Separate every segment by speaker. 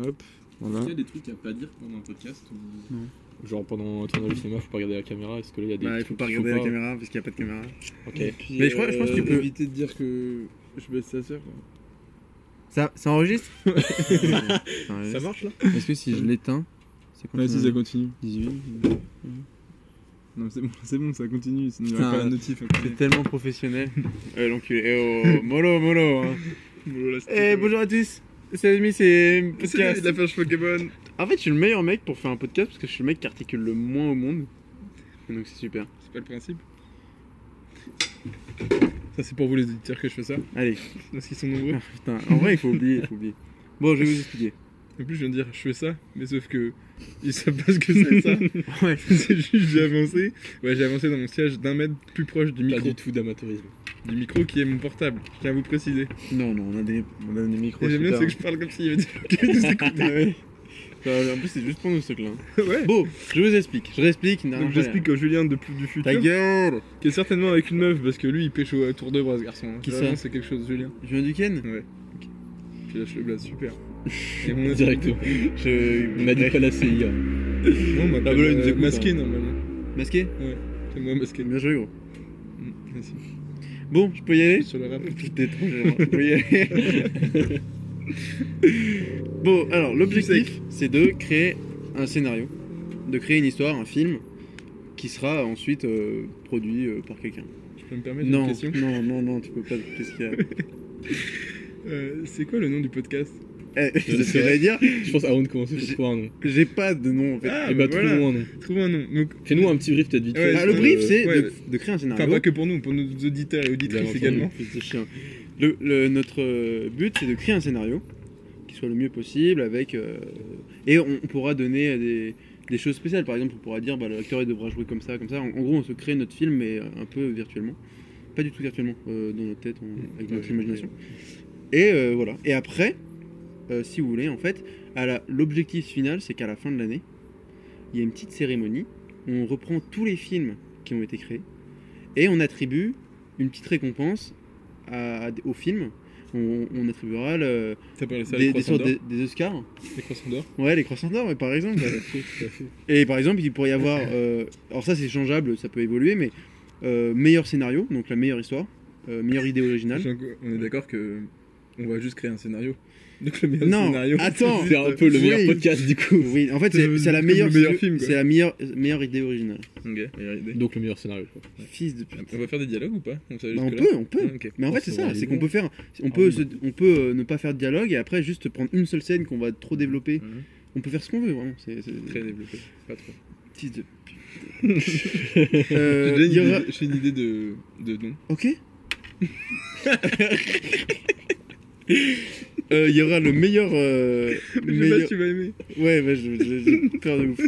Speaker 1: Hop,
Speaker 2: Est-ce
Speaker 1: voilà.
Speaker 2: qu'il y a des trucs à pas dire pendant un podcast ou...
Speaker 3: Genre pendant un tournage de cinéma, faut pas regarder la caméra. Est-ce que là il y a des.
Speaker 4: Bah, il
Speaker 3: trucs
Speaker 4: faut pas
Speaker 3: qu'il
Speaker 4: regarder la caméra parce qu'il n'y a pas de caméra. euh,
Speaker 3: Ok.
Speaker 4: Mais je crois- je pense que tu peux-
Speaker 1: éviter de dire que je baisse sa sœur.
Speaker 4: Ça, ça enregistre
Speaker 3: Ça marche là
Speaker 4: Est-ce que si je l'éteins, c'est
Speaker 1: Ouais, si ça continue.
Speaker 4: 18
Speaker 1: Non, c'est bon, c'est bon, ça continue. Sinon, il n'y
Speaker 4: Putain,
Speaker 1: aura pas un notif. à côté.
Speaker 4: C'est tellement professionnel. euh, donc, eh oh, mollo, mollo. Hein. Eh, bonjour à tous. C'est Admi, c'est podcast.
Speaker 2: la page Pokémon
Speaker 4: En fait, je suis le meilleur mec pour faire un podcast parce que je suis le mec qui articule le moins au monde. Donc, c'est super.
Speaker 2: C'est pas le principe
Speaker 3: Ça c'est pour vous les auditeurs que je fais ça.
Speaker 4: Allez,
Speaker 3: Parce qu'ils sont nombreux.
Speaker 4: Ah, putain, en vrai, il faut oublier, il faut oublier. Bon, je vais vous expliquer.
Speaker 3: En plus, je viens de dire, je fais ça, mais sauf que. Ils savent pas ce que c'est ça.
Speaker 4: Ouais.
Speaker 3: c'est juste, j'ai avancé. Ouais, j'ai avancé dans mon siège d'un mètre plus proche du
Speaker 2: Pas
Speaker 3: micro.
Speaker 2: du tout d'amateurisme.
Speaker 3: Du micro qui est mon portable. Je tiens à vous préciser.
Speaker 4: Non, non, on a des, on a des micros.
Speaker 3: Et j'aime bien,
Speaker 4: super.
Speaker 3: c'est que je parle comme s'il y avait des gens qui nous écoutaient.
Speaker 4: Ouais. Enfin, Bah, En plus, c'est juste pour nous ce là
Speaker 3: Ouais.
Speaker 4: Bon, je vous explique. Je réexplique. non,
Speaker 3: Donc
Speaker 4: voilà.
Speaker 3: j'explique au Julien de plus du
Speaker 4: Ta
Speaker 3: futur,
Speaker 4: gueule
Speaker 3: qui est certainement avec une meuf, parce que lui il pêche au à tour de bras ce garçon.
Speaker 4: Qui
Speaker 3: Vraiment,
Speaker 4: ça
Speaker 3: c'est quelque chose, Julien.
Speaker 4: Julien Duquesne
Speaker 3: Tu lâches le blaze, super. Et on a
Speaker 2: Directement.
Speaker 4: Je.
Speaker 2: On a dit pas la CIA.
Speaker 3: Non, on
Speaker 4: Ah, voilà, il nous
Speaker 3: m'appelle euh,
Speaker 4: écoute,
Speaker 3: masqué normalement.
Speaker 4: Masqué
Speaker 3: C'est moi masqué.
Speaker 4: Bien joué, gros.
Speaker 3: Mm, Merci.
Speaker 4: Bon, je peux y aller
Speaker 3: Sur le rap.
Speaker 4: Tout est étranger, moi. Je peux y aller. Bon, alors, l'objectif, c'est de créer un scénario, de créer une histoire, un film, qui sera ensuite euh, produit euh, par quelqu'un.
Speaker 3: Je peux me permettre une
Speaker 4: Non,
Speaker 3: question
Speaker 4: non, non, non, tu peux pas. Qu'est-ce qu'il y a
Speaker 3: Euh, C'est quoi le nom du podcast
Speaker 4: Eh,
Speaker 2: Je
Speaker 4: Je devrais dire,
Speaker 2: Je pense avant de commencer, faut
Speaker 4: J'ai-
Speaker 2: trouver un nom.
Speaker 4: j'ai pas de nom en fait.
Speaker 3: Ah,
Speaker 2: Eh
Speaker 3: bah
Speaker 2: bah,
Speaker 3: voilà.
Speaker 2: trouve-nous un nom.
Speaker 3: Trouve un nom. Donc,
Speaker 2: Fais-nous un petit brief, peut-être vite
Speaker 3: Ouais,
Speaker 2: fait.
Speaker 4: Ah, le brief,
Speaker 2: Euh,
Speaker 4: c'est
Speaker 3: ouais,
Speaker 4: de, de créer un
Speaker 3: enfin,
Speaker 4: scénario.
Speaker 3: pas que pour nous, pour nos auditeurs et auditrices
Speaker 2: Bien entendu.
Speaker 3: également.
Speaker 4: Fils de chien. Le- le- notre euh, but, c'est de créer un scénario qui soit le mieux possible avec. euh, et on, on pourra donner des, des choses spéciales. Par exemple, on pourra dire bah, l'acteur il devra jouer comme ça, comme ça. En, en gros, on se crée notre film, mais euh, un peu virtuellement. Pas du tout virtuellement, euh, dans notre tête, on- avec
Speaker 3: Ouais,
Speaker 4: notre
Speaker 3: j'ai
Speaker 4: imagination. Et euh, voilà. Et après, euh, si vous voulez, en fait, à la- l'objectif final, c'est qu'à la fin de l'année, il y a une petite cérémonie où on reprend tous les films qui ont été créés et on attribue une petite récompense à, à- au film. On, on attribuera le-
Speaker 3: T'as parlé ça, les
Speaker 4: des, des
Speaker 3: croissants
Speaker 4: sortes
Speaker 3: d'or
Speaker 4: de- des Oscars.
Speaker 3: Les croissants d'or
Speaker 4: Ouais, les croissants d'or, ouais, par exemple. Et par exemple, il pourrait y avoir. euh, alors, ça, c'est changeable, ça peut évoluer, mais euh, meilleur scénario, donc la meilleure histoire, euh, meilleure idée originale.
Speaker 3: Sachant que- On est d'accord que. On va juste créer un scénario. Donc le meilleur
Speaker 4: Non,
Speaker 3: scénario.
Speaker 4: attends.
Speaker 2: C'est un peu le meilleur
Speaker 4: Oui.
Speaker 2: podcast du coup.
Speaker 4: Oui, en fait,
Speaker 3: C'est-
Speaker 4: c'est c'est la
Speaker 3: c'est
Speaker 4: meilleure.
Speaker 3: le meilleur film, quoi.
Speaker 4: C'est la meilleure, meilleure idée originale.
Speaker 3: Ok, meilleure idée.
Speaker 2: Donc le meilleur scénario. quoi.
Speaker 4: Fils de
Speaker 3: On va faire des dialogues ou pas On, sait
Speaker 4: Bah, on
Speaker 3: Ah, jusque-là
Speaker 4: peut, on peut.
Speaker 3: Ah, ok.
Speaker 4: Mais en
Speaker 2: On
Speaker 4: fait,
Speaker 2: se
Speaker 4: c'est ça,
Speaker 2: voit
Speaker 4: c'est
Speaker 2: les
Speaker 4: qu'on
Speaker 2: deux.
Speaker 4: peut faire, on
Speaker 2: Ah
Speaker 4: peut,
Speaker 2: oui.
Speaker 4: se- on peut euh, ne pas faire de dialogue et après juste prendre une seule scène qu'on va trop développer.
Speaker 3: Mhm.
Speaker 4: On peut faire ce qu'on veut, vraiment. C'est c'est-
Speaker 3: Très développé. Pas trop.
Speaker 4: fils de pute.
Speaker 3: J'ai
Speaker 4: Euh,
Speaker 3: déjà une
Speaker 4: il y aura-
Speaker 3: idée- j'ai une idée de, de nom.
Speaker 4: Ok. Euh, Il y aura le meilleur. euh, meilleur-
Speaker 3: tu vas aimer.
Speaker 4: Ouais, ouais, je- je- j'ai peur de ouf.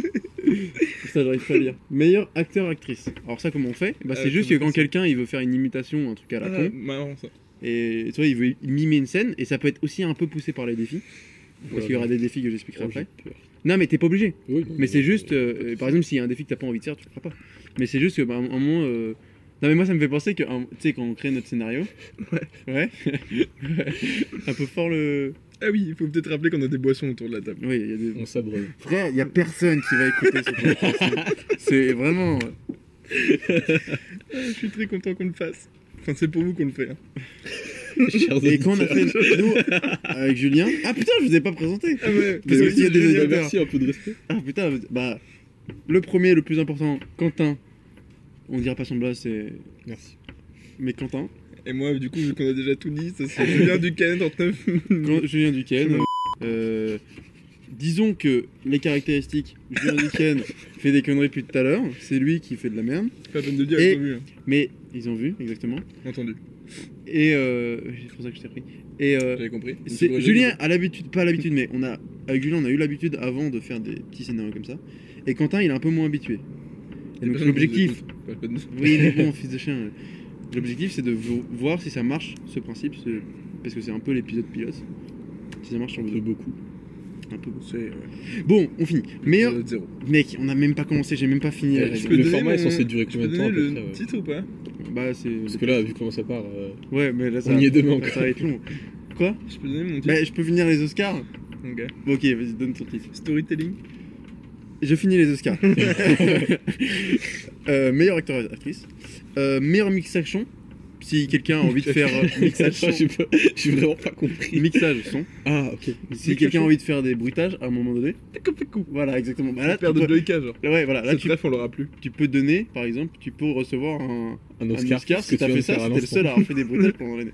Speaker 4: ça, j'arrive pas à lire. Meilleur acteur-actrice. Alors, ça, comment on fait bah,
Speaker 3: Ah,
Speaker 4: C'est juste que
Speaker 3: comment on
Speaker 4: quand
Speaker 3: fait ça
Speaker 4: quelqu'un il veut faire une imitation, un truc à la con,
Speaker 3: Ah, marrant ça.
Speaker 4: Et tu vois, il veut mimer une scène, et ça peut être aussi un peu poussé par les défis. Parce qu'il y aura des défis que j'expliquerai
Speaker 2: Oh, j'ai
Speaker 4: après.
Speaker 2: peur.
Speaker 4: Non, mais t'es pas obligé.
Speaker 2: Oui, non,
Speaker 4: Mais c'est juste, euh, euh, par exemple, s'il y a un défi que t'as pas envie de faire, tu le feras pas. Mais c'est juste que, bah, un un moment. euh, Non, mais moi, ça me fait penser que, un- tu sais, quand on crée notre scénario. Ouais. un peu fort le.
Speaker 3: Ah oui, il faut peut-être rappeler qu'on a des boissons autour de la table.
Speaker 4: Oui, il y a des.
Speaker 2: On s'abreuve.
Speaker 4: Frère, il y a personne qui va écouter ce podcast. C'est vraiment.
Speaker 3: Je suis très content qu'on le fasse. Enfin, c'est pour vous qu'on le fait. hein.
Speaker 2: Chers
Speaker 4: Et quand on a
Speaker 2: auditeurs.
Speaker 4: fait. Nous, avec Julien. Ah putain, je vous ai pas présenté
Speaker 3: Ah ouais,
Speaker 4: Parce
Speaker 2: Mais
Speaker 4: qu'il y a
Speaker 2: oui,
Speaker 4: des
Speaker 2: Julien,
Speaker 4: auditeurs.
Speaker 2: Merci, un peu de respect.
Speaker 4: Ah putain, vous- bah. Le premier, le plus important, Quentin. On dira pas son blase, c'est.
Speaker 2: Merci.
Speaker 4: Mais Quentin.
Speaker 3: Et moi, du coup, vu qu'on a déjà tout dit, ça c'est Julien du 39.
Speaker 4: Quand- Julien Duquesne. euh, disons que les caractéristiques, Julien Duquesne fait des conneries depuis tout à l'heure, c'est lui qui fait de la merde.
Speaker 3: Pas la peine de le dire,
Speaker 4: Et-
Speaker 3: ils ont vu. hein.
Speaker 4: Mais ils ont vu, exactement.
Speaker 3: Entendu,
Speaker 4: Et. euh, c'est pour ça que je t'ai pris. Et. euh,
Speaker 3: j'avais compris.
Speaker 4: c'est-
Speaker 3: Donc,
Speaker 4: Julien a l'habitude, pas l'habitude, mais on a, avec Julien, on a eu l'habitude avant de faire des petits scénarios comme ça. Et Quentin, il est un peu moins habitué. Et donc
Speaker 3: Personne
Speaker 4: l'objectif,
Speaker 3: qui nous écoute. Pas la peine de-
Speaker 4: Oui, mais bon, fils de chien. L'objectif, c'est de vo- voir si ça marche, ce principe, ce- parce que c'est un peu l'épisode pilote. Si ça marche, on
Speaker 2: Un peu
Speaker 4: veut
Speaker 2: beaucoup.
Speaker 4: un peu.
Speaker 3: C'est ouais.
Speaker 4: Bon, on finit. Meilleur.
Speaker 3: Épisode zéro.
Speaker 4: Mec, on a même pas commencé, j'ai même pas fini. la
Speaker 2: Ouais,
Speaker 4: règle.
Speaker 3: peux
Speaker 2: le
Speaker 3: donner
Speaker 2: format est
Speaker 3: mon-
Speaker 2: censé durer
Speaker 3: Je peux
Speaker 2: combien de temps
Speaker 3: donner
Speaker 2: à peu
Speaker 3: le
Speaker 2: près, ouais
Speaker 3: titre ou pas
Speaker 4: Bah, c'est.
Speaker 2: Parce que là, vu comment ça part, euh,
Speaker 4: Ouais, mais là, ça.
Speaker 2: on y est demain encore.
Speaker 4: Ça va être long. Bah, Quoi
Speaker 3: Je peux donner mon titre
Speaker 4: Bah, je peux finir les Oscars
Speaker 3: Ok.
Speaker 4: Ok, vas-y, donne ton titre.
Speaker 3: Storytelling
Speaker 4: Je finis les Oscars. Euh, meilleur acteur et actrice. Euh, meilleur mixage son. Si quelqu'un a envie de faire euh, mixage
Speaker 2: Attends, j'ai
Speaker 4: son.
Speaker 2: pas- J'ai vraiment pas compris.
Speaker 4: Mixage son.
Speaker 2: Ah, ok.
Speaker 4: Si quelqu'un a envie de faire des bruitages à un moment donné. Voilà, exactement. Bah là, tu
Speaker 3: Père de
Speaker 4: peux-
Speaker 3: Joyka, genre.
Speaker 4: ouais, voilà, là
Speaker 3: Cette
Speaker 4: tu,
Speaker 3: ref, on l'aura plus.
Speaker 4: tu peux donner, par exemple, tu peux recevoir un,
Speaker 2: Un
Speaker 4: un
Speaker 2: Oscar.
Speaker 4: Oscar,
Speaker 2: parce
Speaker 4: Euh, si
Speaker 2: tu
Speaker 4: t'as
Speaker 2: viens
Speaker 4: fait
Speaker 2: de
Speaker 4: ça,
Speaker 2: faire à
Speaker 4: c'était le
Speaker 2: l'instant.
Speaker 4: seul à avoir fait des bruitages pendant l'année.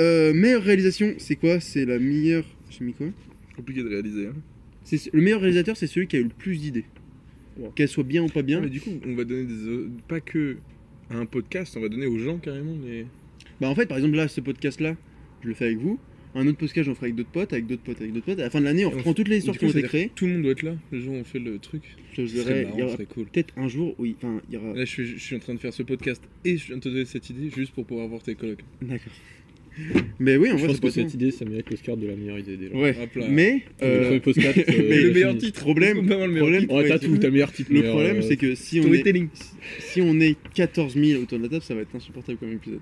Speaker 4: Euh, meilleure réalisation, c'est quoi C'est la meilleure. J'ai mis quoi
Speaker 3: Compliqué de réaliser. Hein.
Speaker 4: C'est- Le meilleur réalisateur, c'est celui qui a eu le plus d'idées.
Speaker 3: Ouais.
Speaker 4: Qu'elles soient bien ou pas bien.
Speaker 3: mais du coup, on va donner des. euh, Pas que à un podcast, on va donner aux gens carrément, mais.
Speaker 4: Bah en fait, par exemple, là, ce podcast-là, je le fais avec vous. Un autre podcast, j'en ferai avec d'autres potes, avec d'autres potes, avec d'autres potes. À la fin de l'année, on
Speaker 3: Et on
Speaker 4: reprend toutes les histoires
Speaker 3: Du
Speaker 4: qui
Speaker 3: coup,
Speaker 4: ont été
Speaker 3: c'est-à-dire
Speaker 4: créées.
Speaker 3: Tout le monde doit être là, les gens ont fait le truc.
Speaker 4: Je
Speaker 2: Ce
Speaker 4: dirais,
Speaker 2: serait marrant,
Speaker 4: il y
Speaker 2: ce
Speaker 4: aura
Speaker 2: serait cool.
Speaker 4: peut-être un jour où il, enfin, il y aura.
Speaker 3: Là, je suis, je suis en train de faire ce podcast et je viens de te donner cette idée juste pour pouvoir voir tes colocs.
Speaker 4: D'accord. Mais oui, en
Speaker 2: Je
Speaker 4: vrai,
Speaker 2: pense
Speaker 4: c'est pas
Speaker 2: que
Speaker 4: ça.
Speaker 2: cette idée, ça mérite l'Oscar de la meilleure idée déjà.
Speaker 4: Ouais.
Speaker 3: Hop là.
Speaker 4: Mais
Speaker 2: Le
Speaker 4: euh,
Speaker 2: premier podcast. euh,
Speaker 4: mais
Speaker 3: le
Speaker 2: fini.
Speaker 3: meilleur titre.
Speaker 4: Problème-
Speaker 3: C'est vraiment le meilleur
Speaker 4: problème-
Speaker 3: titre.
Speaker 2: Ouais, t'as tout, ta meilleure titre.
Speaker 4: le
Speaker 2: meilleure,
Speaker 4: problème,
Speaker 2: euh,
Speaker 4: c'est que si on est
Speaker 3: Storytelling.
Speaker 4: si on est 14 000 autour de la table, ça va être insupportable comme épisode.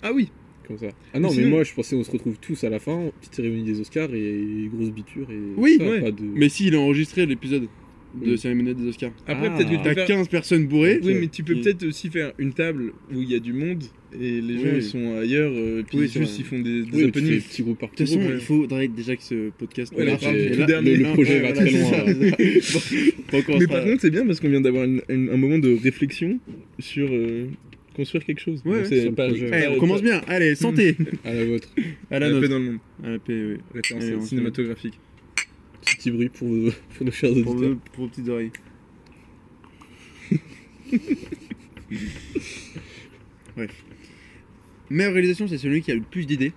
Speaker 3: Ah oui.
Speaker 2: Comme ça. Ah non,
Speaker 3: Mais
Speaker 2: mais,
Speaker 3: sinon-
Speaker 2: moi je pensais on se retrouve tous à la fin, petite cérémonie des Oscars et grosse biture et.
Speaker 4: Oui,
Speaker 2: ça,
Speaker 3: ouais.
Speaker 2: pas de-
Speaker 4: Mais si, il a enregistré l'épisode de
Speaker 2: Oui.
Speaker 4: Cérémonie des Oscars.
Speaker 3: Après,
Speaker 2: Ah.
Speaker 3: peut-être que tu
Speaker 4: T'as
Speaker 3: peux faire-
Speaker 4: 15 personnes bourrées.
Speaker 3: Oui, mais tu peux
Speaker 4: Et-
Speaker 3: peut-être aussi faire une table où il y a du monde et les gens
Speaker 4: Oui.
Speaker 3: ils sont ailleurs, euh, puis
Speaker 4: Oui, c'est
Speaker 3: juste
Speaker 4: vrai.
Speaker 3: ils font des, des
Speaker 2: Oui, mais tu fais
Speaker 3: openings.
Speaker 2: petit groupe par
Speaker 4: De toute
Speaker 2: petit
Speaker 4: façon,
Speaker 2: groupe.
Speaker 3: Ouais.
Speaker 4: il faudrait déjà que ce podcast
Speaker 3: Ouais, là,
Speaker 4: marche.
Speaker 2: c'est-
Speaker 4: Et
Speaker 2: le-
Speaker 4: là-
Speaker 3: dernier,
Speaker 2: le projet va
Speaker 4: Ouais,
Speaker 2: très
Speaker 4: voilà, c'est
Speaker 2: loin,
Speaker 4: ça,
Speaker 2: là.
Speaker 4: c'est ça. Faut qu'on
Speaker 3: Mais
Speaker 4: se
Speaker 3: par
Speaker 4: ra-
Speaker 3: contre, c'est bien parce qu'on vient d'avoir une- une- un moment de réflexion sur euh, construire quelque chose.
Speaker 4: Ouais,
Speaker 3: Donc,
Speaker 4: ouais.
Speaker 3: c'est
Speaker 2: Sur le
Speaker 3: pas-
Speaker 2: projet.
Speaker 3: pas-
Speaker 4: Eh, on commence bien. Allez, santé.
Speaker 2: À la vôtre.
Speaker 4: À
Speaker 3: La,
Speaker 4: la
Speaker 3: paix
Speaker 4: nôtre.
Speaker 3: dans le monde.
Speaker 4: À la paix, oui.
Speaker 3: Référence
Speaker 4: Allez, Eh, on fait.
Speaker 3: cinématographique.
Speaker 2: Petit bruit pour, vos- pour nos chers
Speaker 4: Pour,
Speaker 2: auditeurs.
Speaker 4: vos- pour vos petites oreilles. Bref. Meilleure réalisation, c'est celui qui a eu le plus d'idées.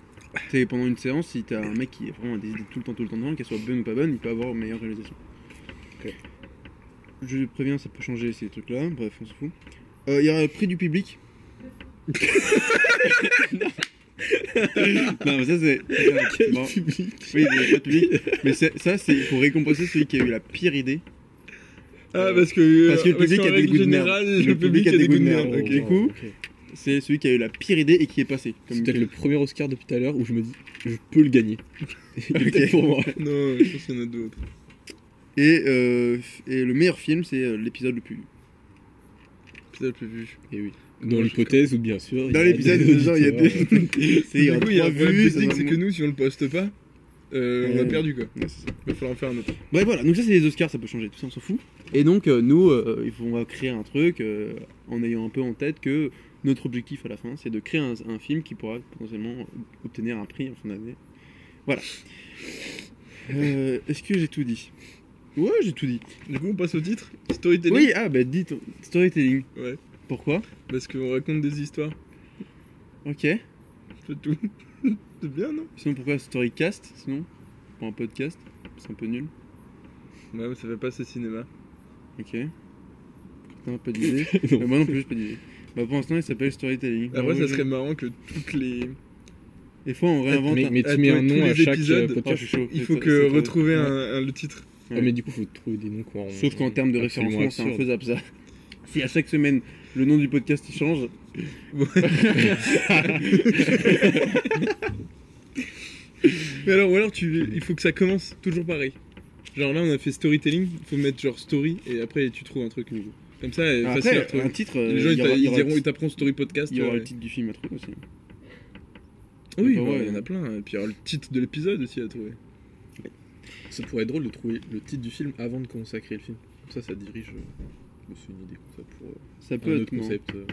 Speaker 4: C'est pendant une séance, si t'as un mec qui a vraiment des idées tout le temps, tout le temps, tout le temps, qu'elles soient bonnes ou pas bonnes, il peut avoir une meilleure réalisation.
Speaker 2: Ok.
Speaker 4: Je préviens, ça peut changer ces trucs-là. Bref, on s'en fout. Euh, Il y aura le prix du public. non, mais ça c'est. Bon.
Speaker 2: public.
Speaker 4: Oui, mais pas public. Mais c'est- ça, c'est pour récompenser celui qui a eu la pire idée.
Speaker 3: Ah, parce que,
Speaker 4: Euh, Parce que le public
Speaker 3: qu'en
Speaker 4: a des
Speaker 3: règle
Speaker 4: goûts de merde.
Speaker 3: générale,
Speaker 4: Le
Speaker 3: Le public a des goûts de
Speaker 2: Oh,
Speaker 3: merde.
Speaker 4: Ok.
Speaker 3: ok.
Speaker 4: Du coup, C'est celui qui a eu la pire idée et qui est passé.
Speaker 2: C'est peut-être le premier Oscar depuis tout à l'heure où je me dis, je peux le gagner. Il est
Speaker 4: Ok.
Speaker 2: peut-être pour moi.
Speaker 3: Non, je pense qu'il y en a d'autres.
Speaker 4: Et, euh, f- et le meilleur film, c'est euh, l'épisode le plus.
Speaker 3: Putain, le plus vu.
Speaker 2: Et oui.
Speaker 3: Moi,
Speaker 2: Dans
Speaker 3: je-
Speaker 2: l'hypothèse où bien sûr. il y
Speaker 4: Dans
Speaker 2: a
Speaker 4: l'épisode,
Speaker 2: des
Speaker 4: genre, il y a des.
Speaker 2: auditeurs,
Speaker 4: c'est il y
Speaker 3: Du
Speaker 4: a
Speaker 3: coup, il y a un
Speaker 4: trois
Speaker 3: problème
Speaker 4: vues, ça
Speaker 3: technique,
Speaker 4: va-
Speaker 3: c'est que nous, si on le poste pas, euh, on
Speaker 4: Ouais.
Speaker 3: a perdu quoi.
Speaker 4: Ouais, c'est ça.
Speaker 3: Il va falloir en faire un autre.
Speaker 4: Bref, voilà. Donc ça, c'est les Oscars, ça peut changer, tout ça, on s'en fout. Et donc, euh, nous, euh, il faut- on va créer un truc euh, en ayant un peu en tête que notre objectif à la fin, c'est de créer un, un film qui pourra potentiellement euh, obtenir un prix en fin d'année. Voilà. Euh, Est-ce que j'ai tout dit Ouais, j'ai tout dit.
Speaker 3: Du coup, on passe au titre Storytelling.
Speaker 4: Oui, ah bah dis ton storytelling.
Speaker 3: Ouais.
Speaker 4: Pourquoi
Speaker 3: Parce qu'on raconte des histoires.
Speaker 4: Ok.
Speaker 3: C'est tout. C'est bien, non
Speaker 4: Sinon pourquoi storycast Sinon Pour un podcast C'est un peu nul.
Speaker 3: Ouais, mais ça fait pas ce cinéma.
Speaker 4: Ok. Putain, pas d'idée.
Speaker 2: Non.
Speaker 4: Bah, moi non plus, j'ai pas d'idée. Bah pour l'instant, il s'appelle storytelling.
Speaker 3: Après,
Speaker 4: Bravo,
Speaker 3: ça
Speaker 4: je-
Speaker 3: serait marrant que toutes les.
Speaker 4: Des fois, on réinvente.
Speaker 2: Mais,
Speaker 4: un-
Speaker 2: mais tu
Speaker 3: Attends,
Speaker 2: mets un
Speaker 3: tous
Speaker 2: nom
Speaker 3: les
Speaker 2: à chaque
Speaker 3: épisodes.
Speaker 2: euh,
Speaker 4: Oh, je
Speaker 2: podcast.
Speaker 4: suis chaud.
Speaker 3: Il
Speaker 4: Ça-
Speaker 3: faut
Speaker 4: ça,
Speaker 3: que
Speaker 4: c'est trop-
Speaker 3: retrouver
Speaker 4: Ouais.
Speaker 3: un, un- le titre.
Speaker 2: Ah, mais du coup, faut trouver des noms quoi.
Speaker 4: Sauf qu'en termes de référencement, c'est
Speaker 2: peu
Speaker 4: infaisable ça. Si à chaque semaine le nom du podcast il change,
Speaker 3: Mais alors, ou alors, tu... il faut que ça commence toujours pareil. Genre là, on a fait storytelling, il faut mettre genre story et après tu trouves un truc nouveau. Comme ça, euh, facile à
Speaker 4: après un
Speaker 3: retrouver.
Speaker 4: titre,
Speaker 3: Les gens ils
Speaker 4: euh, il y aura-
Speaker 3: t'a-
Speaker 4: il y
Speaker 3: ils
Speaker 4: aura
Speaker 3: diront,
Speaker 4: le
Speaker 3: ils
Speaker 4: titre-
Speaker 3: t'apprendent story podcast.
Speaker 4: il y aura
Speaker 3: euh,
Speaker 4: le titre du film à trouver aussi.
Speaker 3: Oui,
Speaker 4: Ah,
Speaker 3: bah,
Speaker 4: ouais.
Speaker 3: il y en a plein. Et puis il y aura le titre de l'épisode aussi à trouver.
Speaker 2: Ça pourrait être drôle de trouver le titre du film avant de commencer à créer le film. Comme ça, ça dirige. euh, C'est une idée comme ça pour euh,
Speaker 4: Ça
Speaker 2: un
Speaker 4: peut être.
Speaker 2: autre
Speaker 4: marrant.
Speaker 2: concept. euh,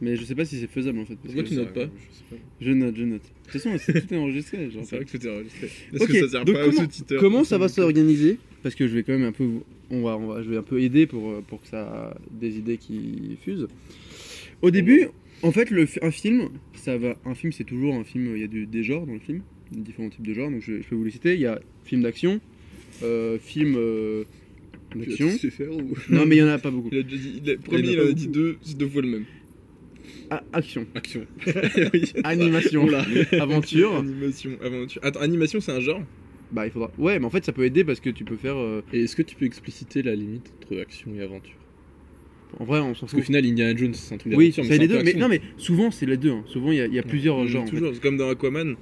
Speaker 4: Mais je sais pas si c'est faisable en fait. parce
Speaker 2: Pourquoi
Speaker 4: que
Speaker 2: tu
Speaker 4: ça-
Speaker 2: notes pas
Speaker 3: je sais pas.
Speaker 4: Je note, je note. De toute façon, c'est tout est enregistré. je
Speaker 3: C'est vrai
Speaker 4: rappelle.
Speaker 3: que tout est enregistré. Parce
Speaker 4: Ok,
Speaker 3: que ça sert
Speaker 4: donc
Speaker 3: pas
Speaker 4: comment-
Speaker 3: aux sous-titreurs.
Speaker 4: Comment ça va s'organiser Parce que je vais quand même un peu, vous- on va, on va, je vais un peu aider pour, euh, pour que ça des idées qui fusent. Au début, en fait, le, fi- un film, ça va, un film c'est toujours un film. Il y a du- des genres dans le film, différents types de genres. Donc je, je peux vous les citer. Il y a film d'action, euh, film euh, d'action.
Speaker 2: Tu sais faire ou.
Speaker 4: Non mais il y en a pas beaucoup.
Speaker 3: Il a déjà dit, il a- premier,
Speaker 4: Il y en a
Speaker 3: il
Speaker 4: pas
Speaker 3: en a dit deux, c'est deux fois le même.
Speaker 4: Ah, action,
Speaker 2: Action.
Speaker 4: animation, aventure.
Speaker 3: Animation, aventure. Attends, animation, c'est un genre
Speaker 4: Bah il faudra. Ouais, mais en fait ça peut aider parce que tu peux faire. euh,
Speaker 2: Et est-ce que tu peux expliciter la limite entre action et aventure
Speaker 4: en vrai, on s'en
Speaker 2: Parce qu'au
Speaker 4: fout.
Speaker 2: final, Indiana Jones, c'est un truc
Speaker 4: Oui,
Speaker 2: d'aventure,
Speaker 4: c'est les
Speaker 2: un peu
Speaker 4: deux. Mais
Speaker 2: action.
Speaker 4: non mais souvent c'est les deux. hein. Souvent il y a, il y a plusieurs genres. en fait.
Speaker 3: Toujours, c'est comme dans Aquaman.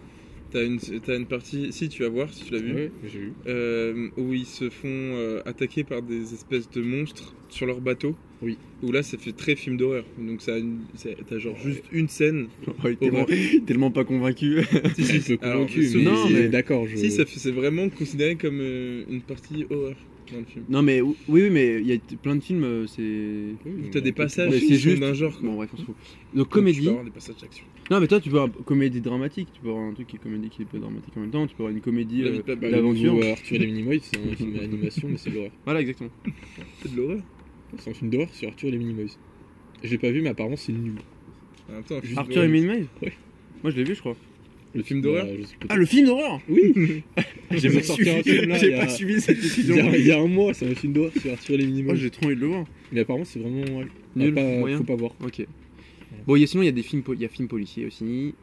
Speaker 3: T'as une, t'as une partie, si tu vas voir, si tu l'as vu,
Speaker 4: Ouais, j'ai vu.
Speaker 3: euh, où ils se font euh, attaquer par des espèces de monstres sur leur bateau.
Speaker 4: Oui.
Speaker 3: Où là, ça fait très film d'horreur. Donc ça, a une- c'est- t'as genre juste une scène.
Speaker 4: Oh, il est tellement, tellement pas convaincu.
Speaker 3: si, si,
Speaker 2: peu
Speaker 3: alors,
Speaker 2: convaincu,
Speaker 3: sauf-
Speaker 2: mais,
Speaker 4: non, mais-
Speaker 2: d'accord. Je...
Speaker 3: Si, ça fait- c'est vraiment considéré comme euh, une partie horreur dans le film.
Speaker 4: non, mais oui, oui, mais il y a t- plein de films, euh, c'est.
Speaker 2: Oui,
Speaker 3: T'as
Speaker 2: mais
Speaker 3: des
Speaker 2: on peut-
Speaker 3: passages
Speaker 4: Mais
Speaker 3: qui
Speaker 4: c'est
Speaker 3: sont
Speaker 4: juste-
Speaker 3: d'un genre. Quoi.
Speaker 4: Bon, bref, on s'en fout. Donc,
Speaker 3: Donc, tu peux
Speaker 4: comédie.
Speaker 3: avoir des passages d'action.
Speaker 4: Non, mais toi, tu peux avoir une comédie dramatique. Tu peux avoir un truc qui est comédie qui est pas dramatique en même temps. Tu peux avoir une comédie.
Speaker 3: La
Speaker 4: euh,
Speaker 3: vie de Pablo.
Speaker 2: Bah,
Speaker 4: L'aventure.
Speaker 2: le nouveau Arthur et les Minimoys, c'est un film d'animation, mais c'est de l'horreur.
Speaker 4: Voilà, exactement.
Speaker 3: C'est de l'horreur.
Speaker 2: C'est un film d'horreur sur Arthur et les Minimoys. J'ai pas vu, mais apparemment c'est nul.
Speaker 3: En même temps, un film
Speaker 4: Arthur
Speaker 3: d'horreur.
Speaker 4: et Midnight
Speaker 2: Ouais.
Speaker 4: Moi, je l'ai vu, je crois.
Speaker 3: Le film d'horreur
Speaker 2: Bah, je sais
Speaker 4: Ah,
Speaker 2: pas.
Speaker 4: le film d'horreur
Speaker 2: Oui J'ai
Speaker 4: J'ai
Speaker 2: vu
Speaker 4: pas
Speaker 2: sortir un
Speaker 4: suivi-
Speaker 2: film là.
Speaker 4: j'ai
Speaker 2: il y a-
Speaker 4: pas suivi cette
Speaker 2: Il y,
Speaker 4: décision.
Speaker 2: a, il y a un mois, c'est un film d'horreur sur Arthur et les
Speaker 4: Oh,
Speaker 2: Minimoys.
Speaker 4: j'ai trop envie de le voir. Ah,
Speaker 2: Mais apparemment, c'est vraiment. ouais,
Speaker 4: Nul,
Speaker 2: pas,
Speaker 4: moyen.
Speaker 2: Faut pas voir.
Speaker 4: Ok. Bon, il y a- sinon, il y a des films, pol- il y a films policiers aussi.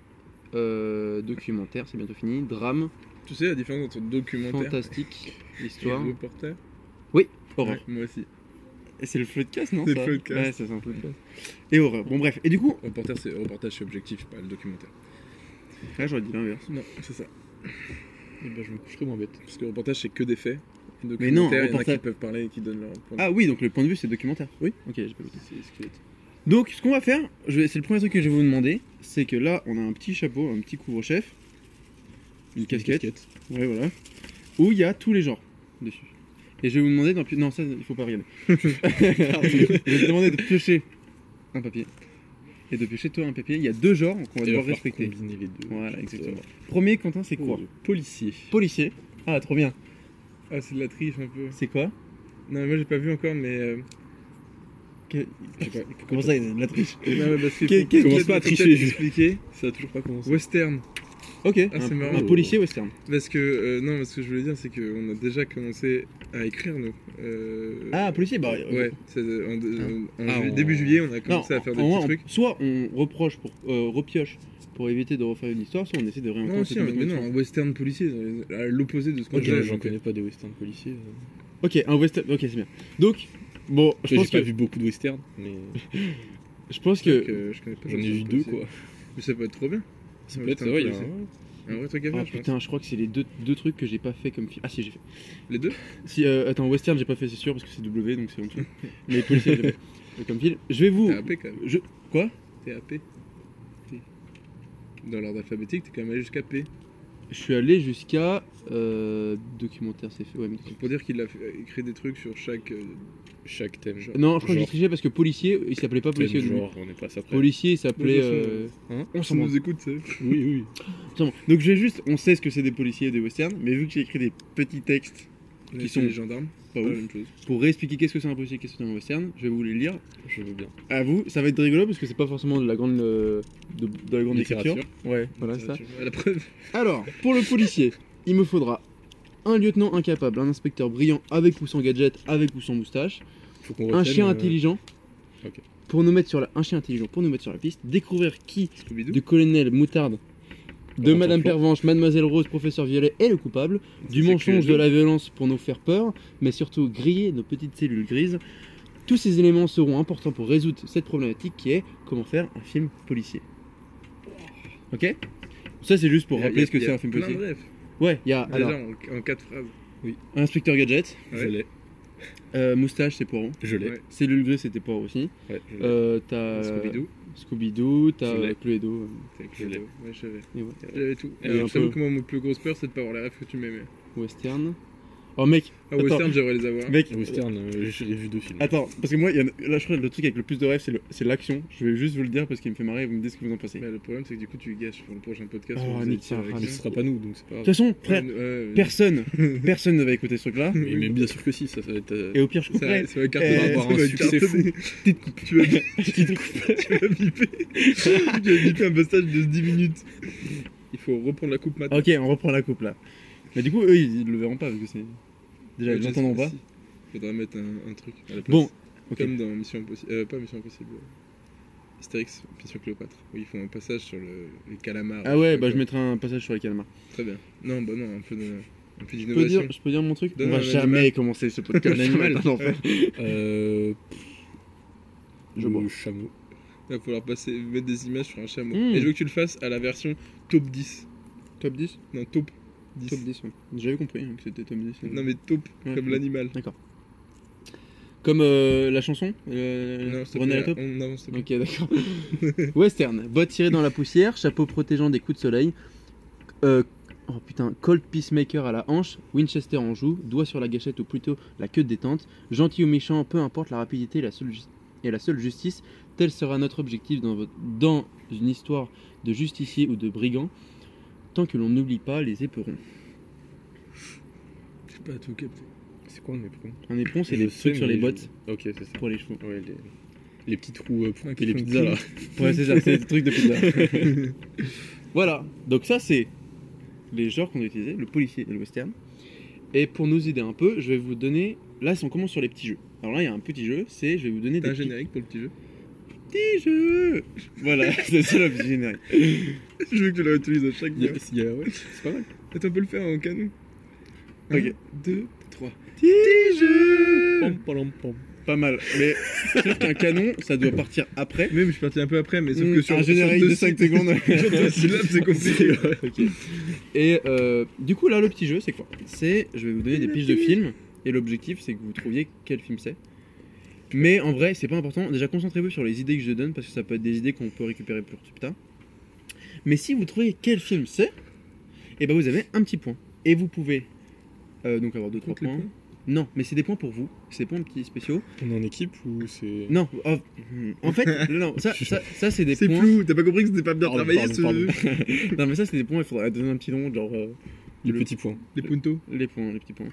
Speaker 4: Euh, documentaire, c'est bientôt fini. Drame,
Speaker 3: Tu sais la différence entre documentaire
Speaker 4: fantastique,
Speaker 3: et
Speaker 4: histoire,
Speaker 3: reporter
Speaker 4: horreur.
Speaker 3: Moi aussi.
Speaker 4: Et C'est le podcast, non
Speaker 3: C'est
Speaker 4: ça
Speaker 3: le podcast.
Speaker 4: Ouais, ça, c'est un podcast. Et horreur. Bon, bref. Et du coup,
Speaker 3: Reporter, c'est reportage, c'est objectif, pas le documentaire.
Speaker 4: là, j'aurais dit l'inverse.
Speaker 3: Non, c'est ça. Eh
Speaker 2: Et
Speaker 3: ben,
Speaker 2: bah, je me coucherai moins bête.
Speaker 3: Parce que reportage, c'est que des faits. Et
Speaker 4: Mais non,
Speaker 3: documentaire, il y en a
Speaker 4: reportage-
Speaker 3: qui peuvent parler et qui donnent leur point de
Speaker 4: Ah oui, donc le point de vue, c'est documentaire.
Speaker 3: Oui.
Speaker 4: Ok, j'ai pas compris.
Speaker 2: C'est squelette.
Speaker 4: Donc, ce qu'on va faire, je vais- c'est le premier truc que je vais vous demander, c'est que là, on a un petit chapeau, un petit couvre-chef, une casquette, ouais, voilà, où il y a tous les genres dessus. Et je vais vous demander, d'en pio- non, ça, il faut pas regarder. je vais te demander de piocher un papier et de piocher toi un papier. Il y a deux genres qu'on va
Speaker 2: Et
Speaker 4: devoir
Speaker 2: va falloir
Speaker 4: respecter.
Speaker 2: combiner les deux.
Speaker 4: Voilà, exactement. Premier, Quentin, c'est quoi
Speaker 3: Oh.
Speaker 2: Quoi Policier.
Speaker 4: Policier. Ah, trop bien.
Speaker 3: Ah, c'est de la triche un peu.
Speaker 4: C'est quoi
Speaker 3: Non, mais moi j'ai pas vu encore, mais. euh,
Speaker 4: Que-
Speaker 3: je sais pas.
Speaker 4: Comment ça, il y a de la triche
Speaker 3: Non, mais parce que.
Speaker 4: Qu'est-
Speaker 3: faut-
Speaker 4: qu'est-ce
Speaker 3: commence
Speaker 4: qu'il y a
Speaker 3: pas à
Speaker 4: de-
Speaker 3: tricher.
Speaker 4: peut-être
Speaker 3: expliquer.
Speaker 2: Ça a toujours pas commencé.
Speaker 3: Western.
Speaker 4: Ok,
Speaker 3: Ah, c'est
Speaker 4: un,
Speaker 3: marrant.
Speaker 4: un policier western.
Speaker 3: Parce que. euh, non, mais ce que je voulais dire, c'est qu'on a déjà commencé à écrire, nous. Euh,
Speaker 4: Ah, un policier, bah. euh,
Speaker 3: Ouais, c'est, euh, en, euh, en
Speaker 2: Ah,
Speaker 3: ju-
Speaker 2: en-
Speaker 3: début juillet, on a
Speaker 4: Non,
Speaker 3: commencé à faire
Speaker 4: en-
Speaker 3: des
Speaker 4: en
Speaker 3: petits
Speaker 4: vrai, on-
Speaker 3: trucs.
Speaker 4: Soit on reproche pour euh, repioche pour éviter de refaire une histoire, soit on essaie de réinventer.
Speaker 3: Non, si,
Speaker 4: toute
Speaker 3: un-
Speaker 4: notre
Speaker 3: mais non,
Speaker 4: histoire.
Speaker 3: un western policier, dans les- à l'opposé de ce qu'on
Speaker 2: Moi,
Speaker 3: faisait.
Speaker 2: j'en connais pas des westerns policiers. hein.
Speaker 4: Ok, un western. Ok, c'est bien. Donc, bon, je
Speaker 2: J'ai
Speaker 4: pense
Speaker 2: pas
Speaker 4: que
Speaker 2: vu beaucoup de westerns, mais
Speaker 4: je pense
Speaker 3: Donc,
Speaker 4: que
Speaker 3: euh, je connais pas
Speaker 2: j'en ai
Speaker 3: Western
Speaker 2: vu deux
Speaker 3: policier.
Speaker 2: quoi.
Speaker 3: Mais ça peut être trop bien.
Speaker 2: Ça
Speaker 3: Un
Speaker 2: peut être,
Speaker 3: western
Speaker 2: ouais, il y a
Speaker 3: policier.
Speaker 2: un-
Speaker 3: Un vrai truc à
Speaker 4: ah
Speaker 3: faire, je pense.
Speaker 4: putain, je crois que c'est les deux, deux trucs que j'ai pas fait comme film. Ah si, j'ai fait.
Speaker 3: Les deux
Speaker 4: Si euh, attends, western, j'ai pas fait, c'est sûr parce que c'est W donc c'est en dessous. Mais policier, j'ai fait euh, comme film. Je vais vous
Speaker 3: T'es happé quand même.
Speaker 4: je quoi
Speaker 3: T'es AP. Dans l'ordre alphabétique, t'es quand même allé jusqu'à P.
Speaker 4: Je suis allé jusqu'à euh, documentaire, c'est fait. Ouais, mais...
Speaker 3: Pour dire qu'il a fait- euh, écrit des trucs sur chaque. euh,
Speaker 2: Chaque thème.
Speaker 3: Genre.
Speaker 4: Non, je crois que j'ai
Speaker 2: Genre.
Speaker 4: triché parce que policier, il s'appelait pas
Speaker 2: Thème,
Speaker 4: policier. au début.
Speaker 2: genre, on est pas ça près.
Speaker 4: Policier, il s'appelait.
Speaker 3: Oui, bien sûr.
Speaker 4: euh,
Speaker 2: Hein
Speaker 4: on s'en
Speaker 3: on nous écoute, c'est.
Speaker 2: Oui, oui.
Speaker 4: Exactement. Donc j'ai juste, on sait ce que c'est des policiers et des westerns, mais vu que j'ai écrit des petits textes
Speaker 3: Qui
Speaker 4: sont-
Speaker 3: sont les gendarmes. Pas
Speaker 4: pas
Speaker 3: la
Speaker 4: ouf,
Speaker 3: même chose.
Speaker 4: pour réexpliquer qu'est-ce que c'est un policier, qu'est-ce que c'est un western, je vais vous les lire.
Speaker 2: Je veux bien.
Speaker 4: À vous, ça va être rigolo parce que c'est pas forcément de la grande, euh, de, de la grande
Speaker 2: Littérature.
Speaker 4: écriture. Ouais, voilà ça.
Speaker 3: Tu vois, La preuve.
Speaker 4: Alors, pour le policier, il me faudra un lieutenant incapable, un inspecteur brillant avec ou sans gadget, avec ou sans moustache,
Speaker 2: Faut qu'on
Speaker 4: un
Speaker 2: retienne,
Speaker 4: chien
Speaker 2: euh,
Speaker 4: intelligent.
Speaker 2: ok.
Speaker 4: Pour nous mettre sur la, un chien intelligent pour nous mettre sur la piste, découvrir qui
Speaker 3: Scooby-Doo.
Speaker 4: du colonel Moutarde, de
Speaker 2: On
Speaker 4: Madame
Speaker 2: entend fort.
Speaker 4: Pervenche, Mademoiselle Rose, Professeur Violet est le coupable, du mensonge, de la violence pour nous faire peur, mais surtout griller nos petites cellules grises. Tous ces éléments seront importants pour résoudre cette problématique qui est comment faire un film policier. Ok Ça c'est juste pour
Speaker 3: Il y a-
Speaker 4: rappeler ce que
Speaker 3: il y a
Speaker 4: c'est un film
Speaker 3: plein de
Speaker 4: policier.
Speaker 3: brefs.
Speaker 4: Ouais, il y a alors,
Speaker 3: Déjà en- en quatre phrases.
Speaker 4: inspecteur gadget,
Speaker 2: Je
Speaker 3: Ouais.
Speaker 2: l'ai.
Speaker 4: euh, moustache c'est poiron,
Speaker 2: Je l'ai.
Speaker 3: Ouais.
Speaker 4: cellule grise c'était poiron aussi.
Speaker 2: Ouais, je l'ai.
Speaker 4: Euh, t'as
Speaker 3: Scooby-Doo.
Speaker 4: Scooby-Doo, t'as
Speaker 2: Je l'ai.
Speaker 4: euh, Cluedo.
Speaker 3: T'as que
Speaker 2: je l'ai.
Speaker 3: le- Ouais, je l'avais.
Speaker 4: Et ouais.
Speaker 3: J'avais tout.
Speaker 4: Et
Speaker 3: Alors,
Speaker 4: un
Speaker 3: Je t'avoue
Speaker 4: peu.
Speaker 3: que moi, mon plus grosse peur, c'est de pas avoir la ref que tu m'aimais.
Speaker 4: Western. Oh mec,
Speaker 3: Ah,
Speaker 4: Attends.
Speaker 3: Western, j'aimerais les avoir.
Speaker 4: mec,
Speaker 2: Western, euh, j'ai vu deux films.
Speaker 4: Attends, parce que moi, il y en a- là, je crois que le truc avec le plus de rêves, c'est le- c'est l'action. Je vais juste vous le dire parce qu'il me fait marrer et vous me dites ce que vous en pensez. De
Speaker 3: Mais le problème, c'est que du coup, tu gâches pour le prochain podcast.
Speaker 4: Oh,
Speaker 3: on faisait
Speaker 4: nique
Speaker 3: une série
Speaker 4: ta
Speaker 2: Mais
Speaker 3: avec
Speaker 2: ce
Speaker 3: ça.
Speaker 2: sera pas nous, donc c'est pas
Speaker 4: toute
Speaker 2: grave.
Speaker 4: façon, frère,
Speaker 3: Ouais, ouais,
Speaker 4: personne, personne ne va écouter ce truc-là.
Speaker 2: Mais, mais bien sûr que si, ça, ça va être. euh,
Speaker 4: Et au pire, je
Speaker 3: Ça,
Speaker 4: couperai.
Speaker 3: ça va
Speaker 4: Euh,
Speaker 3: écarter
Speaker 4: ça
Speaker 2: va être carton.
Speaker 3: Tu vas tu vas biper. tu vas biper un passage de 10 minutes. Il faut reprendre la coupe maintenant.
Speaker 4: Ok, on reprend la coupe là. Mais du coup, eux, ils le verront pas parce que c'est. Déjà, ils l'entendront pas.
Speaker 3: Si. Faudra mettre un, un truc à la place.
Speaker 4: Bon, ok.
Speaker 3: Comme dans Mission Impossible. Euh, pas Mission Impossible. euh, Astérix, Mission Cléopâtre. Où ils font un passage sur le, les calamars.
Speaker 4: Ah ouais, bah je
Speaker 3: sais
Speaker 4: mettrai un passage sur les calmars.
Speaker 3: pas quoi. Très bien. Non, bah non, un peu de- un peu
Speaker 4: Je peux,
Speaker 3: d'innovation.
Speaker 4: dire, je peux dire mon truc
Speaker 3: Donne
Speaker 4: On va
Speaker 3: un animal.
Speaker 4: jamais commencer ce podcast.
Speaker 2: Un animal.
Speaker 4: Ça va être un enfer.
Speaker 2: Euh.
Speaker 4: Je
Speaker 2: le
Speaker 4: bois.
Speaker 2: chameau.
Speaker 3: Il va falloir passer, mettre des images sur un chameau.
Speaker 4: Hmm.
Speaker 3: Et je veux que tu le fasses à la version top 10.
Speaker 4: Top 10
Speaker 3: Non, taupe. Dix.
Speaker 4: Top 10, ouais. J'avais compris hein, que c'était top 10.
Speaker 3: Non, mais taupe,
Speaker 4: Ouais.
Speaker 3: comme l'animal.
Speaker 4: Comme euh, la chanson euh,
Speaker 3: Non, s'il te
Speaker 4: René
Speaker 3: plaît,
Speaker 4: la taupe
Speaker 3: On avance, s'il te plaît.
Speaker 4: Ok, d'accord. Western, bottes tirées dans la poussière, chapeau protégeant des coups de soleil, euh, oh putain, Colt Peacemaker à la hanche, Winchester en joue, doigt sur la gâchette ou plutôt la queue de détente, gentil ou méchant, peu importe la rapidité et la seule, jus- et la seule justice, tel sera notre objectif dans, votre- dans une histoire de justicier ou de brigand, tant que l'on n'oublie pas les éperons.
Speaker 2: J'ai pas tout capté. C'est quoi un éperon
Speaker 4: Un éperon, c'est
Speaker 2: Je
Speaker 4: les
Speaker 2: sais,
Speaker 4: trucs sur
Speaker 2: mais
Speaker 4: les
Speaker 2: je-
Speaker 4: bottes
Speaker 2: Ok, c'est ça.
Speaker 4: pour les chevaux.
Speaker 2: Ouais, les, les petits trous euh, pour
Speaker 3: Ah, qui
Speaker 2: couper les
Speaker 3: font
Speaker 2: pizzas là.
Speaker 4: Ouais, c'est ça, c'est des trucs de pizza. voilà, donc ça, c'est les genres qu'on a utilisés, le policier et le western. Et pour nous aider un peu, je vais vous donner. Là, si on commence sur les petits jeux. Alors là, il y a un petit jeu, c'est je vais vous donner
Speaker 3: T'as
Speaker 4: des
Speaker 3: un
Speaker 4: petits,
Speaker 3: générique pour le petit jeu
Speaker 4: petits jeux. Voilà, c'est ça le petit générique.
Speaker 3: Je veux que tu le réutilises à chaque
Speaker 2: Il y
Speaker 3: fois.
Speaker 2: a- il y a- ouais, c'est pas mal.
Speaker 3: Attends, on peut le faire en canon.
Speaker 4: Ok.
Speaker 3: 2, 3.
Speaker 4: Petits jeux.
Speaker 2: Pom, pom, pom.
Speaker 4: Pas mal, mais sauf qu'un canon, ça doit partir après.
Speaker 3: Mais je suis parti un peu après, mais sauf
Speaker 4: Mmh,
Speaker 3: que sur
Speaker 4: un générique
Speaker 3: sur
Speaker 4: de
Speaker 3: deux
Speaker 4: 5
Speaker 3: sy-
Speaker 4: secondes.
Speaker 3: sur deux syllabes, c'est compliqué.
Speaker 4: Ok. Et euh, du coup, là, le petit jeu, c'est quoi C'est, je vais vous donner des
Speaker 3: Le
Speaker 4: piges de
Speaker 3: petit-
Speaker 4: films, et l'objectif, c'est que vous trouviez quel film c'est. Mais en vrai, c'est pas important. Déjà, concentrez-vous sur les idées que je donne, parce que ça peut être des idées qu'on peut récupérer plus tard. Mais si vous trouvez quel film c'est, et ben vous avez un petit point. Et vous pouvez euh, donc avoir 2-3
Speaker 3: Compte les
Speaker 4: points.
Speaker 3: points.
Speaker 4: Non, mais c'est des points pour vous. C'est des points petits spéciaux.
Speaker 2: On est en équipe ou c'est.
Speaker 4: Non, oh, hmm, en fait, non, ça, ça, ça, c'est des
Speaker 3: C'est
Speaker 4: points.
Speaker 3: flou, t'as pas compris que c'était pas bien
Speaker 2: Pardon,
Speaker 3: travaillé
Speaker 2: pardon,
Speaker 3: ce.
Speaker 2: pardon.
Speaker 4: Non, mais ça, c'est des points. Il faudra donner un petit nom, genre. euh,
Speaker 2: Les
Speaker 4: Le-
Speaker 2: petits points.
Speaker 3: Les puntos.
Speaker 4: Les points, les petits points.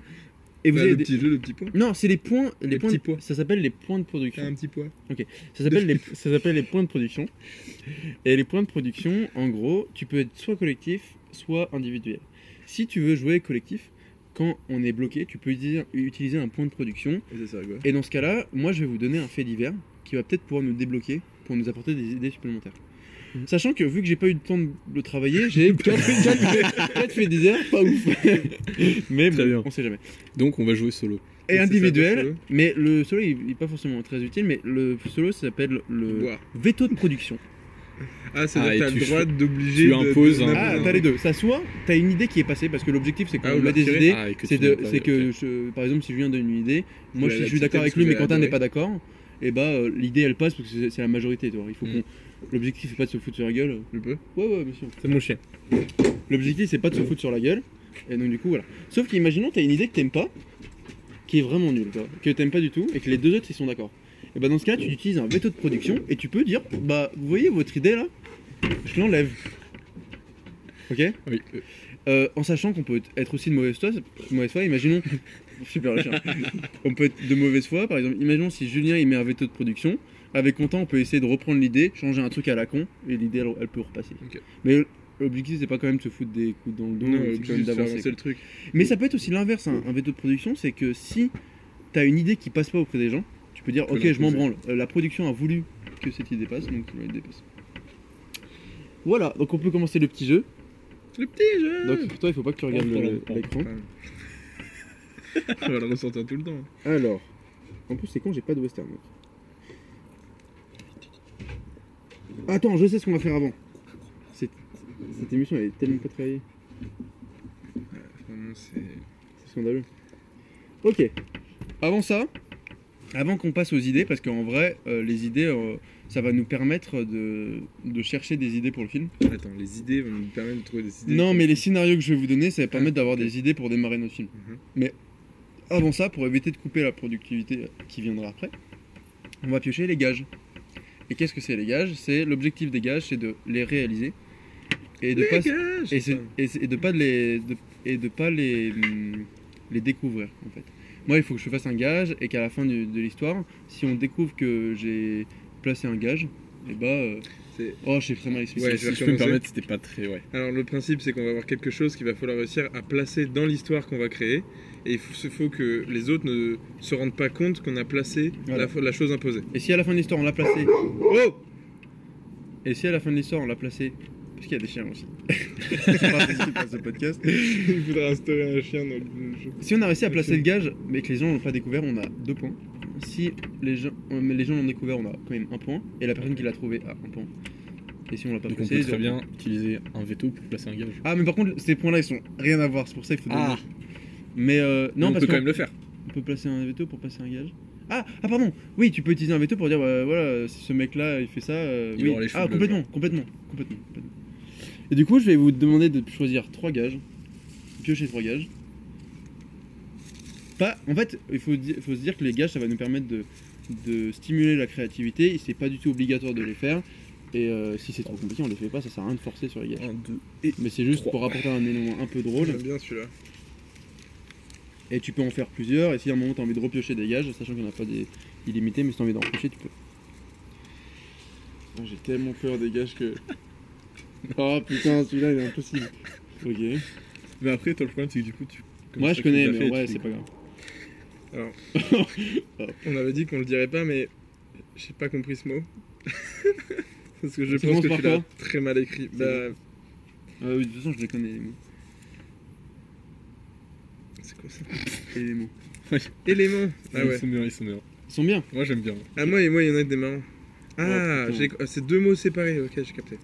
Speaker 4: Et vous
Speaker 3: Bah,
Speaker 4: avez
Speaker 3: le
Speaker 4: des-
Speaker 3: petit jeu, le petit point.
Speaker 4: Non, c'est les points. Les,
Speaker 3: Les
Speaker 4: points de-
Speaker 3: petits points.
Speaker 4: Ça s'appelle les points de production.
Speaker 3: Un petit poids.
Speaker 4: Ça s'appelle les... ça s'appelle les points de production. Et les points de production, en gros, tu peux être soit collectif, soit individuel. Si tu veux jouer collectif, quand on est bloqué, tu peux dire- utiliser un point de production.
Speaker 3: Et ça sert à quoi
Speaker 4: Et dans ce cas-là, moi, je vais vous donner un fait divers qui va peut-être pouvoir nous débloquer pour nous apporter des idées supplémentaires. Sachant que vu que j'ai pas eu le temps de le travailler, j'ai 4 faits divers, pas ouf. Mais
Speaker 2: Très bien.
Speaker 4: bon, on sait jamais.
Speaker 2: Donc on va jouer solo.
Speaker 4: Et
Speaker 3: Et c'est ça, le
Speaker 4: individuel,
Speaker 3: solo.
Speaker 4: mais le solo il n'est pas forcément très utile, mais le solo ça s'appelle le
Speaker 3: Boire.
Speaker 4: veto de production.
Speaker 3: Euh, Ah,
Speaker 2: Ah,
Speaker 3: c'est-à-dire
Speaker 2: et
Speaker 3: que t'as
Speaker 2: tu
Speaker 3: le droit
Speaker 2: fais-
Speaker 3: d'obliger.
Speaker 2: tu
Speaker 3: de- de-
Speaker 2: imposes un-
Speaker 4: Ah,
Speaker 2: non.
Speaker 4: t'as les deux. Ça soit, t'as une idée qui est passée, parce que l'objectif c'est qu'on
Speaker 3: Ah, ou
Speaker 4: met
Speaker 3: la
Speaker 4: des
Speaker 3: tirer.
Speaker 4: idées,
Speaker 2: Ah, et que
Speaker 4: c'est
Speaker 2: tu n'as
Speaker 4: de,
Speaker 2: pas-
Speaker 4: c'est
Speaker 2: ok.
Speaker 4: que je- par exemple si Julien donne une idée,
Speaker 3: Ouais,
Speaker 4: moi je,
Speaker 3: la
Speaker 4: je suis
Speaker 3: petite
Speaker 4: d'accord
Speaker 3: thème,
Speaker 4: avec
Speaker 3: tu
Speaker 4: lui
Speaker 3: vas
Speaker 4: mais Quentin
Speaker 3: l'adorer.
Speaker 4: n'est pas d'accord, et bah euh, l'idée elle passe parce que c'est c'est la majorité, tu vois. Il faut
Speaker 2: Mm.
Speaker 4: qu'on. L'objectif c'est pas de se foutre sur la gueule.
Speaker 3: Je peux
Speaker 4: Ouais, ouais, bien sûr.
Speaker 2: C'est mon chien.
Speaker 4: L'objectif c'est pas de se foutre sur la gueule. Et donc du coup voilà. Sauf qu'imaginons t'as une idée que t'aimes pas, qui est vraiment nulle, quoi, que t'aimes pas du tout, et que les deux autres ils sont d'accord. Et bah dans ce cas là tu utilises un veto de production et tu peux dire bah vous voyez votre idée là, je l'enlève. Ok
Speaker 2: Oui.
Speaker 4: Euh, En sachant qu'on peut être aussi de mauvaise foi, mauvaise foi imaginons. Super le chien. On peut être de mauvaise foi, par exemple, imaginons si Julien il met un veto de production, avec Content on peut essayer de reprendre l'idée, changer un truc à la con, et l'idée elle, elle peut repasser.
Speaker 3: Ok.
Speaker 4: Mais l'objectif c'est pas quand même de se foutre des coups dans le dos,
Speaker 3: Non,
Speaker 4: c'est quand même
Speaker 3: l'objectif, c'est
Speaker 4: d'avancer.
Speaker 3: d'avancer le truc.
Speaker 4: Mais ça peut être aussi l'inverse, hein. un veto de production, c'est que si t'as une idée qui passe pas auprès des gens, tu peux dire
Speaker 3: peux
Speaker 4: ok je m'en
Speaker 3: l'imposer.
Speaker 4: branle, Euh, la production a voulu que cette idée passe, donc la idée passe. Voilà, donc on peut commencer le petit jeu.
Speaker 3: Le petit jeu
Speaker 4: Donc toi il faut pas que tu regardes le- l'écran.
Speaker 3: On va le ressortir tout le temps.
Speaker 4: Alors, en plus c'est con, j'ai pas de western. mec. Attends, je sais ce qu'on va faire avant. Cette, cette émission elle est tellement pas travaillée,
Speaker 3: Vraiment, c'est.
Speaker 4: c'est scandaleux. Ok, avant ça, avant qu'on passe aux idées, parce qu'en vrai, euh, les idées, euh, ça va nous permettre de, de chercher des idées pour le film.
Speaker 3: Attends, les idées vont nous permettre de trouver des idées.
Speaker 4: Non, mais les scénarios que je vais vous donner, ça va permettre d'avoir
Speaker 3: ok.
Speaker 4: des idées pour démarrer notre film.
Speaker 3: Mhm.
Speaker 4: Mais avant ça, pour éviter de couper la productivité qui viendra après, on va piocher les gages. Et qu'est-ce que c'est les gages C'est l'objectif des gages, c'est de les réaliser et de pas
Speaker 3: Dégage
Speaker 4: et, c'est- et c'est- et de pas de les de- et de pas les hum, les découvrir en fait. Moi, il faut que je fasse un gage et qu'à la fin du- de l'histoire, si on découvre que j'ai placé un gage, et bah euh,
Speaker 3: C'est-
Speaker 4: oh, je sais très mal expliqué.
Speaker 3: Ouais,
Speaker 2: si
Speaker 3: je vais
Speaker 2: si je peux me
Speaker 3: recommencer.
Speaker 2: permettre, c'était pas très. Ouais.
Speaker 3: Alors le principe c'est qu'on va avoir quelque chose qu'il va falloir réussir à placer dans l'histoire qu'on va créer et il faut, faut que les autres ne se rendent pas compte qu'on a placé
Speaker 4: Voilà.
Speaker 3: la, la chose imposée.
Speaker 4: Et si à la fin de l'histoire on l'a placé
Speaker 3: Oh
Speaker 4: Et si à la fin de l'histoire on l'a placé Parce qu'il y a des chiens aussi. C'est pas possible dans ce podcast.
Speaker 3: Il faudra instaurer un chien dans le jeu.
Speaker 4: Si on a réussi à placer le gage, mais que les gens l'ont pas découvert, on a deux points. euh, Si les gens, mais les gens l'ont découvert, on a quand même un point. Et la personne qui l'a trouvé a un point. Et si on l'a pas
Speaker 2: Donc on
Speaker 4: placé,
Speaker 2: peut très
Speaker 4: on-
Speaker 2: bien utiliser un veto pour placer un gage.
Speaker 4: Ah, mais par contre, ces points-là, ils sont rien à voir. C'est pour ça qu'il faut.
Speaker 2: Ah.
Speaker 4: donner. Mais euh,
Speaker 2: Mais
Speaker 4: non,
Speaker 2: on
Speaker 4: parce
Speaker 2: peut quand
Speaker 4: qu'on
Speaker 2: même le faire.
Speaker 4: on peut placer un veto pour passer un gage. Ah, ah pardon. Oui, tu peux utiliser un veto pour dire bah, voilà, si ce mec-là il fait ça. euh,
Speaker 2: Il
Speaker 4: oui.
Speaker 2: aura les cheveux
Speaker 4: ah,
Speaker 2: bleus,
Speaker 4: complètement, complètement, complètement, complètement. Et du coup, je vais vous demander de choisir trois gages. Piocher trois gages. Pas. En fait, il faut, di- faut se dire que les gages, ça va nous permettre de, de stimuler la créativité. Et C'est pas du tout obligatoire de les faire. Et euh, si c'est trop compliqué, on les fait pas. Ça sert à rien de forcer sur les gages.
Speaker 3: 1, 2.
Speaker 4: Mais c'est juste
Speaker 3: Trois.
Speaker 4: pour apporter un élément un peu drôle.
Speaker 3: J'aime bien celui-là.
Speaker 4: Et tu peux en faire plusieurs, et si à un moment t'as envie de repiocher des gages, sachant qu'il n'y en a pas des illimités, mais si t'as envie d'en repiocher, tu peux.
Speaker 1: Ah, J'ai tellement peur des gages que.
Speaker 4: Oh putain, celui-là il est impossible. ok.
Speaker 3: Mais après, toi, le problème, c'est que du coup, tu.
Speaker 4: Moi je connais, mais ouais, c'est pas grave.
Speaker 3: On avait dit qu'on le dirait pas, mais j'ai pas compris ce mot. Parce que je
Speaker 4: Ça
Speaker 3: pense
Speaker 4: commence
Speaker 3: que
Speaker 4: par
Speaker 3: tu l'as
Speaker 4: quoi
Speaker 3: très mal écrit. Bah,
Speaker 4: Euh, oui, de toute façon, je les connais, les mots.
Speaker 3: c'est quoi ça
Speaker 4: Et les mots.
Speaker 3: Élément Ah
Speaker 2: Ils
Speaker 3: ouais.
Speaker 2: sont bien, ils sont bien.
Speaker 4: Ils sont bien.
Speaker 2: Moi j'aime bien.
Speaker 3: Ah, moi, moi, il y en a des marrants. Ah,
Speaker 4: putain.
Speaker 3: j'ai- ah, c'est deux mots séparés, ok, j'ai capté.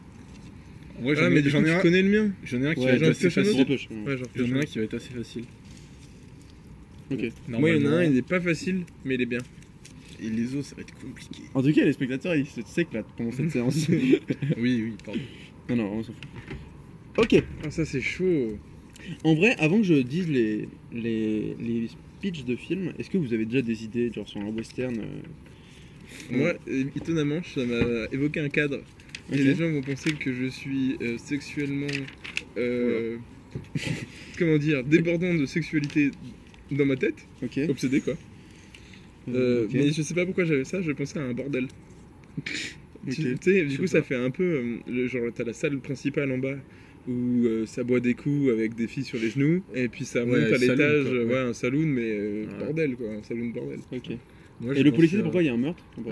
Speaker 2: Moi
Speaker 3: ah, mais du coup, tu connais le mien
Speaker 2: J'en ai un qui
Speaker 4: Ouais,
Speaker 2: va être
Speaker 3: genre,
Speaker 2: assez
Speaker 3: pioche un autre.
Speaker 2: facile.
Speaker 4: Gros pioche.
Speaker 3: Ouais, genre.
Speaker 2: J'en ai un qui va être assez facile.
Speaker 4: Ok.
Speaker 3: Moi, il y en a un,
Speaker 2: Normalement,
Speaker 3: il est pas facile, mais il est bien.
Speaker 2: Et les autres, ça va être compliqué.
Speaker 4: En tout cas, les spectateurs ils se seclent pendant cette séance.
Speaker 2: Oui, oui, pardon.
Speaker 4: non, non, on s'en fout. Ok.
Speaker 3: Ah, ça, c'est chaud.
Speaker 4: En vrai, avant que je dise les, les, les speeches de films, est-ce que vous avez déjà des idées, genre sur un western euh,
Speaker 3: Moi, é- étonnamment, ça m'a évoqué un cadre.
Speaker 4: ok.
Speaker 3: Et les gens vont penser que je suis euh, sexuellement. euh, comment dire Débordant de sexualité dans ma tête.
Speaker 4: Ok.
Speaker 3: Obsédé, quoi.
Speaker 4: Euh,
Speaker 3: Euh,
Speaker 4: ok.
Speaker 3: Mais je sais pas pourquoi j'avais ça, je pensais à un bordel. Tu-
Speaker 4: Ok.
Speaker 3: Tu sais,
Speaker 4: Je
Speaker 3: du
Speaker 4: sais
Speaker 3: coup, ça
Speaker 4: pas.
Speaker 3: fait un peu. euh, le- genre, t'as la salle principale en bas où euh, ça boit des coups avec des filles sur les genoux, et puis ça
Speaker 2: Ouais,
Speaker 3: monte à
Speaker 2: saloon,
Speaker 3: l'étage.
Speaker 2: quoi,
Speaker 3: euh,
Speaker 2: ouais.
Speaker 3: ouais. un saloon, mais euh,
Speaker 2: Ouais.
Speaker 3: bordel, quoi. Un saloon bordel.
Speaker 4: Ok.
Speaker 2: Moi, je
Speaker 4: Et le
Speaker 2: pense euh,
Speaker 4: policier,
Speaker 2: à-
Speaker 4: pourquoi il y a un meurtre
Speaker 2: Et-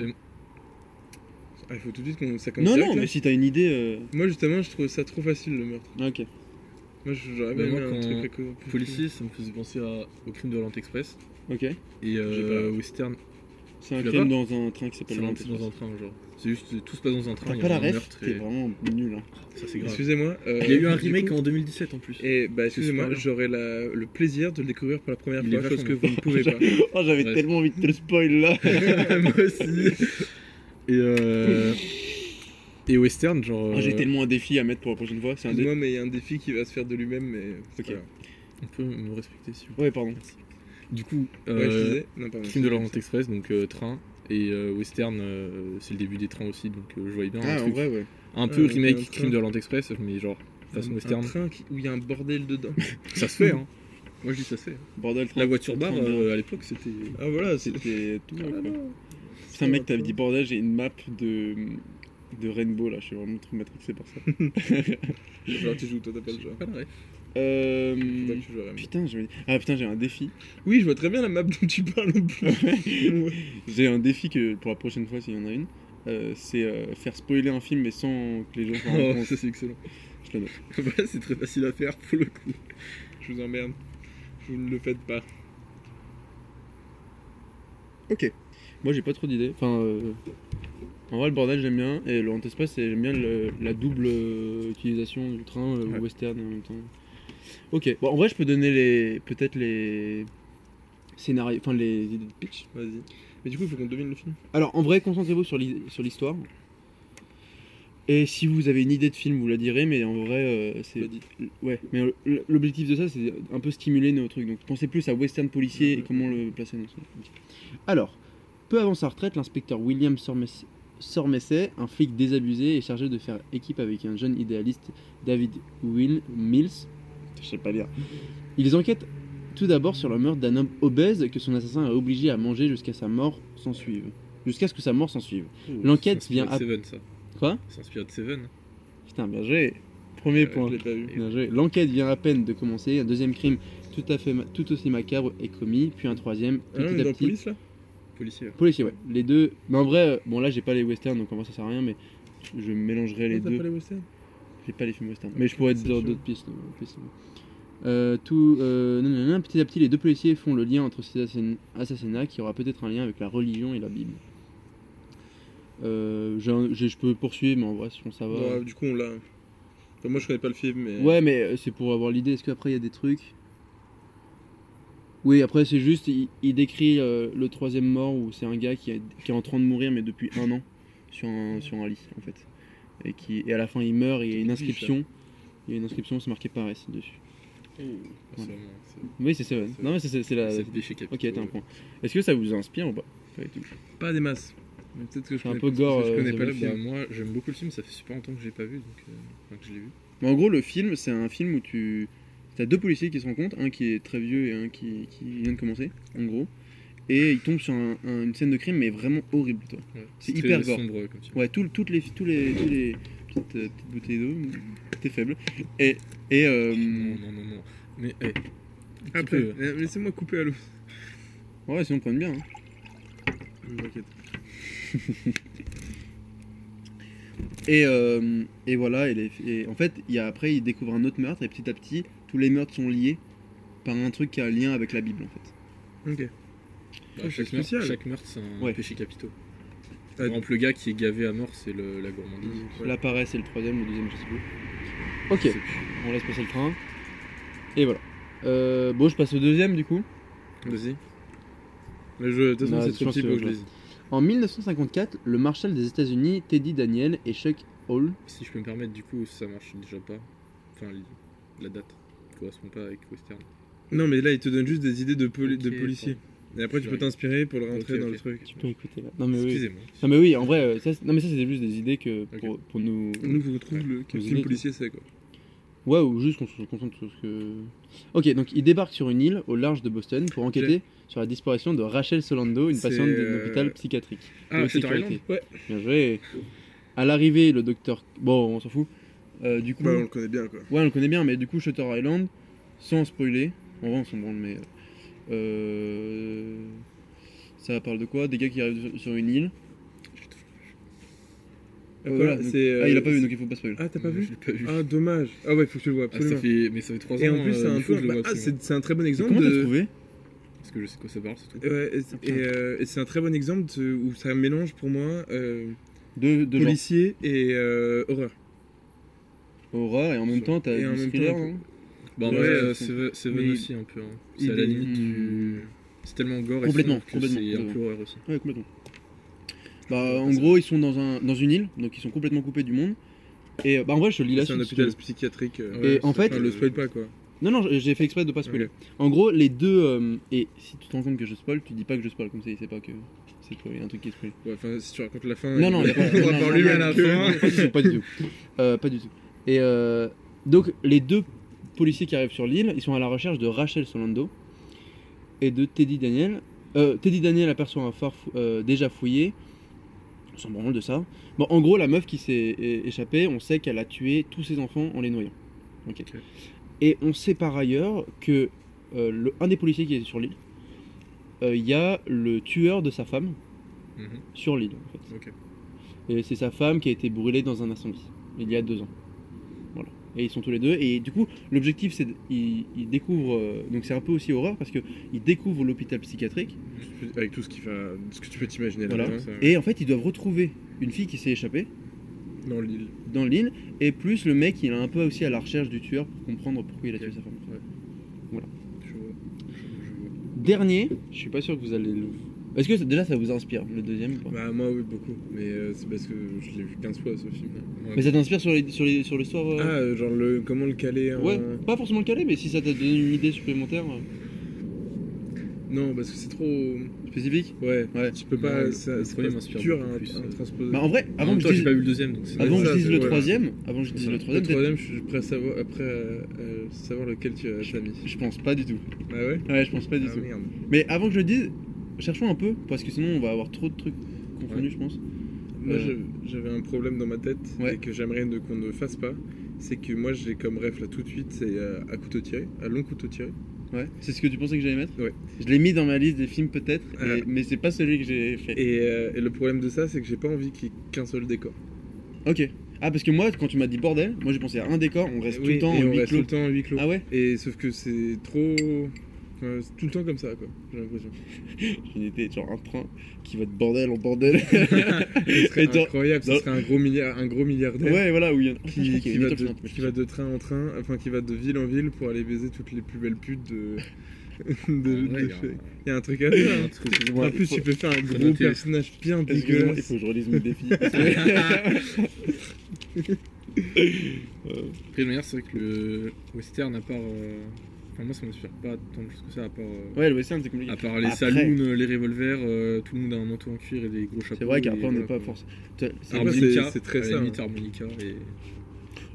Speaker 3: Ah, il faut tout de suite qu'on. Ça commence
Speaker 4: Non,
Speaker 3: direct,
Speaker 4: non,
Speaker 3: là
Speaker 4: mais si t'as une idée. euh, ah,
Speaker 3: Moi, justement, je trouve ça trop facile le meurtre.
Speaker 4: Ok.
Speaker 3: Moi, je- j'aurais
Speaker 2: Bah,
Speaker 3: bien
Speaker 2: moi,
Speaker 3: aimé un
Speaker 2: quand
Speaker 3: truc préco- plus-
Speaker 2: Policier, ça me faisait penser à... au crime de l'Orient Express
Speaker 4: Ok.
Speaker 2: et
Speaker 3: J'ai pas la
Speaker 2: euh,
Speaker 3: ref.
Speaker 2: Western.
Speaker 4: C'est un
Speaker 2: Tu l'as
Speaker 4: crime dans un train
Speaker 2: C'est
Speaker 4: qui s'appelle
Speaker 2: dans,
Speaker 4: l'Orient
Speaker 2: dans un
Speaker 4: Express.
Speaker 2: train, genre. C'est juste, tout se passe dans un train,
Speaker 4: T'as
Speaker 2: il y
Speaker 4: pas
Speaker 2: a
Speaker 4: la
Speaker 2: un
Speaker 4: ref
Speaker 2: meurtre
Speaker 4: T'es
Speaker 2: et
Speaker 4: vraiment nul. hein.
Speaker 2: ça c'est grave.
Speaker 3: Excusez-moi. euh,
Speaker 2: Il y a eu un
Speaker 3: du
Speaker 2: remake
Speaker 3: coup-
Speaker 2: en 2017 en plus.
Speaker 3: Et bah,
Speaker 2: C'est
Speaker 3: excusez-moi,
Speaker 2: pas grave.
Speaker 3: j'aurais la- le plaisir de le découvrir pour la première
Speaker 2: Il est
Speaker 3: fois,
Speaker 2: vachement
Speaker 3: chose que vous ne pouvez pas.
Speaker 4: Oh, j'avais
Speaker 2: Bref.
Speaker 4: tellement envie de te le spoil là.
Speaker 2: Moi aussi. Et euh... et Western, genre.
Speaker 4: Ah, J'ai
Speaker 2: euh,
Speaker 4: tellement un défi à mettre pour la prochaine fois. C'est un défi.
Speaker 3: Excuse-moi, mais il y a un défi qui va se faire de lui-même, mais.
Speaker 4: Ok.
Speaker 3: voilà.
Speaker 2: On peut me respecter si vous.
Speaker 4: Ouais, pardon.
Speaker 2: Du coup,
Speaker 3: Ouais, je
Speaker 2: euh,
Speaker 3: disais. Non, pardon.
Speaker 2: crime de l'Orient Express, donc euh, train. Et euh, Western, euh, c'est le début des trains aussi, donc euh, je voyais bien un
Speaker 4: Ah, en
Speaker 2: truc.
Speaker 4: vrai, ouais.
Speaker 2: Un
Speaker 3: Ah,
Speaker 2: peu
Speaker 3: ouais,
Speaker 2: remake
Speaker 3: un train.
Speaker 2: crime de l'Orient Express, mais genre façon
Speaker 3: Un-
Speaker 2: western.
Speaker 3: Un train qui- où il y a un bordel dedans.
Speaker 2: Ça se fait, hein. Moi je dis ça se fait.
Speaker 4: Bordel, train.
Speaker 2: La voiture barre
Speaker 4: train de-
Speaker 2: euh, à l'époque c'était.
Speaker 3: Ah voilà, c'est.
Speaker 4: C'était tout. ouais, quoi.
Speaker 3: C'est
Speaker 4: Putain, mec, t'avais
Speaker 3: un
Speaker 4: dit bordel, j'ai une map de. De Rainbow là, je suis vraiment trop matrixé par ça.
Speaker 3: peu- Genre, tu joues, toi, t'as pas le genre.
Speaker 2: Pas la ref.
Speaker 4: Euh,
Speaker 3: Faut pas que tu joues à la map.
Speaker 4: Putain, j'avais- ah putain, j'ai un défi.
Speaker 3: Oui, je vois très bien la map dont tu parles. en plus. Ouais.
Speaker 4: J'ai un défi que pour la prochaine fois, s'il y en a une, euh, c'est euh, faire spoiler un film mais sans que les gens s'en rendent
Speaker 2: Oh,
Speaker 4: compte.
Speaker 2: ça c'est excellent.
Speaker 4: Je le note.
Speaker 2: Voilà, c'est très facile à faire pour le coup.
Speaker 3: Je vous emmerde. Vous ne le faites pas.
Speaker 4: Ok. Moi, j'ai pas trop d'idées. Enfin, euh, en vrai, le bordel, j'aime bien. Et le espace j'aime bien le- la double euh, utilisation du train euh,
Speaker 2: Ouais.
Speaker 4: western en même temps. Ok. Bon, en vrai, je peux donner les peut-être les scénarios, enfin les idées de pitch.
Speaker 3: Vas-y. Mais du coup, il faut qu'on devine le film.
Speaker 4: Alors, en vrai, concentrez-vous sur l'hi- sur l'histoire. Et si vous avez une idée de film, vous la direz, mais en vrai, euh, c'est.
Speaker 3: Bah, dites.
Speaker 4: Ouais, mais euh, l- l'objectif de ça, c'est un peu stimuler nos trucs. Donc pensez plus à western policier et comment le placer dans ce- Alors, peu avant sa retraite, l'inspecteur William Sormes- Sormesset, un flic désabusé, est chargé de faire équipe avec un jeune idéaliste, David Will Mills. Je sais pas lire. Ils enquêtent tout d'abord sur le meurtre d'un homme obèse que son assassin a obligé à manger jusqu'à sa mort s'en suive. Jusqu'à ce que sa mort s'en suive. L'enquête
Speaker 2: C'est inspiré
Speaker 4: vient
Speaker 2: de
Speaker 4: à-
Speaker 2: Seven, ça.
Speaker 4: Quoi
Speaker 2: C'est inspiré de Seven.
Speaker 4: Putain, bien joué. Premier
Speaker 2: Euh,
Speaker 4: point.
Speaker 3: Je l'ai pas vu.
Speaker 4: Bien joué. L'enquête vient à peine de commencer. Un deuxième crime tout, à fait ma- tout aussi macabre est commis, puis un troisième.
Speaker 3: Ah,
Speaker 4: Petit
Speaker 3: on est
Speaker 4: à
Speaker 3: dans
Speaker 4: petit.
Speaker 3: police là
Speaker 2: Policier. ouais.
Speaker 4: Policier, ouais. Les deux. Mais en vrai, euh, bon là j'ai pas les westerns donc en vrai ça sert à rien, mais je mélangerai les
Speaker 3: Non, t'as
Speaker 4: deux.
Speaker 3: pas les westerns
Speaker 4: J'ai pas les films westerns. Mais je pourrais te
Speaker 3: C'est
Speaker 4: dire
Speaker 3: sûr.
Speaker 4: d'autres pistes. euh, pistes, ouais. Euh, tout, euh, non, non, non, petit à petit, les deux policiers font le lien entre ces assassin- assassinats qui aura peut-être un lien avec la religion et la Bible. Euh, j'ai un- j'ai- je peux poursuivre, mais en vrai, sinon ça va.
Speaker 3: Ouais, du coup, on l'a. Enfin, moi, je connais pas le film, mais.
Speaker 4: Ouais, mais euh, c'est pour avoir l'idée. Est-ce qu'après il y a des trucs Oui, après c'est juste, il, il décrit euh, le troisième mort où c'est un gars qui, a- qui est en train de mourir, mais depuis un an, sur un, sur un lit en fait. Et, qui, et à la fin il meurt, et il y a une inscription. Il y a une inscription, c'est marqué Paris dessus.
Speaker 2: Ah, C'est
Speaker 4: Ouais.
Speaker 2: vraiment-
Speaker 4: Oui, c'est ça. ouais.
Speaker 2: C'est-
Speaker 4: Non, mais c'est- c'est c'est la.
Speaker 2: c'est- c'est le péché
Speaker 4: Bah, Ok,
Speaker 2: capitaux,
Speaker 4: t'as un point. Est-ce que ça vous inspire ou pas Pas du tout.
Speaker 3: Pas des masses. Mais peut-être que je
Speaker 4: C'est un
Speaker 3: connais
Speaker 4: peu
Speaker 3: pas-
Speaker 4: gore.
Speaker 3: parce que Je
Speaker 4: euh,
Speaker 3: connais
Speaker 4: ça
Speaker 3: pas
Speaker 4: va.
Speaker 3: le
Speaker 2: Bah,
Speaker 3: film.
Speaker 2: moi, j'aime beaucoup le film, ça fait super longtemps que je l'ai pas vu, donc euh, enfin, que je l'ai vu.
Speaker 4: Mais en gros, le film, c'est un film où tu as deux policiers qui se rencontrent, un qui est très vieux et un qui, qui vient de commencer, en gros. Et ils tombent sur un- un- une scène de crime, mais vraiment horrible, toi.
Speaker 2: Ouais.
Speaker 4: C'est
Speaker 2: très
Speaker 4: hyper gore.
Speaker 2: sombre comme film.
Speaker 4: Ouais, tout, toutes les, tous les, tous les petites, euh, petites bouteilles d'eau, t'es faible. Et, et euh,
Speaker 2: Non, non, non, non. Mais, eh,
Speaker 3: Après,
Speaker 2: peu.
Speaker 3: euh, laissez-moi couper à l'eau.
Speaker 4: ouais, sinon prenne bien. hein.
Speaker 3: T'inquiète.
Speaker 4: Et, euh, et voilà, et, les- et en fait, il y a, après, ils découvrent un autre meurtre, et petit à petit, tous les meurtres sont liés par un truc qui a un lien avec la Bible, en fait.
Speaker 3: Ok.
Speaker 2: bah,
Speaker 3: c'est
Speaker 2: chaque, meurtre,
Speaker 3: spécial.
Speaker 2: chaque meurtre, c'est un
Speaker 4: Ouais.
Speaker 2: péché capitaux.
Speaker 3: Ah,
Speaker 2: Par exemple, le gars qui est gavé à mort, c'est le- la gourmandise.
Speaker 3: Ouais.
Speaker 4: La paresse, c'est le troisième, le deuxième, je sais plus. Mmh, Ok.
Speaker 2: Je sais plus.
Speaker 4: On laisse passer le train. Et voilà. Euh, bon, je passe au deuxième du coup.
Speaker 3: Vas-y. Le jeu, de toute
Speaker 4: Non,
Speaker 3: façon,
Speaker 4: Bah, je
Speaker 3: c'est trop
Speaker 4: pense
Speaker 3: petit
Speaker 4: que-
Speaker 3: pour que je lise.
Speaker 4: En 1954, le marshal des États-Unis, Teddy Daniel et Chuck Hall.
Speaker 2: Si je peux me permettre, du coup, ça marche déjà pas. Enfin, li- la date correspond pas avec Western.
Speaker 3: Non, mais là, il te donne juste des idées de, poli- de
Speaker 2: Ok,
Speaker 3: policiers. Et après, tu peux
Speaker 2: Sorry.
Speaker 3: t'inspirer pour le rentrer
Speaker 2: Ok,
Speaker 3: dans
Speaker 2: ok.
Speaker 3: le truc.
Speaker 4: Tu peux écouter là. Non mais oui.
Speaker 2: Excusez-moi.
Speaker 3: Ah,
Speaker 4: Non mais oui, en vrai, euh, ça, c'est- non mais ça c'était juste des idées que pour, pour nous.
Speaker 3: Nous, vous retrouve le quel
Speaker 4: Vous
Speaker 3: film
Speaker 4: aimez-
Speaker 3: policier c'est quoi.
Speaker 4: Ouais, ou juste qu'on se concentre sur ce que. Ok, donc il débarque sur une île au large de Boston pour enquêter sur la disparition de Rachel Solando, une
Speaker 3: C'est,
Speaker 4: patiente d'un
Speaker 3: euh,
Speaker 4: hôpital psychiatrique.
Speaker 2: Ah,
Speaker 4: de
Speaker 2: c'est Thaïlande
Speaker 4: sécurité.
Speaker 2: Ouais.
Speaker 4: Bien joué. À l'arrivée, le docteur. Bon, on s'en fout. Euh, du coup.
Speaker 3: Bah, on le connaît bien quoi.
Speaker 4: Ouais, on le connaît bien, mais du coup, Shutter Island, sans spoiler, en vrai, on s'en branle, mais. Euh, ça parle de quoi Des gars qui arrivent sur une île.
Speaker 3: Ah,
Speaker 4: Euh,
Speaker 3: voilà,
Speaker 4: donc-
Speaker 3: c'est, euh,
Speaker 4: ah, il a pas vu, donc il faut pas spoiler.
Speaker 3: Ah, t'as pas
Speaker 2: Non,
Speaker 3: vu
Speaker 2: Mmh. Je l'ai pas vu.
Speaker 3: Ah, dommage. Ah ouais, faut que tu le vois
Speaker 2: Ah, ça
Speaker 3: absolument.
Speaker 2: fait... Mais ça fait 3 ans.
Speaker 3: Et en plus, c'est
Speaker 2: euh,
Speaker 3: un
Speaker 2: il faut
Speaker 3: peu.
Speaker 2: que je le
Speaker 3: bah,
Speaker 2: vois
Speaker 3: ah,
Speaker 2: absolument.
Speaker 3: c'est c'est un très bon exemple
Speaker 4: Comment t'as
Speaker 3: de.
Speaker 4: trouvé
Speaker 2: Parce que je sais de quoi ça parle, c'est tout.
Speaker 3: Ouais, et, c'est-
Speaker 4: putain.
Speaker 3: et, euh, et c'est un très bon exemple de- où ça mélange pour moi euh,
Speaker 4: Deux, deux genres.
Speaker 3: policier et euh, horreur.
Speaker 4: Horreur, et en même temps, t'as
Speaker 3: Et en
Speaker 4: du
Speaker 3: même
Speaker 4: thriller, hein
Speaker 3: temps, hein,
Speaker 4: non
Speaker 2: Bah, en
Speaker 3: Ouais,
Speaker 2: vrai,
Speaker 3: ouais,
Speaker 2: euh,
Speaker 4: c'est-
Speaker 2: Seven Seven
Speaker 3: mais-
Speaker 2: aussi un peu. hein. C'est à
Speaker 3: il
Speaker 2: la
Speaker 3: est-
Speaker 2: limite du. C'est tellement gore et
Speaker 4: Complètement,
Speaker 2: sombre que
Speaker 4: complètement,
Speaker 2: C'est un peu
Speaker 4: complètement.
Speaker 2: horreur aussi.
Speaker 4: Mm. Ouais, complètement. Bah, en gros, ils sont dans, un, dans une île, donc ils sont complètement coupés du monde. Et euh, bah, en vrai, je te lis la
Speaker 3: C'est un
Speaker 4: suite. si
Speaker 3: hôpital
Speaker 4: tu
Speaker 3: psychiatrique. euh,
Speaker 4: veux. Et
Speaker 2: Ouais,
Speaker 4: en
Speaker 2: c'est
Speaker 4: fait,
Speaker 3: enfin, le spoil pas quoi.
Speaker 4: Non, non, j'ai fait exprès de pas spoiler. En gros, les deux. euh, et si tu te rends compte que je spoil, tu dis pas que je spoil, comme ça il sait pas que c'est spoilé, un truc qui est spoilé.
Speaker 3: Ouais, Enfin, si tu racontes la fin.
Speaker 4: Non, non,
Speaker 3: il
Speaker 4: il y a pas- non,
Speaker 3: va
Speaker 4: non,
Speaker 3: par lui
Speaker 4: non,
Speaker 3: à la
Speaker 4: non,
Speaker 3: fin.
Speaker 4: non, Pas du tout, pas du tout. Euh, pas du tout. Et euh, donc, les deux policiers qui arrivent sur l'île, ils sont à la recherche de Rachel Solando et de Teddy Daniel. Euh, Teddy Daniel aperçoit un phare fou- euh, déjà fouillé. On s'en branle de ça. Bon, en gros, la meuf qui s'est é- échappée, on sait qu'elle a tué tous ses enfants en les noyant. Ok.
Speaker 2: Ok.
Speaker 4: Et on sait par ailleurs que euh, le- un des policiers qui est sur l'île, euh, il y a le tueur de sa femme
Speaker 2: Mhm.
Speaker 4: sur l'île. En fait.
Speaker 2: Ok.
Speaker 4: Et c'est sa femme qui a été brûlée dans un incendie il y a deux ans. Voilà. Et ils sont tous les deux. Et du coup, l'objectif, c'est d- ils, ils découvrent. euh, donc c'est un peu aussi horreur parce que ils découvrent l'hôpital psychiatrique.
Speaker 3: Avec tout ce, qui fait, ce que tu peux t'imaginer
Speaker 4: Voilà.
Speaker 3: là-dedans. ça.
Speaker 4: Et en fait, ils doivent retrouver une fille qui s'est échappée
Speaker 3: Dans l'île.
Speaker 4: dans l'île. Et plus le mec, il est un peu aussi à la recherche du tueur pour comprendre pourquoi il a tué sa femme.
Speaker 2: Je vois. Je- je vois.
Speaker 4: Dernier, je suis pas sûr que vous allez le. Est-ce que ça- déjà ça vous inspire le deuxième ou pas
Speaker 3: Bah, moi, oui, beaucoup. Mais euh, c'est parce que je l'ai vu 15 fois ce film.
Speaker 2: Ouais,
Speaker 4: Mais ça t'inspire sur les sur les sur l'histoire
Speaker 3: Ah,
Speaker 4: euh,
Speaker 3: euh, genre le, comment le caler
Speaker 2: Euh,
Speaker 3: en...
Speaker 4: Ouais, pas forcément le caler, mais si ça t'a donné une idée supplémentaire euh,
Speaker 3: Non, parce que c'est trop.
Speaker 4: spécifique.
Speaker 3: Ouais,
Speaker 4: Ouais.
Speaker 3: tu peux
Speaker 2: Ouais,
Speaker 3: pas.
Speaker 2: le-
Speaker 3: ça,
Speaker 2: le
Speaker 3: c'est
Speaker 2: premier
Speaker 3: pas
Speaker 2: m'inspire
Speaker 3: dur hein,
Speaker 2: beaucoup
Speaker 3: à,
Speaker 2: plus,
Speaker 3: à
Speaker 2: euh.
Speaker 3: transposer.
Speaker 4: Bah en vrai,
Speaker 2: En
Speaker 4: avant
Speaker 2: même
Speaker 4: que
Speaker 2: temps,
Speaker 4: je
Speaker 2: j'ai
Speaker 4: dise-
Speaker 2: pas vu le deuxième, donc c'est-
Speaker 4: Avant
Speaker 3: Ouais,
Speaker 4: que Ah je
Speaker 3: ça,
Speaker 4: dise
Speaker 3: c'est-
Speaker 4: le
Speaker 3: voilà.
Speaker 4: troisième, avant que je dise
Speaker 2: ça.
Speaker 4: le
Speaker 3: Le
Speaker 4: troisième, peut-être-
Speaker 3: troisième, je suis prêt à savoir, après, euh, euh, savoir lequel tu as mis.
Speaker 4: je pense pas du tout.
Speaker 3: Ah ouais
Speaker 4: Ouais, je pense pas du
Speaker 3: Ah
Speaker 4: tout.
Speaker 3: merde.
Speaker 4: Mais avant que je le dise, cherchons un peu, parce que sinon on va avoir trop de trucs confondus, je pense.
Speaker 3: Moi,
Speaker 4: Euh.
Speaker 3: je- j'avais un problème dans ma tête
Speaker 4: Ouais.
Speaker 3: et que j'aimerais ne- qu'on ne fasse pas. C'est que moi, j'ai comme ref là tout de suite, c'est euh, à couteau tiré, à long couteau tiré.
Speaker 4: Ouais. C'est ce que tu pensais que j'allais mettre
Speaker 3: Ouais.
Speaker 4: Je l'ai mis dans ma liste des films peut-être, et-
Speaker 3: Euh.
Speaker 4: mais c'est pas celui que j'ai fait.
Speaker 3: Et, euh, et le problème de ça, c'est que j'ai pas envie qu'il y ait qu'un seul décor.
Speaker 4: Ok. Ah, parce que moi, quand tu m'as dit bordel, moi j'ai pensé à un décor, on reste tout
Speaker 3: Oui,
Speaker 4: le temps en
Speaker 3: et on
Speaker 4: huis
Speaker 3: reste
Speaker 4: clos.
Speaker 3: tout le temps en huis clos.
Speaker 4: Ah ouais
Speaker 3: Et sauf que c'est trop. Enfin, c'est tout le temps comme ça, quoi, j'ai l'impression.
Speaker 4: J'ai été genre un train qui va de bordel en bordel.
Speaker 3: Ce serait
Speaker 4: Et genre-
Speaker 3: incroyable, ce
Speaker 4: non.
Speaker 3: serait un gros, milliard, un gros milliardaire
Speaker 4: ouais, voilà, où il y en a. Je crois
Speaker 3: qui,
Speaker 4: qu'il y
Speaker 3: qui
Speaker 4: a
Speaker 3: va
Speaker 4: une
Speaker 3: de,
Speaker 4: autre
Speaker 3: qui va de train en train, enfin qui va de ville en ville pour aller baiser toutes les plus belles putes de.
Speaker 4: Ah
Speaker 3: de, de- Il y a un truc à faire. hein.
Speaker 4: Excusez-moi,
Speaker 3: en plus,
Speaker 4: il
Speaker 3: tu
Speaker 4: faut-
Speaker 3: peux faire un gros
Speaker 2: noter.
Speaker 3: personnage bien
Speaker 4: Excusez-moi, il
Speaker 3: dégueulasse.
Speaker 4: faut que je relise mes défis. Ouais,
Speaker 2: Après, de manière, c'est vrai que le western, à part. euh, Enfin, moi, ça m'inspire pas tant de choses que ça, à part. euh,
Speaker 4: le western, c'est compliqué.
Speaker 2: À part les
Speaker 4: Après-
Speaker 2: saloons, euh, les revolvers, euh, tout le monde a un manteau en cuir et des gros chapeaux.
Speaker 4: C'est vrai
Speaker 2: et
Speaker 4: qu'après, on n'est
Speaker 2: voilà,
Speaker 4: pas
Speaker 2: quoi.
Speaker 4: forcément. C'est- c'est-
Speaker 3: Ah, bah,
Speaker 2: Harmonica,
Speaker 3: c'est- c'est très
Speaker 2: à la
Speaker 3: ça,
Speaker 2: limite,
Speaker 3: hein.
Speaker 2: harmonica et.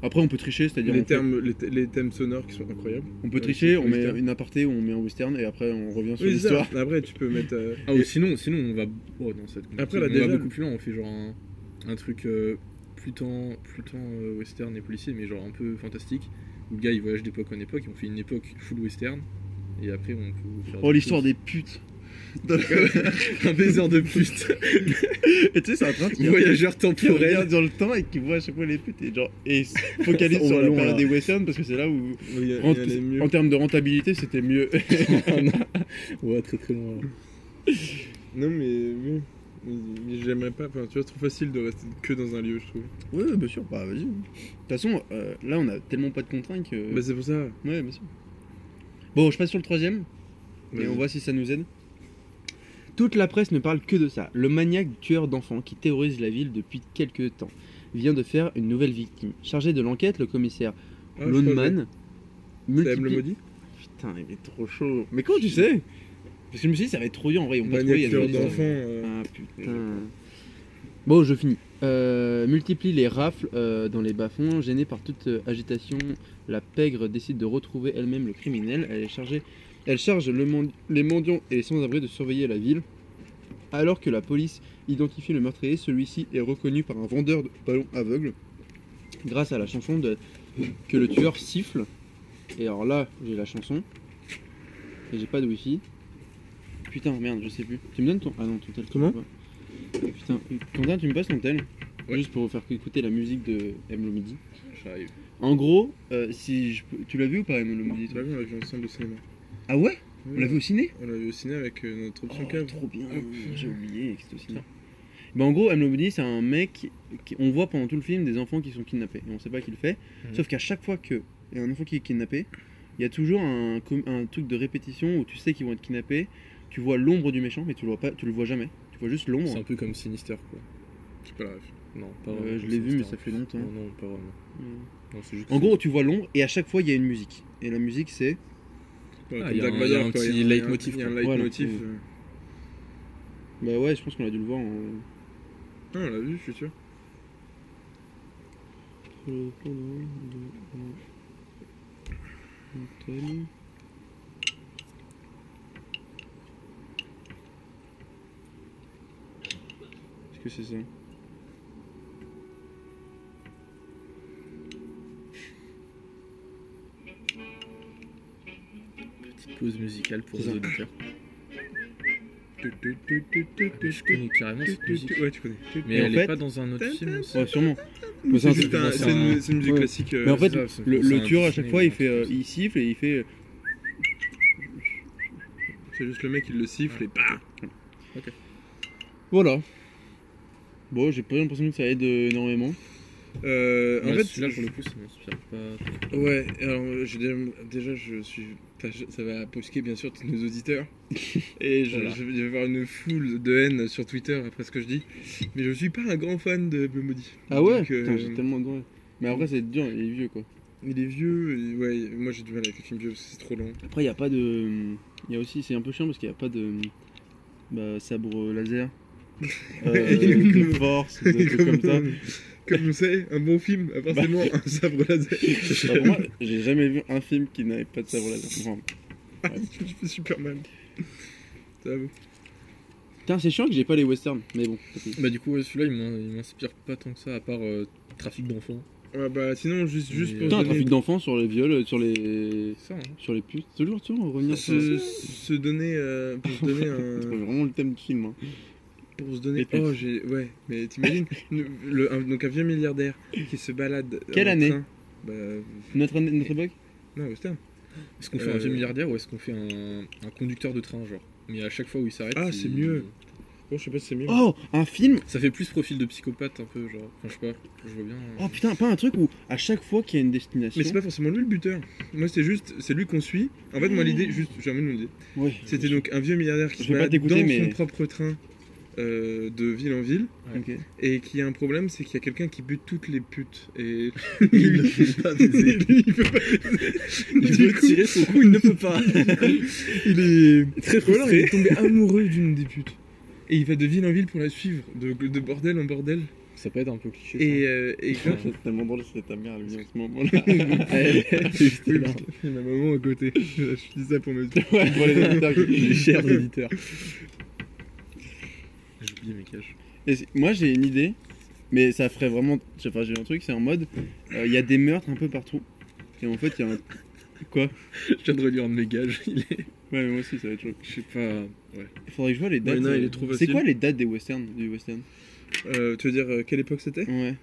Speaker 4: Après, on peut tricher, c'est-à-dire.
Speaker 3: Les,
Speaker 4: on peut-
Speaker 3: termes, les, th- les thèmes sonores qui sont incroyables.
Speaker 4: On peut
Speaker 3: Ouais,
Speaker 4: tricher,
Speaker 3: c'est
Speaker 4: on
Speaker 3: le
Speaker 4: met
Speaker 3: western.
Speaker 4: une aparté, on met un western et après on revient sur
Speaker 3: Oui, c'est
Speaker 4: l'histoire.
Speaker 3: ça. Après, tu peux mettre. euh,
Speaker 2: Ah, ou sinon, sinon, on va. Oh non, ça va être compliqué.
Speaker 3: Après, là,
Speaker 2: on
Speaker 3: déjà,
Speaker 2: va beaucoup
Speaker 3: le-
Speaker 2: plus loin, on fait genre un, un truc euh, plus tant, plus tant, euh, western et policier, mais genre un peu fantastique. Où le gars il voyage d'époque en époque, et on fait une époque full western, et après on peut. Faire
Speaker 4: Oh
Speaker 2: des
Speaker 4: l'histoire
Speaker 2: choses.
Speaker 4: des putes.
Speaker 2: un baiser de pute,
Speaker 4: Et tu sais, c'est un train qui,
Speaker 2: voyageur
Speaker 4: qui
Speaker 2: temporel.
Speaker 4: regarde dans le temps et qui voit à chaque fois les putes et genre et se focalise
Speaker 1: On
Speaker 4: sur
Speaker 1: va
Speaker 4: la
Speaker 1: loin,
Speaker 4: période
Speaker 1: là.
Speaker 4: des westerns parce que c'est là où
Speaker 3: où il y a-
Speaker 4: en,
Speaker 3: il y a les mieux.
Speaker 4: en termes de rentabilité c'était mieux.
Speaker 2: on va très très loin. là.
Speaker 3: Non, mais. oui. Mais, mais j'aimerais pas. Enfin, tu vois, c'est trop facile de rester que dans un lieu, je trouve.
Speaker 4: ouais, ouais, bien sûr, bah vas-y. De toute façon, euh, là on a tellement pas de contraintes que.
Speaker 3: Bah, c'est pour ça.
Speaker 4: Ouais, bien sûr. Bon, je passe sur le troisième et
Speaker 3: Vas-y.
Speaker 4: on voit si ça nous aide. Toute la presse ne parle que de ça. Le maniaque tueur d'enfants qui terrorise la ville depuis quelques temps vient de faire une nouvelle victime. Chargé de l'enquête, le commissaire
Speaker 3: Ah, je crois que-
Speaker 4: Loneman
Speaker 3: T'aimes le
Speaker 4: multiplie...
Speaker 3: maudit
Speaker 4: Putain, il est trop chaud. Mais comment tu sais Parce que je me suis dit, ça va être trop dur en vrai. On peut trouver, il y
Speaker 3: Maniaque
Speaker 4: a des
Speaker 3: tueur
Speaker 4: gens qui
Speaker 3: d'enfants.
Speaker 4: sont-
Speaker 3: euh,
Speaker 4: Ah putain. Bon, je finis. Euh, multiplie les rafles euh, dans les bas-fonds. Gênée par toute euh, agitation, la pègre décide de retrouver elle-même le criminel. Elle est chargée. Elle charge le men- les mendiants et les sans-abri de surveiller la ville. Alors que la police identifie le meurtrier, celui-ci est reconnu par un vendeur de ballons aveugle. Grâce à la chanson de... que le tueur siffle. Et alors là, j'ai la chanson. Et j'ai pas de wifi. Putain, oh merde, je sais plus. Tu me donnes ton. Ah non, ton tel. tu
Speaker 3: Comment
Speaker 4: peux pas. Putain, Quentin, tu me passes ton tel
Speaker 2: Ouais.
Speaker 4: Juste pour vous faire écouter la musique de M. le Midi.
Speaker 2: J'arrive.
Speaker 4: En gros, euh, si je peux- tu l'as vu ou pas, M. le Midi
Speaker 3: Tu
Speaker 4: toi
Speaker 3: l'as vu, on l'a vu ensemble au cinéma.
Speaker 4: Ah ouais
Speaker 3: Oui,
Speaker 4: On l'a vu au ciné
Speaker 3: On l'a vu au ciné avec euh, notre option
Speaker 4: Oh,
Speaker 3: cave.
Speaker 4: trop bien,
Speaker 3: Oh, putain.
Speaker 4: j'ai oublié que c'était au ciné. Bah, en gros, M. le Midi, c'est un mec. Qui... On voit pendant tout le film des enfants qui sont kidnappés. Et on sait pas qui le fait.
Speaker 2: Mhm.
Speaker 4: Sauf qu'à chaque fois qu'il y a un enfant qui est kidnappé, il y a toujours un, com- un truc de répétition où tu sais qu'ils vont être kidnappés. Tu vois l'ombre du méchant, mais tu le vois, pas, tu le vois jamais. Tu vois juste l'ombre.
Speaker 2: C'est un peu comme Sinister quoi.
Speaker 3: C'est pas la ref.
Speaker 2: Non, pas
Speaker 4: Euh,
Speaker 2: vraiment.
Speaker 4: je
Speaker 2: comme
Speaker 4: l'ai vu,
Speaker 2: Sinister.
Speaker 4: mais ça fait longtemps.
Speaker 2: Non, non, pas vraiment. Non, c'est juste que
Speaker 4: En
Speaker 2: c'est-
Speaker 4: gros, tu vois l'ombre et à chaque fois il y a une musique. Et la musique c'est.
Speaker 3: Ouais,
Speaker 2: Ah,
Speaker 3: comme
Speaker 2: il y a
Speaker 3: Dark
Speaker 2: un-
Speaker 3: Vador,
Speaker 2: il y a un
Speaker 3: quoi,
Speaker 2: petit
Speaker 3: il y a un-
Speaker 2: leitmotiv,
Speaker 3: Il y a un
Speaker 2: quoi.
Speaker 3: leitmotiv.
Speaker 4: Voilà,
Speaker 3: euh.
Speaker 4: Bah ouais, je pense qu'on a dû le voir en.
Speaker 3: Ah, on l'a vu, je suis sûr.
Speaker 4: Est-ce que c'est ça
Speaker 2: petite pause musicale pour
Speaker 4: C'est
Speaker 2: les
Speaker 4: ça.
Speaker 2: auditeurs.
Speaker 3: Tu, tu, tu, tu, tu, tu,
Speaker 2: Je connais carrément
Speaker 3: tu,
Speaker 2: cette
Speaker 3: tu,
Speaker 2: musique.
Speaker 3: tu. Ouais, tu connais. Tu,
Speaker 2: Mais
Speaker 4: Et en
Speaker 2: elle
Speaker 4: fait-
Speaker 2: est pas dans un autre
Speaker 3: Tin, tin,
Speaker 2: film.
Speaker 4: Ouais, sûrement.
Speaker 3: tu.
Speaker 4: Mais c'est un
Speaker 3: C'est
Speaker 4: truc-
Speaker 3: un-
Speaker 2: c'est
Speaker 3: c'est
Speaker 2: un-
Speaker 3: une, c'est une musique
Speaker 4: ouais.
Speaker 3: classique. euh,
Speaker 4: Mais en fait,
Speaker 3: c'est ça, c'est-
Speaker 4: le,
Speaker 2: c'est
Speaker 4: le
Speaker 2: un
Speaker 4: tueur à
Speaker 2: Disney,
Speaker 4: chaque fois il
Speaker 2: un
Speaker 4: fait, euh,
Speaker 2: truc
Speaker 4: il siffle et il fait. euh,
Speaker 3: c'est juste le mec, il le siffle et bah
Speaker 4: Voilà. Bon, j'ai pas l'impression que ça aide euh, énormément.
Speaker 3: Euh, En
Speaker 2: Ouais,
Speaker 3: fait,
Speaker 2: celui-là pour le coup, ça m'inspire pas.
Speaker 3: Ouais, alors euh, je, dé- déjà, je suis. enfin, je- Ça va brusquer bien sûr tous nos auditeurs. Et je,
Speaker 2: Voilà.
Speaker 3: je vais avoir une foule de haine sur Twitter après ce que je dis. Mais je suis pas un grand fan de Blumody.
Speaker 4: Ah ouais
Speaker 3: Donc, euh,
Speaker 4: Putain, j'ai tellement adoré. Mais après, c'est dur, il est vieux quoi.
Speaker 3: Il est vieux, et ouais, moi j'ai du mal avec les films vieux parce que c'est trop long.
Speaker 4: Après, il n'y a pas de. Il y a aussi, c'est un peu chiant parce qu'il n'y a pas de. Bah, sabre laser. Euh, de force, de trucs comme ça.
Speaker 3: Comme on sait, un bon film, a forcément un sabre laser.
Speaker 4: Bah, pour moi, j'ai jamais vu un film qui n'avait pas de sabre laser. Enfin,
Speaker 3: Ah, je fais super mal. Ça va.
Speaker 4: Putain, c'est chiant que j'ai pas les westerns, mais bon. tant pis.
Speaker 2: Bah du coup, ouais, celui-là, il m'in- il m'inspire pas tant que ça, à part euh, Trafic d'enfants.
Speaker 3: Ouais, bah sinon, juste, juste
Speaker 2: Mais-
Speaker 3: pour.
Speaker 4: Putain, un
Speaker 3: donner-
Speaker 4: trafic d'enfants sur les viols, sur les.
Speaker 2: C'est ça, hein.
Speaker 4: sur les putes. Toujours, toujours, on revient sur.
Speaker 3: se, se donner. euh, pour se donner
Speaker 4: C'est
Speaker 3: un.
Speaker 4: vraiment le thème du film. Hein.
Speaker 3: Pour se donner.
Speaker 4: Et puis-
Speaker 3: Oh, j'ai. Ouais, mais t'imagines le, le- un- Donc, un vieux milliardaire qui se balade.
Speaker 4: Quelle
Speaker 3: en
Speaker 4: année
Speaker 3: train. Bah.
Speaker 4: Notre, notre époque
Speaker 3: Non, western.
Speaker 2: Est-ce qu'on fait un
Speaker 3: Euh.
Speaker 2: vieux milliardaire ou est-ce qu'on fait un, un conducteur de train, genre Mais à chaque fois où il s'arrête.
Speaker 3: Ah,
Speaker 2: il-
Speaker 3: c'est mieux. Bon, je sais pas si c'est mieux.
Speaker 4: Oh, un film
Speaker 2: Ça fait plus profil de psychopathe, un peu, genre. Enfin, je sais pas, je vois bien.
Speaker 4: Oh putain, pas un truc où à chaque fois qu'il y a une destination.
Speaker 3: Mais c'est pas forcément lui le buteur. Moi, c'est juste, c'est lui qu'on suit. En
Speaker 4: Oh.
Speaker 3: fait, moi, l'idée, juste, j'avais une idée.
Speaker 4: Ouais.
Speaker 3: C'était donc un vieux milliardaire qui
Speaker 4: Je vais
Speaker 3: va
Speaker 4: pas t'écouter,
Speaker 3: dans
Speaker 4: mais-
Speaker 3: son propre train euh, de ville en ville
Speaker 4: Ok.
Speaker 3: et qui a un problème, c'est qu'il y a quelqu'un qui bute toutes les putes et
Speaker 2: Il ne peut pas baiser.
Speaker 3: il peut pas.
Speaker 2: Il
Speaker 3: Du
Speaker 2: veut
Speaker 3: coup,
Speaker 2: tirer son coup, il ne peut pas.
Speaker 3: il est
Speaker 4: Très
Speaker 3: ou alors il
Speaker 4: frustré.
Speaker 3: est tombé amoureux d'une des putes. Et il va de ville en ville pour la suivre, de, de bordel en bordel.
Speaker 2: Ça peut être un peu cliché.
Speaker 3: Et, euh, et
Speaker 4: Putain,
Speaker 3: grave.
Speaker 4: C'est tellement drôle, c'est ta mère lui en ce moment-là. Elle-
Speaker 3: Oui, parce que- il y a ma maman à côté. Je dis ça pour me dire.
Speaker 4: Ouais, pour les auditeurs qui-
Speaker 2: Les chers éditeurs. J'ai oublié mes caches.
Speaker 4: Et c'est- Moi j'ai une idée, mais ça ferait vraiment. Enfin, j'ai un truc, c'est en mode. euh, Il y a des meurtres un peu partout. Et en fait, il y a un. Quoi Ouais,
Speaker 2: Je viens de relire un de mes gages. Il est.
Speaker 4: mais moi aussi, ça va être chaud.
Speaker 2: Je sais pas. Ouais.
Speaker 4: Il faudrait que je vois les dates.
Speaker 3: non, il
Speaker 4: euh,
Speaker 3: est trop
Speaker 4: c'est
Speaker 3: facile.
Speaker 4: quoi les dates des westerns du western
Speaker 3: Euh, tu veux dire euh, quelle époque c'était
Speaker 4: Ouais.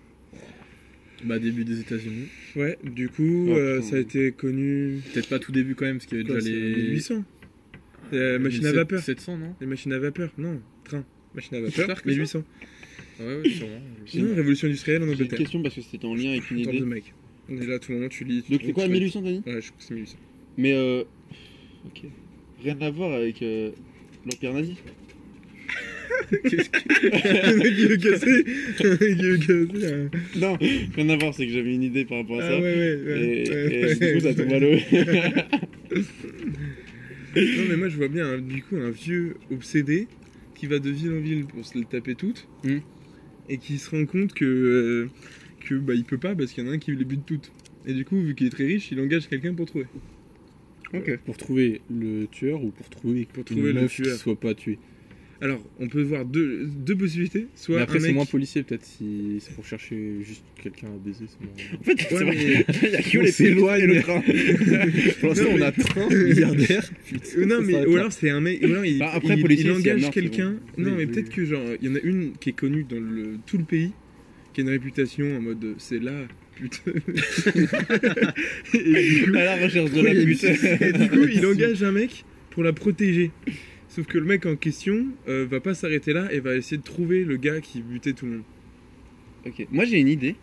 Speaker 2: Bah, début des États-Unis.
Speaker 3: Ouais, du coup,
Speaker 4: Oh,
Speaker 3: euh,
Speaker 4: putain.
Speaker 3: ça a été connu.
Speaker 2: Peut-être pas tout début quand même, parce qu'il y avait
Speaker 3: quoi,
Speaker 2: déjà
Speaker 3: c'est
Speaker 2: les.
Speaker 3: 1800 Euh, Machine à
Speaker 2: 1700,
Speaker 3: vapeur.
Speaker 2: 700, non
Speaker 3: Les machines à vapeur, non, train. Machine à
Speaker 2: Plus
Speaker 3: vapeur,
Speaker 2: tard que ça
Speaker 3: 1800.
Speaker 2: Ah Ouais, ouais, sûrement. je sais
Speaker 3: Non, révolution industrielle en
Speaker 4: J'ai une
Speaker 3: Angleterre.
Speaker 4: question parce que c'était en lien avec une
Speaker 3: Tant de
Speaker 4: idée.
Speaker 3: mec. On est là, à tout le moment, tu lis. tu
Speaker 4: Donc
Speaker 3: trouves,
Speaker 4: c'est quoi
Speaker 3: tu
Speaker 4: 1800 t'as dit
Speaker 3: lis. Ouais, je crois que c'est 1800.
Speaker 4: Mais euh. Ok. Rien à voir avec euh, l'Empire nazi.
Speaker 3: Qu'est-ce que. Il est cassé Il est cassé hein.
Speaker 4: Non, rien à voir, c'est que j'avais une idée par rapport à ça.
Speaker 3: Ah ouais, ouais. ouais,
Speaker 4: Et,
Speaker 3: ouais,
Speaker 4: et du coup, ça
Speaker 3: ouais.
Speaker 4: tombe à l'eau.
Speaker 3: Non, mais moi, je vois bien, hein, du coup, un vieux obsédé qui va de ville en ville pour se les taper toutes
Speaker 4: Hmm.
Speaker 3: et qui se rend compte que. euh, que bah, il peut pas parce qu'il y en a un qui les bute toutes. Et du coup, vu qu'il est très riche, il engage quelqu'un pour trouver. Euh,
Speaker 2: pas. Pour trouver le tueur ou pour trouver, pour
Speaker 3: trouver le tueur.
Speaker 2: soit pas tué.
Speaker 3: Alors, on peut voir deux, deux possibilités. Soit
Speaker 2: Mais après,
Speaker 3: un
Speaker 2: c'est
Speaker 3: mec-
Speaker 2: moins policier, peut-être, si c'est pour chercher juste quelqu'un à baiser. c'est moins-
Speaker 4: En fait, c'est
Speaker 3: Ouais,
Speaker 4: vrai,
Speaker 3: mais-
Speaker 4: il y a que
Speaker 2: On
Speaker 4: les
Speaker 2: s'éloigne.
Speaker 4: et le train.
Speaker 2: Pour l'instant,
Speaker 3: Non,
Speaker 2: on
Speaker 3: mais-
Speaker 2: a train milliardaire. Putain,
Speaker 3: Euh, non,
Speaker 2: ça
Speaker 3: mais
Speaker 2: s'arrête
Speaker 3: ou
Speaker 2: là.
Speaker 3: alors c'est un mec. ou alors, il,
Speaker 4: Bah, après,
Speaker 3: il-
Speaker 4: policier,
Speaker 3: il
Speaker 4: s'il y a
Speaker 3: engage
Speaker 4: meurtre, c'est
Speaker 3: quelqu'un.
Speaker 2: bon.
Speaker 3: Non,
Speaker 2: Oui,
Speaker 3: mais
Speaker 2: oui,
Speaker 3: peut-être
Speaker 2: oui.
Speaker 3: que genre il y en a une qui est connue dans le, tout le pays, qui a une réputation en mode euh, c'est là, putain. et, du coup,
Speaker 4: À la recherche de
Speaker 3: Oui,
Speaker 4: la
Speaker 3: il y a une
Speaker 4: pute.
Speaker 3: et du coup, il engage un mec pour la protéger. Sauf que le mec en question euh, va pas s'arrêter là et va essayer de trouver le gars qui butait tout le monde.
Speaker 4: Ok, moi j'ai une idée.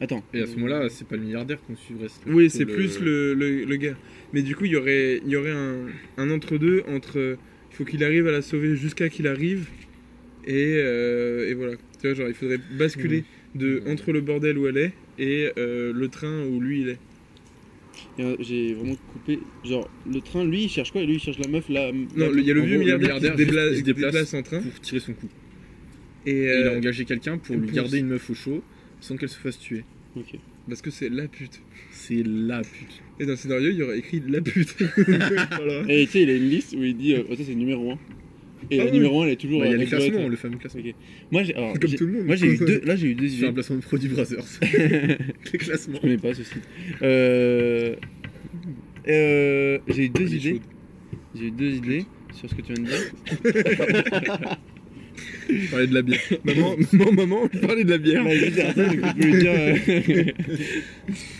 Speaker 4: Attends,
Speaker 2: Et à ce moment-là, c'est pas le milliardaire qu'on suivrait.
Speaker 3: Oui, c'est plus le, le, le gars. Mais du coup, il y aurait, il y aurait un, un entre-deux entre. euh, Il faut qu'il arrive à la sauver jusqu'à qu'il arrive. Et, euh, et voilà. Tu vois, genre, il faudrait basculer de,
Speaker 2: Ouais.
Speaker 3: entre le bordel où elle est et euh, le train où lui il est.
Speaker 4: Et, euh, j'ai vraiment coupé. Genre, le train, lui il cherche quoi Et lui il cherche la meuf, la.
Speaker 3: Non, le- il y a le
Speaker 2: en
Speaker 3: vieux
Speaker 2: gros, le
Speaker 3: milliardaire, qui se débla-
Speaker 2: milliardaire, il se
Speaker 3: qui se déplace,
Speaker 2: déplace
Speaker 3: en train.
Speaker 2: Pour tirer son coup.
Speaker 3: Et,
Speaker 2: Et il a
Speaker 3: euh,
Speaker 2: engagé quelqu'un pour lui
Speaker 3: pour-
Speaker 2: garder une meuf au chaud sans qu'elle se fasse tuer.
Speaker 4: Ok.
Speaker 3: parce que c'est la pute.
Speaker 2: C'est la pute. Bah,
Speaker 3: Et dans le scénario, il y aurait écrit la pute. Voilà.
Speaker 4: Et Eh, tu sais, il a une liste où il dit euh, oh, ça c'est numéro 1. Et
Speaker 3: Ah
Speaker 4: la
Speaker 3: oui.
Speaker 4: numéro 1 elle est toujours.
Speaker 2: Bah, Il y a
Speaker 4: euh,
Speaker 2: le
Speaker 4: la droite.
Speaker 2: classement, le fameux classement.
Speaker 4: Moi j'ai. alors,
Speaker 3: Comme
Speaker 4: j'ai-
Speaker 3: tout le monde.
Speaker 4: Moi j'ai eu deux. Là j'ai eu deux
Speaker 2: Je fais un
Speaker 4: idées.
Speaker 2: placement de produit Brothers.
Speaker 4: Je
Speaker 2: Les classements.
Speaker 4: connais pas ce site. Euh. euh, j'ai eu deux
Speaker 2: Elle est
Speaker 4: idées.
Speaker 2: chaude.
Speaker 4: J'ai eu deux idées sur ce que tu viens de dire.
Speaker 2: Je parlais de la bière.
Speaker 3: Maman, maman, maman, on parlait de la bière.
Speaker 4: Bah, juste derrière ça, donc je peux lui dire,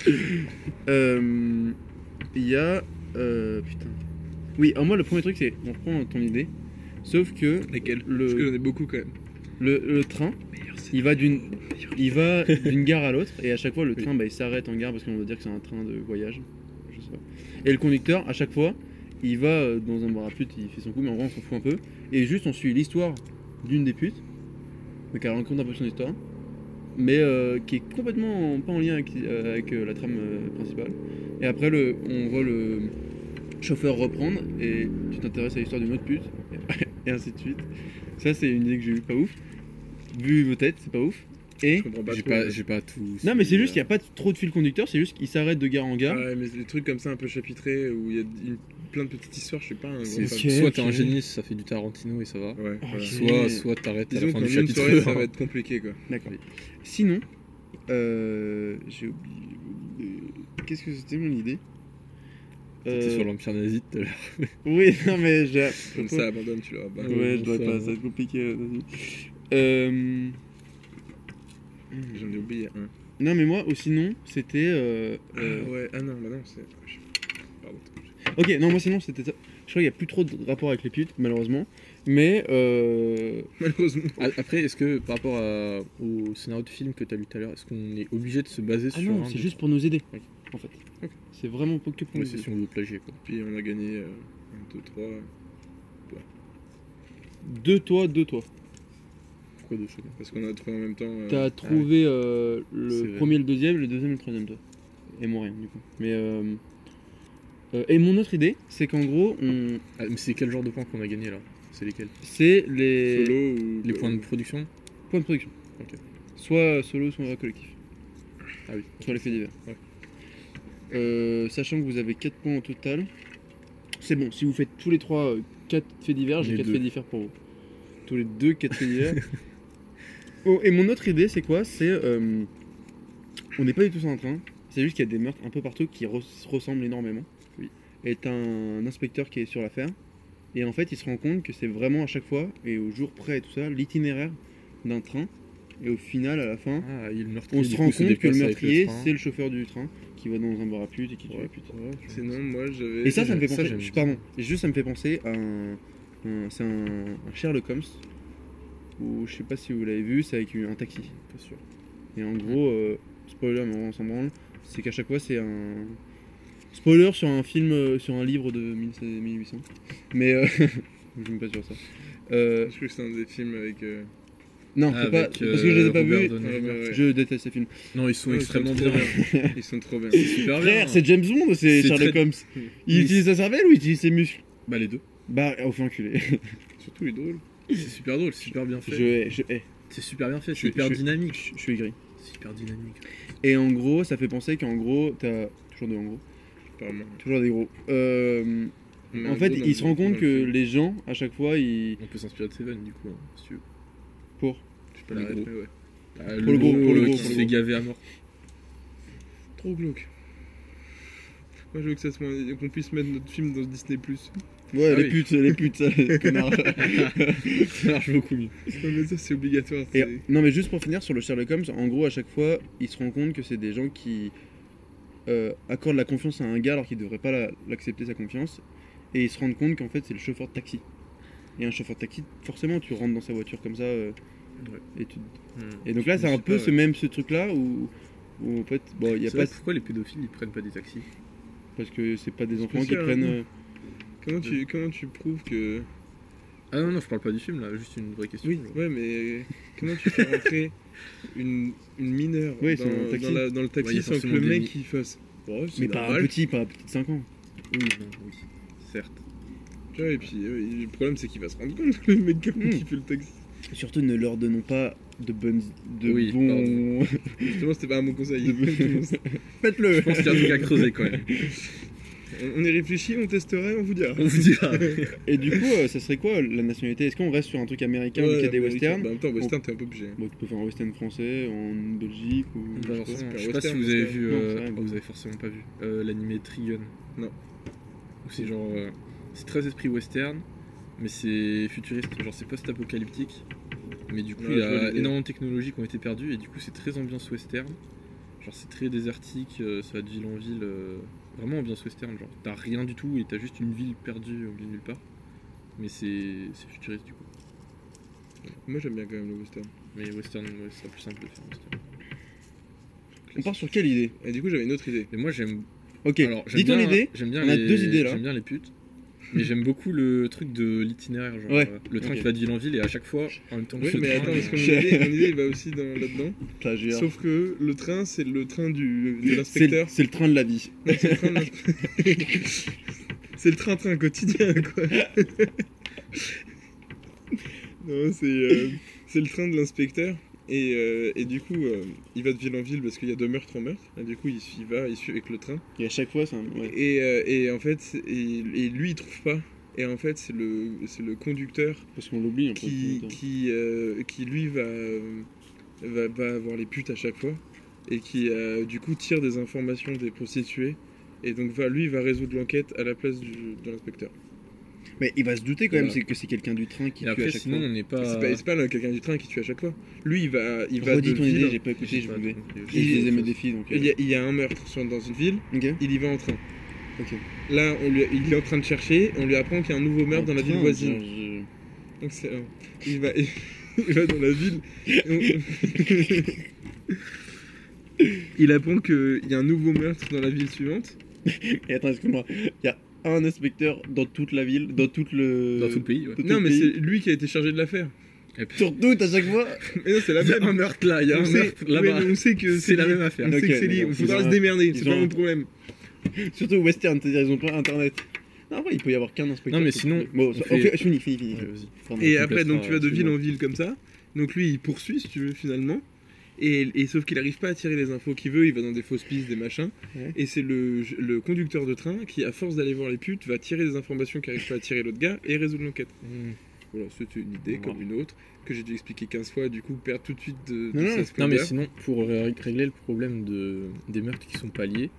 Speaker 4: euh, Euh, Il y a. euh, putain. Oui, alors moi, le premier truc, c'est. On reprend ton idée. Sauf que
Speaker 3: Laquelle
Speaker 4: le,
Speaker 3: Parce que
Speaker 4: le,
Speaker 3: j'en ai beaucoup quand même.
Speaker 4: le train, il va d'une. Il va d'une gare à l'autre et à chaque fois le train bah, il s'arrête en gare parce qu'on va dire que c'est un train de voyage. Je sais pas. Et le conducteur à chaque fois il va euh, dans un bar à putes, il fait son coup mais en vrai on s'en fout un peu. Et juste on suit l'histoire d'une des putes, donc elle raconte un peu son histoire, mais euh, qui est complètement en- pas en lien avec, euh, avec, euh, la trame euh, principale. Et après le, on voit le chauffeur reprendre et tu t'intéresses à l'histoire d'une autre pute et ainsi de suite. Ça c'est une idée que j'ai eue, pas ouf. Vu vos têtes, c'est pas ouf. Et
Speaker 3: Je comprends pas
Speaker 2: J'ai
Speaker 3: trop.
Speaker 2: pas, j'ai pas tout.
Speaker 4: non, mais c'est juste qu'il n'y a pas trop de fil conducteur, c'est juste qu'il s'arrête de gare en gare.
Speaker 3: Ouais, mais les trucs comme ça un peu chapitrés où il y a une- plein de petites histoires, je sais pas. Un grand
Speaker 2: C'est-
Speaker 3: fan.
Speaker 4: Ok,
Speaker 2: euh, soit t'es un
Speaker 4: ok.
Speaker 2: génie, ça fait du Tarantino et ça va.
Speaker 3: Ouais, voilà.
Speaker 4: Ok.
Speaker 2: Soit, soit t'arrêtes à la
Speaker 3: Disons
Speaker 2: fin
Speaker 3: qu'en
Speaker 2: du
Speaker 3: une
Speaker 2: chapitre.
Speaker 3: soirée, ça va être compliqué quoi.
Speaker 4: D'accord. Sinon, euh, j'ai oublié. Qu'est-ce que c'était mon idée
Speaker 2: T'étais
Speaker 4: Euh,
Speaker 2: sur l'Empire nazi tout à l'heure.
Speaker 4: Oui, non, mais j'ai.
Speaker 3: Comme ça, abandonne, tu l'auras. Bah,
Speaker 4: Ouais, je dois
Speaker 2: ça-
Speaker 4: pas, ça va être compliqué. euh, vas-y. Euh,
Speaker 3: J'en ai oublié un.
Speaker 4: Non, mais moi, au sinon, oh, c'était. euh,
Speaker 3: Ah
Speaker 4: euh,
Speaker 3: ouais, ah non, bah non, c'est. Pardon.
Speaker 4: Ok, non, moi sinon c'était ça. Je crois qu'il n'y a plus trop de rapport avec les putes, malheureusement. Mais euh,
Speaker 3: malheureusement.
Speaker 2: A- Après, est-ce que par rapport à- au scénario de film que t'as lu tout à l'heure, est-ce qu'on est obligé de se baser
Speaker 4: Ah
Speaker 2: sur
Speaker 4: non,
Speaker 2: un
Speaker 4: c'est
Speaker 2: des-
Speaker 4: juste pour nous aider,
Speaker 2: Ok.
Speaker 4: en fait.
Speaker 2: Ok.
Speaker 4: C'est vraiment pas que pour
Speaker 2: Ouais,
Speaker 4: nous
Speaker 2: c'est
Speaker 4: aider.
Speaker 2: si on veut plagier quoi.
Speaker 3: Puis on a gagné euh, 1, 2, 3.
Speaker 4: Deux toits, deux toits.
Speaker 2: Pourquoi deux choses
Speaker 3: Parce qu'on a trouvé en même temps. euh,
Speaker 4: T'as trouvé euh,
Speaker 2: Mm, C'est
Speaker 4: le
Speaker 2: vrai.
Speaker 4: premier, le deuxième, le deuxième et le troisième toit. Et mon rien, du coup. Mais. euh, euh, et mon autre idée, c'est qu'en gros, on...
Speaker 2: Ah, mais c'est quel genre de points qu'on a gagné là C'est lesquels
Speaker 4: c'est les
Speaker 3: solo ou.
Speaker 2: Les points de production
Speaker 4: points de production.
Speaker 2: Ok.
Speaker 4: Soit solo, soit collectif.
Speaker 2: Ah oui.
Speaker 4: Sur les faits divers.
Speaker 2: Ouais.
Speaker 4: Euh, sachant que vous avez 4 points au total. C'est bon, si vous faites tous les 3 4 faits divers, j'ai
Speaker 2: Les
Speaker 4: 4
Speaker 2: deux.
Speaker 4: faits divers pour vous. Tous les 2 4 faits divers. Oh, et mon autre idée, c'est quoi C'est. euh, on n'est pas du tout sur un train. C'est juste qu'il y a des meurtres un peu partout qui res- ressemblent énormément.
Speaker 2: Oui.
Speaker 4: Et t'as un inspecteur qui est sur l'affaire. Et en fait, il se rend compte que c'est vraiment à chaque fois, et au jour près et tout ça, l'itinéraire d'un train. Et au final, à la fin,
Speaker 2: Ah, il meurtrier.
Speaker 4: on
Speaker 2: du
Speaker 4: se
Speaker 2: coup,
Speaker 4: rend
Speaker 2: se
Speaker 4: compte que le
Speaker 2: déplace avec
Speaker 4: meurtrier,
Speaker 2: train.
Speaker 4: c'est le chauffeur du train qui va dans un bar à putes et qui tue la pute.
Speaker 2: Ouais, je-
Speaker 3: Sinon, moi j'avais.
Speaker 4: Et ça, ça me fait
Speaker 2: ça,
Speaker 4: penser.
Speaker 2: j'aime
Speaker 4: je-
Speaker 2: bien.
Speaker 4: pardon, Et juste ça me fait penser à un. un- c'est un, un Sherlock Holmes. Ou je sais pas si vous l'avez vu, c'est avec un taxi.
Speaker 2: Pas sûr.
Speaker 4: Et en gros, euh, spoiler, mais on s'en branle, c'est qu'à chaque fois c'est un. Spoiler sur un film, euh, sur un livre de 1700 1800. Mais. euh, je me pas sur ça. Euh,
Speaker 3: Je crois que c'est un des films avec. euh,
Speaker 4: non, c'est pas.
Speaker 2: Avec, euh,
Speaker 4: parce que je les ai pas
Speaker 2: Robert
Speaker 4: vus.
Speaker 2: Downey Jr.
Speaker 3: Downey.
Speaker 4: Je déteste ces films.
Speaker 2: Non, ils sont
Speaker 3: Ouais,
Speaker 2: extrêmement
Speaker 3: ils sont
Speaker 2: bien.
Speaker 3: trop bien. Ils sont trop bien. C'est super
Speaker 4: Ah, Frère, c'est James Bond, ou c'est
Speaker 2: C'est
Speaker 4: Sherlock
Speaker 2: très-
Speaker 4: Holmes. Il utilise sa cervelle ou il utilise ses muscles
Speaker 2: Bah, les deux.
Speaker 4: Bah, au fin enculé.
Speaker 3: Surtout, il est drôle.
Speaker 2: C'est super drôle, c'est super bien fait.
Speaker 4: Je, je, eh,
Speaker 2: C'est super bien fait,
Speaker 4: Je-
Speaker 2: c'est hyper
Speaker 4: je-
Speaker 2: dynamique.
Speaker 4: je suis gris.
Speaker 2: C'est hyper dynamique.
Speaker 4: Et en gros, ça fait penser qu'en gros, t'as. Toujours des en gros.
Speaker 3: Apparemment.
Speaker 4: Toujours des gros. Euh,
Speaker 3: Ah, Mais
Speaker 4: en fait,
Speaker 3: gros, dans
Speaker 4: il se
Speaker 3: le-
Speaker 4: rend
Speaker 3: dans
Speaker 4: compte
Speaker 3: le
Speaker 4: que
Speaker 3: film.
Speaker 4: les gens, à chaque fois, ils.
Speaker 2: On peut s'inspirer de Seven du coup, hein, si tu veux.
Speaker 4: Pour.
Speaker 3: Je peux
Speaker 2: Les
Speaker 3: l'arrêter,
Speaker 2: gros.
Speaker 3: ouais.
Speaker 2: Ah,
Speaker 4: le gros, pour le gros,
Speaker 2: qui
Speaker 4: pour
Speaker 2: se
Speaker 4: le
Speaker 2: fait
Speaker 4: gros.
Speaker 2: gaver à mort.
Speaker 3: Trop glauque. Moi, je veux que ça soit. Qu'on puisse mettre notre film dans Disney. Non,
Speaker 4: Ouais,
Speaker 2: Ah
Speaker 4: les
Speaker 2: oui.
Speaker 4: putes, les putes, ça, les connards.
Speaker 2: Ça marche beaucoup mieux.
Speaker 3: mais ça, c'est obligatoire.
Speaker 4: Et-
Speaker 3: c'est-
Speaker 4: non, mais juste pour finir sur le Sherlock Holmes, en gros, à chaque fois, il se rend compte que c'est des gens qui euh, accordent la confiance à un gars alors qu'il devrait pas la- l'accepter sa confiance. Et ils se rendent compte qu'en fait, c'est le chauffeur de taxi. Et un chauffeur de taxi, forcément, tu rentres dans sa voiture comme ça. euh, et, tu- et donc là,
Speaker 2: Je
Speaker 4: c'est
Speaker 2: sais
Speaker 4: un peu
Speaker 2: pas,
Speaker 4: ce même ce truc-là où, où, en fait, bon, il y a
Speaker 2: C'est
Speaker 4: pas.
Speaker 2: vrai, Pourquoi les pédophiles ils prennent pas des taxis
Speaker 4: Parce que c'est pas des enfants qui
Speaker 3: spécial, hein.
Speaker 4: prennent. euh,
Speaker 3: Comment tu, comment tu prouves que.
Speaker 2: Ah non, non, je parle pas du film là, juste une vraie question.
Speaker 3: Oui,
Speaker 2: genre.
Speaker 3: ouais, mais euh, comment tu fais rentrer une, une mineure
Speaker 4: Oui,
Speaker 3: dans,
Speaker 4: c'est un
Speaker 3: dans
Speaker 4: taxi.
Speaker 3: la- dans le
Speaker 2: Ouais, il y
Speaker 3: taxi
Speaker 2: a
Speaker 3: sans que
Speaker 2: forcément
Speaker 3: le
Speaker 2: des
Speaker 3: mec
Speaker 2: mi-
Speaker 3: il fasse. Oh, c'est
Speaker 4: mais pas un
Speaker 3: normal.
Speaker 4: petit, pas un petit de 5 ans.
Speaker 2: Oui, non, oui. Certes.
Speaker 3: Tu vois, et puis euh, le problème c'est qu'il va se rendre compte le mec
Speaker 4: Mm.
Speaker 3: qui fait le taxi.
Speaker 4: Surtout, ne leur donnons pas de bonnes. De
Speaker 2: Oui,
Speaker 4: bons.
Speaker 3: Justement, c'était pas un bon conseil.
Speaker 4: De bonnes- Faites-le
Speaker 2: Je pense qu'il y a un truc à creuser quand même.
Speaker 3: on, on y réfléchit, on testera et on vous dira.
Speaker 2: On vous dira.
Speaker 4: Et du coup, euh, ça serait quoi la nationalité Est-ce qu'on reste sur un truc américain ou
Speaker 3: Ouais,
Speaker 4: qu'il y a des
Speaker 3: Américain.
Speaker 4: westerns Oh.
Speaker 3: Bah, en même temps, western, t'es un peu obligé. hein.
Speaker 4: Bon, tu peux faire un western français, en Belgique ou.
Speaker 2: Pas forcément.
Speaker 3: super
Speaker 2: Je sais pas si
Speaker 3: western,
Speaker 2: vous avez
Speaker 3: parce que-
Speaker 2: vu.
Speaker 4: Non,
Speaker 2: euh,
Speaker 4: c'est vrai,
Speaker 2: oh,
Speaker 4: mais-
Speaker 2: vous avez forcément pas vu. euh, L'animé Trigun.
Speaker 3: Non.
Speaker 2: Où C'est genre. euh, c'est très esprit western, mais c'est futuriste. Genre c'est post-apocalyptique. Mais du coup,
Speaker 3: Ouais,
Speaker 2: il y
Speaker 3: je vois
Speaker 2: a
Speaker 3: l'idée.
Speaker 2: énormément de technologies qui ont été perdues et du coup, c'est très ambiance western. Genre c'est très désertique, euh, ça va de ville en ville. euh, vraiment ambiance western. Genre t'as rien du tout et t'as juste une ville perdue au milieu de nulle part. Mais c'est c'est futuriste du coup.
Speaker 3: Moi j'aime bien quand même le western.
Speaker 2: Mais western, ouais, c'est plus simple de faire western.
Speaker 4: On part sur quelle idée
Speaker 3: Et du coup, j'avais une autre idée.
Speaker 2: Mais moi j'aime
Speaker 4: Ok,
Speaker 2: Alors, j'aime
Speaker 4: dis ton
Speaker 2: bien-
Speaker 4: idée.
Speaker 2: J'aime bien
Speaker 4: On a
Speaker 2: les-
Speaker 4: deux idées, là.
Speaker 2: J'aime bien les putes. Mais j'aime beaucoup le truc de l'itinéraire. Genre,
Speaker 4: Ouais.
Speaker 2: euh, le train
Speaker 4: Ok.
Speaker 2: qui va de ville en ville et à chaque fois, en même temps que
Speaker 3: Oui,
Speaker 2: ce
Speaker 3: mais
Speaker 2: train,
Speaker 3: attends,
Speaker 2: il y a-
Speaker 3: parce que mon
Speaker 4: Je-
Speaker 3: idée, mon idée, il va bah aussi dans- là-dedans.
Speaker 4: Plagiat.
Speaker 3: Sauf que le train, c'est le train du, de
Speaker 4: C'est le-
Speaker 3: l'inspecteur.
Speaker 4: c'est le train de la vie.
Speaker 3: Non, c'est le train de l'inspecteur. C'est le train-train quotidien, quoi. non, c'est euh, c'est le train de l'inspecteur. Et, euh, et du coup, euh, il va de ville en ville parce qu'il y a de meurtre en meurtre. Et du coup, il, s- il va, il suit avec le train.
Speaker 4: Et à chaque fois, c'est un. ouais.
Speaker 3: Et, euh, et en fait, c'est- et, et lui, il trouve pas. Et en fait, c'est le, c'est le conducteur
Speaker 4: Parce qu'on l'oublie un peu.
Speaker 3: qui,
Speaker 4: tout le temps.
Speaker 3: qui, euh, qui lui va, euh, va, va avoir les putes à chaque fois et qui euh, du coup tire des informations des prostituées et donc va, lui va résoudre l'enquête à la place du, de l'inspecteur.
Speaker 4: Mais il va se douter quand même
Speaker 2: Voilà.
Speaker 4: c'est que c'est quelqu'un du train qui
Speaker 2: Et
Speaker 4: tue à
Speaker 2: après,
Speaker 4: chaque
Speaker 2: sinon,
Speaker 4: fois.
Speaker 2: on n'est pas.
Speaker 3: C'est pas, c'est pas le- quelqu'un du train qui tue à chaque fois. Lui il va, il va de
Speaker 4: Ah. Redis ton idée,
Speaker 3: ville.
Speaker 4: j'ai pas écouté,
Speaker 2: j'ai
Speaker 4: je
Speaker 2: pas
Speaker 4: voulais.
Speaker 2: compris.
Speaker 4: Je
Speaker 3: Il-
Speaker 4: les ai mes défis donc.
Speaker 3: Il
Speaker 4: euh,
Speaker 3: y, a, il y a un meurtre sur- dans une ville,
Speaker 4: Ok.
Speaker 3: il y va en train.
Speaker 4: Ok.
Speaker 3: Là, on lui- il est en train de chercher, on lui apprend qu'il y a un nouveau meurtre dans la ville
Speaker 4: Putain,
Speaker 3: voisine.
Speaker 4: je- je-
Speaker 3: Donc c'est- euh, il, va, il va dans la ville. et on- il apprend qu'il y a un nouveau meurtre dans la ville suivante.
Speaker 4: Et attends, excuse-moi. Il y a un inspecteur dans toute la ville, dans toute le.
Speaker 2: Dans tout le pays, ouais.
Speaker 4: Tout
Speaker 3: non,
Speaker 4: le
Speaker 3: mais
Speaker 4: pays.
Speaker 3: c'est lui qui a été chargé de l'affaire.
Speaker 2: Et puis,
Speaker 4: Sur toute à chaque fois.
Speaker 3: Mais non, c'est la
Speaker 2: Il y a
Speaker 3: même.
Speaker 2: un meurtre là, il y a
Speaker 3: on,
Speaker 2: un
Speaker 3: sait,
Speaker 2: meurtre
Speaker 3: ouais,
Speaker 2: là-bas.
Speaker 3: mais on sait que
Speaker 2: C'est la
Speaker 3: lié.
Speaker 2: même affaire.
Speaker 3: On sait
Speaker 4: Ok,
Speaker 3: que c'est lié,
Speaker 4: mais bon,
Speaker 3: on faudra
Speaker 4: ils
Speaker 3: se
Speaker 4: ont-
Speaker 3: démerder,
Speaker 4: ils
Speaker 3: c'est pas
Speaker 4: ont-
Speaker 3: mon problème.
Speaker 4: Surtout western, c'est-à-dire ils ont pas internet. Non, après, il peut y avoir qu'un inspecteur.
Speaker 2: Non, mais
Speaker 4: sur
Speaker 2: sinon,
Speaker 4: tout le- Bon,
Speaker 2: on
Speaker 4: ça-
Speaker 2: fait-
Speaker 4: ok, je finis, finis, finis.
Speaker 2: Ouais, vas-y.
Speaker 4: Pardon.
Speaker 3: Et
Speaker 2: on
Speaker 3: après, donc
Speaker 2: complètera,
Speaker 3: tu vas de ville
Speaker 2: absolument.
Speaker 3: en ville comme ça. Donc lui, il poursuit, si tu veux, finalement. Et, et sauf qu'il n'arrive pas à tirer les infos qu'il veut, il va dans des fausses pistes, des machins.
Speaker 4: Ouais.
Speaker 3: Et c'est le, le conducteur de train qui, à force d'aller voir les putes, va tirer des informations qu'il n'arrive pas à tirer l'autre gars et résoudre l'enquête. Voilà, c'était une idée comme une autre que j'ai dû expliquer 15 fois, du coup, perdre tout de suite de, de
Speaker 4: Non, non,
Speaker 3: sa
Speaker 2: Non, mais
Speaker 3: splendeur.
Speaker 2: sinon, pour ré- régler le problème de... des meurtres qui sont pas liés,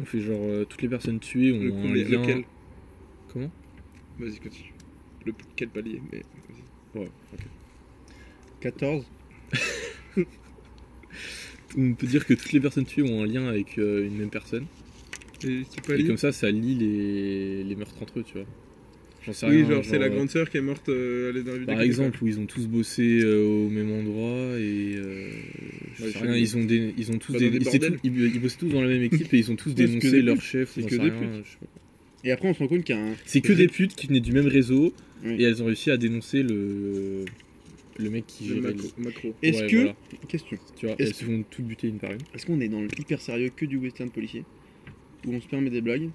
Speaker 2: on fait genre euh, toutes les personnes tuées ont
Speaker 3: le
Speaker 2: un
Speaker 3: combien-
Speaker 2: lien.
Speaker 3: lequel
Speaker 2: Comment
Speaker 3: Vas-y, continue. Le, quel palier mais...
Speaker 4: 14.
Speaker 2: On peut dire que toutes les personnes tuées ont un lien avec euh, une même personne.
Speaker 3: Et quel
Speaker 2: Et
Speaker 3: palier
Speaker 2: comme ça, ça lie les, les meurtres entre eux, tu vois. J'en sais
Speaker 3: Oui,
Speaker 2: rien.
Speaker 3: genre, c'est la
Speaker 2: euh,
Speaker 3: grande sœur qui est morte euh, elle est dans la ville
Speaker 2: Par
Speaker 3: des-
Speaker 2: exemple, où ils ont tous bossé euh, au même endroit et. euh, je
Speaker 3: Ouais,
Speaker 2: sais
Speaker 3: je
Speaker 2: rien,
Speaker 3: sais.
Speaker 2: ils ont, des- ils ont tous
Speaker 3: Bah,
Speaker 2: des.
Speaker 3: dans des
Speaker 2: ils, étaient
Speaker 3: bordels.
Speaker 2: tous- ils- ils bossaient tous dans la même équipe et ils ont tous
Speaker 4: que des
Speaker 2: dénoncé
Speaker 4: putes.
Speaker 2: leur chef.
Speaker 4: C'est
Speaker 2: j'en
Speaker 4: que
Speaker 2: sais
Speaker 4: des
Speaker 2: rien, je sais pas.
Speaker 4: Et après, on se rend compte qu'il y a un.
Speaker 2: C'est que des putes qui venaient du même réseau
Speaker 4: Oui.
Speaker 2: et elles ont réussi à dénoncer le, le mec qui
Speaker 3: Le
Speaker 2: gérait
Speaker 3: macro. macro.
Speaker 4: Est-ce
Speaker 2: Ouais,
Speaker 4: que.
Speaker 2: voilà.
Speaker 4: Question.
Speaker 2: le- Tu vois,
Speaker 4: est-ce
Speaker 2: elles se font toutes buter une par une.
Speaker 4: Est-ce qu'on est dans le hyper sérieux que du western policier Où on se permet des blagues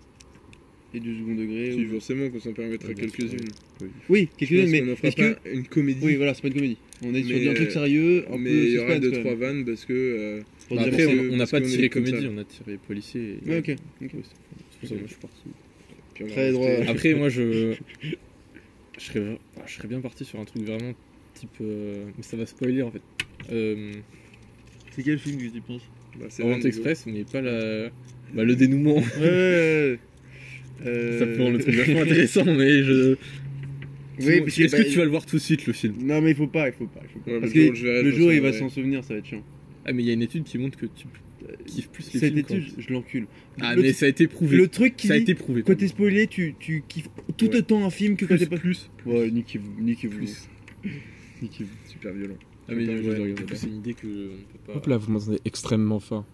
Speaker 4: Et du second degré
Speaker 3: Si,
Speaker 4: ou-
Speaker 3: forcément qu'on s'en permettra
Speaker 2: Ouais, bien sûr,
Speaker 3: quelques-unes.
Speaker 4: Oui, quelques-unes, mais.
Speaker 3: on en
Speaker 4: Est-ce
Speaker 3: fera
Speaker 4: que.
Speaker 3: pas une comédie.
Speaker 4: Oui, voilà, c'est pas une comédie. On est sur
Speaker 3: Mais,
Speaker 4: un truc
Speaker 3: euh,
Speaker 4: sérieux, un
Speaker 3: mais
Speaker 4: peu
Speaker 3: il y aura
Speaker 4: suspense,
Speaker 3: deux
Speaker 4: quand
Speaker 3: trois
Speaker 4: même.
Speaker 3: vannes parce que euh,
Speaker 4: Pour
Speaker 2: Bah,
Speaker 4: dire,
Speaker 2: après,
Speaker 4: c'est-
Speaker 3: euh,
Speaker 2: on on n'a
Speaker 3: parce
Speaker 2: pas
Speaker 3: qu'on est
Speaker 2: tiré
Speaker 3: comme ça.
Speaker 2: comédie, on a tiré policier. et-
Speaker 4: Ouais, ok. ok.
Speaker 2: Ouais, C'est pour ça que moi, je suis parti.
Speaker 3: puis on va
Speaker 4: Très
Speaker 3: rester- euh,
Speaker 4: droit.
Speaker 2: Après, moi, je. Je serais, je serais bien parti sur un truc vraiment type. euh, Mais ça va spoiler en fait. Euh,
Speaker 4: C'est quel film que tu penses
Speaker 3: Bah, c'est
Speaker 2: Orient
Speaker 3: vannes,
Speaker 2: Express, mais pas la. Bah, le dénouement.
Speaker 4: Ouais.
Speaker 2: Ça peut rendre le truc vachement intéressant, mais je.
Speaker 4: Oui,
Speaker 2: Bon,
Speaker 4: parce
Speaker 2: Est-ce
Speaker 4: bah,
Speaker 2: que tu vas le voir tout de suite le film
Speaker 4: Non, mais il faut pas, il faut pas. il faut pas.
Speaker 3: Ouais, le
Speaker 4: parce
Speaker 3: jour où
Speaker 4: que
Speaker 3: je verrai,
Speaker 4: le
Speaker 3: je
Speaker 4: jour,
Speaker 3: me
Speaker 4: il va
Speaker 3: souviendrai.
Speaker 4: s'en souvenir, ça va être chiant.
Speaker 2: Ah, mais il y a une étude qui montre que tu euh, kiffes plus les
Speaker 4: Cette
Speaker 2: films. quand-
Speaker 4: étude, je l'encule.
Speaker 2: Ah,
Speaker 4: le,
Speaker 2: mais ça a été prouvé.
Speaker 4: le truc qui
Speaker 2: Ça a
Speaker 4: dit,
Speaker 2: été prouvé.
Speaker 4: quand t'es spoilé, tu, tu kiffes tout
Speaker 2: Ouais.
Speaker 4: autant un film que quand
Speaker 2: Plus,
Speaker 4: t'es pas...
Speaker 2: plus.
Speaker 4: Ouais, niquez-vous, niquez-vous.
Speaker 2: Plus.
Speaker 4: niquez-vous.
Speaker 3: Super violent.
Speaker 2: Ah, mais
Speaker 4: Attends,
Speaker 2: ouais,
Speaker 4: je regarde,
Speaker 2: du coup,
Speaker 4: attends.
Speaker 2: c'est une idée que on ne peut pas.
Speaker 1: Hop là, vous m'entendez extrêmement fort.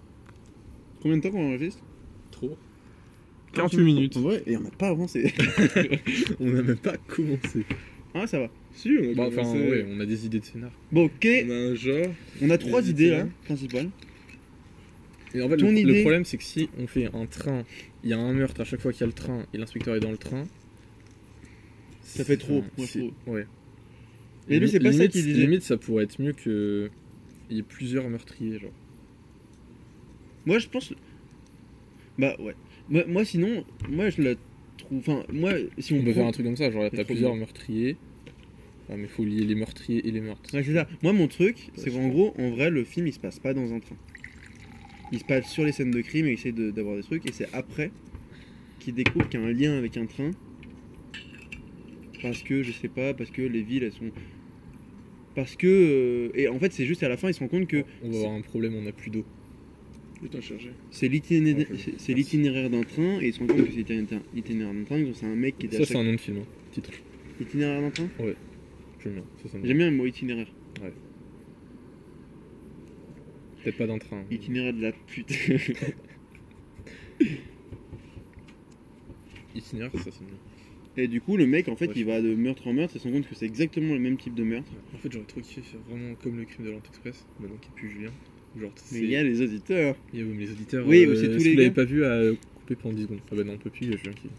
Speaker 4: Combien de temps qu'on enregistre
Speaker 2: Trop.
Speaker 1: 48 minutes.
Speaker 4: Ouais, et on n'a pas avancé.
Speaker 2: On n'a même pas commencé.
Speaker 4: ah, ça va.
Speaker 3: Si, on a
Speaker 2: Bah, enfin,
Speaker 3: commencé.
Speaker 2: ouais, on a des idées de scénar.
Speaker 4: Bon, ok,
Speaker 3: On a un genre.
Speaker 4: on a trois
Speaker 3: les
Speaker 4: idées
Speaker 3: idées,
Speaker 4: là,
Speaker 3: là.
Speaker 4: principales.
Speaker 2: Et en fait,
Speaker 4: Ton
Speaker 2: le, le
Speaker 4: idée-
Speaker 2: problème, c'est que si on fait un train, il y a un meurtre à chaque fois qu'il y a le train et l'inspecteur est dans le train.
Speaker 4: Ça fait trop,
Speaker 2: c'est-
Speaker 4: moi, je trouve.
Speaker 2: Ouais.
Speaker 4: Mais lui, c'est pas ça
Speaker 2: limite,
Speaker 4: qu'il disait.
Speaker 2: Limite, ça pourrait être mieux que. Il y ait plusieurs meurtriers, genre.
Speaker 4: Moi, je pense. Bah, ouais. Moi, moi, sinon, moi, je la trouve. Enfin, moi, si on,
Speaker 2: On peut
Speaker 4: prend-
Speaker 2: faire un truc comme ça, genre,
Speaker 4: trop
Speaker 2: t'as plusieurs
Speaker 4: bien.
Speaker 2: meurtriers. Ah, mais faut lier les meurtriers et les meurtres.
Speaker 4: Ouais, c'est ça. Moi, mon truc, c'est
Speaker 2: Ouais,
Speaker 4: qu'en gros, en vrai, le film, il se passe pas dans un train. Il se passe sur les scènes de crime et il essaie de- d'avoir des trucs. Et c'est après qu'il découvre qu'il y a un lien avec un train. Parce que, je sais pas, parce que les villes, elles sont. Parce que. euh, Et en fait, c'est juste à la fin, il se rend compte que
Speaker 2: On va avoir un problème, on a plus d'eau.
Speaker 3: Putain, chargé.
Speaker 4: c'est l'itinéra-
Speaker 2: Ouais, je-
Speaker 4: c'est- c'est l'itinéraire d'un train. Et il se rend compte que c'est l'itinéraire l'itinéraire d'un train. que C'est un mec qui était à
Speaker 2: Ça, c'est
Speaker 4: chaque-
Speaker 2: un nom de film, hein. titre.
Speaker 4: L'itinéraire d'un train
Speaker 2: J'aime bien. Ça, ça me-
Speaker 4: J'aime bien le mot itinéraire.
Speaker 2: Peut-être pas d'un train. mais-
Speaker 4: Itinéraire de la pute.
Speaker 2: Itinéraire, ça, c'est mieux.
Speaker 4: et du coup, le mec, en fait,
Speaker 2: Ouais,
Speaker 4: il va de meurtre en meurtre. Il se rend compte que c'est exactement le même type de meurtre.
Speaker 2: En fait, j'aurais trop kiffé faire vraiment comme le crime de l'Orient Express, maintenant qu'il n'y a plus Julien. Genre,
Speaker 4: Mais
Speaker 2: c'est-
Speaker 4: il y a les auditeurs.
Speaker 2: Il y a les auditeurs. euh,
Speaker 4: Oui, mais c'est tous
Speaker 2: si
Speaker 4: les
Speaker 2: vous l'avez
Speaker 4: gars.
Speaker 2: pas vu, à euh, couper pendant 10 secondes. Ah bah non, on peut plus, il y a Julien qui.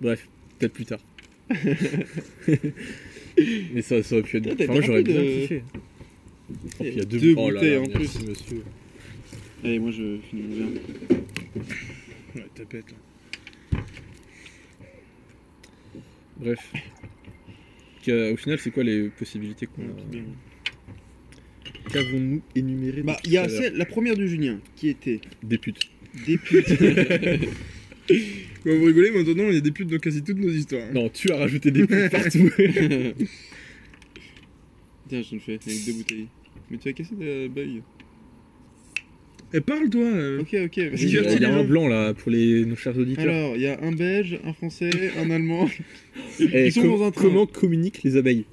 Speaker 2: Bref, peut-être plus tard. mais ça, ça aurait pu être.
Speaker 4: Putain, t'as
Speaker 2: Enfin, moi, j'aurais
Speaker 4: été
Speaker 2: bien
Speaker 4: rapide,
Speaker 2: kiffé. Oh, puis il y a deux,
Speaker 4: Deux
Speaker 2: oh là là,
Speaker 4: bouteilles en
Speaker 2: merci, monsieur.
Speaker 4: Allez, moi je finis mon verre.
Speaker 3: Ouais, tapette là.
Speaker 2: Bref. Donc, euh, Au final, c'est quoi les possibilités qu'on a Qu'avons-nous énumérées
Speaker 4: Bah,
Speaker 2: depuis
Speaker 4: il y a
Speaker 2: tout à l'heure
Speaker 4: celle- la première de Julien qui était
Speaker 2: Des putes.
Speaker 4: des putes.
Speaker 3: Quand Bah, vous rigolez, maintenant, il y a des putes dans quasi toutes nos histoires. hein.
Speaker 2: Non, tu as rajouté des putes partout.
Speaker 4: Tiens, je te le fais avec deux bouteilles. Mais tu as cassé ta baille.
Speaker 3: Eh, parle toi euh.
Speaker 4: Ok, ok. vas-y,
Speaker 3: Il y a-
Speaker 4: vas-y,
Speaker 2: Il y a
Speaker 4: dis-le.
Speaker 2: un blanc là pour les, nos chers auditeurs.
Speaker 4: Alors, il y a un Belge, un Français, un Allemand.
Speaker 2: Eh,
Speaker 4: ils sont
Speaker 2: com-
Speaker 4: dans un train.
Speaker 2: comment communiquent les abeilles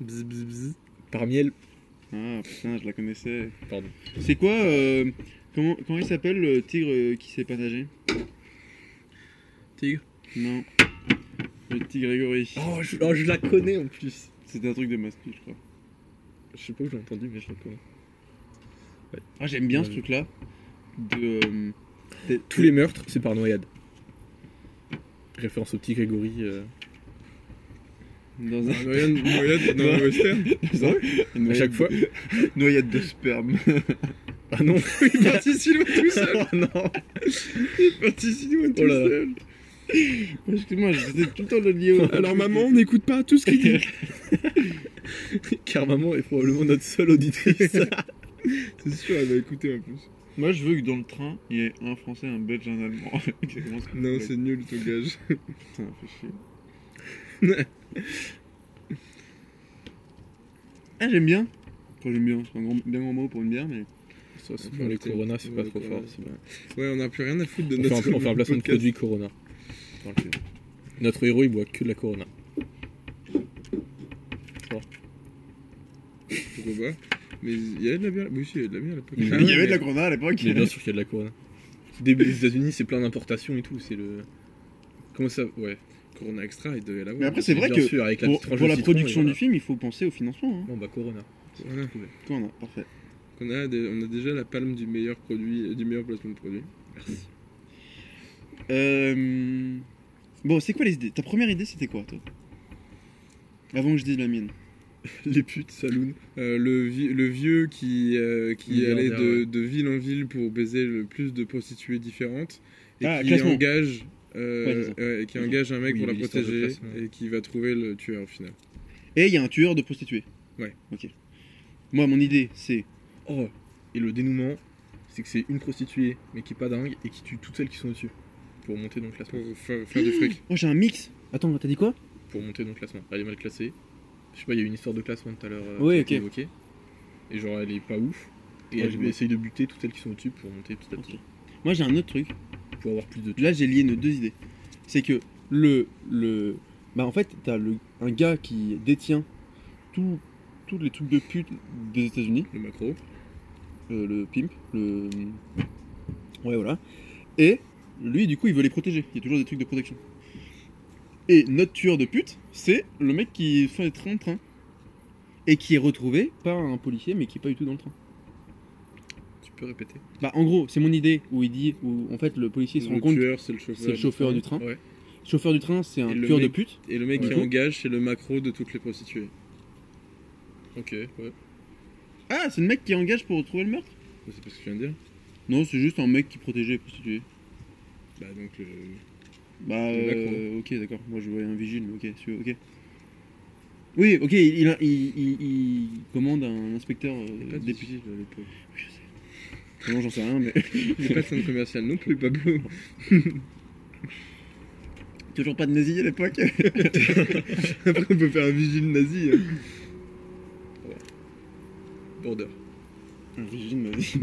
Speaker 2: Bzz, bzz, bzz. Par miel.
Speaker 4: Ah putain, je la connaissais.
Speaker 2: Pardon.
Speaker 4: C'est quoi euh, comment, comment il s'appelle le tigre euh, qui sait pas nager
Speaker 3: Tigre
Speaker 4: Non. Le tigre Grégory.
Speaker 2: Oh je, oh, je la connais en plus.
Speaker 4: C'était un truc de Maspi, je crois.
Speaker 2: Je sais pas où j'ai entendu, mais je la connais.
Speaker 4: Ah, j'aime bien ce
Speaker 2: Ouais.
Speaker 4: truc-là. De. euh, de-
Speaker 2: Tous les meurtres, c'est par noyade. Référence au petit Grégory. euh,
Speaker 4: Dans un.
Speaker 3: Un Noyade noyade dans un western
Speaker 4: dans un- une
Speaker 2: à
Speaker 4: noyade
Speaker 2: chaque
Speaker 4: de-
Speaker 2: fois.
Speaker 4: Noyade de sperme.
Speaker 2: Ah non
Speaker 3: Il participe tout seul
Speaker 2: Oh non
Speaker 4: Participe
Speaker 2: Oh là là.
Speaker 4: seul. Excuse-moi, j'étais tout le temps le lier au-
Speaker 3: Alors maman, on n'écoute pas tout ce qu'il dit.
Speaker 2: Car maman est probablement notre seule auditrice.
Speaker 3: C'est sûr, elle va écouter en plus.
Speaker 4: Moi, je veux que dans le train, il y ait un Français, un Belge, un Allemand. Exactement ce que
Speaker 3: Non,
Speaker 4: je voulais.
Speaker 3: c'est nul ton gage.
Speaker 4: Putain, fais chier. ah, j'aime bien. Enfin, j'aime bien, c'est un grand, bien grand mot pour une bière, mais.
Speaker 2: Ça, c'est pour les Corona, c'est pas trop fort. c'est pas-
Speaker 3: Ouais, on n'a plus rien à foutre de
Speaker 2: On fait,
Speaker 3: notre
Speaker 2: un, on fait un placement de
Speaker 3: podcast.
Speaker 2: produit Corona. Dans le film. Notre héros, il boit que de la Corona.
Speaker 3: Pourquoi pas Mais il y avait de la bière Oui, si, il y avait de la bière à l'époque.
Speaker 2: Il y
Speaker 3: Ah,
Speaker 4: il y
Speaker 3: ouais,
Speaker 4: avait de la grenade à l'époque.
Speaker 2: Mais bien sûr qu'il y a de la Corona. Début des États-Unis, c'est plein d'importations et tout. C'est le. Comment ça Ouais.
Speaker 3: Corona Extra, il devait l'avoir.
Speaker 4: Mais après, c'est vrai
Speaker 2: Bien
Speaker 4: que
Speaker 2: sûr, avec la
Speaker 4: Pour,
Speaker 2: petite tranche
Speaker 4: pour
Speaker 2: de
Speaker 4: la
Speaker 2: citron,
Speaker 4: production
Speaker 2: et
Speaker 4: du film, il faut penser au financement. Hein.
Speaker 2: voilà. Bon, bah, Corona.
Speaker 3: Voilà.
Speaker 4: Quoi, on a Parfait.
Speaker 3: On a, des- on a déjà la palme du meilleur produit, du meilleur placement de produit.
Speaker 4: Euh, Bon, c'est quoi les idées Ta première idée, c'était quoi, toi Avant que je dise la mienne.
Speaker 2: Les putes, saloon.
Speaker 3: Euh, le, vi- le vieux qui, euh, qui allait
Speaker 2: Milliardaire,
Speaker 3: de,
Speaker 2: ouais.
Speaker 3: de ville en ville pour baiser le plus de prostituées différentes et
Speaker 4: Ah,
Speaker 3: qui
Speaker 4: classement.
Speaker 3: engage euh,
Speaker 4: Ouais, c'est ça.
Speaker 3: euh, et qui
Speaker 4: Ok.
Speaker 3: engage un mec
Speaker 2: Oui,
Speaker 3: pour la
Speaker 2: mais l'histoire de
Speaker 3: protéger
Speaker 2: classement.
Speaker 3: et qui va trouver le tueur au final.
Speaker 4: Et Eh, il y a un tueur de prostituées.
Speaker 3: Ouais.
Speaker 4: Ok. Moi, mon idée, c'est.
Speaker 2: Oh Et le dénouement, c'est que c'est une prostituée, mais qui est pas dingue, et qui tue toutes celles qui sont au-dessus. Pour monter dans le classement.
Speaker 3: Pour faire, faire du fric.
Speaker 4: Oh, j'ai un mix Attends, t'as dit quoi
Speaker 2: pour monter dans le classement. Elle est mal classée. Je sais pas, il y a eu une histoire de classement tout à l'heure. euh,
Speaker 4: Oui,
Speaker 2: qui a
Speaker 4: ok.
Speaker 2: été évoquée. Et genre, elle est pas ouf. Et
Speaker 4: Ouais, je
Speaker 2: elle
Speaker 4: vois.
Speaker 2: essaye de buter toutes celles qui sont au-dessus pour monter petit à petit.
Speaker 4: Ok. Moi, j'ai un autre truc.
Speaker 2: Pour avoir plus de tueurs.
Speaker 4: Là, j'ai lié nos deux idées. C'est que le. le... Bah, en fait, t'as le... un gars qui détient tout- tous les trucs de pute des États-Unis.
Speaker 3: Le macro.
Speaker 4: euh, le pimp, le. Ouais, voilà. Et lui, du coup, il veut les protéger. Il y a toujours des trucs de protection. Et notre tueur de pute, c'est le mec qui fait le train de train. Et qui est retrouvé par un policier, mais qui est pas du tout dans le train.
Speaker 2: Tu peux répéter
Speaker 4: Bah, en gros, c'est mon idée où il dit, où en fait, le policier se rend
Speaker 3: Le
Speaker 4: compte.
Speaker 3: tueur, c'est le chauffeur.
Speaker 4: c'est le chauffeur du train. Mmh.
Speaker 2: Ouais.
Speaker 4: Chauffeur du train, c'est un
Speaker 3: Et le
Speaker 4: tueur de
Speaker 3: mec-
Speaker 4: pute.
Speaker 3: Et le mec
Speaker 2: Ouais.
Speaker 3: qui engage, c'est le macro de toutes les prostituées.
Speaker 2: Ok, ouais.
Speaker 4: Ah, c'est le mec qui engage pour retrouver le meurtre
Speaker 3: Mais C'est pas ce que tu viens de dire
Speaker 4: Non, c'est juste un mec qui protégeait les prostituées.
Speaker 3: Bah donc le.
Speaker 4: Bah,
Speaker 3: Le macro.
Speaker 4: euh, ok, d'accord. Moi, je voyais un vigile, mais ok, si tu veux, ok. Oui, ok, il, il, il- il commande un inspecteur euh,
Speaker 3: Pas de
Speaker 4: député.
Speaker 3: vigile, le pauvre.
Speaker 4: Non, j'en sais rien, mais.
Speaker 3: Il est pas de centre commercial non plus, Pablo.
Speaker 4: Toujours pas de nazi à l'époque.
Speaker 3: Après, on peut faire un vigile nazi. hein. Border.
Speaker 4: Un vigile nazi.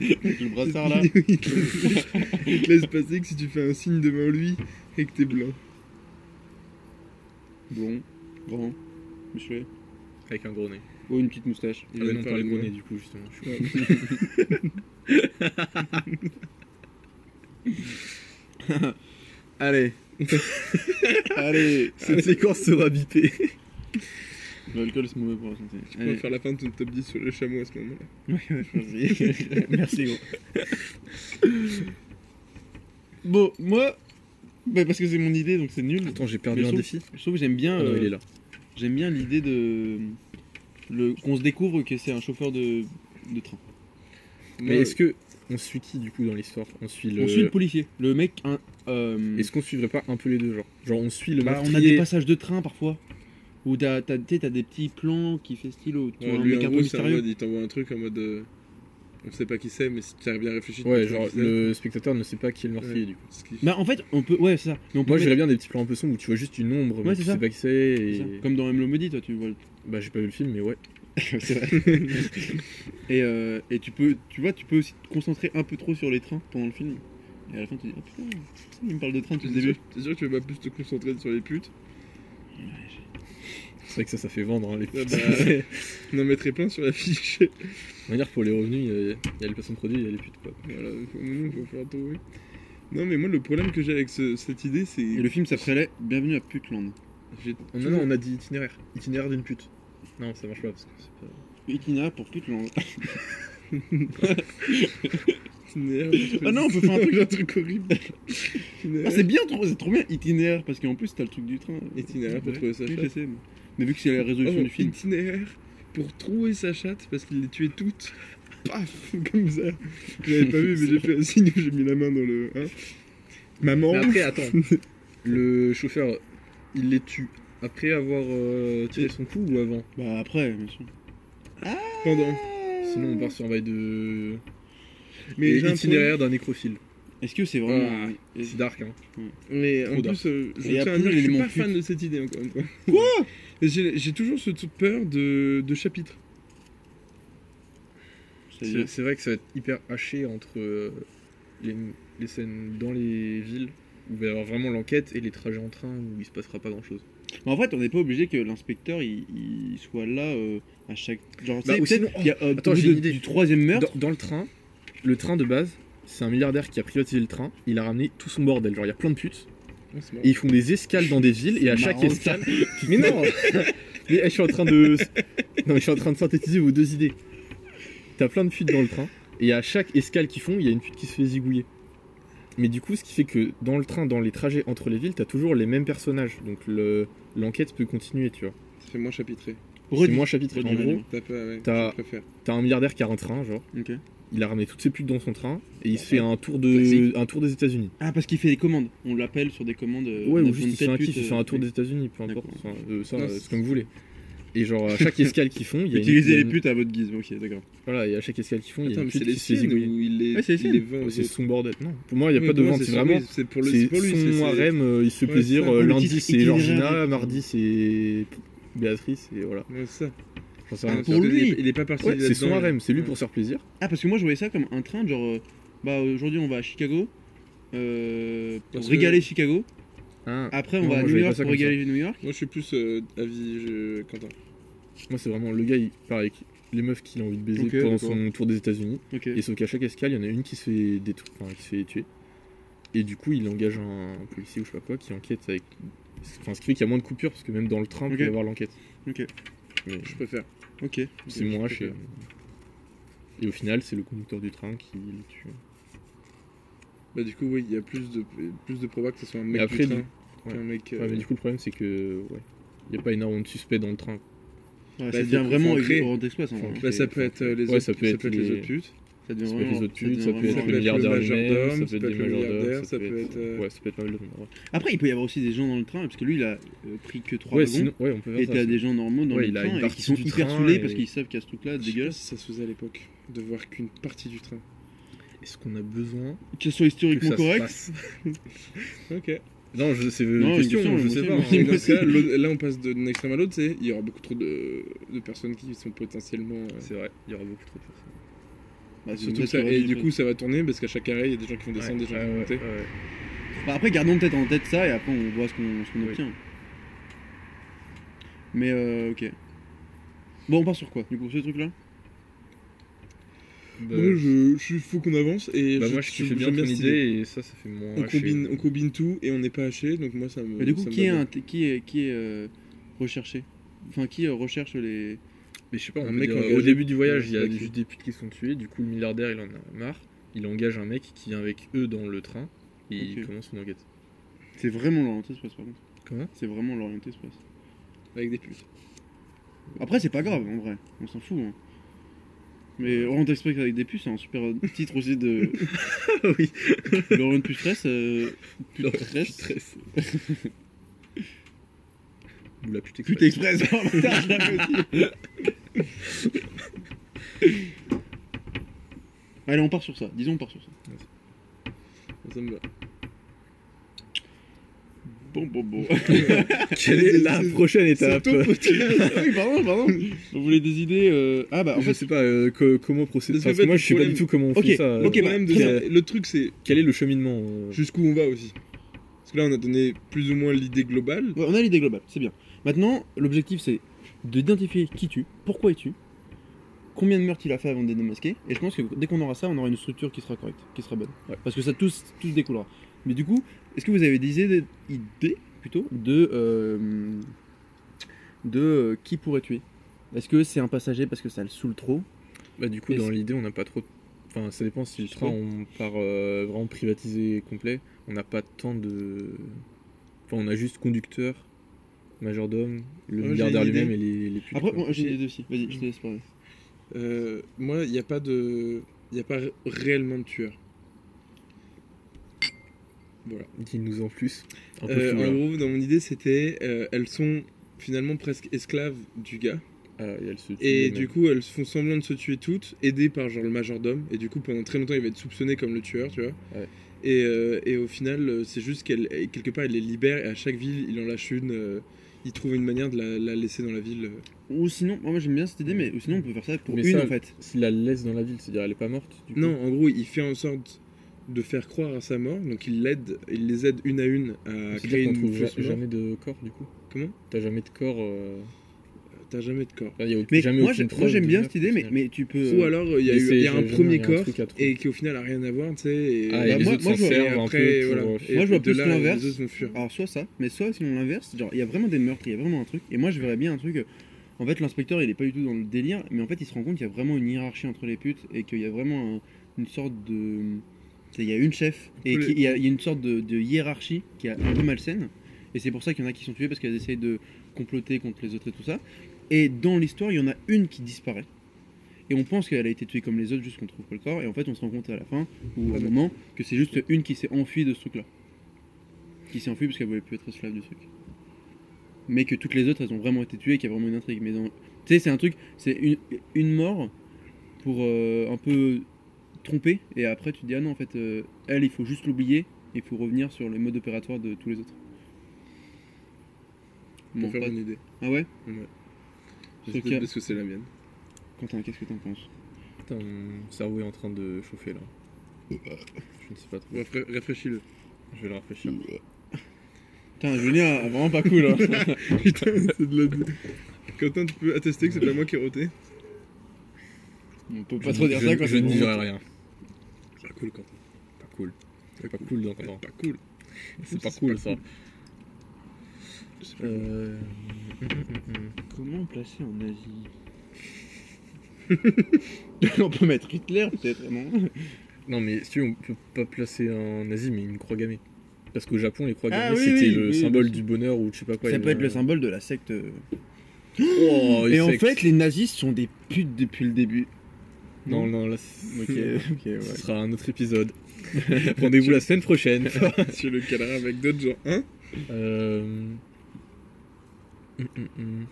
Speaker 4: Avec le brassard là.
Speaker 3: il, te laisse, il te laisse passer que si tu fais un signe devant lui et que t'es blanc.
Speaker 4: Blond, grand, musclé.
Speaker 2: Avec un gros nez.
Speaker 4: Oh, une petite moustache.
Speaker 2: Ah
Speaker 3: Il
Speaker 2: mais
Speaker 3: aime
Speaker 2: non,
Speaker 3: pas
Speaker 2: pas le
Speaker 3: les
Speaker 2: gros
Speaker 3: gros.
Speaker 2: nez du coup, justement. Je suis-
Speaker 4: Allez. Allez.
Speaker 2: Cette séquence sera bipée.
Speaker 4: L'alcool, c'est mauvais pour la santé.
Speaker 3: On va faire la fin de ton top 10 sur le chameau à ce moment-là.
Speaker 4: Merci. Merci gros. Bon, moi, bah, parce que c'est mon idée, donc c'est nul.
Speaker 2: Attends, j'ai
Speaker 4: Mais
Speaker 2: perdu
Speaker 4: je
Speaker 2: un
Speaker 4: trouve-
Speaker 2: défi.
Speaker 4: Je trouve que j'aime bien,
Speaker 2: Ah non,
Speaker 4: euh,
Speaker 2: il est là.
Speaker 4: j'aime bien l'idée de le qu'on se découvre que c'est un chauffeur de, de train.
Speaker 2: Mais est-ce que. On suit qui du coup dans l'histoire On suit le.
Speaker 4: On suit le policier, le mec. Un, euh,
Speaker 2: Est-ce qu'on suivrait pas un peu les deux, genre Genre, on suit le
Speaker 4: bah, on a
Speaker 2: meurtrier-
Speaker 4: des passages de train parfois où t'as t'as- tu sais, t'as des petits plans qui fait stylo, tu
Speaker 3: Ouais,
Speaker 4: vois, un
Speaker 3: lui,
Speaker 4: mec
Speaker 3: en
Speaker 4: un peu
Speaker 3: gros, c'est en
Speaker 4: mystérieux.
Speaker 3: mode, il t'envoie un truc en mode. euh, on sait pas qui c'est, mais si tu arrives bien à réfléchir, tu
Speaker 2: Ouais,
Speaker 3: peux
Speaker 2: genre
Speaker 3: savoir qui
Speaker 2: le spectateur ne sait pas qui est le meurtrier
Speaker 3: Ouais.
Speaker 2: du coup.
Speaker 3: c'est. Ce qui-
Speaker 4: Bah en fait, on peut, ouais c'est ça. Mais on peut
Speaker 2: Moi,
Speaker 4: mettre-
Speaker 2: j'aimerais bien des petits plans un peu sombres où tu vois juste une ombre,
Speaker 4: Ouais,
Speaker 2: mais
Speaker 4: c'est
Speaker 2: tu
Speaker 4: ça.
Speaker 2: sais pas qui c'est.
Speaker 4: c'est
Speaker 2: Et...
Speaker 4: ça. Comme dans Même le maudit, toi tu vois. le-
Speaker 2: Bah j'ai pas vu le film mais ouais.
Speaker 4: c'est vrai. et, euh, et tu peux, tu vois, tu peux aussi te concentrer un peu trop sur les trains pendant le film. Et à la fin, tu dis, ah putain, il me parle de train depuis le
Speaker 3: T'es sûr,
Speaker 4: début.
Speaker 3: t'es sûr que tu vas pas plus te concentrer sur les putes
Speaker 2: C'est vrai que ça, ça fait vendre hein, les
Speaker 3: Ah bah,
Speaker 2: putes.
Speaker 3: On en mettrait plein sur la fiche.
Speaker 2: De manière, pour les revenus, il y a- il y, a le placement de produit, il y a les putes quoi.
Speaker 3: Voilà, au moment où il faut faire trouver. Non, mais moi, le problème que j'ai avec ce- cette idée, c'est.
Speaker 4: Et le film s'appelait Bienvenue à Putland.
Speaker 3: j'ai-
Speaker 2: Oh, non, non, on a dit itinéraire. Itinéraire d'une pute. Non, ça marche pas parce que c'est pas.
Speaker 4: Itinérable pour Putland.
Speaker 3: Itinéraire.
Speaker 4: Ah non, on peut faire un truc-
Speaker 3: J'ai truc horrible.
Speaker 4: Ah, c'est bien, trop- c'est trop bien, itinéraire, parce qu'en plus, t'as le truc du train.
Speaker 3: Itinéraire pour
Speaker 4: Ouais.
Speaker 3: trouver sa
Speaker 4: Oui,
Speaker 3: chatte.
Speaker 4: je sais, mais- Mais vu que c'est la
Speaker 3: Oh,
Speaker 4: résolution du film.
Speaker 3: Itinéraire pour trouver sa chatte parce qu'il les tuait toutes. Paf Comme ça. J'avais pas vu, mais j'ai fait un signe où j'ai mis la main dans le. hein. Maman.
Speaker 2: Mais après, attends. le chauffeur, il les tue après avoir euh, tiré son coup ou avant
Speaker 4: Bah après, bien sûr.
Speaker 3: Pendant.
Speaker 2: Sinon, on part sur un bail de.
Speaker 3: Mais j'ai un
Speaker 2: itinéraire d'un nécrophile.
Speaker 4: Est-ce que c'est vraiment.
Speaker 3: Ah.
Speaker 2: Voilà. C'est dark, hein.
Speaker 3: Mais en
Speaker 2: Trop d'art.
Speaker 3: plus, euh, je
Speaker 4: Et y a
Speaker 3: tiens à
Speaker 4: plus
Speaker 3: dire que je suis
Speaker 4: l'élément
Speaker 3: pas
Speaker 4: pute.
Speaker 3: fan de cette idée encore une fois. Quoi J'ai j'ai toujours cette peur de, de chapitre.
Speaker 2: C'est
Speaker 4: C'est-à-dire-
Speaker 2: c'est vrai que ça va être hyper haché entre euh, les, les scènes dans les villes où il va y avoir vraiment l'enquête et les trajets en train où il se passera pas grand chose.
Speaker 4: Mais en fait, on n'est pas obligé que l'inspecteur il, il soit là euh, à chaque. Genre,
Speaker 2: Bah,
Speaker 4: tu
Speaker 2: ou
Speaker 4: sais, peut-être
Speaker 2: sinon-
Speaker 4: il y a euh,
Speaker 2: Attends,
Speaker 4: au bout
Speaker 2: j'ai
Speaker 4: de-
Speaker 2: une idée.
Speaker 4: du troisième
Speaker 2: Dans,
Speaker 4: meurtre.
Speaker 2: dans le train, le train de base, c'est un milliardaire qui a privatisé le train, il a ramené tout son bordel. Genre il y a plein de putes
Speaker 3: Ah,
Speaker 2: et ils font des escales dans des villes et à chaque
Speaker 4: marrant,
Speaker 2: escale. Mais non Mais eh, je suis en train de. Non, mais je suis en train de synthétiser vos deux idées. T'as plein de putes dans le train et à chaque escale qu'ils font, il y a une pute qui se fait zigouiller. Mais du coup, ce qui fait que dans le train, dans les trajets entre les villes, t'as toujours les mêmes personnages. Donc le- l'enquête peut continuer, tu vois.
Speaker 3: C'est moins chapitré.
Speaker 2: C'est
Speaker 4: Redis.
Speaker 2: moins chapitré. En
Speaker 4: Redis,
Speaker 2: gros,
Speaker 4: redis.
Speaker 3: T'as pas, ouais,
Speaker 2: T'as-
Speaker 3: je préfère.
Speaker 2: t'as un milliardaire qui a un train, genre.
Speaker 4: Ok.
Speaker 2: Il a ramené toutes ses putes dans son train et il se fait un tour,
Speaker 4: Classique.
Speaker 2: de, un tour des États-Unis.
Speaker 4: Ah, parce qu'il fait des commandes. On l'appelle sur des commandes. euh,
Speaker 2: Ouais,
Speaker 4: on a
Speaker 2: ou
Speaker 4: besoin
Speaker 2: juste
Speaker 4: de
Speaker 2: il se fait
Speaker 4: telle
Speaker 2: un kiff,
Speaker 4: pute,
Speaker 2: il fait
Speaker 4: euh,
Speaker 2: un tour des États-Unis, peu importe.
Speaker 4: D'accord.
Speaker 2: Enfin, euh, ça,
Speaker 3: Non,
Speaker 2: euh,
Speaker 3: c'est-
Speaker 2: c'est comme vous voulez. Et genre, à chaque escale qu'ils font, il y a une-
Speaker 4: Utiliser
Speaker 2: il y a
Speaker 4: les
Speaker 2: une-
Speaker 4: putes à votre guise. Ok, d'accord.
Speaker 2: Voilà, et à chaque escale qu'ils font, il y a
Speaker 3: Attends,
Speaker 2: une
Speaker 3: mais
Speaker 2: pute
Speaker 3: c'est
Speaker 2: qui
Speaker 3: les
Speaker 2: se fait
Speaker 3: siennes
Speaker 2: zigouiller.
Speaker 3: où il les,
Speaker 4: Ouais, c'est les
Speaker 3: il
Speaker 4: siennes.
Speaker 3: les vend aux
Speaker 2: C'est
Speaker 3: autres.
Speaker 2: son bordel. Non, pour moi, il n'y a
Speaker 3: Oui,
Speaker 2: pas de
Speaker 3: pour moi,
Speaker 2: vente.
Speaker 3: c'est
Speaker 2: C'est
Speaker 3: son-
Speaker 2: vraiment.
Speaker 3: oui, C'est pour, le-
Speaker 2: C'est
Speaker 3: c'est pour lui. c'est-
Speaker 2: son
Speaker 3: c'est-
Speaker 2: harem, euh, il se fait
Speaker 3: Ouais,
Speaker 2: plaisir.
Speaker 3: ça,
Speaker 2: euh,
Speaker 4: le
Speaker 2: lundi,
Speaker 4: titre
Speaker 2: c'est
Speaker 4: itinéraire
Speaker 2: Georgina,
Speaker 4: des-
Speaker 2: mardi, c'est Béatrice, et voilà.
Speaker 3: Ouais, c'est ça.
Speaker 2: J'en sais rien.
Speaker 3: Parce que
Speaker 4: lui.
Speaker 3: il est- Il est pas parti.
Speaker 2: Ouais, c'est
Speaker 3: Ah, là-dedans.
Speaker 2: son harem, c'est lui
Speaker 3: Ouais.
Speaker 2: pour se faire plaisir.
Speaker 4: Ah, parce que moi je voyais ça comme un train, genre. euh, bah, aujourd'hui on va à Chicago. euh, pour
Speaker 3: Parce que-
Speaker 4: régaler Chicago.
Speaker 3: Ah.
Speaker 2: Hein.
Speaker 4: Après, on
Speaker 2: Non,
Speaker 4: va à
Speaker 2: moi,
Speaker 4: New
Speaker 2: je voyais pas
Speaker 4: York
Speaker 2: ça
Speaker 4: pour
Speaker 2: comme ça.
Speaker 4: régaler New York.
Speaker 3: Moi, je suis plus euh, avis je- Quentin.
Speaker 2: Moi, c'est vraiment le gars, il part avec les meufs qu'il a envie de baiser
Speaker 4: Ok,
Speaker 2: pendant
Speaker 4: d'accord.
Speaker 2: son tour des États-Unis.
Speaker 4: Ok.
Speaker 2: Et sauf qu'à chaque escale, il y en a une qui se fait détruire, enfin, qui se fait tuer. Et du coup, il engage un, un policier ou je sais pas quoi qui enquête avec. Enfin, ce qui fait qu'il y a moins de coupures parce que même dans le train, on
Speaker 4: Ok.
Speaker 2: peut avoir l'enquête.
Speaker 4: Ok.
Speaker 2: Mais
Speaker 3: Je préfère.
Speaker 4: Ok.
Speaker 2: c'est moins haché. Et au final, c'est le conducteur du train qui le tue.
Speaker 3: Bah, du coup, oui, il y a plus de, plus de probas que ce soit un mec
Speaker 2: Mais après,
Speaker 3: du train
Speaker 2: du-
Speaker 3: qu'un mec. euh,
Speaker 2: Ouais, Ah, mais du coup, le problème, c'est que. Ouais. Il n'y a pas énormément de suspects dans le train.
Speaker 4: Ouais,
Speaker 3: Bah,
Speaker 4: ça
Speaker 3: du
Speaker 4: devient
Speaker 3: coup,
Speaker 4: vraiment
Speaker 3: faut en créer.
Speaker 4: Orient Express en vrai.
Speaker 2: Faut
Speaker 3: Bah, ça
Speaker 2: Ok,
Speaker 3: peut être euh, les
Speaker 2: Ouais,
Speaker 3: autres
Speaker 2: ça peut être les-
Speaker 3: les autres putes.
Speaker 4: Ça devient
Speaker 2: Ça peut être
Speaker 4: vraiment-
Speaker 2: les autres
Speaker 4: ça devient
Speaker 2: putes, ça peut
Speaker 4: vraiment
Speaker 2: être
Speaker 3: Ça peut
Speaker 2: le
Speaker 3: être
Speaker 2: milliardaire
Speaker 3: le
Speaker 2: lui-même,
Speaker 3: majordome,
Speaker 2: ça peut être des
Speaker 3: le
Speaker 2: majordeurs,
Speaker 3: milliardaire,
Speaker 2: ça peut être.
Speaker 3: euh,
Speaker 2: Ouais, ça peut être pas mal de monde. ouais.
Speaker 4: Après, il peut y avoir aussi des gens dans le train, parce que lui, il a euh, pris que 3
Speaker 2: Ouais,
Speaker 4: wagons.
Speaker 2: sinon, ouais, on peut faire
Speaker 4: et
Speaker 2: ça.
Speaker 4: t'as
Speaker 2: c'est-
Speaker 4: des gens normaux dans
Speaker 2: Ouais,
Speaker 4: le
Speaker 2: il a une
Speaker 4: train et
Speaker 2: partie
Speaker 4: qui sont
Speaker 2: du
Speaker 4: hyper
Speaker 2: train
Speaker 4: saoulés
Speaker 2: et-
Speaker 4: parce qu'ils savent qu'il y a ce truc-là
Speaker 3: Je sais pas
Speaker 4: dégueulasse.
Speaker 3: si ça se faisait à l'époque de voir qu'une partie du train.
Speaker 2: Est-ce qu'on a besoin
Speaker 4: Qu'ils soient
Speaker 2: que ça
Speaker 4: historiquement
Speaker 2: se
Speaker 4: corrects.
Speaker 2: passe
Speaker 3: Ok.
Speaker 2: Non, je- c'est
Speaker 4: Non,
Speaker 2: une
Speaker 4: une
Speaker 2: question,
Speaker 4: question,
Speaker 2: je
Speaker 4: moi
Speaker 2: sais
Speaker 4: aussi,
Speaker 2: pas.
Speaker 4: moi
Speaker 2: hein.
Speaker 4: aussi.
Speaker 3: Et dans ce cas, l'autre- là, on passe d'un extrême à l'autre, c'est il y aura beaucoup trop de, de personnes qui sont potentiellement. euh,
Speaker 2: C'est vrai, il y aura beaucoup trop de personnes.
Speaker 4: Bah, c'est une
Speaker 3: surtout
Speaker 4: vraie
Speaker 3: que ça, et
Speaker 4: théorie,
Speaker 3: du
Speaker 4: mais-
Speaker 3: coup, ça va tourner parce qu'à chaque arrêt, il y a des gens qui vont descendre, des gens qui vont monter.
Speaker 4: Bah, après, gardons peut-être en tête ça et après on voit ce qu'on ce qu'on
Speaker 2: Oui.
Speaker 4: obtient. Mais euh, ok. Bon, on part sur quoi Du coup, ce truc-là
Speaker 2: Euh,
Speaker 3: Moi, Bah, je, je faut qu'on avance et
Speaker 2: bah,
Speaker 3: je,
Speaker 2: moi, je kiffe
Speaker 3: j'aime
Speaker 2: bien ton
Speaker 3: cette
Speaker 2: idée et ça, ça fait moins.
Speaker 3: On
Speaker 2: haché.
Speaker 3: combine, on combine tout et on n'est pas haché, donc moi ça me.
Speaker 4: Mais Du coup,
Speaker 3: ça me
Speaker 4: qui est,
Speaker 3: va bien.
Speaker 4: un- qui est, qui est euh, recherché Enfin, qui euh, recherche les.
Speaker 2: Mais je sais pas, on
Speaker 3: Un
Speaker 2: peut
Speaker 3: mec
Speaker 2: dire, euh,
Speaker 3: engagé.
Speaker 2: au début du voyage, il y a
Speaker 3: Ouais, c'est
Speaker 2: juste des putes qui sont tuées. Du coup, le milliardaire, il en a marre. Il engage un mec qui vient avec eux dans le train et il
Speaker 4: Ok.
Speaker 2: commence son enquête.
Speaker 4: C'est vraiment l'orienté express par contre.
Speaker 2: Comment
Speaker 4: C'est vraiment l'orienté express.
Speaker 3: Avec des putes.
Speaker 4: Après, c'est pas grave en vrai, on s'en fout. hein. Mais Orient Express avec des puces, c'est un super euh, titre aussi de.
Speaker 2: Oui.
Speaker 4: L'Orient Pustress. Euh...
Speaker 2: L'Orient
Speaker 4: Pustress.
Speaker 2: Ou la pute
Speaker 4: Pute
Speaker 2: express.
Speaker 4: Express, oh putain, je l'avais aussi. Allez, on part sur ça, disons on part sur ça.
Speaker 3: Ça me va.
Speaker 4: Bon, bon, bon.
Speaker 1: Quelle est la
Speaker 4: prochaine
Speaker 1: C'est ton podcast.
Speaker 4: Oui, pardon, pardon. Vous voulez des idées euh, Ah, bah, en
Speaker 1: je
Speaker 4: fait,
Speaker 1: sais pas euh, que- comment procéder.
Speaker 3: Parce que
Speaker 1: Enfin,
Speaker 3: en fait,
Speaker 1: moi, je
Speaker 3: le
Speaker 1: sais pas
Speaker 3: problème-
Speaker 1: du tout comment on
Speaker 4: Ok,
Speaker 1: fait ça.
Speaker 4: ok,
Speaker 1: euh,
Speaker 4: bah,
Speaker 3: Problème de-
Speaker 1: très bien.
Speaker 3: Le truc, c'est
Speaker 1: Quel est le cheminement euh,
Speaker 3: jusqu'où on va aussi. Parce que là, on a donné plus ou moins l'idée globale.
Speaker 4: ouais, on a l'idée globale, c'est bien. Maintenant, l'objectif, c'est d'identifier qui tue, pourquoi il tue, combien de meurtres il a fait avant de démasquer. Et je pense que dès qu'on aura ça, on aura une structure qui sera correcte, qui sera bonne.
Speaker 1: Ouais.
Speaker 4: Parce que ça, tous, tous découlera. Mais du coup, est-ce que vous avez des idées, idées, plutôt, de, euh, de euh, qui pourrait tuer Est-ce que c'est un passager parce que ça le saoule trop
Speaker 2: Bah, du coup,
Speaker 4: Mais
Speaker 2: dans
Speaker 4: c'est-
Speaker 2: l'idée, on n'a pas trop. Enfin, ça dépend si le
Speaker 4: Je
Speaker 2: train, on part euh, vraiment privatisé complet. On n'a pas tant de. Enfin, on a juste conducteur, majordome, le
Speaker 3: Moi, j'ai
Speaker 2: milliardaire
Speaker 3: une
Speaker 2: lui-même
Speaker 3: idée.
Speaker 2: et les, les putes,
Speaker 4: Après,
Speaker 2: quoi.
Speaker 4: moi, j'ai des idées aussi. Vas-y, je te laisse parler.
Speaker 3: Euh, moi, il n'y a pas de. Il n'y a pas ré- réellement de tueur.
Speaker 2: Dis-nous en plus. Un peu
Speaker 3: Euh,
Speaker 2: flou,
Speaker 3: en
Speaker 2: là.
Speaker 3: gros, dans mon idée, c'était. euh, elles sont finalement presque esclaves du gars.
Speaker 2: Ah, et elle se tue
Speaker 3: Et
Speaker 2: elle-même.
Speaker 3: du coup, elles font semblant de se tuer toutes, aidées par genre le majordome. Et du coup, pendant très longtemps, il va être soupçonné comme le tueur, tu vois.
Speaker 2: Ouais.
Speaker 3: Et, euh, et au final, euh, c'est juste qu'elle, et quelque part, il les libère et à chaque ville, il en lâche une. euh, il trouve une manière de la, la laisser dans la ville. euh.
Speaker 4: Ou sinon, moi j'aime bien cette idée, mais ou sinon on peut faire ça pour
Speaker 2: Mais
Speaker 4: une
Speaker 2: ça,
Speaker 4: en fait.
Speaker 2: S'il la laisse dans la ville, c'est-à-dire elle est pas morte du coup.
Speaker 3: Non, en gros, il fait en sorte de faire croire à sa mort. Donc, il l'aide, il les aide une à une
Speaker 4: Euh,
Speaker 3: à créer
Speaker 2: c'est-à-dire qu'on
Speaker 3: une
Speaker 2: trouve ja-
Speaker 3: fausse mort.
Speaker 2: jamais de corps du coup.
Speaker 3: Comment
Speaker 2: T'as jamais de corps. euh,
Speaker 3: T'as jamais de corps.
Speaker 2: là, y a au-
Speaker 4: Mais
Speaker 2: jamais
Speaker 4: moi
Speaker 2: aucune
Speaker 4: j'ai- moi,
Speaker 2: preuve
Speaker 4: j'aime
Speaker 2: de
Speaker 4: bien
Speaker 2: meurtre,
Speaker 4: cette idée,
Speaker 2: au
Speaker 4: mais,
Speaker 2: final.
Speaker 4: mais tu peux.
Speaker 3: Ou
Speaker 4: euh,
Speaker 3: alors, il y a,
Speaker 2: Mais
Speaker 3: eu-
Speaker 2: c'est-
Speaker 3: il y a
Speaker 2: je-
Speaker 3: un
Speaker 2: non,
Speaker 3: premier
Speaker 2: il y a un
Speaker 3: corps
Speaker 2: truc à trouver.
Speaker 3: et qui au final a rien à voir, tu sais. Et,
Speaker 2: Ah,
Speaker 4: Bah,
Speaker 2: et les
Speaker 4: moi-
Speaker 2: autres
Speaker 4: moi,
Speaker 2: s'en
Speaker 4: je vois-
Speaker 2: servent un
Speaker 3: après,
Speaker 2: peu pour.
Speaker 3: voilà.
Speaker 2: euh,
Speaker 3: Et
Speaker 4: Moi, je vois
Speaker 3: de
Speaker 4: plus
Speaker 3: là,
Speaker 4: l'inverse.
Speaker 3: Les autres vont fuir.
Speaker 4: Alors soit ça, mais soit sinon l'inverse, genre il y a vraiment des meurtres, il y a vraiment un truc. Et moi je verrais bien un truc. euh, En fait, l'inspecteur il est pas du tout dans le délire, mais en fait il se rend compte qu'il y a vraiment une hiérarchie entre les putes et qu'il y a vraiment un- une sorte de. c'est- Il y a une chef et
Speaker 3: peu
Speaker 4: qu'il y, a il y a une sorte de, de hiérarchie qui est un peu malsaine. Et c'est pour ça qu'il y en a qui sont tués parce qu'elles essayent de comploter contre les autres et tout ça. Et dans l'histoire, il y en a une qui disparaît. Et on pense qu'elle a été tuée comme les autres, juste qu'on trouve pas le corps. Et en fait, on se rend compte à la fin, ou au
Speaker 3: Ah,
Speaker 4: moment, que c'est juste une qui s'est enfuie de ce truc-là. Qui s'est enfuie parce qu'elle voulait plus être esclave du truc. Mais que toutes les autres, elles ont vraiment été tuées, et qu'il y a vraiment une intrigue. Mais dans... tu sais, c'est un truc, c'est une, une mort pour euh, un peu tromper. Et après, tu te dis, ah non, en fait, euh, elle, il faut juste l'oublier. Et il faut revenir sur le mode opératoire de tous les autres.
Speaker 3: Pour
Speaker 4: Bon,
Speaker 3: faire
Speaker 4: pas-
Speaker 3: une idée.
Speaker 4: Ah ouais
Speaker 3: Je
Speaker 4: Ok.
Speaker 3: sais Parce que c'est la mienne.
Speaker 4: Quentin, qu'est-ce que t'en penses
Speaker 2: Putain, mon cerveau est en train de chauffer là.
Speaker 4: Euh,
Speaker 2: Je ne sais pas trop.
Speaker 3: Réfré- Réfléchis-le.
Speaker 2: Je vais le rafraîchir.
Speaker 4: Putain, Julien, ah, vraiment pas cool. hein.
Speaker 3: Putain, c'est de la. Quentin, tu peux attester que c'est pas moi qui ai roté
Speaker 4: On peut pas trop dire
Speaker 2: je,
Speaker 4: ça quand
Speaker 2: Je
Speaker 4: c'est
Speaker 2: ne
Speaker 4: bon.
Speaker 2: dirai rien.
Speaker 3: C'est pas cool, Quentin.
Speaker 2: Pas cool.
Speaker 3: Pas
Speaker 2: C'est pas
Speaker 3: cool.
Speaker 2: cool donc attends.
Speaker 3: Pas cool.
Speaker 2: C'est pas cool ça.
Speaker 3: Je sais pas.
Speaker 2: Euh...
Speaker 4: Comment placer en Asie On peut mettre Hitler peut-être, non
Speaker 2: Non mais si tu veux, on peut pas placer en Asie mais une croix gammée. Parce qu'au Japon les croix
Speaker 4: Ah,
Speaker 2: gammées
Speaker 4: oui,
Speaker 2: c'était
Speaker 4: oui,
Speaker 2: le
Speaker 4: oui,
Speaker 2: symbole
Speaker 4: bien
Speaker 2: du bonheur ou je sais pas quoi.
Speaker 4: Ça
Speaker 2: il y
Speaker 4: peut être
Speaker 2: avait
Speaker 4: le
Speaker 2: un-
Speaker 4: symbole de la secte.
Speaker 2: euh, Oh,
Speaker 4: Et en
Speaker 2: sexe.
Speaker 4: fait, les nazis sont des putes depuis le début.
Speaker 2: Non non là c'est-
Speaker 4: Ok, ok, ouais.
Speaker 2: ce sera un autre épisode. Rendez-vous la semaine prochaine.
Speaker 3: Tu le caleras avec d'autres gens. Hein
Speaker 2: euh... hum, hum, hum.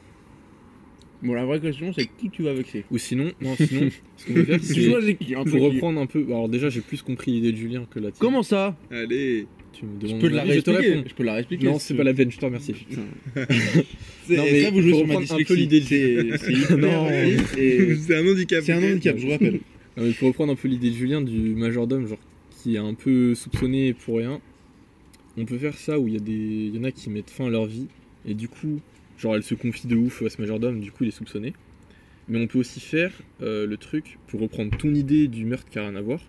Speaker 4: Bon, la vraie question, c'est qui tu vas vexer
Speaker 2: Ou sinon, non sinon, ce qu'on peut faire
Speaker 4: Tu
Speaker 2: c'est...
Speaker 4: choisis qui entre
Speaker 2: Pour
Speaker 4: qui
Speaker 2: reprendre un peu, alors déjà j'ai plus compris l'idée de Julien que la tienne.
Speaker 4: Comment ça
Speaker 3: Allez.
Speaker 2: Tu me
Speaker 4: Je
Speaker 2: demandes
Speaker 4: peux
Speaker 2: mon
Speaker 4: te la
Speaker 2: avis, je te
Speaker 4: réexpliquer.
Speaker 2: réponds.
Speaker 4: Je peux la réexpliquer.
Speaker 2: Non,
Speaker 4: si
Speaker 2: c'est
Speaker 4: tu
Speaker 2: pas
Speaker 4: veux.
Speaker 2: la veine, je te remercie.
Speaker 4: Putain.
Speaker 2: Non,
Speaker 4: C'est-
Speaker 2: mais
Speaker 4: ça, vous jouez
Speaker 2: pour
Speaker 4: sur ma
Speaker 2: reprendre un peu
Speaker 4: dyslexie.
Speaker 2: l'idée de-
Speaker 4: C'est c'est hyper
Speaker 2: Non.
Speaker 4: valide et-
Speaker 3: C'est un handicap.
Speaker 4: C'est un
Speaker 3: ok
Speaker 4: handicap, je vous rappelle.
Speaker 2: Non, mais pour reprendre un peu l'idée de Julien du majordome, genre qui est un peu soupçonné pour rien, on peut faire ça où il y, a des... il y en a qui mettent fin à leur vie et du coup, genre elle se confie de ouf à ce majordome, du coup il est soupçonné. Mais on peut aussi faire euh, le truc pour reprendre ton idée du meurtre qui a rien à voir,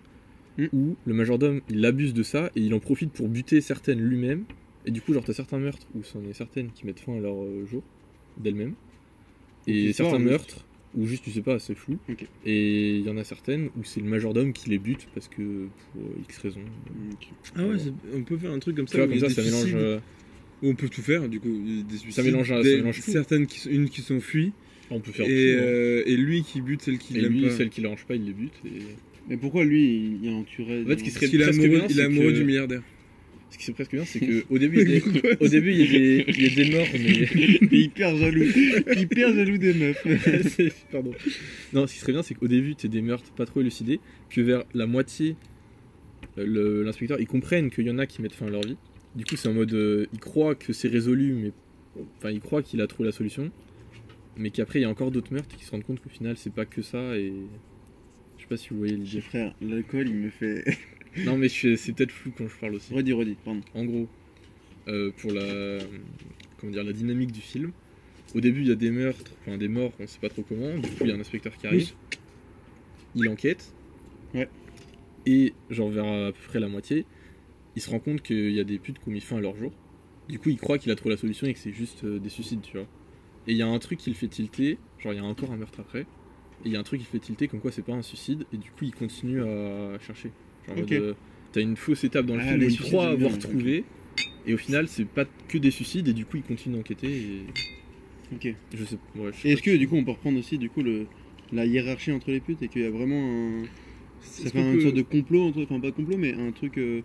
Speaker 4: Mm.
Speaker 2: où le majordome il abuse de ça et il en profite pour buter certaines lui-même. Et du coup, genre t'as certains meurtres où c'en est certaines qui mettent fin à leur euh, jour d'elles-mêmes, et
Speaker 4: qui sortent,
Speaker 2: certains
Speaker 4: juste.
Speaker 2: meurtres où juste tu sais pas, c'est flou.
Speaker 4: Ok.
Speaker 2: Et il y en a certaines où c'est le majordome qui les bute parce que pour euh, X raisons.
Speaker 3: Ah ouais, c'est- on peut faire un truc comme
Speaker 2: Tu
Speaker 3: ça.
Speaker 2: vois,
Speaker 3: où
Speaker 2: comme
Speaker 3: il y a
Speaker 2: ça, ça
Speaker 3: des
Speaker 2: mélange.
Speaker 3: suicides.
Speaker 2: euh,
Speaker 3: Où On peut tout faire, du coup. il y a des suicides,
Speaker 2: mélange- ça
Speaker 3: des-
Speaker 2: mélange tout.
Speaker 3: Certaines qui, sont- une qui s'enfuit.
Speaker 2: on peut faire
Speaker 3: Et,
Speaker 2: tout. hein.
Speaker 3: euh, et lui qui bute celle qui
Speaker 2: Et
Speaker 3: l'aime
Speaker 2: lui,
Speaker 3: pas.
Speaker 2: celle qui l'arrange pas, il les bute. et-
Speaker 4: Mais pourquoi lui, il- il en tuerait
Speaker 2: En fait, ce qui serait
Speaker 3: Parce qu'il est
Speaker 2: presque
Speaker 3: amoureux,
Speaker 2: bien,
Speaker 3: il
Speaker 2: c'est
Speaker 3: est amoureux
Speaker 2: que-
Speaker 3: du milliardaire.
Speaker 2: Ce qui c'est presque bien, c'est que au début, il y a des, au début, il y a des, il y a des morts, mais.
Speaker 4: Il est hyper jaloux. hyper jaloux des meufs.
Speaker 2: C'est- Pardon. Non, ce qui serait bien, c'est qu'au début, t'es des meurtres pas trop élucidés, que vers la moitié, euh, le- l'inspecteur, ils comprennent qu'il y en a qui mettent fin à leur vie, Du coup, c'est en mode. euh, il croit que c'est résolu, mais. Enfin, il croit qu'il a trouvé la solution. Mais qu'après, il y a encore d'autres meurtres qui se rendent compte qu'au final, c'est pas que ça. Et. Je sais pas si vous voyez
Speaker 4: J'ai
Speaker 2: l'idée.
Speaker 4: frère, l'alcool il me fait.
Speaker 2: non, mais je- c'est peut-être flou quand je parle aussi.
Speaker 4: redis, redis, pardon.
Speaker 2: En gros, euh, pour la, comment dire, la dynamique du film, au début, il y a des meurtres, enfin des morts, on sait pas trop comment. Du coup, il y a un inspecteur qui arrive, il enquête.
Speaker 4: Ouais.
Speaker 2: Et, genre, vers à peu près la moitié, il se rend compte qu'il y a des putes qui ont mis fin à leur jour. Du coup, il croit qu'il a trouvé la solution et que c'est juste euh, des suicides, tu vois. Et il y a un truc qui le fait tilter, genre, il y a encore un meurtre après. Et il y a un truc qui le fait tilter comme quoi c'est pas un suicide, et du coup, il continue à chercher. Genre, en
Speaker 4: Ok.
Speaker 2: mode, euh, t'as une fausse étape dans le
Speaker 4: Ah,
Speaker 2: film
Speaker 4: les
Speaker 2: où il
Speaker 4: suicides
Speaker 2: croit
Speaker 4: du
Speaker 2: avoir
Speaker 4: mur, ok.
Speaker 2: trouvé, et au final, c'est pas que des suicides, et du coup, il continue d'enquêter. Et...
Speaker 4: Ok. Et
Speaker 2: Je sais, ouais, je sais
Speaker 4: est-ce que du coup on peut reprendre aussi du coup le la hiérarchie entre les putes et qu'il y a vraiment un. Ça
Speaker 3: Est-ce
Speaker 4: fait
Speaker 3: qu'on
Speaker 4: une
Speaker 3: peut-
Speaker 4: sorte de complot entre. Enfin, pas complot, mais un truc. euh,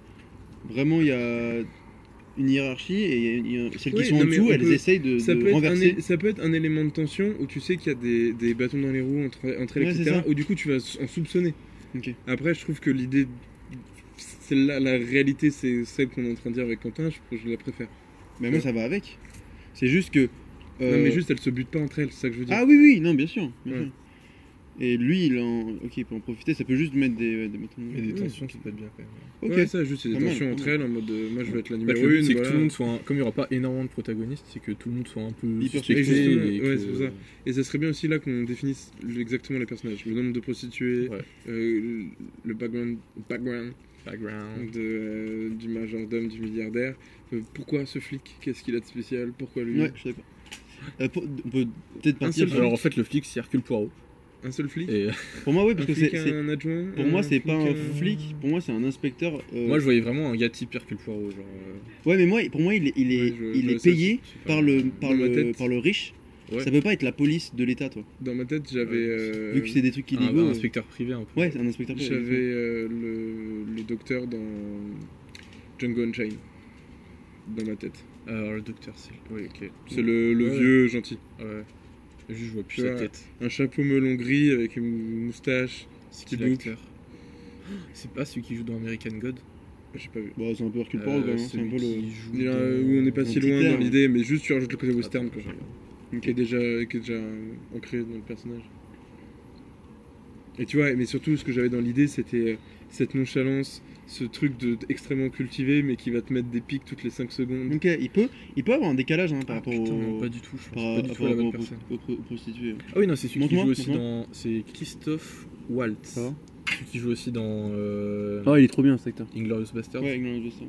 Speaker 4: vraiment, il y a une hiérarchie et il y a une- il y a- celles qui
Speaker 3: Oui,
Speaker 4: sont en
Speaker 3: non, mais
Speaker 4: dessous,
Speaker 3: on
Speaker 4: elles
Speaker 3: peut-
Speaker 4: essayent de,
Speaker 3: ça
Speaker 4: de
Speaker 3: peut, être un,
Speaker 4: renverser.
Speaker 3: é- ça peut être un élément de tension où tu sais qu'il y a des, des bâtons dans les roues entre, entre elles,
Speaker 4: Ouais, c'est
Speaker 3: etc.
Speaker 4: ça.
Speaker 3: Où du coup tu vas s- en soupçonner.
Speaker 4: Ok.
Speaker 3: Après, je trouve que l'idée, celle-là, la réalité, c'est celle qu'on est en train de dire avec Quentin, je, je la préfère.
Speaker 4: Mais moi, ça va avec. C'est juste que.
Speaker 3: Non,
Speaker 4: euh,
Speaker 3: mais juste, elles se butent pas entre elles, c'est ça que je veux dire.
Speaker 4: Ah oui, oui, non, bien sûr. bien
Speaker 3: Ouais.
Speaker 4: sûr. Et lui, il en... ok, il peut en profiter. Ça peut juste mettre des. des... bâtons dans les
Speaker 2: pas. Il y a
Speaker 4: roues.
Speaker 2: des tensions qui pètent bien quand même.
Speaker 4: Ok.
Speaker 3: Ouais, ça, juste, c'est des
Speaker 2: Ah,
Speaker 4: Pas mal,
Speaker 3: tensions
Speaker 4: pas
Speaker 3: entre
Speaker 4: mal.
Speaker 3: elles en mode euh, moi je vais être la
Speaker 2: En fait,
Speaker 3: numéro
Speaker 2: le but,
Speaker 3: une.
Speaker 2: c'est que
Speaker 3: voilà.
Speaker 2: tout le monde soit. un- Comme il n'y aura pas énormément de protagonistes, c'est que tout le monde soit un peu.
Speaker 4: Hyper
Speaker 2: suspecté
Speaker 3: suspect.
Speaker 2: et
Speaker 3: Ouais,
Speaker 2: que-
Speaker 3: c'est ça. Et ça serait bien aussi là qu'on définisse exactement les personnages, le nombre de prostituées,
Speaker 2: Ouais.
Speaker 3: euh, le background, background
Speaker 2: Background.
Speaker 3: de, euh, du majordome, du milliardaire. Euh, pourquoi ce flic Qu'est-ce qu'il a de spécial Pourquoi lui
Speaker 4: Ouais, je suis d'accord. Euh, pour- on peut peut-être partir.
Speaker 3: seul
Speaker 4: sur-
Speaker 2: Alors en fait, le flic, c'est Hercule Poirot.
Speaker 3: Un seul flic
Speaker 2: Et
Speaker 4: Pour moi, oui,
Speaker 3: Un
Speaker 4: parce que
Speaker 3: flic,
Speaker 4: c'est. c'est-
Speaker 3: un adjoint
Speaker 4: Pour
Speaker 3: un
Speaker 4: moi, c'est
Speaker 3: flic,
Speaker 4: pas un
Speaker 3: euh,
Speaker 4: flic. Pour moi, c'est un inspecteur. euh,
Speaker 2: moi, je voyais vraiment un gars type Hercule Poirot. Genre, euh,
Speaker 4: Ouais, mais moi, pour moi, il est, il est,
Speaker 3: Ouais, je-
Speaker 4: il
Speaker 3: je
Speaker 4: est
Speaker 3: vois ça,
Speaker 4: payé
Speaker 2: je sais pas.
Speaker 4: par le, par
Speaker 3: Dans ma
Speaker 4: le,
Speaker 3: tête.
Speaker 4: par le riche.
Speaker 2: Ouais.
Speaker 4: Ça peut pas être la police de l'État, toi.
Speaker 3: Dans ma tête, j'avais.
Speaker 2: Ouais,
Speaker 3: euh,
Speaker 4: Vu que c'est des trucs
Speaker 2: Un,
Speaker 4: illégaux.
Speaker 2: un
Speaker 4: euh,
Speaker 2: inspecteur privé un peu.
Speaker 4: Ouais, c'est un inspecteur.
Speaker 3: J'avais euh, le, le docteur dans Django Unchained. Dans ma tête.
Speaker 2: Alors le docteur, c'est. Oui, ok.
Speaker 3: C'est le, le
Speaker 2: Ouais.
Speaker 3: vieux gentil.
Speaker 2: Ouais. Juste, je vois plus
Speaker 3: Tu
Speaker 2: sa
Speaker 3: vois,
Speaker 2: tête.
Speaker 3: Un chapeau melon gris avec une moustache.
Speaker 2: C'est
Speaker 3: qui
Speaker 2: qui l'acteur C'est pas celui qui joue dans American God
Speaker 3: J'ai pas vu.
Speaker 4: Bah, c'est un peu Hercule
Speaker 2: Euh,
Speaker 4: Poirot, quand même, C'est
Speaker 2: celui
Speaker 4: un peu le.
Speaker 2: qui joue
Speaker 3: Il y a
Speaker 2: dans-
Speaker 3: un- euh, où on n'est pas
Speaker 4: un
Speaker 3: si
Speaker 4: petit
Speaker 3: loin
Speaker 4: air,
Speaker 3: dans
Speaker 4: ouais.
Speaker 3: l'idée, mais juste tu rajoutes le côté western
Speaker 2: Attends,
Speaker 3: quoi,
Speaker 2: je regarde.
Speaker 3: qui, est déjà, qui est déjà ancré dans le personnage. Et tu vois, mais surtout ce que j'avais dans l'idée c'était euh, cette nonchalance, ce truc de, extrêmement cultivé mais qui va te mettre des pics toutes les 5 secondes.
Speaker 4: Ok, euh, il peut, il peut avoir un décalage hein, par
Speaker 2: Ah,
Speaker 4: rapport
Speaker 2: putain, non,
Speaker 4: au.
Speaker 2: pas du tout, je pense
Speaker 4: Par,
Speaker 2: pas du
Speaker 4: par
Speaker 2: tout à la
Speaker 4: rapport
Speaker 2: bonne
Speaker 4: aux,
Speaker 2: personne.
Speaker 4: pro- aux pro- aux prostituées. ouais.
Speaker 2: Ah oui, non, c'est celui qui
Speaker 4: Montre-moi,
Speaker 2: joue aussi
Speaker 4: montre-moi.
Speaker 2: dans. C'est Christophe Waltz.
Speaker 4: Ça va
Speaker 2: Celui qui joue aussi dans. Euh...
Speaker 4: Ah, il est trop bien, cet acteur.
Speaker 2: Inglorious Bastard.
Speaker 4: Ouais, Ignorant de ça.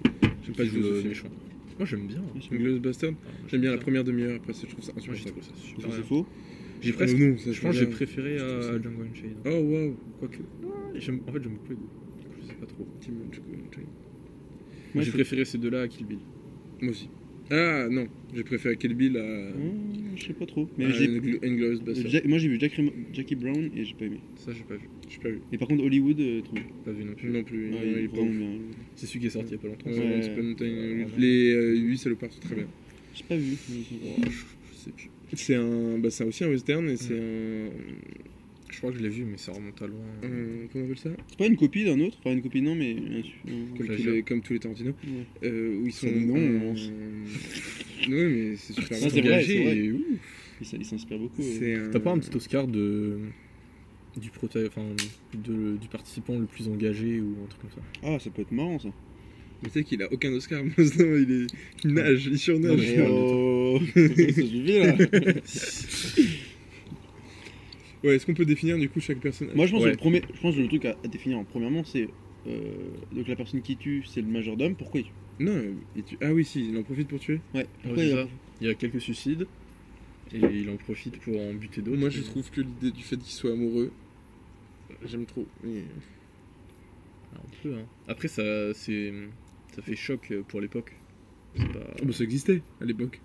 Speaker 2: je sais
Speaker 3: pas
Speaker 2: pas,
Speaker 3: du tout ce
Speaker 2: le
Speaker 3: film.
Speaker 2: méchant. Moi j'aime bien.
Speaker 3: Inglourious Basterds,
Speaker 2: Ah, moi,
Speaker 3: j'aime bien la
Speaker 2: ça.
Speaker 3: première demi-heure, après c'est- je trouve ça
Speaker 2: Moi j'ai
Speaker 3: insupportable.
Speaker 2: trouvé ça
Speaker 4: Ça,
Speaker 2: super.
Speaker 4: C'est
Speaker 2: bien.
Speaker 4: faux.
Speaker 2: J'ai
Speaker 3: Euh,
Speaker 2: presque.
Speaker 3: non, ça,
Speaker 2: Je pense que
Speaker 3: me
Speaker 2: j'ai
Speaker 3: regarde.
Speaker 2: préféré
Speaker 3: Je trouve ça-
Speaker 2: à Django Unchained.
Speaker 4: Ah.
Speaker 3: Oh waouh,
Speaker 2: Quoique. ouais, j'aime- En fait, j'aime beaucoup les deux. Je sais pas trop.
Speaker 3: Tim Django Unchained.
Speaker 4: Moi,
Speaker 2: J'ai
Speaker 4: je-
Speaker 2: préféré ces deux-là à Kill Bill.
Speaker 3: Moi aussi. Ah non, j'ai préféré Kill Bill à,
Speaker 2: Mmh.
Speaker 4: Hmm, Je sais pas trop.
Speaker 3: à
Speaker 4: Mais j'ai.
Speaker 3: Ingl- Inglourious Basterds.
Speaker 4: Euh, Jack- Moi, j'ai vu Jack Remo- Jackie Brown et j'ai pas aimé.
Speaker 2: Ça, j'ai pas vu.
Speaker 3: J'ai pas vu.
Speaker 4: Mais par contre, Hollywood, euh, trop bien.
Speaker 2: Pas vu non plus.
Speaker 3: Non plus,
Speaker 4: Ouais,
Speaker 3: non,
Speaker 4: Ah, il est
Speaker 3: pas
Speaker 4: vraiment
Speaker 3: ouf.
Speaker 4: bien.
Speaker 2: C'est celui qui est sorti il y a pas longtemps.
Speaker 3: Ouais,
Speaker 2: ça.
Speaker 4: Ouais.
Speaker 3: c'est pas Mountain Holiday.
Speaker 2: Ouais.
Speaker 3: Les euh, 8 salopards, c'est très bien.
Speaker 4: J'ai pas vu. mais
Speaker 2: Oh,
Speaker 4: c'est-
Speaker 2: je, je sais plus.
Speaker 3: C'est un, bah, c'est aussi un western et c'est un,
Speaker 2: Je crois que je l'ai vu, mais ça remonte à loin.
Speaker 3: un- comment on appelle ça
Speaker 4: C'est pas une copie d'un autre Enfin, une copie, non, mais. un su- un-
Speaker 3: comme tous,
Speaker 2: Plagiat.
Speaker 3: les, comme tous les Tarantino,
Speaker 4: Ouais.
Speaker 3: euh, où ils
Speaker 4: Ça
Speaker 3: sont.
Speaker 4: dit non,
Speaker 3: euh,
Speaker 4: on-
Speaker 3: ouais, mais c'est super.
Speaker 4: Ah,
Speaker 3: bien.
Speaker 4: c'est vrai,
Speaker 2: Engagé
Speaker 4: c'est vrai.
Speaker 2: et ouh.
Speaker 4: Il s- il s'inspire beaucoup. euh.
Speaker 3: C'est un-
Speaker 2: T'as pas un petit Oscar de du prota... enfin, de- du participant le plus engagé ou un truc comme ça
Speaker 4: Ah, ça peut être marrant ça.
Speaker 3: Mais tu sais qu'il a aucun Oscar, maintenant il, est... il nage, il
Speaker 2: Non,
Speaker 3: surnage.
Speaker 2: mais-
Speaker 4: Eh oh, ça suffit là.
Speaker 3: Ouais, est-ce qu'on peut définir du coup chaque personne
Speaker 4: Moi, je pense
Speaker 2: Ouais.
Speaker 4: que le premier, je pense que le truc à, à définir en premièrement, c'est euh, donc la personne qui tue, c'est le majordome. Pourquoi il tue
Speaker 3: Non, il tue- ah oui, si, il en profite pour tuer.
Speaker 4: Ouais.
Speaker 2: Ouais,
Speaker 4: Pourquoi
Speaker 2: c'est
Speaker 4: il-
Speaker 2: ça. Il y a quelques suicides et il en profite pour en buter d'autres.
Speaker 3: Moi je trouve que l'idée du fait qu'il soit amoureux, j'aime trop. Mais-
Speaker 2: Ah, un peu, hein. Après ça c'est ça fait choc pour l'époque. C'est pas
Speaker 3: Ah, bah, ça existait à l'époque.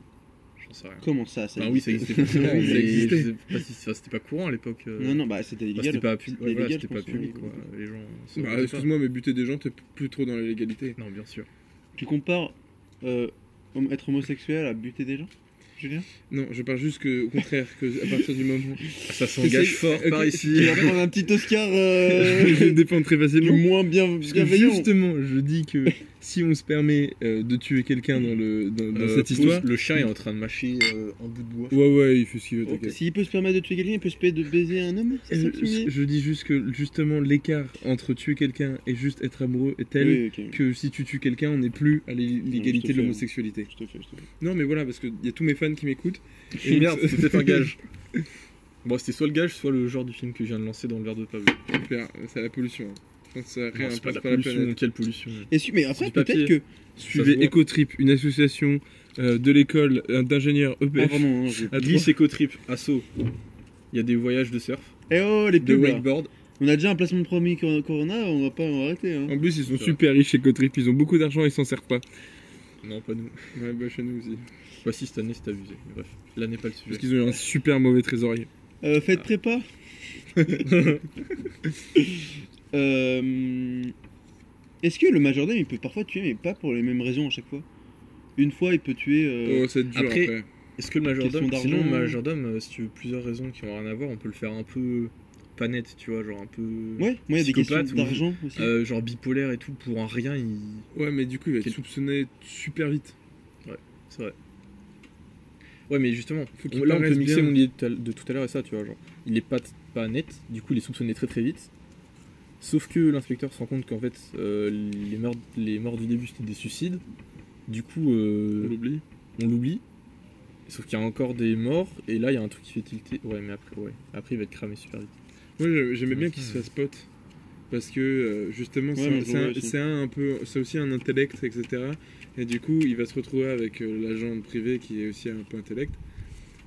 Speaker 2: j'en sais rien.
Speaker 4: Comment ça Ça
Speaker 2: Enfin, Bah oui, ça existait forcément,
Speaker 3: Oui, ça
Speaker 2: mais
Speaker 3: existait.
Speaker 2: je sais pas si ça- c'était pas courant à l'époque. euh,
Speaker 4: Non, non, bah c'était
Speaker 2: bah,
Speaker 4: illégal.
Speaker 2: c'était pas, pub- ouais, voilà,
Speaker 4: illégal,
Speaker 2: c'était
Speaker 4: je
Speaker 2: pas
Speaker 4: pense,
Speaker 2: public,
Speaker 4: ouais.
Speaker 2: quoi. Les gens. se
Speaker 3: Bah,
Speaker 2: rendaient pas.
Speaker 3: excuse-moi, mais buter des gens, t'es plus trop dans la légalité.
Speaker 2: Non, bien sûr.
Speaker 4: Tu compares euh, homme- être homosexuel à buter des gens
Speaker 5: Julien
Speaker 3: Non, je parle juste que, au contraire, que à partir du moment.
Speaker 2: Ça s'engage fort
Speaker 3: Ok.
Speaker 2: par
Speaker 4: Il
Speaker 2: ici.
Speaker 4: va prendre un petit Oscar euh,
Speaker 1: je le défends très
Speaker 4: du
Speaker 1: facilement.
Speaker 4: moins bien,
Speaker 1: Parce que
Speaker 4: bienveillant.
Speaker 1: justement, je dis que si on se permet euh, de tuer quelqu'un dans, le, dans, dans
Speaker 2: Euh,
Speaker 1: cette
Speaker 2: pose-
Speaker 1: histoire,
Speaker 2: le chien est en train de mâcher euh, un bout de bois.
Speaker 1: ouais, ouais, il fait ce qu'il veut,
Speaker 4: Ok.
Speaker 1: t'inquiète.
Speaker 4: S'il peut se permettre de tuer quelqu'un, il peut se permettre de baiser un homme C'est ça
Speaker 3: Euh,
Speaker 4: que tu me
Speaker 1: Je,
Speaker 4: dis
Speaker 1: je dis juste que justement l'écart entre tuer quelqu'un et juste être amoureux est tel
Speaker 4: Oui, ok.
Speaker 1: que si tu tues quelqu'un, on n'est plus à l'é-
Speaker 4: je te
Speaker 1: l'égalité
Speaker 4: fais,
Speaker 1: de l'homosexualité.
Speaker 4: Je te fais, je te fais.
Speaker 3: Non, mais voilà, parce qu'il y a tous mes fans qui m'écoutent.
Speaker 2: Et merde, c'était peut-être un gage. Bon, c'était soit le gage, soit le genre du film que je viens de lancer dans le verre de Pavel.
Speaker 3: Super, c'est la pollution. hein. Je pense que ça
Speaker 2: Non,
Speaker 3: réimpacte
Speaker 2: c'est pas de la
Speaker 3: pas la
Speaker 2: pollution,
Speaker 3: planète.
Speaker 2: quelle pollution.
Speaker 4: Et si- mais après,
Speaker 2: Du papier.
Speaker 4: peut-être que.
Speaker 2: Ça se
Speaker 3: Suivez
Speaker 2: voit.
Speaker 3: Ecotrip, une association euh, de l'école euh, d'ingénieurs
Speaker 4: Ah,
Speaker 3: EPF.
Speaker 4: vraiment, hein, j'ai-
Speaker 3: à
Speaker 2: Glisse éco-trip, assaut. Il y a des voyages de surf,
Speaker 4: Eh oh, les
Speaker 2: de
Speaker 4: pubs là.
Speaker 2: wakeboard.
Speaker 4: On a déjà un placement de premier cor- Corona, on va pas en arrêter. Hein.
Speaker 3: En plus, ils sont
Speaker 2: C'est
Speaker 3: super riches, Ecotrip. Ils ont beaucoup d'argent, ils s'en servent pas.
Speaker 2: Non, pas nous.
Speaker 3: Ouais, bah chez nous aussi.
Speaker 2: Bah si, cette année, c'est abusé. Mais bref, là n'est pas le
Speaker 3: Parce
Speaker 2: sujet.
Speaker 3: qu'ils ont eu un super mauvais trésorier.
Speaker 4: Euh, faites prépa Euh, Est-ce que le majordome il peut parfois tuer, mais pas pour les mêmes raisons à chaque fois Une fois il peut tuer. euh,
Speaker 3: oh, ça dure
Speaker 2: après-
Speaker 3: après.
Speaker 2: Est-ce que le majordome.
Speaker 4: Question
Speaker 2: Sinon, le
Speaker 4: d'argent.
Speaker 2: majordome, euh, si tu veux plusieurs raisons qui ont rien à voir, on peut le faire un peu pas net, tu vois, genre un peu.
Speaker 4: Ouais, moi il y a des questions
Speaker 2: psychopathe ou-
Speaker 4: d'argent aussi.
Speaker 2: Euh, genre bipolaire et tout, pour un rien, il.
Speaker 3: Ouais, mais du coup, il va être
Speaker 2: Quel-
Speaker 3: soupçonné super vite.
Speaker 2: C'est vrai. Ouais, mais justement,
Speaker 3: Faut qu'il
Speaker 2: on- là on peut
Speaker 3: paraisse
Speaker 2: mixer
Speaker 3: bien.
Speaker 2: mon idée de tout à- de tout à l'heure et ça, tu vois. Genre, il est pas, t- pas net, du coup il est soupçonné très très vite. Sauf que l'inspecteur se rend compte qu'en fait, euh, les, morts, les morts du début c'était des suicides. Du coup,
Speaker 3: On
Speaker 2: euh,
Speaker 3: l'oublie.
Speaker 2: on l'oublie. Sauf qu'il y a encore des morts, et là il y a un truc qui fait tilter. Ouais, mais après, ouais. Après il va être cramé super vite.
Speaker 3: Moi, je- j'aimais bien
Speaker 2: Ouais,
Speaker 3: qu'il
Speaker 2: ça,
Speaker 3: se fasse pote. Parce que euh, justement, c'est
Speaker 4: moi,
Speaker 3: un-
Speaker 4: je
Speaker 3: c'est un-
Speaker 4: vois aussi.
Speaker 3: c'est un, un peu. C'est aussi un intellect, etc. Et du coup, il va se retrouver avec euh, l'agent de privé qui est aussi un peu intellect.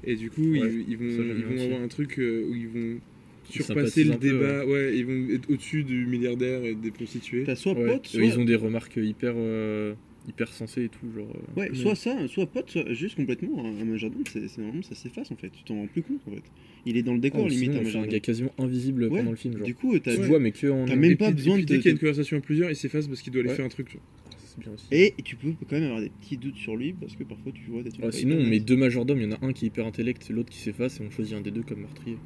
Speaker 3: Et du coup,
Speaker 2: Ouais,
Speaker 3: ils, ils
Speaker 2: ça, j'aime
Speaker 3: vont, ils
Speaker 2: bien
Speaker 3: vont
Speaker 2: aussi.
Speaker 3: avoir un truc euh, où ils vont
Speaker 2: Ils
Speaker 3: surpasser le
Speaker 2: sympathisent un peu,
Speaker 3: débat. ouais. ils vont être au-dessus du milliardaire et des prostituées.
Speaker 4: T'as soit
Speaker 2: Ouais.
Speaker 4: pote, soit.
Speaker 2: Euh, ils ont des remarques hyper, euh, hyper sensées et tout. Genre, euh,
Speaker 4: Ouais, soit ça, soit pote, soit juste complètement un un majordome, c'est c'est vraiment ça s'efface en fait. Tu t'en rends plus compte en fait. Il est dans le décor
Speaker 2: Oh,
Speaker 4: limite
Speaker 2: sinon,
Speaker 4: un
Speaker 2: on fait un
Speaker 4: majordome.
Speaker 2: gars quasiment invisible
Speaker 4: Ouais,
Speaker 2: pendant le film. Genre.
Speaker 4: Du coup, t'as
Speaker 2: Tu vois, mais que en.
Speaker 4: t'as même
Speaker 3: Et
Speaker 4: pas
Speaker 3: puis-
Speaker 4: besoin
Speaker 3: et puis,
Speaker 4: de.
Speaker 3: dès qu'il y a
Speaker 4: de-
Speaker 3: une conversation à plusieurs, il s'efface parce qu'il doit aller
Speaker 2: Ouais.
Speaker 3: faire un truc. genre.
Speaker 2: C'est bien aussi.
Speaker 4: Et tu peux quand même avoir des petits doutes sur lui parce que parfois tu vois des trucs.
Speaker 2: Ouais,
Speaker 4: pas
Speaker 2: Oh, sinon, on
Speaker 4: étonnants.
Speaker 2: met deux majordomes, il y en a un qui est hyper intellect, l'autre qui s'efface, et on choisit un des deux comme meurtrier.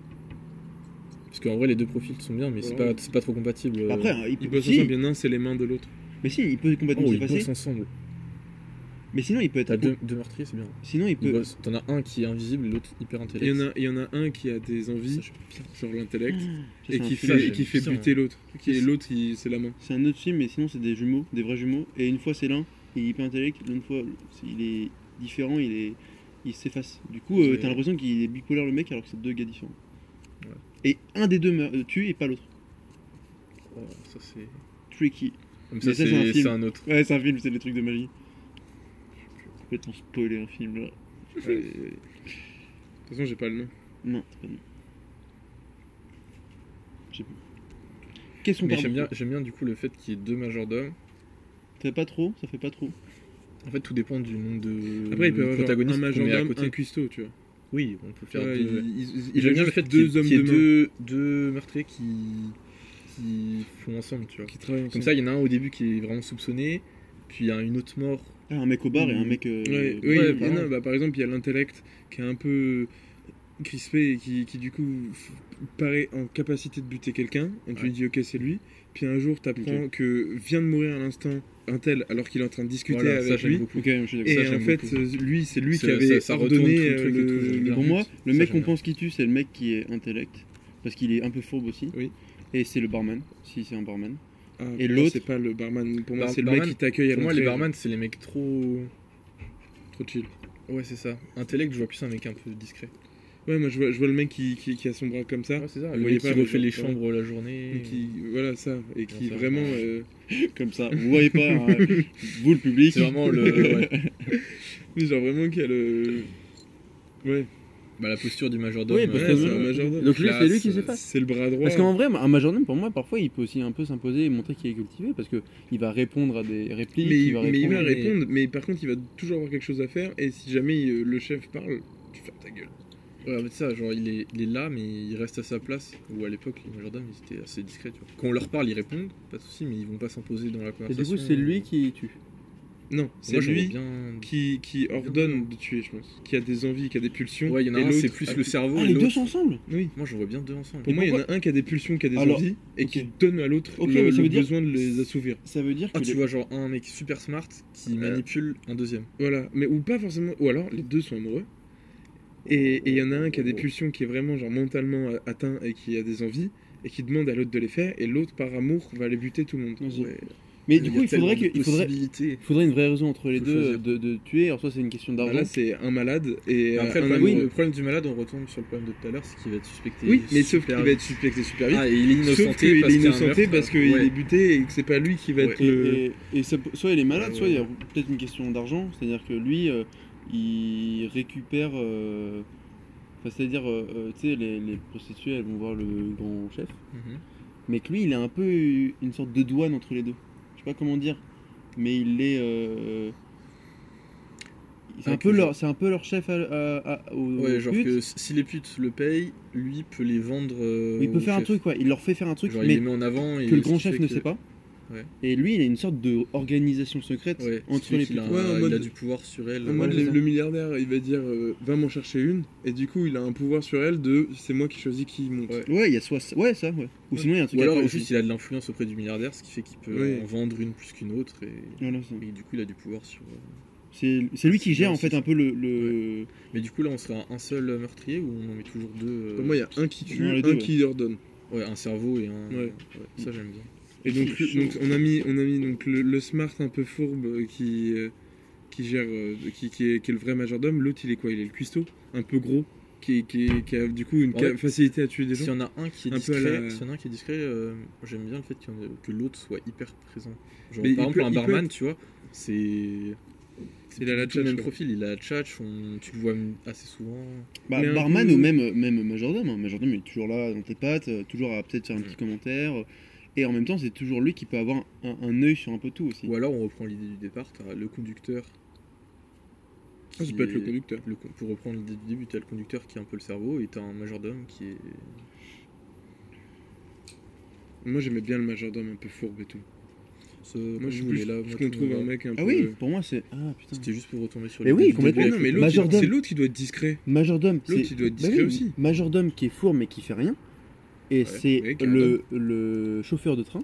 Speaker 2: Parce qu'en vrai, les deux profils sont bien, mais c'est
Speaker 3: Ouais.
Speaker 2: pas, c'est pas trop compatible. euh.
Speaker 4: Après, hein, il
Speaker 3: Ils
Speaker 4: peut.
Speaker 3: bossent
Speaker 4: si,
Speaker 3: ensemble, il y en a un, c'est les mains de l'autre.
Speaker 4: mais si, il peut
Speaker 2: Oh,
Speaker 4: complètement
Speaker 2: ils
Speaker 4: s'effacer.
Speaker 2: bossent ensemble.
Speaker 4: Mais sinon, il peut être.
Speaker 2: T'as deux, deux meurtriers, c'est bien.
Speaker 4: Sinon, il peut.
Speaker 2: Ils bossent. T'en as un qui est invisible, et l'autre hyper
Speaker 3: Il
Speaker 2: intellect.
Speaker 3: y, en a, il y en a un qui a des envies,
Speaker 2: Ça, je- Ah.
Speaker 3: genre l'intellect,
Speaker 4: Ça,
Speaker 3: et
Speaker 4: c'est un
Speaker 3: qui
Speaker 4: film.
Speaker 3: fait, et
Speaker 2: j'aime
Speaker 3: qui fait
Speaker 2: bien,
Speaker 3: buter
Speaker 2: ouais.
Speaker 3: l'autre. Qui est l'autre, il- c'est la main.
Speaker 4: C'est un autre film, mais sinon, c'est des jumeaux, des vrais jumeaux. Et une fois, c'est l'un, il est hyper intellect. L'autre fois, c'est- il est différent, il est. Il s'efface. Du coup, euh,
Speaker 2: Ouais.
Speaker 4: t'as l'impression qu'il est bipolaire le mec alors que c'est deux gars différents.
Speaker 2: Ouais.
Speaker 4: Et un des deux meurt- euh, tue et pas l'autre.
Speaker 2: Oh, ça, c'est.
Speaker 4: Tricky.
Speaker 2: Comme
Speaker 4: ça,
Speaker 2: ça,
Speaker 4: c'est un
Speaker 2: c'est
Speaker 4: film.
Speaker 2: c'est un, autre.
Speaker 4: Ouais, c'est un film, c'est des trucs de magie. Complètement spoiler un film là.
Speaker 3: Ouais, ouais, ouais. De toute façon, j'ai pas le nom.
Speaker 4: Non, c'est pas lui. J'ai plus. Qu'est-ce qu'on
Speaker 2: Mais
Speaker 4: parle
Speaker 2: j'aime bien, j'aime bien du coup le fait qu'il y ait deux majordomes.
Speaker 4: Ça fait pas trop, ça fait pas trop.
Speaker 2: En fait, tout dépend du nombre de.
Speaker 3: Après, il peut y avoir genre,
Speaker 2: protagonistes
Speaker 3: un
Speaker 2: qu'on met à
Speaker 3: majordome,
Speaker 2: côté.
Speaker 3: un cuistot, tu vois.
Speaker 2: Oui, on peut faire
Speaker 3: Ouais,
Speaker 2: deux.
Speaker 3: il- il-
Speaker 2: Et
Speaker 3: il
Speaker 2: j'aime
Speaker 3: a
Speaker 2: bien
Speaker 3: juste
Speaker 2: le fait qu'il
Speaker 3: deux
Speaker 2: qu'il
Speaker 3: hommes
Speaker 2: y ait
Speaker 3: de main
Speaker 2: deux, deux meurtriers qui, qui font ensemble, tu vois.
Speaker 3: qui travaillent ensemble.
Speaker 2: Comme ça, il y en a un au début qui est vraiment soupçonné, puis il y a une autre mort.
Speaker 4: Ah, un mec au bar et un mec. euh,
Speaker 3: Ouais,
Speaker 4: euh,
Speaker 3: oui, mais
Speaker 2: ouais, vraiment.
Speaker 3: non, bah, par exemple, il y a l'intellect qui est un peu crispé et qui, qui, du coup f- paraît en capacité de buter quelqu'un. Et tu
Speaker 2: Ouais.
Speaker 3: lui dis ok, c'est lui. Puis un jour, t'apprends que vient de mourir à l'instant un tel alors qu'il est en train de discuter
Speaker 2: Voilà, ça
Speaker 3: avec
Speaker 2: j'aime
Speaker 3: lui.
Speaker 2: beaucoup.
Speaker 4: Ok, je suis d'accord.
Speaker 3: Et
Speaker 2: Ça,
Speaker 3: en
Speaker 2: j'aime
Speaker 3: fait,
Speaker 2: beaucoup.
Speaker 3: euh, lui, c'est lui qui
Speaker 2: Ça-
Speaker 3: avait
Speaker 2: ça- ça retourne tout
Speaker 3: ordonné
Speaker 2: le truc et tout,
Speaker 3: euh,
Speaker 2: j'aime bien.
Speaker 3: le.
Speaker 4: Pour moi, le
Speaker 2: Ça,
Speaker 4: mec
Speaker 2: j'aime
Speaker 4: qu'on
Speaker 2: bien.
Speaker 4: pense qui tue, c'est le mec qui est intellect. Parce qu'il est un peu fourbe aussi.
Speaker 3: Oui.
Speaker 4: Et c'est le barman, si c'est un barman.
Speaker 3: Ah, pour
Speaker 4: Et
Speaker 3: moi,
Speaker 4: l'autre-
Speaker 3: c'est pas le barman. Pour moi,
Speaker 2: Bar-
Speaker 3: c'est le mec
Speaker 2: barman.
Speaker 3: qui t'accueille à
Speaker 2: Pour moi, les
Speaker 3: l'entrée,
Speaker 2: barman, c'est les mecs trop.
Speaker 3: Trop chill.
Speaker 2: Ouais, c'est ça. Intellect, je vois plus un mec un peu discret.
Speaker 3: Ouais, moi, je vois, je vois le mec qui, qui, qui a son bras comme ça.
Speaker 2: Ouais, c'est ça.
Speaker 3: Vous
Speaker 2: Le
Speaker 3: voyez
Speaker 2: mec qui
Speaker 3: pas, mais
Speaker 2: refait
Speaker 3: genre,
Speaker 2: les
Speaker 3: ouais.
Speaker 2: chambres la journée.
Speaker 3: Et qui, voilà ça, et qui
Speaker 2: ça,
Speaker 3: vraiment.
Speaker 2: ouais.
Speaker 3: euh,
Speaker 4: Comme ça, vous voyez pas, hein, vous le public.
Speaker 2: C'est vraiment le. ouais.
Speaker 3: mais genre vraiment qui a le. Ouais,
Speaker 2: Bah, la posture du majordome.
Speaker 4: Oui, parce
Speaker 2: euh,
Speaker 3: ouais,
Speaker 4: que-
Speaker 3: c'est
Speaker 2: ça-
Speaker 3: un majordome.
Speaker 4: Donc lui, c'est lui qui
Speaker 2: Classe,
Speaker 4: s'efface.
Speaker 3: C'est le bras droit.
Speaker 4: Parce qu'en vrai, un majordome, pour moi, parfois, il peut aussi un peu s'imposer et montrer qu'il est cultivé, parce que il va répondre à des
Speaker 3: mais,
Speaker 4: répliques, il
Speaker 3: il,
Speaker 4: va
Speaker 3: mais il
Speaker 4: répondre.
Speaker 3: va
Speaker 4: à des-
Speaker 3: répondre, mais par contre, il va toujours avoir quelque chose à faire, et si jamais euh, le chef parle, tu fermes ta gueule.
Speaker 2: Ouais, mais ça, genre, il est, il est là, mais il reste à sa place. Ou à l'époque, les majordomes, ils étaient assez discrets, tu vois. Quand on leur parle, ils répondent, pas de soucis, mais ils vont pas s'imposer dans la
Speaker 4: Et
Speaker 2: conversation.
Speaker 4: du coup, c'est lui qui tue.
Speaker 3: Non, c'est
Speaker 2: Moi, j'aurais
Speaker 3: lui
Speaker 2: bien.
Speaker 3: qui, qui ordonne de tuer, je pense. Qui a des envies, qui a des pulsions.
Speaker 2: Ouais, il y en a
Speaker 3: et
Speaker 2: un, c'est
Speaker 3: l'autre
Speaker 2: plus
Speaker 3: a-
Speaker 2: le cerveau.
Speaker 4: Ah,
Speaker 2: et
Speaker 4: les
Speaker 2: l'autre-
Speaker 4: deux sont ensemble
Speaker 3: Oui.
Speaker 2: Moi, je vois bien deux ensemble.
Speaker 3: Pour moi, il y en a un qui a des pulsions, qui a des
Speaker 4: Alors,
Speaker 3: envies, et
Speaker 4: ok.
Speaker 3: qui donne à l'autre
Speaker 4: Ok,
Speaker 3: le,
Speaker 4: mais ça
Speaker 3: le
Speaker 4: veut dire-
Speaker 3: besoin de les assouvir.
Speaker 4: Ça veut dire que.
Speaker 2: Ah, tu
Speaker 4: les-
Speaker 2: vois, genre un mec super smart qui
Speaker 3: Euh.
Speaker 2: manipule un deuxième.
Speaker 3: Voilà, mais ou pas forcément. Ou alors, les deux sont amoureux. Et et il y en a un qui a des pulsions, qui est vraiment genre mentalement a- atteint et qui a des envies, et qui demande à l'autre de les faire, et l'autre, par amour, va aller buter tout le monde.
Speaker 4: Vas-y.
Speaker 3: Ouais.
Speaker 4: Mais du coup, il faudrait, que,
Speaker 2: qu'il
Speaker 4: il, faudrait, il faudrait une vraie raison entre les
Speaker 2: Faut
Speaker 4: deux
Speaker 2: choisir.
Speaker 4: de, de tuer. Alors, soit c'est une question
Speaker 3: Bah
Speaker 4: d'argent.
Speaker 3: là, c'est un malade et euh,
Speaker 2: après,
Speaker 3: un
Speaker 2: le problème,
Speaker 3: amoureux.
Speaker 2: le euh, problème du malade, on retourne sur le problème de tout à l'heure, c'est qu'il va être suspecté.
Speaker 3: Oui, mais sauf qu'il
Speaker 2: super
Speaker 3: va être suspecté super vite.
Speaker 2: Ah, et il est
Speaker 3: sauf
Speaker 2: innocenté.
Speaker 3: qu'il est
Speaker 2: parce qu'il y a un
Speaker 3: innocenté
Speaker 2: meurtre.
Speaker 3: parce qu'il
Speaker 2: Ouais.
Speaker 3: est buté et que c'est pas lui qui va
Speaker 2: Ouais.
Speaker 3: être
Speaker 4: et,
Speaker 3: le.
Speaker 4: et- et ça peut- soit il est malade,
Speaker 2: Euh, Ouais,
Speaker 4: soit il y a peut-être une question d'argent. C'est-à-dire que lui, euh, il récupère. euh, Enfin, c'est-à-dire, euh, euh, tu sais, les, les prostituées, elles vont voir le grand chef.
Speaker 2: Mhm.
Speaker 4: Mais que lui, il a un peu eu une sorte de douane entre les deux. Je sais pas comment dire. Mais il est. euh, c'est, un
Speaker 2: Avec
Speaker 4: peu
Speaker 2: le-
Speaker 4: leur, c'est un peu leur chef à, à- à- au-
Speaker 2: Ouais,
Speaker 4: au
Speaker 2: genre
Speaker 4: pute.
Speaker 2: que s- si les putes le payent, lui peut les vendre. euh,
Speaker 4: Il peut
Speaker 2: au
Speaker 4: faire un
Speaker 2: chef.
Speaker 4: truc, quoi. Il leur fait faire un truc,
Speaker 2: Genre, il
Speaker 4: mais
Speaker 2: les met en avant. Et
Speaker 4: que le
Speaker 2: ce
Speaker 4: grand
Speaker 2: qui
Speaker 4: chef
Speaker 2: fait
Speaker 4: ne
Speaker 2: que-
Speaker 4: sait pas.
Speaker 2: Ouais.
Speaker 4: Et lui, il a une sorte d'organisation secrète
Speaker 2: Ouais, ce qui
Speaker 4: entre
Speaker 2: fait
Speaker 4: les
Speaker 2: qu'il
Speaker 4: putes.
Speaker 2: a,
Speaker 3: Ouais, en
Speaker 2: il
Speaker 3: mode-
Speaker 2: a du pouvoir sur elle.
Speaker 3: Le,
Speaker 2: euh,
Speaker 4: mode-
Speaker 2: ouais.
Speaker 3: Ah, le- le milliardaire, il va dire euh, va m'en chercher une, et du coup, il a un pouvoir sur elle de c'est moi qui choisis qui monte.
Speaker 2: Ouais.
Speaker 4: Ouais, il y a soit ça, ouais, ça ouais. Ou sinon, il y a un truc
Speaker 2: Ou
Speaker 4: à part
Speaker 2: alors,
Speaker 4: aussi.
Speaker 2: juste, il a de l'influence auprès du milliardaire, ce qui fait qu'il peut
Speaker 3: Oui.
Speaker 2: en vendre une plus qu'une autre. Et...
Speaker 4: Voilà, ça.
Speaker 2: et du coup, il a du pouvoir sur. euh,
Speaker 4: C'est c'est lui qui
Speaker 2: C'est
Speaker 4: gère
Speaker 2: bien,
Speaker 4: en fait
Speaker 2: c'est
Speaker 4: un peu le. le...
Speaker 2: Mais du coup, là, on serait à un seul meurtrier ou on en met toujours deux euh,
Speaker 3: Pour moi, il y a un qui tue,
Speaker 4: Non, les
Speaker 3: un
Speaker 4: deux,
Speaker 3: qui ordonne.
Speaker 2: Ouais, un cerveau et un.
Speaker 3: Ouais. Mm.
Speaker 2: ça, j'aime bien.
Speaker 3: Et donc,
Speaker 4: C'est
Speaker 3: donc,
Speaker 4: chaud.
Speaker 3: on a mis, on a mis donc, le, le smart un peu fourbe euh, qui, euh, qui gère, euh, qui, qui est, qui est le vrai majordome. L'autre, il est quoi Il est le cuistot, un peu gros, qui, qui, qui a du coup une
Speaker 2: En
Speaker 3: ca-
Speaker 2: fait,
Speaker 3: facilité à tuer des
Speaker 2: S'il y
Speaker 3: gens.
Speaker 2: en a un qui est
Speaker 3: Un peu
Speaker 2: discret,
Speaker 3: à la-
Speaker 2: s'il y en a un qui est discret, euh, j'aime bien le fait qu'il y en ait- que l'autre soit hyper présent. Genre,
Speaker 3: Mais il
Speaker 2: par exemple,
Speaker 3: peut-
Speaker 2: un
Speaker 3: il peut
Speaker 2: barman, tu vois, c'est. c'est
Speaker 3: Il a
Speaker 2: pas
Speaker 3: la
Speaker 2: du tout
Speaker 3: tchatch,
Speaker 2: le même
Speaker 3: ouais.
Speaker 2: profil, il a la tchatch, on- tu le vois assez souvent.
Speaker 4: Bah,
Speaker 3: Mais un
Speaker 4: barman
Speaker 3: peu-
Speaker 4: ou même, même majordome. hein. Majordome il est toujours là dans tes pattes, euh, toujours à peut-être faire un petit commentaire. euh, Et en même temps, c'est toujours lui qui peut avoir un, un œil sur un peu tout aussi.
Speaker 2: Ou alors on reprend l'idée du départ, t'as le conducteur.
Speaker 3: Ah, ça
Speaker 2: qui
Speaker 3: peut être le
Speaker 2: est-
Speaker 3: conducteur.
Speaker 2: le con- pour reprendre l'idée du début, t'as le conducteur qui est un peu le cerveau et t'as un majordome qui est.
Speaker 3: Moi, j'aimais bien le majordome un peu fourbe et tout.
Speaker 2: Ce-
Speaker 3: Moi, je suis
Speaker 2: nous,
Speaker 3: plus,
Speaker 2: on est là,
Speaker 3: je
Speaker 2: moi, tout le
Speaker 3: qu'on trouve
Speaker 2: monde
Speaker 3: un
Speaker 2: est là.
Speaker 3: mec un peu.
Speaker 4: Ah oui, pour moi, c'est. Ah putain.
Speaker 2: C'était juste pour retomber sur
Speaker 4: Mais oui,
Speaker 2: l'idée du
Speaker 4: complètement.
Speaker 3: Mais
Speaker 2: début.
Speaker 3: non, mais l'autre, il-
Speaker 4: Majordome.
Speaker 3: c'est l'autre qui doit être discret.
Speaker 4: Majordome,
Speaker 3: L'autre,
Speaker 4: c'est.
Speaker 3: il doit être
Speaker 4: Bah
Speaker 3: discret
Speaker 4: oui,
Speaker 3: aussi.
Speaker 4: Majordome qui est fourbe mais qui fait rien. Et c'est
Speaker 3: ouais, carrément.
Speaker 4: le, le chauffeur de train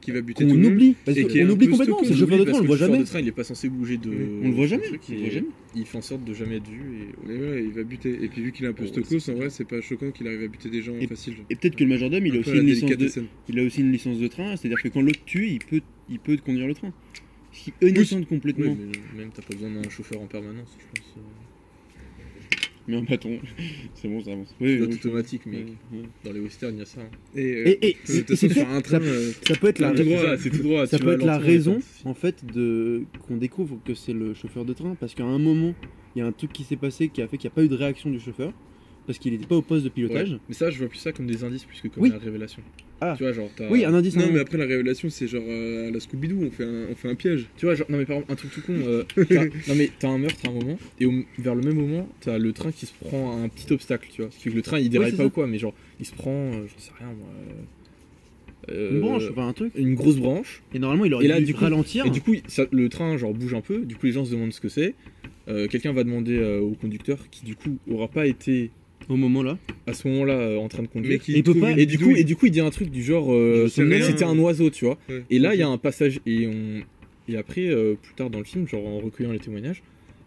Speaker 3: Qui va buter
Speaker 4: qu'on
Speaker 3: tout le monde.
Speaker 4: oublie. Parce
Speaker 3: Et
Speaker 4: que
Speaker 3: qui est
Speaker 4: on
Speaker 3: un
Speaker 4: oublie
Speaker 3: peu
Speaker 4: complètement.
Speaker 3: stocké,
Speaker 4: C'est le chauffeur de
Speaker 2: Parce
Speaker 4: train, on
Speaker 2: que
Speaker 4: le voit
Speaker 2: chauffeur
Speaker 4: jamais.
Speaker 2: de train, il est pas censé bouger de.
Speaker 4: On le voit jamais.
Speaker 2: truc,
Speaker 4: on le
Speaker 2: et
Speaker 4: voit jamais.
Speaker 2: Il fait en sorte de jamais être vu. Et...
Speaker 3: Et voilà, il va buter. Et puis, vu qu'il est un peu
Speaker 2: Ouais,
Speaker 3: stokos,
Speaker 2: c'est
Speaker 3: en vrai, c'est pas choquant qu'il arrive à buter des gens
Speaker 4: Et-
Speaker 3: facile. genre.
Speaker 4: Et peut-être que le majordome, il a
Speaker 3: Un peu
Speaker 4: aussi
Speaker 3: à la
Speaker 4: une licence de,
Speaker 3: délicatesse.
Speaker 4: il a aussi une licence de train, c'est-à-dire que quand l'autre tue, il peut, il peut conduire le train. Si eux
Speaker 3: Oui.
Speaker 4: descendent complètement.
Speaker 2: Oui, mais même t'as pas besoin d'un chauffeur en permanence, je pense.
Speaker 4: Mais un bâton, c'est bon, ça avance.
Speaker 2: C'est
Speaker 4: Oui, oui,
Speaker 2: automatique, mais
Speaker 4: oui, oui.
Speaker 2: dans les westerns, il y a ça. hein.
Speaker 3: Et, euh,
Speaker 4: Et, et
Speaker 3: de toute
Speaker 4: et c'est
Speaker 3: façon, sur
Speaker 4: peut-être-
Speaker 3: un
Speaker 4: ça,
Speaker 3: train, euh,
Speaker 4: ça peut être la,
Speaker 3: tout
Speaker 2: C'est
Speaker 3: droit,
Speaker 2: ça, c'est tout droit.
Speaker 4: ça
Speaker 2: tu
Speaker 4: peut
Speaker 2: vas
Speaker 4: être la
Speaker 2: lentement, mais
Speaker 4: raison
Speaker 2: t'as-
Speaker 4: en fait de qu'on découvre que c'est le chauffeur de train parce qu'à un moment, il y a un truc qui s'est passé qui a fait qu'il n'y a pas eu de réaction du chauffeur parce qu'il n'était pas au poste de pilotage.
Speaker 2: Ouais. Mais ça, je vois plus ça comme des indices plus que comme
Speaker 4: Oui.
Speaker 2: la révélation.
Speaker 4: Ah.
Speaker 2: Tu vois, genre, t'as-
Speaker 4: Oui, un indice. hein.
Speaker 3: Non,
Speaker 4: un-
Speaker 3: mais après la révélation, c'est genre euh, à la Scooby-Doo, on, fait un- on fait un piège.
Speaker 2: Tu vois, genre, non mais par exemple, un truc tout con, euh, t'as- non mais t'as un meurtre à un moment, et au- vers le même moment, t'as le train qui se prend à un petit obstacle, tu vois. Parce que le train il déraille
Speaker 4: c'est
Speaker 2: pas
Speaker 4: ça.
Speaker 2: ou quoi, mais genre, il se prend, euh, j'en sais rien moi. euh,
Speaker 4: une
Speaker 2: euh,
Speaker 4: branche, enfin un truc.
Speaker 2: Une grosse branche,
Speaker 4: Et normalement, il aurait
Speaker 2: et là,
Speaker 4: dû
Speaker 2: du coup-
Speaker 4: ralentir.
Speaker 2: et du coup, ça- le train genre bouge un peu, du coup les gens se demandent ce que c'est. Euh, Quelqu'un va demander euh, au conducteur qui du coup aura pas été
Speaker 4: Au moment là,
Speaker 2: à ce moment-là euh, en train de conduire.
Speaker 3: Mais qui
Speaker 4: il peut
Speaker 3: trouve
Speaker 4: pas-
Speaker 3: une
Speaker 2: Et du coup,
Speaker 3: bidouille.
Speaker 2: et du coup, il dit un truc du genre, euh,
Speaker 3: Je sais rien.
Speaker 2: c'était un oiseau, tu vois.
Speaker 3: Ouais.
Speaker 2: Et là, il y a un passage et on et après euh, plus tard dans le film, genre en recueillant les témoignages,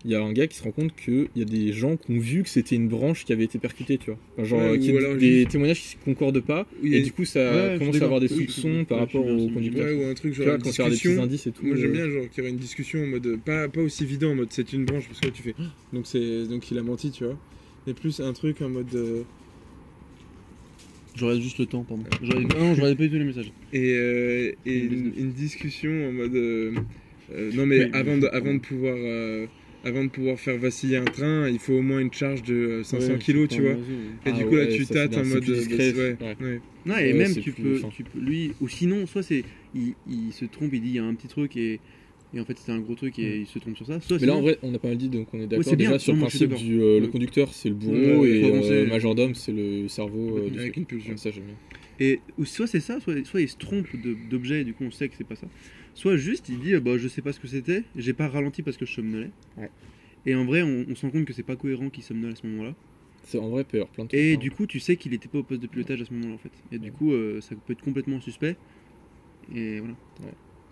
Speaker 2: il y a un gars qui se rend compte que il y a des gens qui ont vu que c'était une branche qui avait été percutée, tu vois. Enfin, genre
Speaker 3: Ouais,
Speaker 2: euh, qui-
Speaker 3: ou alors
Speaker 2: des
Speaker 3: juste-
Speaker 2: témoignages qui concordent pas
Speaker 3: Oui,
Speaker 2: et du coup ça
Speaker 4: Ouais, je
Speaker 2: commence
Speaker 4: suis
Speaker 2: à avoir des
Speaker 4: d'accord. Oui,
Speaker 2: soupçons
Speaker 4: je-
Speaker 2: par
Speaker 4: ouais, je
Speaker 2: rapport
Speaker 4: suis bien,
Speaker 2: au
Speaker 4: c'est
Speaker 2: conducteur.
Speaker 3: Ouais, ou un truc
Speaker 2: Tu
Speaker 3: genre
Speaker 2: vois,
Speaker 3: une
Speaker 2: quand t'as des petits
Speaker 3: discussion.
Speaker 2: indices et tout.
Speaker 3: Moi j'aime
Speaker 2: euh,
Speaker 3: bien genre qu'il y aurait une discussion en mode pas, pas aussi évident en mode c'est une branche parce que là, tu fais donc c'est donc il a menti tu vois mais plus un truc en mode euh,
Speaker 4: j'aurais juste le temps, pardon. J'aurais- Ah non, j'aurais pas eu tous les messages.
Speaker 3: et, euh, et
Speaker 4: Une
Speaker 3: une,
Speaker 4: business.
Speaker 3: une discussion en mode euh, euh, non mais
Speaker 4: Oui, mais-
Speaker 3: avant de, avant de pouvoir euh, avant de pouvoir faire vaciller un train il faut au moins une charge de euh, 500
Speaker 4: Ouais,
Speaker 3: kilos
Speaker 4: c'est
Speaker 3: tu
Speaker 4: pas
Speaker 3: vois
Speaker 4: un oiseau, ouais.
Speaker 3: et
Speaker 2: Ah
Speaker 3: du coup là
Speaker 2: ouais,
Speaker 3: tu
Speaker 2: ça, c'est
Speaker 3: tâtes
Speaker 2: bien,
Speaker 3: en
Speaker 2: c'est
Speaker 3: mode
Speaker 2: plus
Speaker 3: euh,
Speaker 2: discret,
Speaker 3: ouais,
Speaker 2: ouais.
Speaker 3: ouais.
Speaker 4: Non, et
Speaker 2: Ouais,
Speaker 4: même
Speaker 2: c'est
Speaker 4: tu
Speaker 2: plus
Speaker 4: peux,
Speaker 2: fin.
Speaker 4: tu peux- lui, ou sinon, soit c'est, il, il se trompe, il dit il y a un petit truc et, et en fait c'était un gros truc et il se trompe sur ça. Soit
Speaker 2: Mais là en
Speaker 4: sinon-
Speaker 2: vrai on a pas mal dit donc on est d'accord
Speaker 4: c'est bien,
Speaker 2: déjà sur le
Speaker 4: non, moi, je suis
Speaker 2: principe du euh, le
Speaker 4: Ouais.
Speaker 2: conducteur c'est le bourreau
Speaker 4: Ouais,
Speaker 2: et
Speaker 4: faut
Speaker 2: euh,
Speaker 4: avancer.
Speaker 2: majordome c'est le cerveau euh,
Speaker 3: Ouais,
Speaker 2: de
Speaker 3: avec
Speaker 2: ceux-
Speaker 3: une pulsion.
Speaker 2: Ouais, ça j'aime bien.
Speaker 4: et ou soit c'est ça, soit, soit il se trompe de- d'objet et du coup on sait que c'est pas ça. Soit juste, il dit euh, bah, je sais pas ce que c'était, j'ai pas ralenti parce que je somnolais.
Speaker 2: Ouais.
Speaker 4: Et en vrai, on, on se rend compte que c'est pas cohérent qu'il somnole à ce moment-là.
Speaker 2: C'est en vrai peur, plein de trucs.
Speaker 4: Et
Speaker 2: hein.
Speaker 4: du coup, tu sais qu'il était pas au poste de pilotage à ce moment-là en fait. Et du coup, euh, ça peut être complètement suspect. Et voilà.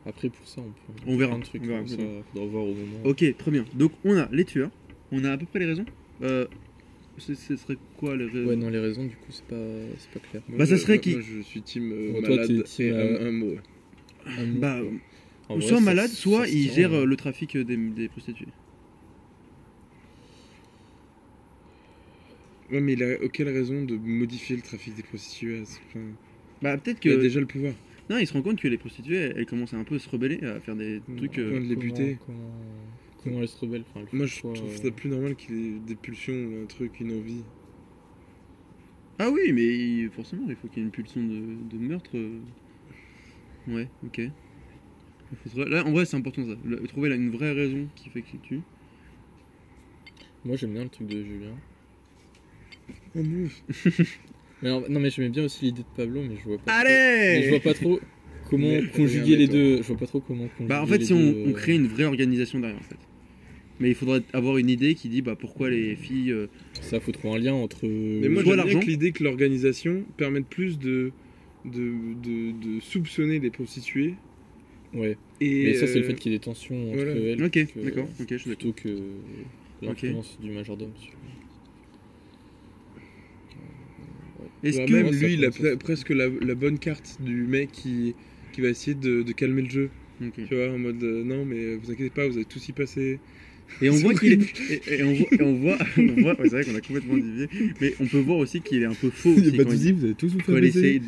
Speaker 2: Après, pour ça, on peut.
Speaker 4: On verra,
Speaker 2: plein de trucs
Speaker 4: on verra,
Speaker 2: comme
Speaker 4: on
Speaker 2: ça, faudra voir au moment.
Speaker 4: Ok, très bien. Donc on a les tueurs, on a à peu près les raisons. Euh, ce ce serait quoi les raisons
Speaker 2: Ouais, non, les raisons, du coup, c'est pas, c'est pas clair.
Speaker 4: Bah, ça serait qui-
Speaker 3: qui je suis team euh,
Speaker 2: Bon, toi,
Speaker 3: malade
Speaker 2: t'es team,
Speaker 3: et
Speaker 2: euh,
Speaker 3: un, un mot.
Speaker 4: Bah,
Speaker 2: Ah, En vrai,
Speaker 4: soit
Speaker 2: ça-
Speaker 4: malade,
Speaker 2: ça
Speaker 4: soit
Speaker 2: se
Speaker 4: il
Speaker 2: tient,
Speaker 4: gère
Speaker 2: hein.
Speaker 4: euh, le trafic euh, des, des prostituées.
Speaker 3: Ouais, mais il a quelle raison de modifier le trafic des prostituées à ce point
Speaker 4: Bah peut-être que
Speaker 3: Il a déjà le pouvoir.
Speaker 4: non, il se rend compte que les prostituées, elles, elles commencent à un peu se rebeller, à faire des
Speaker 2: Mmh.
Speaker 4: trucs.
Speaker 3: Ouais.
Speaker 4: euh,
Speaker 3: de les
Speaker 2: Comment-
Speaker 3: buter.
Speaker 2: Comment, comment elle se rebelle enfin, elle fait
Speaker 3: Moi, je
Speaker 2: quoi,
Speaker 3: trouve
Speaker 2: euh,
Speaker 3: ça plus normal qu'il ait des pulsions, ou un truc, une envie.
Speaker 4: Ah oui, mais il- forcément, il faut qu'il y ait une pulsion de, de meurtre. euh. Ouais, ok. Il faut trouver- Là, en vrai, c'est important ça. Le- Trouver là, une vraie raison qui fait qu'il tue.
Speaker 2: Moi, j'aime bien le truc de Julien.
Speaker 3: Un move.
Speaker 2: Mais alors- non, mais j'aimais bien aussi l'idée de Pablo, mais je vois pas. trop-
Speaker 4: Allez
Speaker 2: mais je vois pas trop comment
Speaker 3: Mais-
Speaker 2: conjuguer les
Speaker 3: Regarde,
Speaker 2: deux. Je vois pas trop comment conjuguer
Speaker 4: Bah en fait
Speaker 2: les
Speaker 4: si on,
Speaker 2: deux, euh,
Speaker 4: on crée une vraie organisation derrière en fait. Mais il faudrait avoir une idée qui dit bah pourquoi les filles euh,
Speaker 2: Ça, faut trouver un lien entre.
Speaker 3: Mais moi, j'aime
Speaker 4: Soit
Speaker 3: bien
Speaker 4: l'argent.
Speaker 3: que l'idée que l'organisation permette plus de, de, de, de soupçonner les prostituées.
Speaker 2: Ouais.
Speaker 3: Et
Speaker 2: Mais ça, c'est le
Speaker 3: euh,
Speaker 2: fait qu'il y ait des tensions entre
Speaker 3: voilà.
Speaker 2: elles. euh,
Speaker 4: OK,
Speaker 2: que-
Speaker 4: d'accord, OK, je suis
Speaker 2: Plutôt
Speaker 4: d'accord.
Speaker 2: que l'influence du majordome. sur-
Speaker 4: Est-ce
Speaker 3: Bah,
Speaker 4: que
Speaker 3: même
Speaker 2: Ouais, ça
Speaker 3: lui, il a
Speaker 2: peut- ça
Speaker 3: pre- presque la, la bonne carte du mec qui, qui va essayer de, de calmer le jeu.
Speaker 4: Ok.
Speaker 2: Mm.
Speaker 3: Tu vois, en mode euh, non, mais euh, vous inquiétez pas, vous allez tous y passer.
Speaker 4: Et on
Speaker 3: C'est
Speaker 4: voit qu'il est et, et on voit et on voit, on voit- ouais, c'est vrai qu'on a complètement divisé mais on peut voir aussi qu'il est un peu faux
Speaker 2: Oh,
Speaker 4: aussi, quand, il,
Speaker 1: vous avez tous vous
Speaker 4: quand il essaye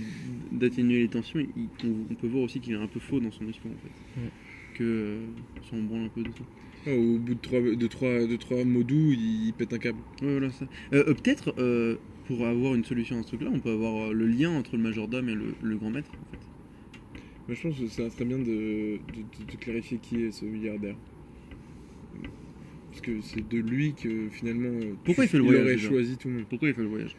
Speaker 4: d'atténuer les tensions, il- on, on peut voir aussi qu'il est un peu faux dans son discours en fait.
Speaker 2: Ouais.
Speaker 4: Que euh, on s'en branle un peu de ça.
Speaker 3: Oh, au bout de trois, de trois, de trois mots doux, il, il pète un câble.
Speaker 4: Ouais, voilà ça. Euh, euh, peut-être euh, pour avoir une solution à ce truc là, on peut avoir euh, le lien entre le majordome et le, le grand maître en fait.
Speaker 3: Mais je pense que ça serait bien de, de- de- de clarifier qui est ce milliardaire. Parce que c'est de lui que finalement. euh,
Speaker 4: Pourquoi il fait le
Speaker 3: il
Speaker 4: voyage
Speaker 3: aurait
Speaker 4: déjà
Speaker 3: choisi tout le monde.
Speaker 4: Pourquoi il fait le voyage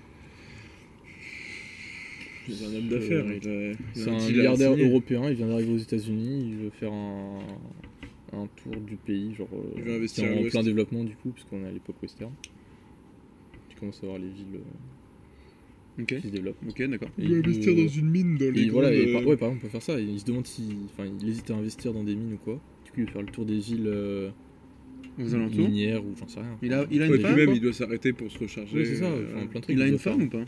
Speaker 3: C'est un homme d'affaires.
Speaker 2: hein.
Speaker 3: il a- il a
Speaker 2: C'est un
Speaker 3: deal à
Speaker 2: milliardaire
Speaker 3: signer.
Speaker 2: européen, il vient d'arriver aux États-Unis, il veut faire un, un tour du pays, genre euh,
Speaker 3: Il veut investir
Speaker 2: qui est
Speaker 3: à
Speaker 2: en
Speaker 3: l'ouest.
Speaker 2: plein développement du coup, parce qu'on est à l'époque western. Tu commences à voir les villes euh,
Speaker 4: OK.
Speaker 2: qui se développent.
Speaker 4: OK, d'accord.
Speaker 2: Et
Speaker 3: Il veut investir
Speaker 2: veut-
Speaker 3: dans une mine dans les.
Speaker 2: et voilà,
Speaker 3: grandes,
Speaker 2: et par,
Speaker 3: euh,
Speaker 2: ouais, par exemple, on peut faire ça. Il se demande si. Enfin, il hésite à investir dans des mines ou quoi. Du coup, il veut faire le tour des villes euh,
Speaker 4: Aux alentours.
Speaker 2: minières ou j'en sais rien.
Speaker 4: Il a, il a
Speaker 3: ouais,
Speaker 4: une
Speaker 3: puis
Speaker 4: femme
Speaker 3: même,
Speaker 4: quoi
Speaker 3: il doit s'arrêter pour se recharger.
Speaker 2: Ouais, c'est ça,
Speaker 3: euh,
Speaker 2: enfin, plein de trucs.
Speaker 4: Il a
Speaker 2: doit
Speaker 4: une
Speaker 2: faire.
Speaker 4: femme ou pas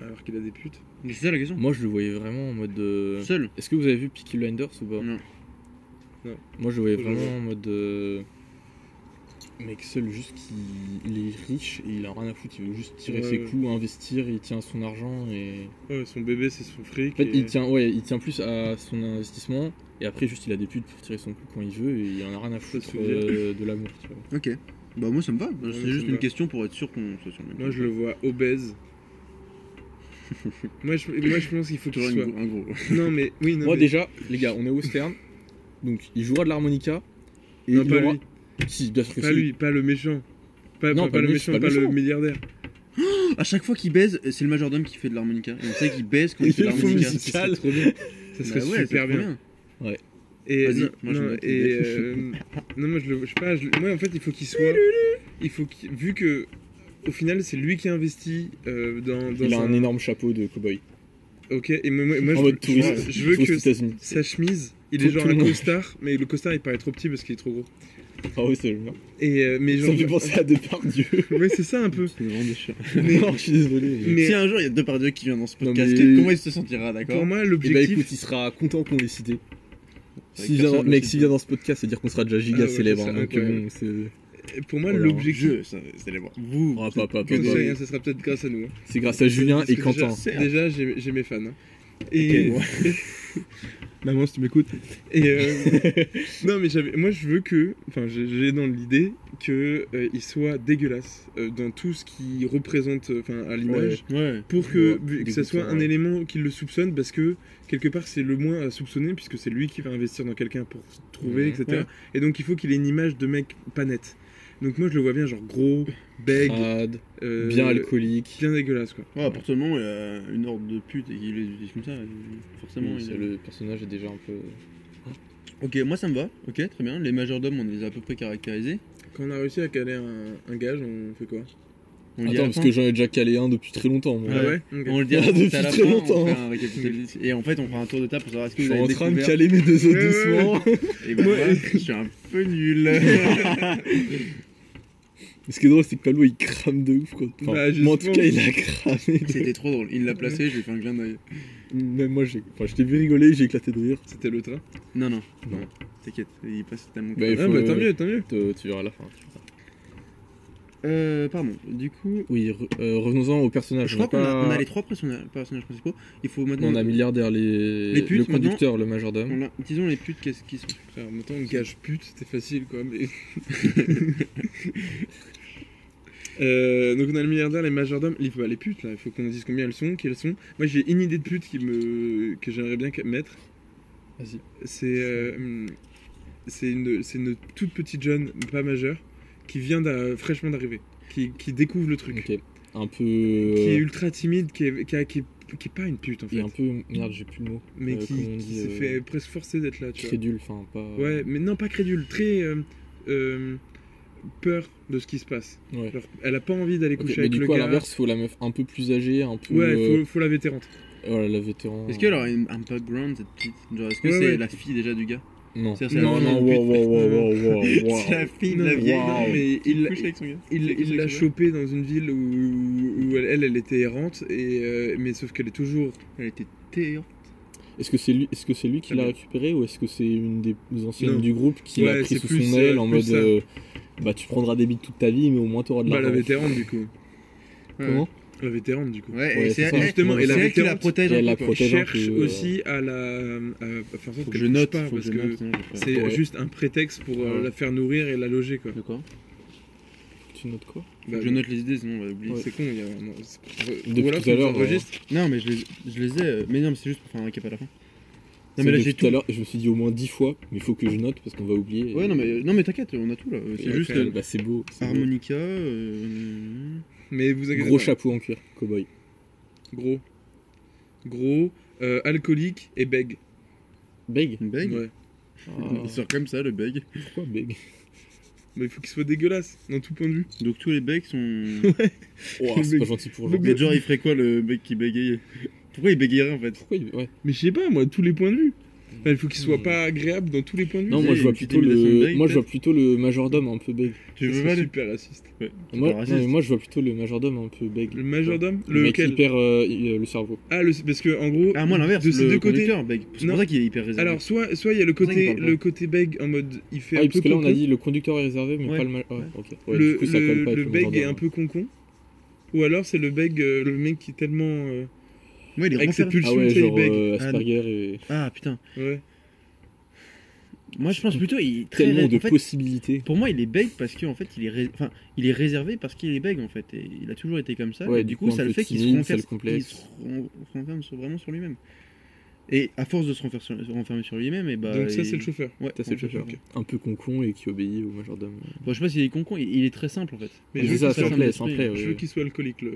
Speaker 3: alors qu'il a des putes.
Speaker 4: Mais C'est ça la question.
Speaker 2: Moi, je le voyais vraiment en mode. euh,
Speaker 4: Seul.
Speaker 2: Est-ce que vous avez vu Peaky Blinders ou pas
Speaker 4: Non.
Speaker 3: Non.
Speaker 2: Moi je le voyais
Speaker 3: Faut que je
Speaker 2: vraiment en mode. euh, Mec seul, juste qu'il il est riche et il a rien à foutre, il veut juste tirer
Speaker 3: Ouais,
Speaker 2: ses
Speaker 3: ouais.
Speaker 2: coups, investir, il tient à son argent et.
Speaker 3: Ouais, son bébé, c'est son fric.
Speaker 2: En fait,
Speaker 3: et-
Speaker 2: il tient, ouais, il tient plus à son investissement et après juste il a des putes pour tirer son coup quand il veut et il en a rien à
Speaker 3: Ça,
Speaker 2: foutre
Speaker 3: c'est bien.
Speaker 2: euh, de l'amour. tu vois.
Speaker 4: Ok. Bah moi ça me va.
Speaker 3: ça
Speaker 4: C'est
Speaker 3: me
Speaker 4: juste
Speaker 3: va.
Speaker 4: une question pour être sûr qu'on soit sur le même.
Speaker 3: Moi, je le vois obèse. moi, je, moi, je pense qu'il faut qu'il
Speaker 4: toujours
Speaker 3: soit.
Speaker 4: une- un gros.
Speaker 3: Non, mais oui, non.
Speaker 2: Moi
Speaker 3: mais-
Speaker 2: déjà, les gars, on est au Stern, donc il jouera de l'harmonica et
Speaker 3: Non,
Speaker 2: il
Speaker 3: pas
Speaker 2: aura-
Speaker 3: lui.
Speaker 2: Si, bien sûr que
Speaker 3: Pas
Speaker 2: si.
Speaker 3: lui, pas le méchant. Pas, pas-
Speaker 2: Non, pas
Speaker 3: pas
Speaker 2: le
Speaker 3: le méchant,
Speaker 2: méchant, pas
Speaker 3: pas
Speaker 2: le
Speaker 3: le
Speaker 2: méchant.
Speaker 3: milliardaire.
Speaker 4: À chaque fois qu'il baise, c'est le majordome qui fait de l'harmonica. Et On sait qu'il baise quand il fait de
Speaker 2: fait le fond
Speaker 4: l'harmonica.
Speaker 2: musical.
Speaker 3: Ça serait trop bien. Ça serait
Speaker 4: Bah ouais,
Speaker 3: super
Speaker 4: c'est trop
Speaker 3: bien. Et
Speaker 4: Vas-y,
Speaker 3: non,
Speaker 4: moi, je
Speaker 3: non,
Speaker 4: note
Speaker 3: et,
Speaker 4: l'idée.
Speaker 3: euh, non, moi je le, je sais pas, je- moi en fait il faut qu'il soit, il faut qu'il- vu que au final c'est lui qui investit euh, dans, dans
Speaker 2: Il a
Speaker 3: un-
Speaker 2: un énorme chapeau de cowboy
Speaker 3: ok et moi, moi- moi,
Speaker 2: en
Speaker 3: je,
Speaker 2: mode
Speaker 3: je-
Speaker 2: touriste.
Speaker 3: je veux
Speaker 2: touriste
Speaker 3: que
Speaker 2: États-Unis.
Speaker 3: sa chemise, il
Speaker 2: Tout-
Speaker 3: est genre
Speaker 2: tout le
Speaker 3: un
Speaker 2: monde.
Speaker 3: costard, mais le costard il paraît trop petit parce qu'il est trop gros.
Speaker 2: Ah ouais, c'est le
Speaker 3: Et euh, mais
Speaker 2: Ça
Speaker 3: genre,
Speaker 2: me fait penser à Depardieu.
Speaker 3: ouais c'est ça un peu.
Speaker 4: C'est vraiment déchirant.
Speaker 2: non, je suis désolé. Eh
Speaker 3: Mais
Speaker 4: Si un jour il y a deux par deux qui viennent dans ce
Speaker 2: Non,
Speaker 4: podcast,
Speaker 2: mais-
Speaker 4: comment il se sentira, d'accord
Speaker 3: pour moi
Speaker 2: Et bah
Speaker 3: l'objectif,
Speaker 2: écoute, il sera content qu'on l'ait cité.
Speaker 4: Avec
Speaker 2: S'il vient, dans-
Speaker 4: personne,
Speaker 2: mec,
Speaker 4: je sais
Speaker 2: s'il vient dans ce podcast, c'est-à-dire qu'on sera déjà giga
Speaker 3: Ah ouais,
Speaker 2: célèbre.
Speaker 3: c'est
Speaker 2: hein,
Speaker 3: ça,
Speaker 2: donc,
Speaker 3: incroyable.
Speaker 2: euh, c'est-
Speaker 3: pour moi
Speaker 2: Voilà.
Speaker 3: l'objectif,
Speaker 4: Je, ça, c'est les bras. Vous,
Speaker 2: Ah, pas, pas, pas,
Speaker 3: J'en sais
Speaker 2: pas.
Speaker 3: rien, ça sera peut-être grâce à nous. hein.
Speaker 2: C'est grâce à Ah, Julien
Speaker 3: Parce
Speaker 2: et
Speaker 3: que
Speaker 2: Quentin.
Speaker 3: Déjà, déjà, j'ai j'ai mes fans. hein. Et,
Speaker 2: Ok,
Speaker 1: Maman, si tu m'écoutes,
Speaker 3: Et euh, non mais j'avais, moi je veux que, enfin j'ai- j'ai dans l'idée que euh, il soit dégueulasse euh, dans tout ce qui représente, euh, enfin à l'image,
Speaker 4: Ouais.
Speaker 3: pour que,
Speaker 2: Ouais,
Speaker 3: vu- que
Speaker 2: dégoûtant,
Speaker 3: ça soit un
Speaker 2: ouais.
Speaker 3: élément qui le soupçonne parce que quelque part c'est le moins à soupçonner puisque c'est lui qui va investir dans quelqu'un pour se trouver,
Speaker 2: Mhm.
Speaker 3: etc.
Speaker 4: Ouais.
Speaker 3: Et donc il faut qu'il ait une image de mec pas net. Donc moi je le vois bien genre gros, bègue,
Speaker 2: Crade,
Speaker 3: euh,
Speaker 2: Ah, bien alcohôlique.
Speaker 3: bien dégueulasse quoi.
Speaker 4: Ouais, appartement, il a une horde de putes et il les utilise comme ça. et Forcément,
Speaker 2: Oui,
Speaker 4: il
Speaker 2: c'est- Le personnage est déjà un peu.
Speaker 4: Ok, moi ça me va. Ok, très bien. Les majordomes, on les a à peu près caractérisés.
Speaker 3: Quand on a réussi à caler un, un gage, on fait quoi
Speaker 4: On le dit à
Speaker 2: Attends,
Speaker 4: la
Speaker 2: parce
Speaker 4: fin.
Speaker 2: que j'en ai déjà calé un depuis très longtemps. moi.
Speaker 3: Ah ouais Ok.
Speaker 4: On le dira
Speaker 2: Ah,
Speaker 4: tout
Speaker 2: depuis
Speaker 4: à la
Speaker 2: très
Speaker 4: fin, on
Speaker 2: longtemps.
Speaker 4: fait un récapitulatif. Et en fait, on fera un tour de table pour savoir est-ce que
Speaker 2: Je
Speaker 4: vous
Speaker 2: suis en
Speaker 4: avez
Speaker 2: train de
Speaker 4: découvert.
Speaker 2: caler mes deux
Speaker 3: Ouais,
Speaker 2: os
Speaker 3: ouais,
Speaker 2: doucement.
Speaker 4: Et ben,
Speaker 3: Moi-
Speaker 4: moi, je suis un peu nul.
Speaker 2: Mais Ce qui est drôle, c'est que Pablo il crame de ouf quoi. Enfin,
Speaker 3: Bah,
Speaker 2: moi, en tout
Speaker 3: justement.
Speaker 2: cas, il a cramé. de-
Speaker 4: C'était trop drôle. Il l'a placé, j'ai fait un clin d'œil.
Speaker 2: Même moi, j'ai... Enfin, je t'ai vu rigoler, j'ai éclaté de rire.
Speaker 3: C'était le train.
Speaker 4: Non, non,
Speaker 2: Non.
Speaker 4: t'inquiète, il passe ta
Speaker 2: Bah, il
Speaker 4: montagne.
Speaker 2: faut-
Speaker 3: Ah bah tant mieux, tant mieux.
Speaker 2: Te- Euh, tu verras la fin. tu verras.
Speaker 4: Euh, pardon, du coup.
Speaker 2: Oui, re- euh, revenons-en au personnage.
Speaker 4: Je crois
Speaker 2: a
Speaker 4: qu'on a,
Speaker 2: pas-
Speaker 4: on a les trois personna- personnages principaux. Il faut maintenant.
Speaker 2: On a milliardaire, les...
Speaker 4: Les putes,
Speaker 2: le conducteur, le majordome.
Speaker 4: on a- Disons les putes, qu'est-ce qu'ils sont
Speaker 2: Oh.
Speaker 3: Frère, en même temps, gage pute, c'était facile quoi. Mais... Euh, donc on a le milliardaire, les majordomes, les, bah, les putes là, il faut qu'on dise combien elles sont, quelles sont. Moi j'ai une idée de pute qui me... que j'aimerais bien mettre.
Speaker 2: Vas-y.
Speaker 3: C'est euh, hum, c'est une, c'est une toute petite jeune, pas majeure, qui vient d'a- fraîchement d'arriver, qui, qui découvre le truc,
Speaker 2: Ok. Un peu.
Speaker 3: qui est
Speaker 2: euh,
Speaker 3: ultra timide, qui est, qui a- qui est- qui est pas une pute en
Speaker 2: qui est
Speaker 3: fait,
Speaker 2: un peu. Merde, j'ai plus le mot.
Speaker 3: mais
Speaker 2: euh,
Speaker 3: qui,
Speaker 2: comme on
Speaker 3: qui
Speaker 2: dit,
Speaker 3: s'est
Speaker 2: euh,
Speaker 3: fait presque forcer d'être là, tu vois.
Speaker 2: Crédule, enfin, pas.
Speaker 3: Ouais, mais non, pas crédule, très euh, euh, peur de ce qui se passe.
Speaker 2: Ouais.
Speaker 3: Genre, elle a pas envie d'aller
Speaker 2: Ok,
Speaker 3: coucher
Speaker 2: mais
Speaker 3: avec
Speaker 2: du
Speaker 3: le
Speaker 2: coup, à
Speaker 3: gars.
Speaker 2: l'inverse, faut la meuf un peu plus âgée, un peu.
Speaker 3: ouais,
Speaker 2: euh,
Speaker 3: faut, faut la vétérante.
Speaker 2: voilà, la vétéran.
Speaker 4: Est-ce qu'elle aurait une- un background cette petite Genre, est-ce que
Speaker 3: Ouais,
Speaker 4: c'est
Speaker 3: ouais.
Speaker 4: la fille déjà du gars
Speaker 2: Non.
Speaker 4: C'est-à-dire, c'est la
Speaker 2: Non,
Speaker 4: fille
Speaker 2: non,
Speaker 4: du
Speaker 2: wow,
Speaker 4: pute.
Speaker 2: wow, wow, wow, wow, wow.
Speaker 4: C'est la fille de
Speaker 3: Non,
Speaker 4: la
Speaker 3: mais-
Speaker 4: vieille.
Speaker 2: Wow.
Speaker 3: non, mais
Speaker 4: Il
Speaker 3: il
Speaker 4: couche avec son gars.
Speaker 3: il- il l'a chopée dans une ville où, où elle, elle, elle était errante, et, euh, mais sauf qu'elle est toujours.
Speaker 4: Elle était terre.
Speaker 2: Est-ce que c'est lui, est-ce que c'est lui qui
Speaker 3: Ah
Speaker 2: l'a
Speaker 3: bon.
Speaker 2: récupéré ou est-ce que c'est une des anciennes
Speaker 3: Non.
Speaker 2: du groupe qui l'a
Speaker 3: Ouais,
Speaker 2: pris
Speaker 3: c'est
Speaker 2: sous
Speaker 3: plus,
Speaker 2: son
Speaker 3: euh,
Speaker 2: aile en
Speaker 3: plus
Speaker 2: mode
Speaker 3: ça.
Speaker 2: euh, bah tu prendras des bites toute ta vie mais au moins t'auras de
Speaker 3: Bah, la
Speaker 2: l'argent.
Speaker 3: vétérante, du coup.
Speaker 2: Comment
Speaker 3: La vétérante, du coup.
Speaker 4: Ouais,
Speaker 2: Ouais,
Speaker 4: et
Speaker 2: c'est
Speaker 4: c'est
Speaker 2: ça,
Speaker 4: elle,
Speaker 3: justement,
Speaker 4: justement,
Speaker 3: et
Speaker 4: et
Speaker 3: la
Speaker 4: elle qui la
Speaker 3: vétérante,
Speaker 4: protège.
Speaker 2: et
Speaker 4: un
Speaker 2: elle la
Speaker 4: peu, quoi.
Speaker 2: protège.
Speaker 3: Elle
Speaker 2: Déjà
Speaker 3: cherche
Speaker 2: que, euh,
Speaker 3: aussi à la. à faire en sorte
Speaker 4: Faut que
Speaker 3: qu'elle
Speaker 4: je
Speaker 3: couche
Speaker 4: note,
Speaker 3: pas,
Speaker 4: faut que
Speaker 3: parce
Speaker 4: je
Speaker 3: que
Speaker 4: note. sinon j'ai pas-
Speaker 3: c'est
Speaker 2: Ouais.
Speaker 3: juste un prétexte pour euh,
Speaker 2: Ouais.
Speaker 3: la faire nourrir et la loger, quoi.
Speaker 4: D'accord.
Speaker 2: Tu notes quoi
Speaker 4: Faut
Speaker 3: Bah,
Speaker 4: que Je note les idées, sinon on va oublier.
Speaker 3: C'est con, il y a. non, c'est-
Speaker 2: Depuis
Speaker 3: Ou alors,
Speaker 2: tout
Speaker 3: faut
Speaker 2: à
Speaker 3: que
Speaker 2: l'heure,
Speaker 3: j'enregistre.
Speaker 4: Non, mais je les, je les ai. euh, Mais non, mais c'est juste pour faire un cap à la fin. Non,
Speaker 2: C'est
Speaker 4: mais là
Speaker 2: depuis
Speaker 4: j'ai
Speaker 2: tout
Speaker 4: tout.
Speaker 2: à l'heure, je me suis dit au moins 10 fois mais il faut que je note parce qu'on va oublier.
Speaker 4: Ouais, non, mais, euh, non, mais t'inquiète, on a tout là.
Speaker 2: Et
Speaker 4: C'est
Speaker 2: après,
Speaker 4: juste
Speaker 2: elle,
Speaker 4: euh,
Speaker 2: bah c'est beau. c'est beau.
Speaker 4: harmonica. euh,
Speaker 3: Mais vous inquiétez
Speaker 2: Gros
Speaker 3: pas.
Speaker 2: chapeau en cuir, cowboy.
Speaker 3: Gros. Gros, euh, alcoolique et bègue.
Speaker 2: Beg.
Speaker 4: Une bague.
Speaker 3: Ouais.
Speaker 2: Ah,
Speaker 4: Il sort comme ça le bag.
Speaker 2: pourquoi beg
Speaker 3: Mais il faut qu'il soit dégueulasse, dans tout point de vue.
Speaker 4: Donc tous les becs sont.
Speaker 2: Ouah, c'est pas gentil pour
Speaker 4: Mais
Speaker 2: aujourd'hui.
Speaker 4: genre, il ferait quoi le mec qui bégaye Pourquoi il bégayerait en fait
Speaker 2: Pourquoi il... ouais.
Speaker 3: Mais je sais pas, moi, tous les points de vue. Enfin, il faut qu'il soit
Speaker 2: Hmm.
Speaker 3: pas agréable dans tous les points de vue.
Speaker 2: Non, moi je
Speaker 4: une
Speaker 2: vois
Speaker 4: petite
Speaker 2: plutôt
Speaker 4: imitation de
Speaker 2: le
Speaker 4: beg,
Speaker 2: moi je vois
Speaker 4: peut-être
Speaker 2: plutôt le majordome un peu beg.
Speaker 4: Tu
Speaker 3: C'est
Speaker 4: veux pas le-
Speaker 3: super raciste.
Speaker 4: C'est
Speaker 2: Moi,
Speaker 4: pas
Speaker 2: non,
Speaker 4: raciste.
Speaker 2: mais moi je vois plutôt le majordome un peu beg.
Speaker 3: Le majordome
Speaker 2: Le mec
Speaker 3: Lequel
Speaker 2: qui perd euh, il- euh, le cerveau.
Speaker 3: Ah, le... parce que en gros,
Speaker 4: Ah, moi l'inverse,
Speaker 3: de ces
Speaker 4: le
Speaker 3: deux côtés.
Speaker 4: conducteur bègue. C'est
Speaker 3: Non.
Speaker 4: pour ça qu'il est hyper réservé.
Speaker 3: Alors, soit soit il y a le
Speaker 4: pour ça qu'il
Speaker 3: côté,
Speaker 4: parle pas.
Speaker 3: le côté bègue en mode il fait
Speaker 2: Ah,
Speaker 3: un
Speaker 2: oui,
Speaker 3: peu
Speaker 2: parce que là on a
Speaker 3: concon.
Speaker 2: dit le conducteur est réservé mais
Speaker 4: Ouais.
Speaker 2: pas le mal. Ouais, ok. Ouais,
Speaker 3: le,
Speaker 2: du coup, ça
Speaker 3: le-
Speaker 2: colle pas avec
Speaker 3: le
Speaker 2: le hein.
Speaker 3: bègue est
Speaker 2: majordome.
Speaker 3: un peu concon. Ou alors c'est le bègue, euh, le mec qui est tellement. euh,
Speaker 4: ouais, il est
Speaker 3: avec ses
Speaker 4: renfermé.
Speaker 2: Ah
Speaker 3: pulsions,
Speaker 2: ouais,
Speaker 3: tu sais, il
Speaker 2: genre
Speaker 3: bègue.
Speaker 2: euh,
Speaker 4: Ah,
Speaker 2: Asperger et
Speaker 4: Ah putain.
Speaker 3: Ouais.
Speaker 4: Moi je pense plutôt, il est très
Speaker 2: tellement
Speaker 4: ré-
Speaker 2: de
Speaker 4: en fait,
Speaker 2: possibilités.
Speaker 4: Pour moi, il est bègue parce qu'en fait, il est, ré- enfin, il est réservé parce qu'il est bègue en fait. Et il a toujours été comme ça.
Speaker 2: Ouais,
Speaker 4: et
Speaker 2: du
Speaker 4: du
Speaker 2: coup,
Speaker 4: coup,
Speaker 2: un
Speaker 4: ça le
Speaker 2: peu
Speaker 4: fait qu'il se
Speaker 2: timide, ça
Speaker 4: renferme,
Speaker 2: le complexe.
Speaker 4: il se ren- renferme sur- vraiment sur lui-même. Et à force de se renfer- se renfermer sur lui-même, et bah.
Speaker 3: Donc, ça,
Speaker 4: il-
Speaker 3: c'est le chauffeur.
Speaker 4: Ouais,
Speaker 2: Ça c'est le chauffeur. Un peu concon et qui obéit au majordome.
Speaker 4: Bon, je sais pas s'il est con, con, il, il est très simple en fait.
Speaker 3: Mais je
Speaker 2: Ah, c'est
Speaker 3: veux
Speaker 2: ça,
Speaker 3: qu'il soit-
Speaker 2: simple,
Speaker 4: un
Speaker 2: simple.
Speaker 4: esprit.
Speaker 2: ouais,
Speaker 3: je veux
Speaker 2: ouais.
Speaker 3: qu'il soit alcoolique, le,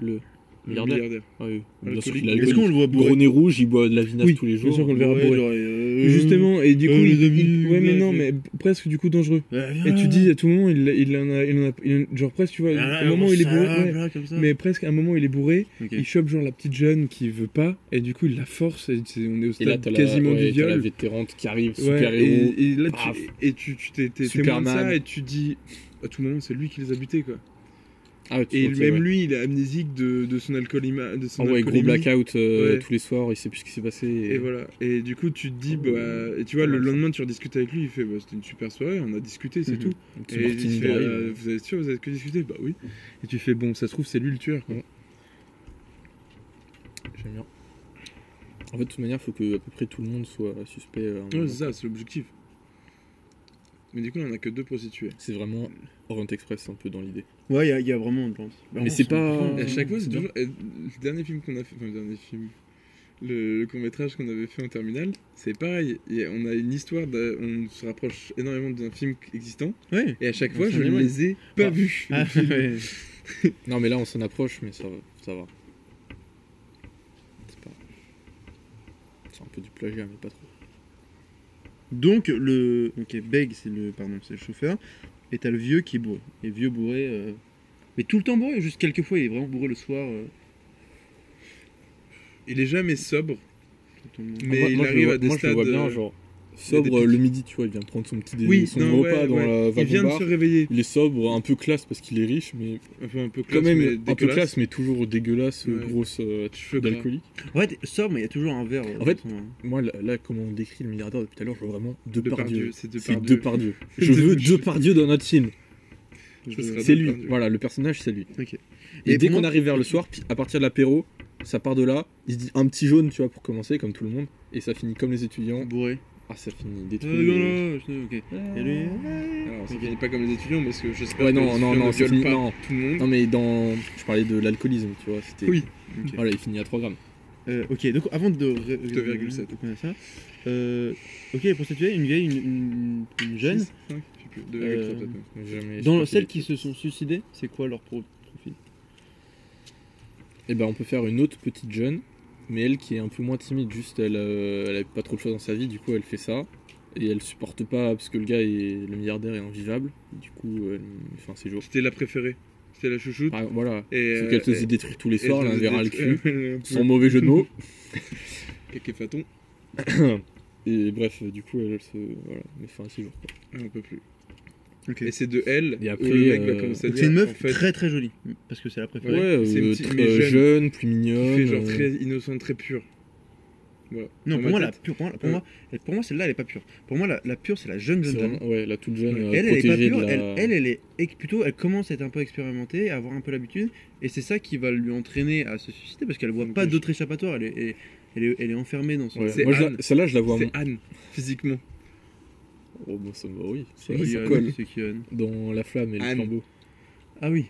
Speaker 2: Le
Speaker 3: le
Speaker 2: milliardaire.
Speaker 3: milliardaire.
Speaker 2: Ah oui, Bien sûr
Speaker 3: Alcoolique.
Speaker 2: qu'il a
Speaker 4: Est-ce qu'on le voit bourré
Speaker 2: Gros nez rouge, il boit de la vinasse
Speaker 3: Oui,
Speaker 2: tous les
Speaker 3: bien
Speaker 2: jours.
Speaker 3: sûr qu'on le verra
Speaker 4: Ouais,
Speaker 3: bourré.
Speaker 4: genre, euh,
Speaker 3: Justement, et du
Speaker 4: euh,
Speaker 3: coup,
Speaker 4: les
Speaker 3: il-
Speaker 4: amis,
Speaker 3: il- ouais, mais
Speaker 4: euh,
Speaker 3: non,
Speaker 4: euh,
Speaker 3: mais presque du coup dangereux.
Speaker 4: Ouais, viens,
Speaker 3: Et tu
Speaker 2: Ah.
Speaker 4: là.
Speaker 3: dis à tout moment, il, il en a, il en a, il en- genre presque, tu
Speaker 2: euh,
Speaker 3: vois,
Speaker 4: Ah,
Speaker 3: au moment où il est
Speaker 4: ça,
Speaker 3: bourré, ouais.
Speaker 4: là, comme ça.
Speaker 3: mais presque à un moment où il est bourré,
Speaker 4: Ok.
Speaker 3: il chope genre la petite jeune qui veut pas, et du coup il la force, et c'est- on est au
Speaker 2: Et là
Speaker 3: stade
Speaker 2: t'as la,
Speaker 3: quasiment
Speaker 2: ouais,
Speaker 3: du
Speaker 2: t'as la
Speaker 3: viol.
Speaker 2: vétérante qui arrive,
Speaker 3: Ouais,
Speaker 2: super héros.
Speaker 3: et, et là
Speaker 2: paf.
Speaker 3: tu, et tu, tu t'es, t'es témoin de
Speaker 2: Superman.
Speaker 3: ça, et tu dis à tout moment c'est lui qui les a butés quoi.
Speaker 2: Ah ouais, tu
Speaker 3: Et
Speaker 2: vois,
Speaker 3: même
Speaker 2: ouais.
Speaker 3: lui il est amnésique de, de son alcoolisme, de son
Speaker 2: Ah ouais, gros
Speaker 3: alcoolémie.
Speaker 2: blackout euh,
Speaker 3: Ouais.
Speaker 2: tous les soirs, il sait plus ce qui s'est passé. et-
Speaker 3: Et voilà. Et du coup, tu te dis,
Speaker 2: Oh,
Speaker 3: bah, et tu vois,
Speaker 2: Pas
Speaker 3: le
Speaker 2: mal, ça.
Speaker 3: lendemain, tu rediscutes avec lui. Il fait, bah, c'était une super soirée, on a discuté, c'est
Speaker 2: Mhm.
Speaker 3: tout.
Speaker 2: un petit
Speaker 3: Et il
Speaker 2: martini
Speaker 3: fait,
Speaker 2: d'arrive.
Speaker 3: euh, vous êtes sûr, vous avez que discuté Bah oui. Et tu fais, bon, ça se trouve, c'est lui le tueur. Quoi.
Speaker 2: J'aime bien. En fait, de toute manière, il faut que à peu près tout le monde soit suspect. euh, à un moment.
Speaker 3: Ouais, c'est Oh, ça, c'est l'objectif. Mais du coup, on a que deux prostituées.
Speaker 2: c'est vraiment Orient Express un peu dans l'idée.
Speaker 4: Ouais, il y a- il y, a vraiment de l'ambiance. Bah,
Speaker 2: Mais
Speaker 4: on
Speaker 2: c'est
Speaker 4: s'en
Speaker 2: pas-
Speaker 4: fout,
Speaker 3: Et à
Speaker 4: hein.
Speaker 3: chaque fois, c'est
Speaker 2: c'est
Speaker 3: toujours. et le dernier film qu'on a fait, enfin, le dernier film, le, court métrage qu'on avait fait en terminale, c'est pareil. Il y a- on a une histoire, d'un- on se rapproche énormément d'un film existant.
Speaker 4: Ouais.
Speaker 3: Et à chaque
Speaker 4: On
Speaker 3: fois,
Speaker 4: s'en
Speaker 3: je ne
Speaker 4: éloigne.
Speaker 3: les ai pas
Speaker 4: Ah.
Speaker 2: Bah,
Speaker 3: vus.
Speaker 4: Ah, ouais.
Speaker 2: Non, mais là, on s'en approche, mais ça va. Ça va. C'est pas. C'est un peu du plagiat, mais pas trop.
Speaker 4: Donc le OK, Beg c'est le pardon, c'est le chauffeur et t'as le vieux qui est bourré. Et le vieux bourré euh, mais tout le temps bourré, juste quelques fois il est vraiment bourré le soir. euh,
Speaker 3: Il est jamais sobre,
Speaker 4: tout le temps.
Speaker 3: mais
Speaker 2: Moi-
Speaker 3: il
Speaker 2: moi, je le
Speaker 3: arrive
Speaker 2: vois-
Speaker 3: à des
Speaker 2: moi,
Speaker 3: stades.
Speaker 2: je le vois bien,
Speaker 3: euh,
Speaker 2: genre
Speaker 3: des
Speaker 2: sobre
Speaker 3: pics.
Speaker 2: euh, le midi, tu vois, il vient prendre son petit dé-
Speaker 3: Oui,
Speaker 2: son
Speaker 3: non,
Speaker 2: repas
Speaker 3: ouais,
Speaker 2: dans
Speaker 3: ouais.
Speaker 2: la
Speaker 3: il vient
Speaker 2: wagon
Speaker 3: de
Speaker 2: bar.
Speaker 3: se réveiller.
Speaker 2: Il est sobre, un peu classe parce qu'il est riche, mais
Speaker 3: Un peu, un peu classe,
Speaker 2: quand même
Speaker 3: mais
Speaker 2: un peu
Speaker 3: dégueulasse.
Speaker 2: classe, mais toujours dégueulasse, euh,
Speaker 3: Ouais.
Speaker 2: grosse euh,
Speaker 3: Cheveux gras.
Speaker 2: d'alcoolique.
Speaker 4: Ouais, t'es sobre mais il y a toujours un verre. euh,
Speaker 2: En fait,
Speaker 4: dans son-
Speaker 2: Moi, là, là, comment on décrit le milliardaire depuis tout à l'heure, je vois vraiment deux par
Speaker 3: Depardieu,
Speaker 2: Dieu.
Speaker 3: c'est
Speaker 2: C'est
Speaker 3: Depardieu.
Speaker 2: deux par Dieu. Je veux deux par Dieu dans notre film.
Speaker 3: Je
Speaker 4: de-
Speaker 3: serais-
Speaker 2: C'est lui.
Speaker 3: Depardieu.
Speaker 2: Voilà, le personnage, c'est lui.
Speaker 4: Ok.
Speaker 2: Et,
Speaker 4: Et
Speaker 2: dès
Speaker 4: pour
Speaker 2: qu'on
Speaker 4: moi-
Speaker 2: arrive vers le soir, puis à partir de l'apéro, ça part de là. Il se dit un petit jaune, tu vois, pour commencer, comme tout le monde. Et ça finit comme les étudiants.
Speaker 4: bourré.
Speaker 2: Ah, ça finit des
Speaker 4: Ah,
Speaker 2: trucs.
Speaker 4: non, non, je- ok. Et lui,
Speaker 3: Alors, ça finit pas comme les étudiants, parce que j'espère
Speaker 2: Ouais,
Speaker 3: que
Speaker 2: non,
Speaker 3: les
Speaker 2: non,
Speaker 3: étudiants
Speaker 2: non,
Speaker 3: ne
Speaker 2: ça
Speaker 3: violent
Speaker 2: finit.
Speaker 3: pas
Speaker 2: Non,
Speaker 3: tout le monde.
Speaker 2: non, mais dans. Je parlais de l'alcoolisme, tu vois. C'était.
Speaker 3: Oui.
Speaker 4: Ok.
Speaker 2: Voilà, il finit à 3 grammes.
Speaker 4: Euh, ok, donc avant de. ré-
Speaker 3: 2,7.
Speaker 4: euh, ça, euh, ok, les prostituées, une vieille, une, une- une jeune.
Speaker 3: Six, cinq, je sais plus, deux avec
Speaker 4: Euh,
Speaker 3: trois, peut-être, ouais.
Speaker 2: Jamais,
Speaker 4: Dans celles qui se sont suicidées, c'est quoi leur pro- profil
Speaker 2: Et ben, on peut faire une autre petite jeune, mais elle qui est un peu moins timide. Juste, elle, euh, elle a pas trop de choix dans sa vie, du coup, elle fait ça. Et elle supporte pas parce que le gars est le milliardaire est invivable. Du coup, elle fait un séjour.
Speaker 3: C'était la préférée. C'était la chouchoute.
Speaker 2: Ah, voilà.
Speaker 3: Et,
Speaker 2: Sauf
Speaker 3: euh,
Speaker 2: qu'elle se faisait
Speaker 3: et-
Speaker 2: détruire tous les
Speaker 3: et
Speaker 2: soirs,
Speaker 3: je
Speaker 2: elle a un
Speaker 3: faisais
Speaker 2: verre à le
Speaker 3: des-
Speaker 2: cul.
Speaker 3: euh, un peu
Speaker 2: Sans mauvais jeu de mots.
Speaker 3: caquéfaton.
Speaker 2: Et bref, euh, du coup, elle se. Voilà, mais fin c'est jour.
Speaker 3: Ah, On peut plus.
Speaker 4: Ok.
Speaker 3: Et c'est de elle
Speaker 2: Et
Speaker 3: où
Speaker 2: après,
Speaker 3: le mec
Speaker 2: euh,
Speaker 3: va commencer à
Speaker 4: Donc
Speaker 3: dire.
Speaker 4: c'est une meuf
Speaker 3: en fait,
Speaker 4: très très jolie, parce que c'est la
Speaker 2: Ouais,
Speaker 4: préférée.
Speaker 2: euh,
Speaker 3: c'est une
Speaker 2: tr-
Speaker 3: petite- mais
Speaker 2: euh,
Speaker 3: jeune,
Speaker 2: jeune, plus
Speaker 3: qui
Speaker 2: mignonne.
Speaker 3: fait genre
Speaker 2: euh,
Speaker 3: très innocente, très pure. Voilà.
Speaker 4: Non,
Speaker 3: Dans
Speaker 4: pour
Speaker 3: ma
Speaker 4: moi, la
Speaker 3: tête,
Speaker 4: pure, pour moi, pour
Speaker 3: Ouais.
Speaker 4: moi, elle- pour moi, celle-là, elle est pas pure. Pour moi, la, la pure, c'est la jeune
Speaker 2: Euh. c'est
Speaker 4: jeune
Speaker 2: vraiment-
Speaker 4: dame.
Speaker 2: ouais, la toute jeune, euh,
Speaker 4: elle, elle est pas
Speaker 2: protégée de
Speaker 4: pure.
Speaker 2: la-
Speaker 4: Elle, elle, elle est ex- plutôt, elle commence à être un peu expérimentée, à avoir un peu l'habitude, et c'est ça qui va lui entraîner à se suicider, parce qu'elle voit
Speaker 3: Donc,
Speaker 4: pas
Speaker 3: je-
Speaker 4: d'autre échappatoire. Elle est, elle est, elle est- elle est enfermée dans son.
Speaker 2: Ouais,
Speaker 3: c'est
Speaker 2: moi, je la-
Speaker 3: Anne.
Speaker 2: celle-là, je la vois.
Speaker 3: C'est Anne, physiquement.
Speaker 2: mon- Oh, bon, ça me va, oui. Ça,
Speaker 4: C'est
Speaker 2: ça
Speaker 4: Kion,
Speaker 2: colle.
Speaker 4: c'est Kion.
Speaker 2: Dans La Flamme et le
Speaker 3: Anne.
Speaker 2: flambeau.
Speaker 4: Ah oui.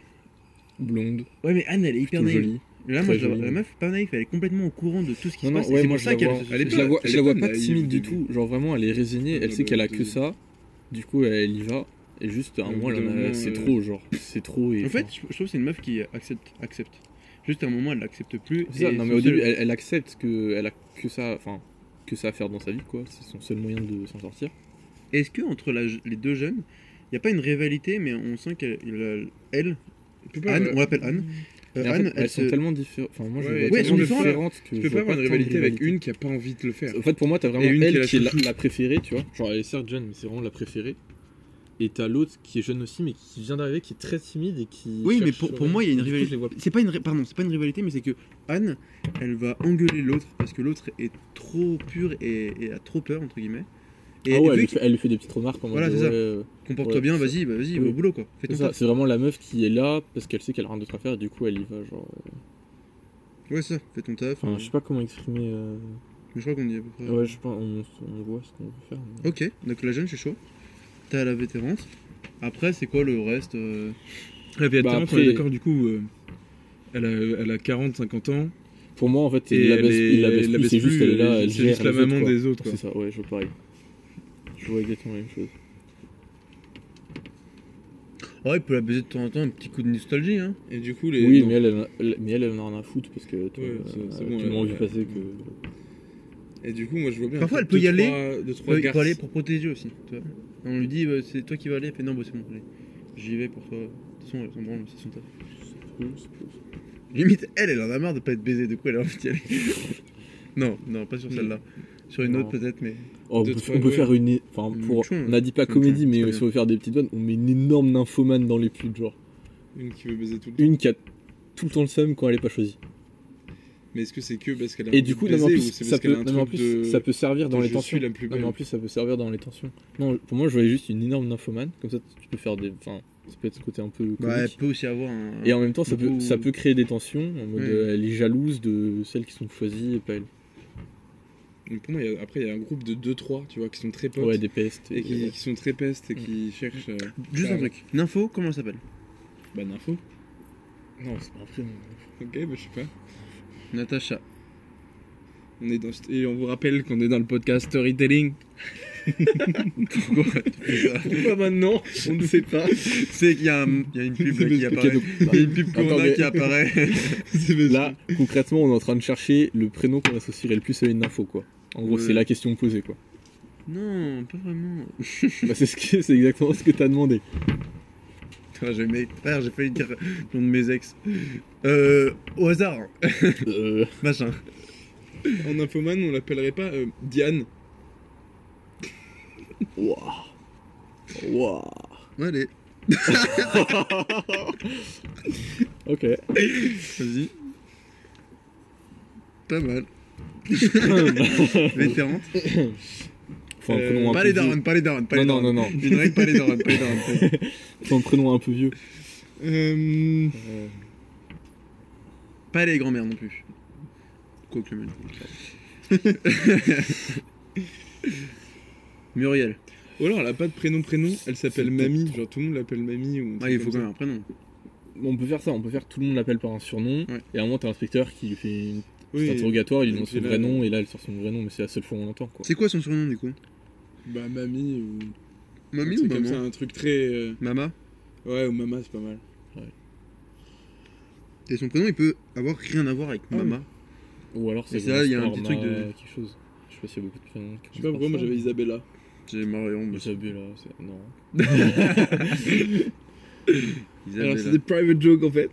Speaker 2: Blonde,
Speaker 4: Ouais, mais Anne, elle est hyper
Speaker 2: tout
Speaker 4: naïve.
Speaker 2: jolie.
Speaker 4: Là,
Speaker 2: Très
Speaker 4: moi, je la,
Speaker 2: jolie.
Speaker 4: vois- la meuf, pas naïve, elle est complètement au courant de tout ce qui
Speaker 2: Non,
Speaker 4: se
Speaker 2: non,
Speaker 4: passe. et
Speaker 2: ouais,
Speaker 4: c'est
Speaker 2: moi,
Speaker 4: pour
Speaker 2: je
Speaker 4: ça
Speaker 2: la
Speaker 4: qu'elle
Speaker 2: vois.
Speaker 4: se
Speaker 3: Elle est
Speaker 4: suicide.
Speaker 2: Je la vois,
Speaker 3: elle
Speaker 2: je la
Speaker 3: est
Speaker 2: vois
Speaker 3: pas
Speaker 2: pas
Speaker 3: naïve
Speaker 2: timide
Speaker 3: au
Speaker 2: du
Speaker 3: début.
Speaker 2: tout. Genre, vraiment, elle est résignée.
Speaker 3: Ouais,
Speaker 2: Elle sait
Speaker 3: bah,
Speaker 2: qu'elle a
Speaker 3: de-
Speaker 2: que ça. Du coup, elle y va. Et juste, à un
Speaker 3: Au
Speaker 2: moment,
Speaker 3: bout
Speaker 2: elle en
Speaker 3: d'un
Speaker 2: a-
Speaker 3: moment,
Speaker 2: c'est
Speaker 3: euh,
Speaker 2: trop. Genre, c'est trop. et
Speaker 4: En fait,
Speaker 2: enfin,
Speaker 4: je je trouve que c'est une meuf qui accepte. accepte. Juste à un moment, elle l'accepte plus.
Speaker 2: C'est ça,
Speaker 4: et
Speaker 2: non
Speaker 4: son
Speaker 2: mais au
Speaker 4: seul-
Speaker 2: début elle, elle accepte que elle a que ça enfin que ça à faire dans sa vie quoi, c'est son seul moyen de s'en sortir.
Speaker 3: Euh,
Speaker 4: Est-ce que entre la- les deux jeunes, il n'y a pas une rivalité, mais on sent qu'elle, il- elle,
Speaker 3: Tu peux pas,
Speaker 4: Anne,
Speaker 3: euh,
Speaker 4: on l'appelle Anne. euh,
Speaker 2: bah, Mais en fait,
Speaker 4: Anne,
Speaker 2: elles sont
Speaker 4: se-
Speaker 2: tellement différentes, enfin moi je
Speaker 3: Ouais,
Speaker 2: les
Speaker 3: elles
Speaker 2: vois
Speaker 4: sont
Speaker 2: tellement
Speaker 4: différentes.
Speaker 2: différentes que
Speaker 3: Tu
Speaker 2: je
Speaker 3: peux pas Bah,
Speaker 2: vois
Speaker 3: avoir une
Speaker 2: tant de
Speaker 3: rivalité avec
Speaker 2: rivalité.
Speaker 3: une qui a pas envie de le faire.
Speaker 2: En fait pour moi t'as vraiment
Speaker 3: Et une qui
Speaker 2: elle
Speaker 3: la
Speaker 2: qui est la,
Speaker 3: chouchoute.
Speaker 2: la préférée, tu vois. Genre elle est certes jeune mais c'est vraiment la préférée. Et t'as l'autre qui est jeune aussi mais qui vient d'arriver qui est très timide et qui
Speaker 4: Oui, mais
Speaker 2: cherche
Speaker 4: pour,
Speaker 2: sur
Speaker 4: pour
Speaker 2: elle.
Speaker 4: moi, il y a une
Speaker 2: Du coup, je
Speaker 4: rivalité.
Speaker 2: les vois
Speaker 4: C'est pas une, ri- pardon, c'est pas une rivalité, mais c'est que Anne, elle va engueuler l'autre parce que l'autre est trop pur et, et a trop peur entre guillemets. Et,
Speaker 2: Ah ouais,
Speaker 4: et
Speaker 2: elle,
Speaker 4: vu
Speaker 2: lui
Speaker 4: qu'il
Speaker 2: fait, elle lui fait des petites remarques en mode
Speaker 4: Voilà, c'est
Speaker 2: ouais,
Speaker 4: ça.
Speaker 2: euh,
Speaker 4: comporte-toi
Speaker 2: ouais,
Speaker 4: bien,
Speaker 2: c'est-
Speaker 4: vas-y, bah, vas-y,
Speaker 2: oui.
Speaker 4: va au boulot quoi. Fais
Speaker 2: c'est
Speaker 4: ton
Speaker 2: ça,
Speaker 4: taf.
Speaker 2: c'est vraiment la meuf qui est là parce qu'elle sait qu'elle a rien d'autre à faire, du coup elle y va genre euh,
Speaker 4: Ouais, c'est ça. Fais ton taf.
Speaker 2: enfin
Speaker 4: euh,
Speaker 2: je sais pas comment exprimer euh,
Speaker 4: Je crois qu'on y est. à peu près.
Speaker 2: Ouais, je pense on, on voit ce qu'on veut faire. mais-
Speaker 4: Ok, donc la jeune, je suis chaud. T'as la vétérante. Après, c'est quoi le reste euh,
Speaker 3: La Vietnam,
Speaker 2: Bah,
Speaker 3: on
Speaker 2: après-
Speaker 3: est d'accord, du coup, euh, elle, a, elle a 40, 50 ans.
Speaker 2: Pour moi, en fait,
Speaker 3: Et
Speaker 2: il la
Speaker 3: elle
Speaker 2: baisse,
Speaker 3: est-
Speaker 2: il la baisse
Speaker 3: elle la
Speaker 2: plus, c'est
Speaker 3: baisse
Speaker 2: juste,
Speaker 3: plus, euh,
Speaker 2: elle est là,
Speaker 3: c'est
Speaker 2: elle
Speaker 3: juste
Speaker 2: gère.
Speaker 3: la
Speaker 2: les autres,
Speaker 3: maman
Speaker 2: quoi.
Speaker 3: des autres, quoi.
Speaker 2: C'est ça, ouais, je vois pareil. Je vois exactement la même chose.
Speaker 4: Ouais, Ah, il peut la baiser de temps en temps, un petit coup de nostalgie. Hein.
Speaker 3: Et du coup, les.
Speaker 2: oui,
Speaker 3: non.
Speaker 2: mais elle, elle, en a- elle- mais elle, elle en a rien à foutre parce que euh, tu
Speaker 3: Ouais,
Speaker 2: vois,
Speaker 3: c'est-
Speaker 2: elle a
Speaker 3: c'est bon,
Speaker 2: tellement
Speaker 3: elle-
Speaker 2: vu
Speaker 3: elle-
Speaker 2: passer que.
Speaker 3: Et du coup, moi, je vois bien.
Speaker 4: Parfois,
Speaker 3: un
Speaker 4: elle
Speaker 3: peu
Speaker 4: peut y
Speaker 3: deux,
Speaker 4: aller,
Speaker 3: trois- deux, trois
Speaker 4: Il peut
Speaker 3: garces.
Speaker 4: aller pour protéger aussi. tu vois. On lui dit, euh, c'est toi qui vas aller. Elle fait, non, bah, c'est bon, allez. J'y vais pour toi. De toute façon, elle s'en branle, c'est son taf. Limite, elle, elle en a marre de pas être baisée, de quoi elle a envie d'y aller. non, non, pas sur celle-là. Sur une
Speaker 2: Mm. Non.
Speaker 4: autre peut-être, mais.
Speaker 2: Oh, on
Speaker 3: Deux,
Speaker 2: peut,
Speaker 3: trois,
Speaker 2: on peut
Speaker 3: ouais.
Speaker 2: faire une. Enfin, pour.
Speaker 4: Mouchon,
Speaker 2: on n'a dit pas
Speaker 4: mouchon,
Speaker 2: comédie,
Speaker 4: c'est
Speaker 2: mais
Speaker 4: bien.
Speaker 2: si on veut faire des petites vannes, on met une énorme nymphomane dans les pubs, genre.
Speaker 3: Une qui veut baiser tout le temps.
Speaker 2: Une qui a tout le temps le seum quand elle est pas choisie.
Speaker 3: Mais est-ce que c'est que parce qu'elle a
Speaker 2: Et
Speaker 3: envie
Speaker 2: du
Speaker 3: de
Speaker 2: coup, non, mais en
Speaker 3: baiser
Speaker 2: plus,
Speaker 3: ou c'est
Speaker 2: ça
Speaker 3: parce qu'elle
Speaker 2: peut,
Speaker 3: a un
Speaker 2: non, mais en
Speaker 3: truc
Speaker 2: plus,
Speaker 3: de-
Speaker 2: ça peut servir dans
Speaker 3: de
Speaker 2: les
Speaker 3: je
Speaker 2: tensions.
Speaker 3: suis la plus
Speaker 2: Non, mais
Speaker 3: belle.
Speaker 2: en plus, ça peut servir dans les tensions. Non, pour moi, je voyais juste une énorme nymphomane. Comme ça, tu peux faire des. Enfin, ça peut être ce côté un peu.
Speaker 4: Bah, elle
Speaker 2: comique.
Speaker 4: peut aussi avoir un.
Speaker 2: Et en même temps, ça peut,
Speaker 4: beaucoup-
Speaker 2: ça peut créer des tensions. En mode,
Speaker 4: Ouais.
Speaker 2: euh, elle est jalouse de celles qui sont choisies et pas elle.
Speaker 3: Donc, pour moi, il y a- après, il y a un groupe de 2-3, tu vois, qui sont très potes.
Speaker 2: Ouais, des pestes.
Speaker 3: Et qui,
Speaker 2: ouais.
Speaker 3: qui sont très pestes et
Speaker 4: Mm.
Speaker 3: qui cherchent. euh,
Speaker 4: Juste un
Speaker 3: Ouais.
Speaker 2: bah,
Speaker 4: truc. Nympho, comment elle s'appelle
Speaker 3: Bah, d'infos.
Speaker 2: Non, c'est pas un prénom.
Speaker 3: Ok, bah, je sais pas.
Speaker 4: Natacha.
Speaker 3: On est dans... Et on vous rappelle qu'on est dans le podcast Storytelling. Pourquoi maintenant On ne sait pas.
Speaker 4: C'est qu'il y, a un- il y a une pub là, qui apparaît. Il y a une pub
Speaker 2: Attends,
Speaker 4: Corona
Speaker 2: mais-
Speaker 4: qui apparaît.
Speaker 2: Là, concrètement, on est en train de chercher le prénom qu'on associerait le plus à une info, quoi. En gros,
Speaker 4: Ouais.
Speaker 2: c'est la question posée, quoi.
Speaker 6: Non, pas vraiment.
Speaker 2: Bah, c'est ce que- c'est exactement ce que t'as demandé.
Speaker 4: Putain, j'ai mes- frère, j'ai failli dire le nom de mes ex. Euh, au hasard,
Speaker 2: Euh,
Speaker 4: machin.
Speaker 3: En infomane, on l'appellerait pas euh, Diane.
Speaker 2: Wouah. Wouah.
Speaker 4: Allez,
Speaker 2: Ok.
Speaker 4: vas-y. Pas mal. Vétérante.
Speaker 2: Faut un
Speaker 3: Euh,
Speaker 2: prénom un
Speaker 4: Pas
Speaker 2: peu vieux.
Speaker 4: les darons, pas les darons, pas
Speaker 2: Non,
Speaker 4: les
Speaker 2: non,
Speaker 4: darons.
Speaker 2: non, non.
Speaker 4: Une règle, pas les darons, pas les darons.
Speaker 2: Faut un prénom un peu vieux.
Speaker 3: Euh,
Speaker 4: Pas les grand-mères non plus. Quoique le mien. Muriel.
Speaker 3: Ou alors, oh elle a pas de prénom, prénom. Elle s'appelle Mamie. Genre, tout le monde l'appelle Mamie. Ou un truc
Speaker 4: Ah, il faut
Speaker 3: comme
Speaker 4: quand
Speaker 3: ça.
Speaker 4: même un prénom.
Speaker 2: On peut faire ça, on peut faire tout le monde l'appelle par un surnom,
Speaker 4: Ouais.
Speaker 2: et à un moment t'as l'inspecteur qui lui fait une petite
Speaker 3: Oui,
Speaker 2: interrogatoire, il lui
Speaker 3: Et
Speaker 2: demande son
Speaker 3: puis là,
Speaker 2: vrai nom, et là elle sort son vrai nom, mais c'est la seule fois où on l'entend quoi.
Speaker 4: C'est quoi son surnom du coup
Speaker 3: bah, Mamie ou.
Speaker 4: Mamie
Speaker 3: un
Speaker 4: ou
Speaker 3: truc comme ça,
Speaker 4: maman
Speaker 3: un truc très. euh,
Speaker 4: Mama.
Speaker 3: Ouais, ou Mama, c'est pas mal.
Speaker 4: Et son prénom, il peut avoir rien à voir avec
Speaker 3: Ah,
Speaker 4: Mama.
Speaker 2: Ou alors c'est
Speaker 4: Mais c'est là, il y a un petit
Speaker 2: Transforma,
Speaker 4: truc de-
Speaker 2: quelque chose. Je sais pas s'il y a beaucoup de prénoms. qui
Speaker 3: Je sais pas pourquoi,
Speaker 2: commencent par
Speaker 3: moi
Speaker 2: ça.
Speaker 3: j'avais Isabella.
Speaker 4: J'ai Marion, mais
Speaker 2: Isabella, c'est. Non.
Speaker 3: Alors, c'est
Speaker 4: Isabella.
Speaker 3: des private jokes en fait.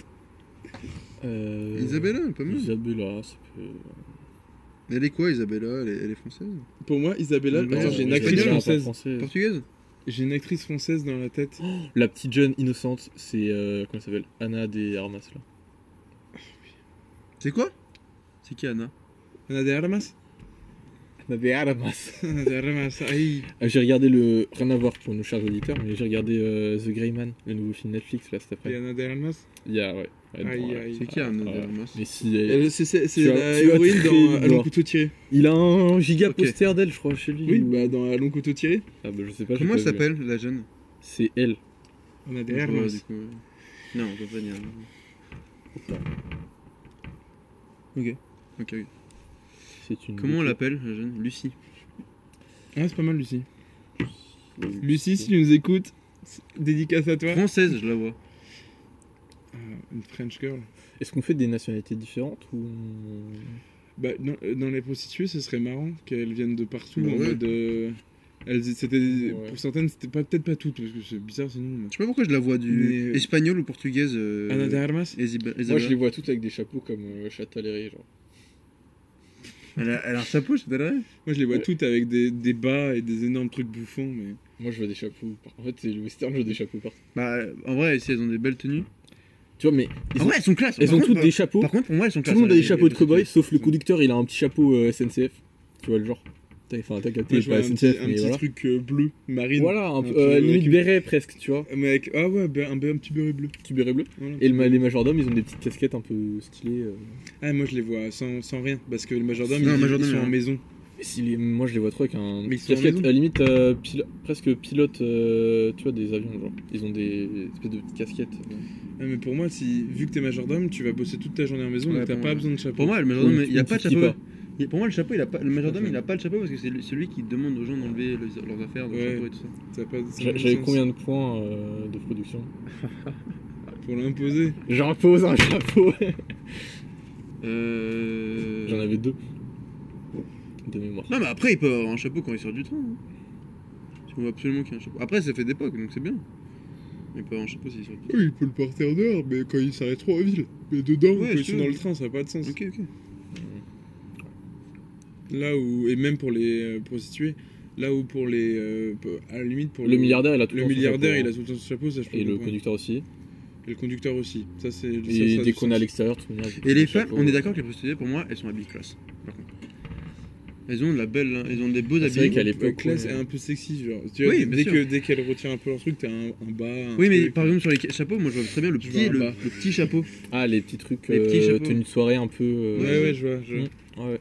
Speaker 2: Euh,
Speaker 4: Isabella, pas mal.
Speaker 2: Isabella, ça peut.
Speaker 4: Elle est quoi Isabella elle est, elle est française
Speaker 3: Pour moi, Isabella.
Speaker 4: Non,
Speaker 3: Attends, j'ai une
Speaker 4: Isabella,
Speaker 3: actrice
Speaker 2: Isabella, Oh, pas
Speaker 3: française.
Speaker 2: française.
Speaker 4: Portugaise
Speaker 3: J'ai une actrice française dans la tête.
Speaker 2: La petite jeune innocente, c'est. euh, comment elle s'appelle Anna des Armas là.
Speaker 4: C'est quoi C'est qui Anna
Speaker 3: Ana de Armas
Speaker 2: Anna des Armas.
Speaker 3: Ana de Armas, aïe.
Speaker 2: Euh, J'ai regardé le. Rien à voir pour nos chers auditeurs, mais j'ai regardé euh, The Grey Man, le nouveau film Netflix là cet
Speaker 3: Et
Speaker 2: après.
Speaker 3: Ana de Armas
Speaker 2: Il y a, ouais. ouais,
Speaker 3: Aïe,
Speaker 2: dedans, ouais.
Speaker 3: aïe.
Speaker 4: C'est qui Anna de
Speaker 2: ouais.
Speaker 4: Armas
Speaker 2: Mais si. elle-
Speaker 3: Elle- Euh, c'est- C'est c'est
Speaker 2: Tu as-
Speaker 3: la
Speaker 2: tu as
Speaker 3: héroïne
Speaker 2: très
Speaker 3: dans
Speaker 2: une
Speaker 3: Allons
Speaker 2: gloire.
Speaker 3: couteau tiré.
Speaker 2: Il a un giga
Speaker 4: Ok.
Speaker 2: poster d'elle, je crois, chez lui.
Speaker 3: Oui,
Speaker 2: ou-
Speaker 3: bah dans Allons couteau tiré.
Speaker 2: Ah bah je sais pas. j'ai
Speaker 4: Comment elle
Speaker 2: pas vu, là.
Speaker 4: s'appelle la jeune
Speaker 2: C'est elle.
Speaker 3: Ana de
Speaker 4: Ouais,
Speaker 3: Armas.
Speaker 4: du coup, ouais. Non, on peut pas dire.
Speaker 3: Ok.
Speaker 4: Ok, ok.
Speaker 2: C'est une.
Speaker 4: Comment on l'appelle la jeune Lucie.
Speaker 3: Ah, c'est pas mal, Lucie.
Speaker 2: Oui.
Speaker 3: Lucie, si tu nous écoutes, c'est- dédicace à toi.
Speaker 2: Hein
Speaker 4: Française, je la vois.
Speaker 3: Ah, une French girl.
Speaker 2: Est-ce qu'on fait des nationalités différentes ou on-
Speaker 3: Bah, dans, euh, dans les prostituées, ce serait marrant qu'elles viennent de partout
Speaker 4: Bah
Speaker 3: en
Speaker 4: ouais.
Speaker 3: mode. euh, elles, c'était, des-
Speaker 2: Ouais.
Speaker 3: Pour certaines, c'était pas, peut-être pas toutes, parce que c'est bizarre sinon.
Speaker 4: Je sais pas pourquoi je la vois du
Speaker 3: Mais, euh,
Speaker 4: espagnol ou portugaise. euh,
Speaker 3: mais- Ana de Armas
Speaker 4: Isibe-
Speaker 2: Moi, je les
Speaker 4: Isabella.
Speaker 2: vois toutes avec des chapeaux comme euh, Châtellerault, genre.
Speaker 4: Elle a, elle a un chapeau, je t'adore.
Speaker 3: Moi, je les vois
Speaker 2: Ouais.
Speaker 3: toutes avec des, des bas et des énormes trucs bouffants, mais.
Speaker 2: Moi, je vois des chapeaux. par- En fait, c'est le western, je vois des chapeaux partout.
Speaker 4: Bah, en vrai, si elles ont des belles tenues.
Speaker 2: Tu vois, mais Ils
Speaker 4: Ah
Speaker 2: ont-
Speaker 4: ouais, elles sont classe.
Speaker 2: elles
Speaker 4: Par
Speaker 2: ont
Speaker 4: contre,
Speaker 2: toutes
Speaker 4: bah,
Speaker 2: des chapeaux.
Speaker 4: Par contre, pour moi, elles sont
Speaker 2: Tout
Speaker 4: classe.
Speaker 2: le monde a
Speaker 4: hein,
Speaker 2: des
Speaker 4: les-
Speaker 2: chapeaux de
Speaker 4: les
Speaker 2: cow-boy,
Speaker 4: prostituées.
Speaker 2: sauf le conducteur, il a un petit chapeau euh, SNCF. Tu vois le genre T'as- Enfin, t'as capté,
Speaker 3: Moi, je
Speaker 2: pas
Speaker 3: vois un petit,
Speaker 2: SNCF,
Speaker 3: un
Speaker 2: mais
Speaker 3: petit
Speaker 2: voilà.
Speaker 3: truc euh, bleu, marine.
Speaker 2: Voilà, un
Speaker 3: Un
Speaker 2: peu,
Speaker 3: petit-
Speaker 2: euh,
Speaker 3: avec
Speaker 2: limite
Speaker 3: une-
Speaker 2: béret presque, tu vois.
Speaker 3: Mais avec- ah ouais, bah, un, bah, un petit béret bleu.
Speaker 2: Petit béret bleu.
Speaker 3: Voilà.
Speaker 2: Et le ma- les majordomes, ils ont des petites casquettes un peu stylées. euh.
Speaker 3: Ah, moi je les vois sans, sans rien, parce que le majordome,
Speaker 4: Non,
Speaker 3: ils,
Speaker 4: le majordome,
Speaker 3: ils sont
Speaker 4: il a
Speaker 3: en
Speaker 4: rien.
Speaker 3: maison.
Speaker 2: Mais si les- Moi, je les vois trop avec un.
Speaker 4: Mais ils sont en
Speaker 2: casquette,
Speaker 4: maison.
Speaker 2: à limite, euh, pilo- presque pilote, euh, tu vois, des avions, genre. Ils ont des espèces de petites casquettes. euh.
Speaker 3: Ah, mais pour moi, si, vu que t'es majordome, tu vas bosser toute ta journée en maison,
Speaker 4: Ouais,
Speaker 3: donc t'as
Speaker 4: pour
Speaker 3: pas
Speaker 4: moi.
Speaker 3: besoin de chapeau.
Speaker 4: Pour moi, le majordome,
Speaker 2: Oui,
Speaker 4: il a
Speaker 2: tu
Speaker 4: pas de
Speaker 2: dis
Speaker 4: chapeau.
Speaker 2: pas.
Speaker 4: Il- Pour moi, le chapeau, il a pas. Le majordome, il a pas de chapeau parce que c'est le- celui qui demande aux gens d'enlever leurs leurs affaires, leurs
Speaker 3: Ouais.
Speaker 4: chapeaux et tout ça.
Speaker 3: T'as pas- ça n'a
Speaker 2: J'a-
Speaker 3: pas
Speaker 2: J'avais
Speaker 3: de
Speaker 2: combien de points euh, de production
Speaker 3: sens. Pour l'imposer.
Speaker 2: J'impose un chapeau
Speaker 4: Euh.
Speaker 2: J'en avais deux. De mémoire.
Speaker 4: Non, mais après, il peut avoir un chapeau quand il sort du train. hein. Parce qu'on veut absolument qu'il y ait un chapeau. Après, ça fait d'époque, donc c'est bien. Il peut avoir un chapeau s'il sort du
Speaker 3: Oui, Ah, il peut le porter en dehors, mais quand il s'arrête trop en ville. Mais dedans,
Speaker 4: Ouais,
Speaker 3: ou quand ils
Speaker 4: je-
Speaker 3: sont dans le train, ça n'a pas de sens.
Speaker 4: train. Ok, ok.
Speaker 3: Là où, et même pour les euh, prostituées, là où pour les. euh, pour- à la limite, pour
Speaker 2: Le milliardaire, il a tout
Speaker 3: Le
Speaker 2: le temps son
Speaker 3: milliardaire,
Speaker 2: chapeau,
Speaker 3: il a
Speaker 2: hein.
Speaker 3: tout le temps son chapeau, ça je peux
Speaker 2: Et le
Speaker 3: comprendre.
Speaker 2: conducteur aussi.
Speaker 3: Et le conducteur aussi. Ça, c'est. ça,
Speaker 2: Et
Speaker 3: ça a
Speaker 2: dès
Speaker 3: du
Speaker 2: qu'on est à
Speaker 3: sens.
Speaker 2: l'extérieur, tout le monde a
Speaker 4: Et les
Speaker 2: des
Speaker 4: femmes,
Speaker 2: chapeaux.
Speaker 4: on est d'accord que les prostituées, pour moi, elles sont habillées classe. Par contre. Elles ont de la belle, hein, elles ont des beaux
Speaker 2: C'est vrai
Speaker 4: habits.
Speaker 2: qu'à
Speaker 3: Euh,
Speaker 2: l'époque.
Speaker 3: classe
Speaker 2: ouais.
Speaker 3: est un peu sexy, genre. Tu vois,
Speaker 4: Oui, bien
Speaker 3: dès,
Speaker 4: sûr.
Speaker 3: que, dès qu'elle retient un peu leur truc, t'as un, un bas. un
Speaker 4: Oui, mais
Speaker 3: truc.
Speaker 4: par exemple, sur les chapeaux, moi je vois très bien le
Speaker 3: Je
Speaker 4: petit,
Speaker 3: vois un
Speaker 4: le,
Speaker 3: bas.
Speaker 4: le petit chapeau.
Speaker 2: Ah, les petits trucs,
Speaker 4: Les petits
Speaker 2: euh,
Speaker 4: chapeaux.
Speaker 2: tenue de soirée un peu. euh,
Speaker 3: Ouais, ouais, je vois. je vois.
Speaker 2: Mm. ouais.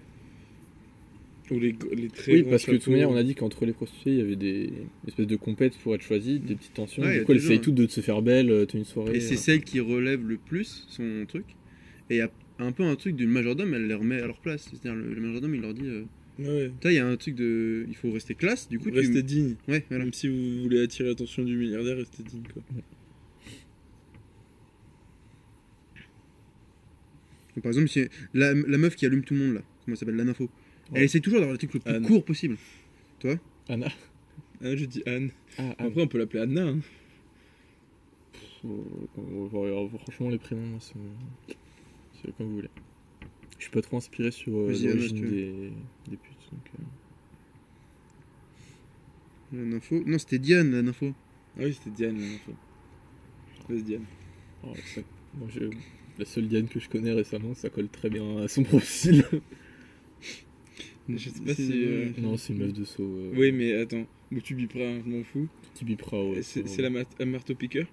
Speaker 3: Ou les, les très
Speaker 2: Oui,
Speaker 3: grands
Speaker 2: parce que de toute
Speaker 3: chapeaux.
Speaker 2: manière, on a dit qu'entre les prostituées, il y avait des espèces de compètes pour être choisies, des petites tensions.
Speaker 4: Ouais, il y a
Speaker 2: du coup, elles
Speaker 4: toujours,
Speaker 2: essayent
Speaker 4: hein.
Speaker 2: toutes de se faire belle, euh, tenue de soirée.
Speaker 4: Et c'est
Speaker 2: euh.
Speaker 4: celle qui relève le plus son truc. Et il y a un peu un truc du majordome, elle les remet à leur place. C'est-à-dire, le, le majordome, il leur dit euh,
Speaker 3: Ouais,
Speaker 4: Putain, il y a un truc de. Il faut rester classe, du coup. tu-
Speaker 3: restez digne.
Speaker 4: Ouais, voilà.
Speaker 3: Même si vous voulez attirer l'attention du milliardaire, restez digne quoi.
Speaker 4: Donc, par exemple, si la, la meuf qui allume tout le monde là, comment elle s'appelle La nympho.
Speaker 2: Ouais.
Speaker 4: Elle essaie toujours d'avoir le truc le plus
Speaker 3: Anne.
Speaker 4: court possible. Tu vois
Speaker 2: Anna.
Speaker 3: Anna, je dis Anne.
Speaker 2: Ah, ah,
Speaker 3: Après, on peut l'appeler Anna. hein.
Speaker 2: pff, on va- on va- euh, franchement, les prénoms, moi, sont. C'est comme vous voulez. Je suis pas trop inspiré sur euh,
Speaker 3: Vas-y, Anna,
Speaker 2: l'origine
Speaker 3: si tu veux.
Speaker 2: des... des putes. Donc, euh,
Speaker 4: La nympho. Non, c'était Diane, la nympho.
Speaker 3: Ah oui, c'était Diane, la dernière fois. Vas-y, Diane.
Speaker 2: oh, ça- moi, je- La seule Diane que je connais récemment, ça colle très bien à son profil.
Speaker 3: Je sais pas
Speaker 4: C'est-
Speaker 3: si, euh,
Speaker 2: non, c'est une meuf de saut. euh,
Speaker 3: Oui, mais attends. Bon, tu biperas, hein, je m'en fous.
Speaker 2: Qui bipera, ouais, euh,
Speaker 3: c'est
Speaker 2: ça,
Speaker 3: c'est la
Speaker 2: ouais.
Speaker 3: mat- un marteau piqueur.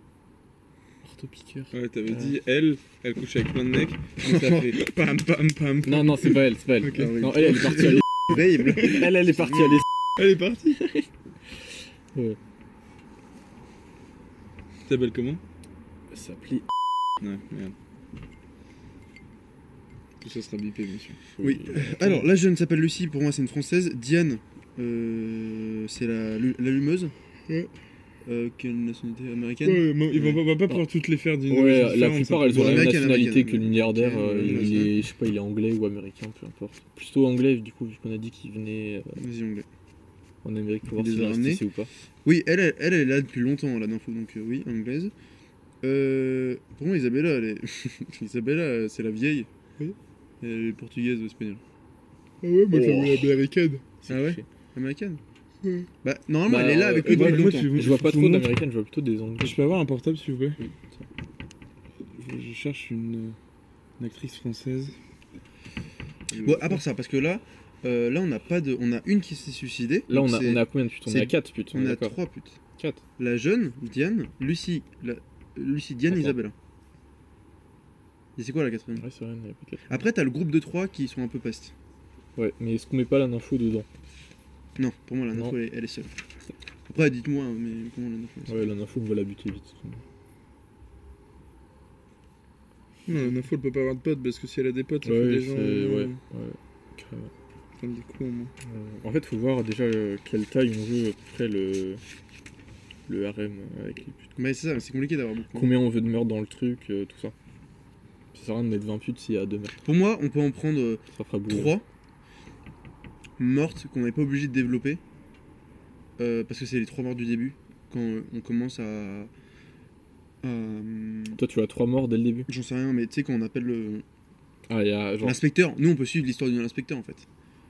Speaker 2: Marteau piqueur.
Speaker 3: Ouais, t'avais
Speaker 2: Ah.
Speaker 3: dit, elle, elle couche avec plein de mecs. Donc ça fait pam, pam, pam.
Speaker 2: Non, non, c'est pas elle, c'est pas elle.
Speaker 3: Ok. Ah
Speaker 2: Non, elle, elle est partie à l'est.
Speaker 4: Horrible.
Speaker 2: Elle, elle est partie à l'est.
Speaker 3: Elle est partie.
Speaker 2: Ouais.
Speaker 3: Tu t'appelles comment
Speaker 2: Elle s'appelait
Speaker 3: Ouais, merde. Tout ça sera bipé, bien sûr.
Speaker 4: Oui. Alors, la jeune s'appelle Lucie, pour moi c'est une française. Diane, euh, c'est la, lu- l'allumeuse.
Speaker 3: Ouais.
Speaker 4: Euh, quelle nationalité américaine
Speaker 3: Ouais, mais ils vont- on va pas pouvoir toutes les faire d'une origine
Speaker 2: Ouais, la
Speaker 3: différente,
Speaker 2: plupart
Speaker 3: ça.
Speaker 2: elles ont la même
Speaker 4: Américaine,
Speaker 2: nationalité
Speaker 4: américaine.
Speaker 2: que le milliardaire.
Speaker 4: Ok,
Speaker 2: euh,
Speaker 4: ouais,
Speaker 2: il
Speaker 4: ouais.
Speaker 2: est, je sais pas, il est anglais ou américain, peu importe. Plutôt anglais, du coup, vu qu'on a dit qu'il venait euh,
Speaker 4: Vas-y, anglais.
Speaker 2: en Amérique pour voir
Speaker 4: Il les
Speaker 2: s'il
Speaker 4: a
Speaker 2: restait
Speaker 4: ramenés.
Speaker 2: ici ou pas.
Speaker 4: Oui, elle, elle, elle est là depuis longtemps, la d'info, donc euh, oui, anglaise. Euh, pour moi, Isabella, elle est... Isabella, euh, c'est la vieille.
Speaker 3: Oui.
Speaker 4: Elle est portugaise ou espagnole.
Speaker 3: Ah ouais, moi
Speaker 2: Oh.
Speaker 3: j'avais la américaine.
Speaker 2: C'est
Speaker 4: Ah ouais
Speaker 2: cliché.
Speaker 4: Américaine
Speaker 3: Ouais.
Speaker 4: Bah, normalement,
Speaker 2: Bah,
Speaker 4: elle est là
Speaker 2: euh,
Speaker 4: avec
Speaker 2: euh,
Speaker 4: nous
Speaker 2: moi,
Speaker 4: depuis
Speaker 2: moi,
Speaker 4: longtemps.
Speaker 3: tu veux-
Speaker 2: Je vois pas
Speaker 3: Tout
Speaker 2: trop
Speaker 3: le monde-
Speaker 2: d'américaines, je vois plutôt des anglais.
Speaker 3: Je peux avoir un portable s'il vous plaît
Speaker 2: Oui.
Speaker 3: je, je cherche une, euh, une actrice française.
Speaker 4: Bon, à part ça, parce que là, euh, là, on n'a pas de... On a une qui s'est suicidée.
Speaker 2: Là,
Speaker 4: donc
Speaker 2: on a,
Speaker 4: c'est-
Speaker 2: on a combien de putes On
Speaker 4: c'est-
Speaker 2: est à 4 putes, on
Speaker 4: on
Speaker 2: est
Speaker 4: a
Speaker 2: d'accord
Speaker 4: trois putes.
Speaker 2: 4.
Speaker 4: La jeune, Diane, Lucie, la... Lucie, Diane,
Speaker 2: Attends.
Speaker 4: Isabella. Et c'est quoi la quatrième
Speaker 2: Ouais, c'est vrai, il n'y a pas de quatre.
Speaker 4: Après, t'as le groupe de trois qui sont un peu pastes.
Speaker 2: Ouais, mais est-ce qu'on met pas la nympho dedans
Speaker 4: Non, pour moi, la
Speaker 2: Non.
Speaker 4: nympho, elle, est- elle est seule. Après, dites-moi, hein, mais comment la nympho elle est seule
Speaker 2: Ouais, la nympho, on va la buter vite.
Speaker 3: Non, une info, elle peut pas avoir de potes parce que si elle a des potes, ça fait
Speaker 2: Ouais,
Speaker 3: des
Speaker 2: c'est.
Speaker 3: gens.
Speaker 2: Ouais,
Speaker 3: euh,
Speaker 2: ouais. Carrément.
Speaker 3: comme des cons, moi.
Speaker 2: Euh, en fait, faut voir déjà euh, quelle taille on veut à peu près le. le harem avec les putes.
Speaker 4: Mais c'est ça, c'est compliqué d'avoir beaucoup.
Speaker 2: Combien on veut de meurtres dans le truc, euh, tout ça. Ça sert à rien de mettre 20 putes s'il y a 2 meurtres.
Speaker 4: Pour moi, on peut en prendre euh,
Speaker 2: Ça fera bourré.
Speaker 4: trois mortes qu'on n'est pas obligé de développer. euh, parce que c'est les trois morts du début. Quand euh, on commence à. à, euh,
Speaker 2: Toi, tu as 3 morts dès le début.
Speaker 4: J'en sais rien, mais tu sais, quand on appelle le-
Speaker 2: Ah, il y a genre.
Speaker 4: l'inspecteur, nous on peut suivre l'histoire de l'inspecteur en fait.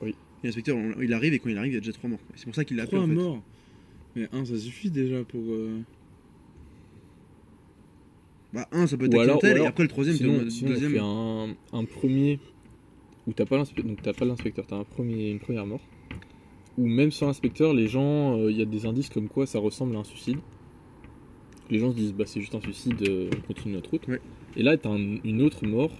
Speaker 2: Oui.
Speaker 4: Et L'inspecteur, on- il arrive et quand il arrive, il y a déjà trois morts. Et C'est pour ça qu'il l'a appelé.
Speaker 3: Trois
Speaker 4: En fait.
Speaker 3: morts Mais un, ça suffit déjà pour. euh,
Speaker 4: Bah, un, ça peut être
Speaker 2: Ou alors-
Speaker 4: accidentel,
Speaker 2: ou alors-
Speaker 4: et après le troisième, t'es
Speaker 2: Sinon,
Speaker 4: le
Speaker 2: sinon
Speaker 4: deuxième.
Speaker 2: on fait un, un premier où t'as pas l'inspecteur, donc t'as pas l'inspecteur, t'as un premier, une première mort. Ou même sans l'inspecteur, les gens, euh, il y a des indices comme quoi ça ressemble à un suicide. Les gens se disent bah c'est juste un suicide, euh, on continue notre route.
Speaker 4: Ouais.
Speaker 2: Et là t'as un- une autre mort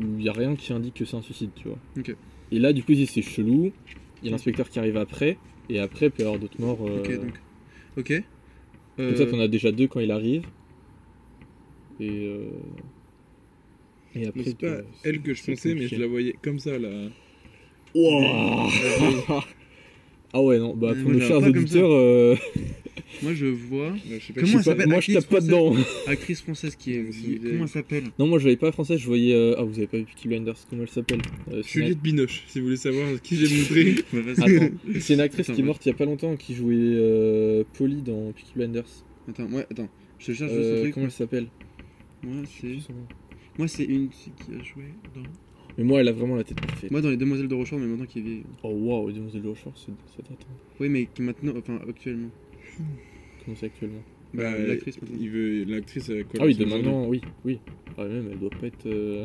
Speaker 2: où il y a rien qui indique que c'est un suicide, tu vois.
Speaker 4: Ok.
Speaker 2: Et là du coup ils disent, c'est chelou. Il y a l'inspecteur qui arrive après et après il peut y avoir d'autres morts. euh,
Speaker 4: Ok, donc. Ok.
Speaker 2: comme
Speaker 4: Euh,
Speaker 2: ça, t'en as déjà deux quand il arrive. Et, euh, et
Speaker 3: mais
Speaker 2: après.
Speaker 3: c'est pas
Speaker 2: t'as-
Speaker 3: elle que je
Speaker 2: c'est
Speaker 3: pensais, mais je
Speaker 2: compliqué.
Speaker 3: la voyais comme ça, là.
Speaker 2: Ouah Ah ouais, non, bah
Speaker 4: Mais
Speaker 2: pour nos
Speaker 4: moi, je la
Speaker 2: chers
Speaker 4: vois pas comme ça.
Speaker 2: auditeurs, euh,
Speaker 4: Moi je vois.
Speaker 3: Ouais, je sais pas
Speaker 4: Comment
Speaker 3: qui-
Speaker 2: je sais
Speaker 4: elle
Speaker 2: pas,
Speaker 4: s'appelle,
Speaker 2: moi je tape
Speaker 4: actrice
Speaker 2: pas dedans.
Speaker 4: Actrice française qui est.
Speaker 3: C'est
Speaker 4: qui-
Speaker 3: une vieille.
Speaker 4: Comment elle s'appelle
Speaker 2: Non, moi je voyais pas français, je voyais. euh, Ah, vous avez pas vu Peaky Blinders, comment elle s'appelle Euh, c'est une
Speaker 3: Juliette Binoche, si vous voulez savoir qui j'ai montré.
Speaker 4: Bah, vas-y.
Speaker 2: act- Attends, C'est une actrice
Speaker 4: Attends,
Speaker 2: qui est
Speaker 4: moi-
Speaker 2: morte il y a pas longtemps qui jouait euh, Polly dans Peaky Blinders.
Speaker 4: Attends, ouais, attends. Ah, Je cherche juste
Speaker 2: Euh,
Speaker 4: un truc.
Speaker 2: comment elle s'appelle
Speaker 4: Moi
Speaker 2: Je sais
Speaker 4: c'est.
Speaker 2: plus son nom.
Speaker 4: Moi c'est une c'est qui a joué dans.
Speaker 2: Mais moi elle a vraiment la tête parfaite.
Speaker 4: Moi dans les Demoiselles de Rochefort, mais maintenant qui est vieille.
Speaker 2: Oh waouh, Demoiselle de Rochefort, c'est- ça date. hein.
Speaker 4: Oui, mais qui maintenant. Enfin, actuellement.
Speaker 2: Comment c'est actuellement
Speaker 4: Bah,
Speaker 3: Bah,
Speaker 4: l'actrice maintenant.
Speaker 3: Il veut l'actrice avec quoi
Speaker 2: Ah oui, de
Speaker 3: elle ressemble
Speaker 2: maintenant, oui, oui. Ah, même, elle doit pas être. euh,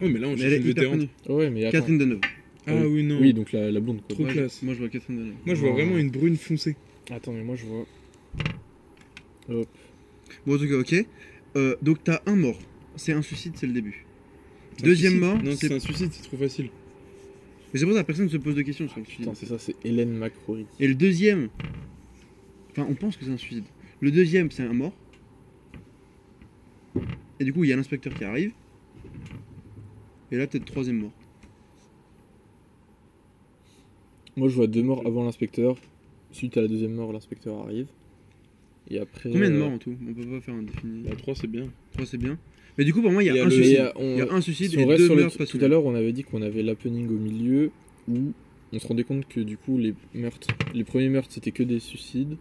Speaker 3: aujourd'hui. Ouais, Oh, mais là, on
Speaker 4: Mais
Speaker 3: cherche
Speaker 4: elle est
Speaker 3: une
Speaker 4: hyper
Speaker 3: vétérante.
Speaker 4: connue.
Speaker 2: Ouais, mais attends.
Speaker 4: Catherine Deneuve.
Speaker 3: Ah oui, non.
Speaker 2: Oui, donc la, la blonde, quoi.
Speaker 3: Trop
Speaker 4: Moi, je-
Speaker 3: classe.
Speaker 4: Moi je vois Catherine Deneuve.
Speaker 3: Moi, je vois
Speaker 2: Non.
Speaker 3: vraiment une brune foncée.
Speaker 2: Attends, mais moi je vois.
Speaker 4: Bon, en tout cas, ok. Euh, donc t'as un mort. C'est un suicide, c'est le début. Deuxième mort,
Speaker 3: Non,
Speaker 4: c'est.
Speaker 3: c'est
Speaker 4: Mais
Speaker 3: un suicide, c'est trop facile.
Speaker 4: c'est pour ça que personne se pose de questions sur le suicide.
Speaker 2: Putain, c'est ça, c'est Hélène McCrory.
Speaker 4: Et le deuxième. Enfin, on pense que c'est un suicide. Le deuxième, c'est un mort. Et du coup, il y a l'inspecteur qui arrive. Et là, peut-être troisième mort.
Speaker 2: Euh, Moi je vois deux morts avant l'inspecteur. Suite à la deuxième mort, l'inspecteur arrive. Et après.
Speaker 4: Combien de
Speaker 2: euh,
Speaker 4: morts en tout On peut pas faire un défini.
Speaker 3: La 3, c'est bien.
Speaker 4: Trois, c'est bien. Mais du coup, pour moi, il y a,
Speaker 3: Il y a
Speaker 4: un
Speaker 3: le-
Speaker 2: et,
Speaker 4: suicide.
Speaker 2: euh, on-
Speaker 4: Il y a un suicide
Speaker 2: si
Speaker 4: et
Speaker 2: on reste
Speaker 4: deux
Speaker 2: sur le-
Speaker 4: meurtres
Speaker 2: Tout
Speaker 4: passionnels.
Speaker 2: à l'heure, on avait dit qu'on avait l'happening au milieu où on se rendait compte que du coup les meurtres, les premiers meurtres c'était que des suicides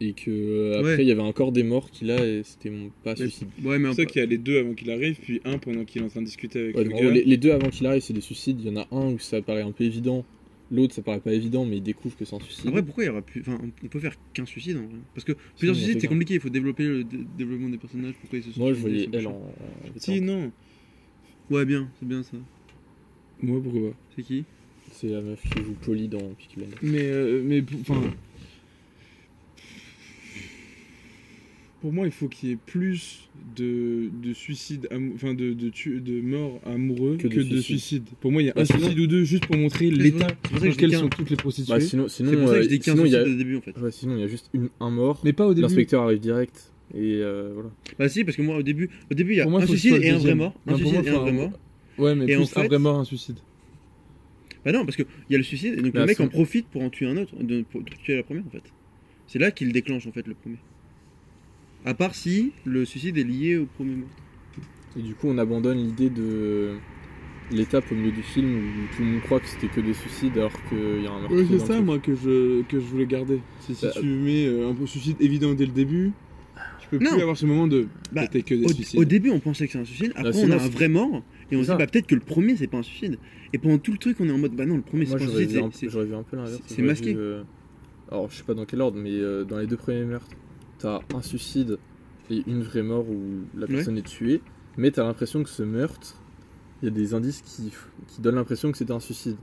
Speaker 2: et que euh, après il
Speaker 4: Ouais.
Speaker 2: y avait encore des morts qui là et c'était mon- pas suicide.
Speaker 4: Ouais, mais
Speaker 7: C'est ça qu'il y a les deux avant qu'il arrive, puis un pendant qu'il est en train de discuter avec
Speaker 2: Ouais,
Speaker 7: le
Speaker 2: donc, en
Speaker 7: gars.
Speaker 2: gros, les, les deux avant qu'il arrive c'est des suicides. Il y en a un où ça paraît un peu évident, l'autre ça paraît pas évident mais il découvre que c'est un suicide.
Speaker 4: En vrai, pourquoi il y aura plus. Enfin, on- on peut faire qu'un suicide en vrai. Parce que
Speaker 2: Sinon,
Speaker 4: plusieurs
Speaker 2: on
Speaker 4: suicides,
Speaker 2: fait
Speaker 4: c'est
Speaker 2: quoi
Speaker 4: compliqué. Il faut développer le dé- développement des personnages. Pourquoi ils se sont
Speaker 2: Moi je
Speaker 4: suicidés,
Speaker 2: voyais hein.
Speaker 4: c'est
Speaker 2: elle
Speaker 4: machin.
Speaker 2: en. en-
Speaker 7: Si, non.
Speaker 4: Ouais, bien, c'est bien ça.
Speaker 3: Moi, pourquoi pas
Speaker 4: C'est qui
Speaker 2: C'est la meuf qui joue Polly dans Peaky Blinders.
Speaker 3: Mais, euh, mais pour- enfin.
Speaker 7: Pour moi, il faut qu'il y ait plus de, de suicides, amou- enfin de, de, tu- de morts amoureux
Speaker 2: Que
Speaker 7: que,
Speaker 2: de
Speaker 7: de suicides. Pour moi, il y a
Speaker 2: Bah,
Speaker 7: un
Speaker 2: sinon-
Speaker 7: suicide ou deux juste pour montrer
Speaker 4: Bah, c'est
Speaker 7: l'état
Speaker 4: pour ça que
Speaker 7: dans
Speaker 4: je dis
Speaker 7: lequel
Speaker 4: qu'un.
Speaker 7: sont toutes les prostituées.
Speaker 2: Bah, sinon sinon
Speaker 4: C'est pour ça que
Speaker 2: euh,
Speaker 4: je dis 15
Speaker 2: sinon, il y
Speaker 4: suicides
Speaker 2: a
Speaker 4: au début en fait.
Speaker 2: ouais, sinon il y a juste une, un mort.
Speaker 7: Mais pas au début.
Speaker 2: L'inspecteur arrive direct et euh, voilà.
Speaker 4: Bah, si, parce que moi au début, au début il y a
Speaker 7: Pour moi,
Speaker 4: un
Speaker 7: faut que ce soit
Speaker 4: suicide
Speaker 7: le
Speaker 4: et un vrai
Speaker 7: deuxième.
Speaker 4: mort.
Speaker 7: Non, pour
Speaker 4: Un suicide
Speaker 7: moi,
Speaker 4: et un
Speaker 7: faut
Speaker 4: vrai
Speaker 7: un-
Speaker 4: mort.
Speaker 7: Ouais, mais
Speaker 4: Et en
Speaker 7: plus
Speaker 4: fait-
Speaker 7: un vrai mort, un suicide.
Speaker 4: Bah non, parce qu'il y a le suicide et donc
Speaker 2: Mais
Speaker 4: le mec
Speaker 2: attends.
Speaker 4: en profite pour en tuer un autre, de, pour tuer la première en fait. C'est là qu'il déclenche en fait le premier. À part si le suicide est lié au premier mort.
Speaker 2: Et du coup, on abandonne l'idée de l'étape au milieu du film où tout le monde croit que c'était que des suicides alors qu'il y a un meurtre.
Speaker 3: Ouais, c'est
Speaker 2: dans le
Speaker 3: ça,
Speaker 2: truc.
Speaker 3: moi, que je, que je voulais garder. Si, si
Speaker 2: Bah,
Speaker 3: tu mets euh, un peu suicide évident dès le début, tu peux
Speaker 4: Non.
Speaker 3: plus avoir ce moment de.
Speaker 4: Bah,
Speaker 3: C'était que des suicides.
Speaker 4: Au, au début, on pensait que c'est un suicide, après on
Speaker 2: sinon,
Speaker 4: a un
Speaker 2: c'est-
Speaker 4: vrai mort, et
Speaker 2: c'est
Speaker 4: on se
Speaker 2: ça.
Speaker 4: dit bah, peut-être que le premier c'est pas un suicide. Et pendant tout le truc, on est en mode bah non, le premier c'est
Speaker 2: Moi,
Speaker 4: pas un
Speaker 2: j'aurais
Speaker 4: suicide.
Speaker 2: vu, un-
Speaker 4: c'est-
Speaker 2: j'aurais vu un peu l'inverse.
Speaker 4: c'est
Speaker 2: J'aurais
Speaker 4: masqué.
Speaker 2: vu, euh, Alors, je sais pas dans quel ordre, mais euh, dans les deux premiers meurtres, t'as un suicide et une vraie mort où la
Speaker 4: Ouais.
Speaker 2: personne est tuée, mais t'as l'impression que ce meurtre, il y a des indices qui, f- qui donnent l'impression que c'était un suicide.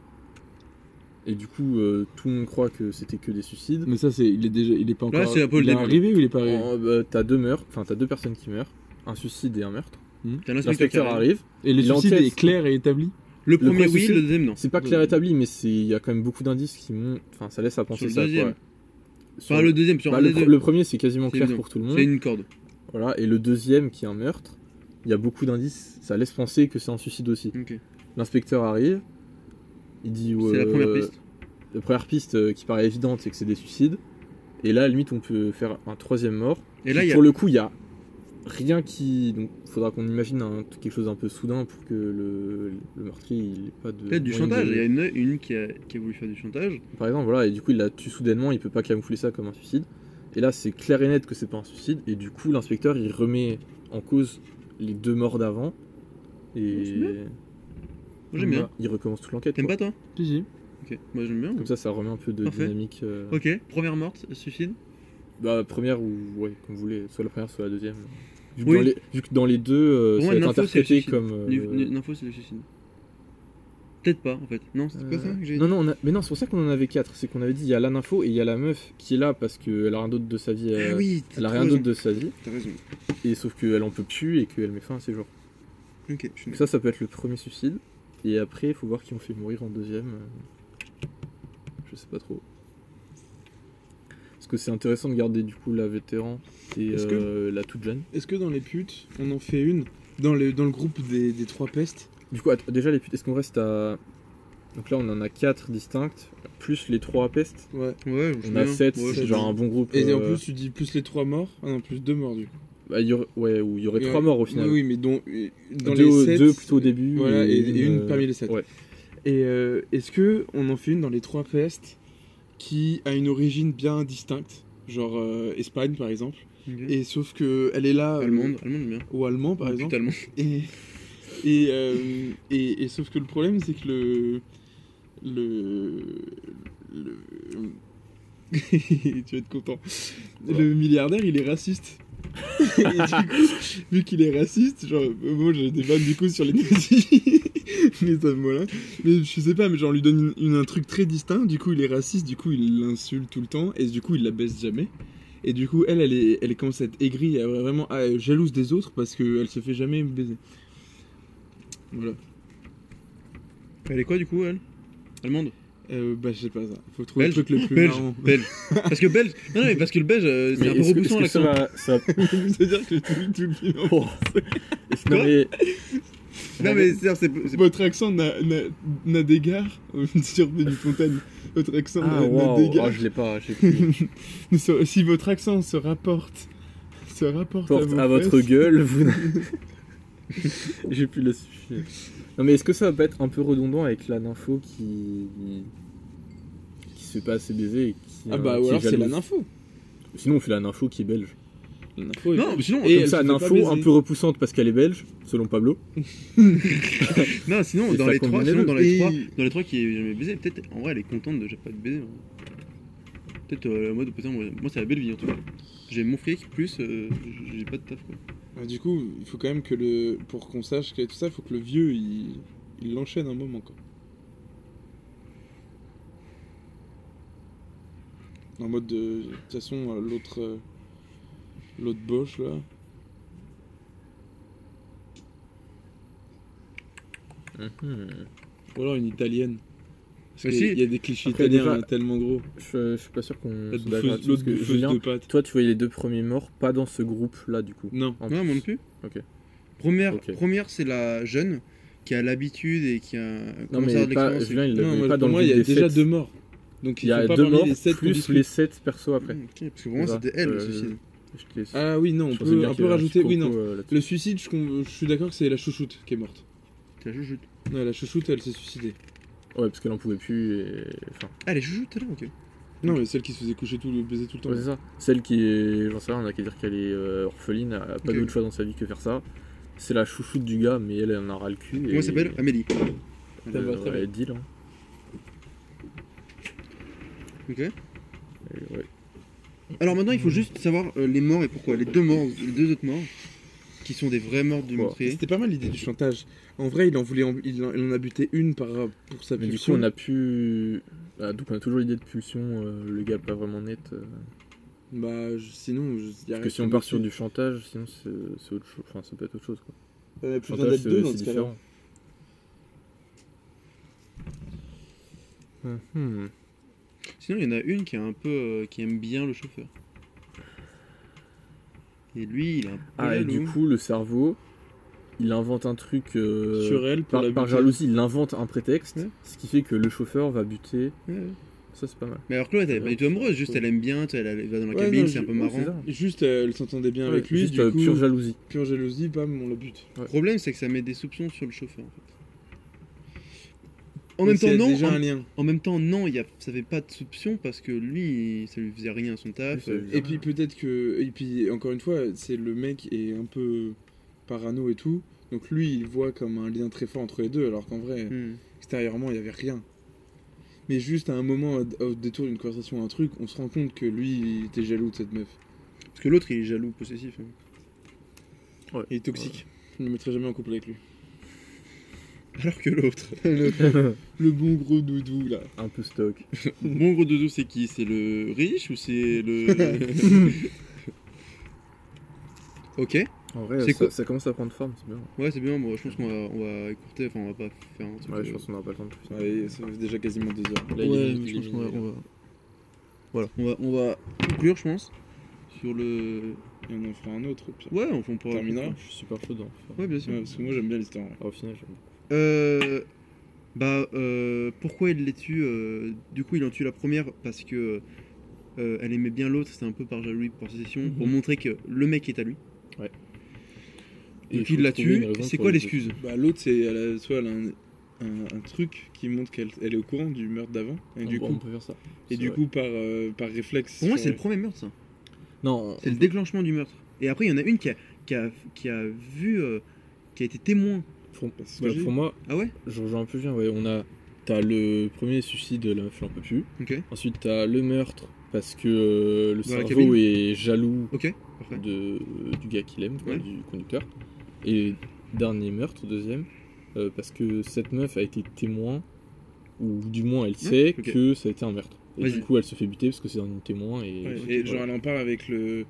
Speaker 2: Et du coup, euh, tout le monde croit que c'était que des suicides.
Speaker 3: Mais ça, c'est, il est déjà, il est pas encore.
Speaker 4: Ouais, c'est un peu le
Speaker 3: il est
Speaker 4: début.
Speaker 3: arrivé ou il est pas arrivé
Speaker 2: En- euh, T'as deux meurtres, enfin t'as deux personnes qui meurent, un suicide et un meurtre.
Speaker 4: T'as l'inspecteur qui
Speaker 2: L'inspecteur
Speaker 4: arrive.
Speaker 2: arrive.
Speaker 3: Et le
Speaker 2: il
Speaker 3: suicide
Speaker 2: enquête.
Speaker 3: est clair et établi
Speaker 4: Le premier oui,
Speaker 2: processus-
Speaker 4: le deuxième non.
Speaker 2: C'est pas clair établi, mais c'est il y a quand même beaucoup d'indices qui montent. Enfin, ça laisse à penser
Speaker 4: le
Speaker 2: ça. quoi,
Speaker 4: deuxième.
Speaker 2: ouais. Sur-
Speaker 4: Enfin, le deuxième, sur
Speaker 2: bah,
Speaker 4: un
Speaker 2: le,
Speaker 4: des
Speaker 2: pr-
Speaker 4: deux.
Speaker 2: le premier, c'est quasiment
Speaker 4: C'est
Speaker 2: clair
Speaker 4: évident.
Speaker 2: pour tout le
Speaker 4: C'est
Speaker 2: monde.
Speaker 4: une corde.
Speaker 2: Voilà. Et le deuxième, qui est un meurtre, il y a beaucoup d'indices. Ça laisse penser que c'est un suicide aussi.
Speaker 4: Ok.
Speaker 2: L'inspecteur arrive. Il dit.
Speaker 4: C'est la
Speaker 2: euh,
Speaker 4: première piste.
Speaker 2: La première piste euh, qui paraît évidente, c'est que c'est des suicides. Et là, à la limite, on peut faire un troisième mort.
Speaker 4: Et là, il y a.
Speaker 2: Pour le coup, il y a rien qui. Donc, faudra qu'on imagine un- quelque chose d'un peu soudain pour que le, le meurtrier, il ait pas de.
Speaker 4: Peut-être du
Speaker 2: moyen de-
Speaker 4: chantage, il y a une, une qui, a, qui a voulu faire du chantage.
Speaker 2: Par exemple, voilà, et du coup, il la tue soudainement, il peut pas camoufler ça comme un suicide. Et là, c'est clair et net que c'est pas un suicide, et du coup, l'inspecteur, il remet en cause les deux morts d'avant,
Speaker 4: Ouais,
Speaker 2: et
Speaker 4: c'est bien. Moi j'aime bien.
Speaker 2: Voilà, il recommence toute l'enquête.
Speaker 4: T'aimes
Speaker 2: quoi.
Speaker 4: pas toi
Speaker 3: Si, si.
Speaker 4: Ok. Moi j'aime bien.
Speaker 2: Comme ça, ça remet un peu de
Speaker 4: Parfait.
Speaker 2: dynamique. euh,
Speaker 4: Ok, première morte, suicide.
Speaker 2: Bah, première ou, ouais, comme vous voulez, soit la première, soit la deuxième. Vu que,
Speaker 4: Oui.
Speaker 2: dans, les, vu que dans les deux, euh,
Speaker 4: Pour
Speaker 2: ça
Speaker 4: moi,
Speaker 2: va être
Speaker 4: l'info, c'est le
Speaker 2: interprété
Speaker 4: suicide.
Speaker 2: comme. euh,
Speaker 4: Nu- nu- L'info c'est le suicide. Peut-être pas en fait. Non, c'est
Speaker 2: euh,
Speaker 4: pas ça que j'ai dit.
Speaker 2: non, non, on a- mais non, c'est pour ça qu'on en avait quatre. C'est qu'on avait dit il y a la nympho et il y a la meuf qui est là parce qu'elle a rien d'autre de sa vie. euh,
Speaker 4: Ah oui,
Speaker 2: Elle a
Speaker 4: t'as
Speaker 2: rien
Speaker 4: raison,
Speaker 2: d'autre de sa vie.
Speaker 4: T'as raison.
Speaker 2: Et sauf qu'elle en peut plus et qu'elle met fin à ses jours.
Speaker 4: Ok, je suis
Speaker 2: Donc ça, ça peut être le premier suicide. Et après, il faut voir qui on fait mourir en deuxième. euh, Je sais pas trop. Parce que c'est intéressant de garder du coup la vétéran et
Speaker 3: Est-ce que-
Speaker 2: euh, la toute jeune.
Speaker 3: Est-ce que dans les putes, on en fait une dans le, dans le groupe des, des trois pestes
Speaker 2: Du coup, att- déjà, les putes, est-ce qu'on reste à. Donc là, on en a 4 distinctes, plus les 3 pestes.
Speaker 3: Ouais.
Speaker 4: Ouais, je
Speaker 2: On a 7,
Speaker 4: ouais,
Speaker 2: c'est
Speaker 4: je
Speaker 2: genre
Speaker 4: dis.
Speaker 2: un bon groupe.
Speaker 3: Et en
Speaker 2: euh,
Speaker 3: plus, tu dis plus les trois morts Ah non, plus deux morts du coup.
Speaker 2: bah, il y aurait- Ouais, où il y aurait
Speaker 3: Et
Speaker 2: 3
Speaker 3: ouais.
Speaker 2: morts au final.
Speaker 3: Oui, oui, mais dont, et- dans
Speaker 2: deux,
Speaker 3: les sept,
Speaker 2: deux plutôt au début.
Speaker 3: Voilà, et, et une
Speaker 2: euh,
Speaker 3: parmi les sept.
Speaker 2: ouais.
Speaker 3: Et euh, est-ce que on en fait une dans les trois pestes qui a une origine bien distincte, genre euh, Espagne par exemple,
Speaker 4: Ok.
Speaker 3: et sauf que elle est là euh,
Speaker 4: Allemande, allemande bien.
Speaker 3: ou allemand par
Speaker 4: Ou
Speaker 3: exemple,
Speaker 4: Tout allemand.
Speaker 3: et, et, euh, et, et sauf que le problème c'est que le le, le tu vas être content. Le milliardaire, il est raciste. Et du coup, vu qu'il est raciste, genre, euh, moi j'ai des vannes du coup sur les nazis, mais ça me voilà. Mais je sais pas, mais genre, on lui donne une- une- un truc très distinct, du coup il est raciste, du coup il l'insulte tout le temps, et du coup il la baisse jamais. Et du coup, elle, elle, est, elle commence à être aigrie, elle est vraiment ah, jalouse des autres parce qu'elle se fait jamais baiser. Voilà.
Speaker 4: Elle est quoi du coup elle Allemande.
Speaker 3: Euh, bah, je sais pas ça. Faut trouver
Speaker 4: Belge.
Speaker 3: le truc le plus
Speaker 4: Belge.
Speaker 3: marrant.
Speaker 4: Belge. Parce que belge. Non, non, mais parce que le belge, euh, c'est
Speaker 2: Mais
Speaker 4: un peu
Speaker 2: est-ce que-
Speaker 4: repoussant
Speaker 2: est-ce que ça
Speaker 4: l'accent.
Speaker 2: va- ça va-
Speaker 3: C'est-à-dire que tout, tout le film.
Speaker 2: Oh. Est-ce- non,
Speaker 4: Quoi
Speaker 2: mais-
Speaker 4: Non, mais c'est c'est- c'est-
Speaker 3: Votre accent n'a- n'a n'a d'égard sur Fontaine. Votre accent
Speaker 2: Ah,
Speaker 3: n'a n'a
Speaker 2: waouh,
Speaker 3: d'égard.
Speaker 2: ah, je l'ai pas, je l'ai plus.
Speaker 3: Mais sur- Si votre accent se rapporte, se rapporte,
Speaker 2: Porte à votre
Speaker 3: fesses,
Speaker 2: gueule, vous. J'ai pu la suffire. Non, mais est-ce que ça va pas être un peu redondant avec la nympho qui. qui se fait pas assez baiser et qui.
Speaker 3: Ah
Speaker 2: euh,
Speaker 3: bah,
Speaker 2: qui
Speaker 3: ou
Speaker 2: est
Speaker 3: alors c'est la
Speaker 2: jalouse.
Speaker 3: nympho.
Speaker 2: Sinon, on fait la nympho qui est belge.
Speaker 3: La nympho est-
Speaker 8: Non, mais sinon,
Speaker 2: Et
Speaker 3: elle
Speaker 2: comme ça,
Speaker 3: se fait pas
Speaker 2: nympho un
Speaker 3: baiser.
Speaker 2: peu repoussante parce qu'elle est belge, selon Pablo.
Speaker 4: Non, sinon,
Speaker 2: Et
Speaker 4: dans
Speaker 2: ça
Speaker 4: les, trois,
Speaker 2: combinait
Speaker 4: sinon
Speaker 2: le-
Speaker 4: dans, les
Speaker 3: et-
Speaker 4: trois, dans les trois qui est jamais baisé, peut-être en vrai elle est contente de pas de baiser. hein. Peut-être euh, en mode, putain, moi, moi, c'est la belle vie en tout cas. J'ai mon fric plus euh, j'ai pas de taf quoi.
Speaker 3: Ah, du coup, il faut quand même que le. Pour qu'on sache que tout ça, il faut que le vieux il il l'enchaîne un moment quoi. En mode de. De toute façon, euh, l'autre. euh, L'autre boche là. Ou alors une italienne. Parce
Speaker 4: Mais
Speaker 3: qu'il
Speaker 4: Bah, si.
Speaker 3: y a des clichés
Speaker 2: Bah, Après,
Speaker 3: italiens
Speaker 2: déjà-
Speaker 3: là, tellement gros.
Speaker 2: Je, je suis pas sûr qu'on.
Speaker 3: La
Speaker 2: se bat
Speaker 3: bouffeuse-
Speaker 2: gratuit, parce
Speaker 3: L'autre
Speaker 2: que
Speaker 3: bouffeuse
Speaker 2: Julien,
Speaker 3: de pâtes.
Speaker 2: Toi, tu voyais les deux premiers morts, pas dans ce groupe-là, du coup.
Speaker 3: Non.
Speaker 2: En
Speaker 4: Non,
Speaker 2: plus.
Speaker 4: moi non plus.
Speaker 2: Ok.
Speaker 4: Première,
Speaker 2: Ok.
Speaker 4: première c'est la jeune qui a l'habitude et qui a
Speaker 2: Non,
Speaker 4: commencé à
Speaker 2: mais pas,
Speaker 4: avoir de l'expérience.
Speaker 2: Julien, il
Speaker 3: Non,
Speaker 2: l'avait
Speaker 3: moi,
Speaker 2: pas dans
Speaker 3: pour
Speaker 2: le
Speaker 3: moi,
Speaker 2: groupe
Speaker 3: il y a
Speaker 2: des
Speaker 3: déjà
Speaker 2: sept.
Speaker 3: deux morts. Donc
Speaker 2: Il y a
Speaker 3: pas
Speaker 2: deux
Speaker 3: parmi
Speaker 2: morts,
Speaker 3: les sept qu'on
Speaker 2: plus
Speaker 3: discute.
Speaker 2: les sept persos après.
Speaker 4: Mmh, ok, parce que pour moi c'était elle le
Speaker 2: Euh,
Speaker 4: suicide.
Speaker 2: Je t'ai- je
Speaker 3: Ah oui, non, on
Speaker 2: pensais
Speaker 3: peut
Speaker 2: bien
Speaker 3: un
Speaker 2: qu'il y
Speaker 3: peu
Speaker 2: avait un
Speaker 3: rajouter.
Speaker 2: petit
Speaker 3: Oui,
Speaker 2: propos,
Speaker 3: non.
Speaker 2: euh, là-dessus.
Speaker 3: Le suicide, je, con- je suis d'accord que c'est la chouchoute qui est morte.
Speaker 4: C'est la chouchoute.
Speaker 3: Ouais, la chouchoute, elle s'est suicidée.
Speaker 2: Ouais, parce qu'elle en pouvait plus. Et... Enfin,
Speaker 4: Ah, elle est chouchoute là, ok.
Speaker 3: Non, mais celle qui se faisait coucher tout, baiser tout le temps.
Speaker 2: ouais, c'est ça. Celle qui est. J'en sais rien, on a qu'à dire qu'elle est euh, orpheline, elle a pas
Speaker 4: Ok.
Speaker 2: d'autre choix dans sa vie que faire ça. C'est la chouchoute du gars, mais elle, elle en aura le cul.
Speaker 4: Comment elle s'appelle Amélie.
Speaker 2: Elle,
Speaker 3: Ça va très
Speaker 2: ouais, deal, hein.
Speaker 4: Ok.
Speaker 2: Et ouais.
Speaker 4: Alors maintenant, il
Speaker 2: Hmm.
Speaker 4: faut juste savoir euh, les morts et pourquoi. Les deux morts, les deux autres morts, qui sont des vrais morts du
Speaker 2: Bon.
Speaker 4: meurtrier.
Speaker 3: C'était pas mal l'idée du chantage. En vrai, il en voulait, en- il, en, il en a buté une par, pour sa
Speaker 2: Mais du coup,
Speaker 3: pulsion.
Speaker 2: on a pu. Ah, donc, on a toujours l'idée de pulsion, euh, le gars pas vraiment net. euh,
Speaker 3: Bah, je- sinon, je, y a
Speaker 2: Parce que si on part sur du chantage, sinon c'est c'est autre chose. Enfin, ça peut être autre chose. Quoi.
Speaker 3: Il y en a plus besoin
Speaker 2: Chantage,
Speaker 3: d'être deux
Speaker 2: c'est
Speaker 3: dans
Speaker 2: c'est
Speaker 3: ce cas-là.
Speaker 2: différent. Mhm.
Speaker 4: Sinon, il y en a une qui est un peu, euh, qui aime bien le chauffeur. Et lui, il a un peu
Speaker 2: Ah, et
Speaker 4: jaloux.
Speaker 2: du coup, le cerveau, il invente un truc euh,
Speaker 3: Sur elle, pour
Speaker 2: par,
Speaker 3: la
Speaker 2: par
Speaker 3: buter.
Speaker 2: jalousie, il invente un prétexte,
Speaker 4: Ouais.
Speaker 2: ce qui fait que le chauffeur va buter.
Speaker 4: Ouais, ouais.
Speaker 2: Ça, c'est pas mal.
Speaker 4: Mais alors que l'autre, elle est pas du tout amoureuse, juste elle aime bien, tu sais, elle, elle va dans la
Speaker 3: euh, Ouais,
Speaker 4: cabine,
Speaker 3: non,
Speaker 4: c'est un
Speaker 3: je-
Speaker 4: peu
Speaker 3: ouais,
Speaker 4: marrant.
Speaker 2: c'est ça.
Speaker 4: Le
Speaker 3: Et Juste, euh, elle s'entendait bien avec
Speaker 2: Ouais,
Speaker 3: lui,
Speaker 2: juste
Speaker 3: du
Speaker 2: euh,
Speaker 3: coup,
Speaker 2: pure
Speaker 3: pure...
Speaker 2: jalousie.
Speaker 3: jalousie, bam, on la bute.
Speaker 4: problème, c'est que ça met des soupçons sur le chauffeur. En, fait. en
Speaker 3: Mais
Speaker 4: même temps,
Speaker 3: c'est
Speaker 4: non.
Speaker 3: déjà
Speaker 4: en-
Speaker 3: un lien.
Speaker 4: En même temps, non, il y a, ça fait pas de soupçon parce que lui, ça lui faisait rien à son taf.
Speaker 2: Oui,
Speaker 4: euh,
Speaker 3: Et puis peut-être que. Et puis encore une fois, c'est le mec est un peu parano et tout. Donc lui, il voit comme un lien très fort entre les deux, alors qu'en vrai,
Speaker 4: hmm.
Speaker 3: extérieurement, il n'y avait rien. Mais juste à un moment, au- au détour d'une conversation, un truc, on se rend compte que lui, il était jaloux de cette meuf.
Speaker 4: Parce que l'autre, il est jaloux, possessif. hein.
Speaker 3: Il est toxique. Je ne me mettrai jamais en couple avec lui.
Speaker 4: Alors que l'autre.
Speaker 3: Le bon gros doudou, là.
Speaker 2: un peu stock.
Speaker 4: Mon gros doudou, c'est qui C'est le riche ou c'est le. ok,
Speaker 2: En vrai,
Speaker 4: C'est
Speaker 2: ça,
Speaker 4: quoi
Speaker 2: ça commence à prendre forme, c'est bien.
Speaker 4: ouais, c'est bien. Bon, je pense qu'on va, on va écourter. Enfin, on va pas faire un truc.
Speaker 2: Ouais, je
Speaker 4: euh,
Speaker 2: pense qu'on n'aura pas le temps de plus.
Speaker 3: Ouais, ça fait déjà quasiment deux heures.
Speaker 2: Là, il
Speaker 4: ouais,
Speaker 2: est-
Speaker 4: mais
Speaker 2: il
Speaker 4: je pense
Speaker 2: est-
Speaker 4: qu'on va, on va- Voilà, on va, on va conclure, je pense. Sur le.
Speaker 3: Et on en fera un autre, au pire.
Speaker 4: Ouais, on, on pourra.
Speaker 3: Terminera
Speaker 2: Je suis super chaud d'en faire.
Speaker 4: Ouais, bien sûr.
Speaker 3: Ouais, Parce que moi, j'aime bien l'histoire.
Speaker 2: Ah, Au final, j'aime beaucoup.
Speaker 4: Euh, bah, euh, pourquoi il les tue euh, Du coup, il en tue la première parce que euh, elle aimait bien l'autre, c'était un peu par jalousie, par possession, pour
Speaker 2: Mhm.
Speaker 4: montrer que le mec est à lui.
Speaker 2: Ouais.
Speaker 4: Et,
Speaker 2: Et
Speaker 4: puis
Speaker 2: faut
Speaker 4: il la
Speaker 2: trouver une
Speaker 4: tue,
Speaker 2: raison
Speaker 4: c'est
Speaker 2: pour
Speaker 4: quoi
Speaker 2: les
Speaker 4: l'excuse
Speaker 3: Bah, l'autre, c'est elle a- soit elle a un, un- un truc qui montre qu'elle elle est au courant du meurtre d'avant. Et du
Speaker 2: Ah, Bon,
Speaker 3: coup,
Speaker 2: on peut faire ça.
Speaker 3: et
Speaker 2: C'est
Speaker 3: du
Speaker 2: vrai.
Speaker 3: coup par, euh, par réflexe.
Speaker 4: Pour moi, c'est
Speaker 3: sur-
Speaker 4: le premier meurtre, ça.
Speaker 2: Non,
Speaker 4: C'est le déclenchement du meurtre. Et après, il y en a une qui a, qui a, qui a vu, euh, qui a été témoin.
Speaker 2: pour,
Speaker 3: Parce que
Speaker 2: voilà,
Speaker 3: j'ai-
Speaker 2: bah, pour moi,
Speaker 4: Ah ouais
Speaker 2: je rejoins un peu bien. Ouais, on a. T'as le premier suicide, la meuf, elle en peut plus.
Speaker 4: Ok,
Speaker 2: Ensuite, t'as le meurtre parce que euh, le
Speaker 4: Dans la cabine.
Speaker 2: cerveau est jaloux
Speaker 4: ok, parfait.
Speaker 2: de, du gars qu'il aime, quoi,
Speaker 4: Ouais.
Speaker 2: du conducteur. Et dernier meurtre, deuxième, euh, parce que cette meuf a été témoin, ou du moins elle sait
Speaker 4: ok.
Speaker 2: que ça a été un meurtre. Et
Speaker 4: Vas-y.
Speaker 2: du coup, elle se fait buter parce que c'est un témoin. Et,
Speaker 3: Ouais,
Speaker 2: Ok,
Speaker 3: et genre,
Speaker 2: voilà.
Speaker 3: elle en parle avec le,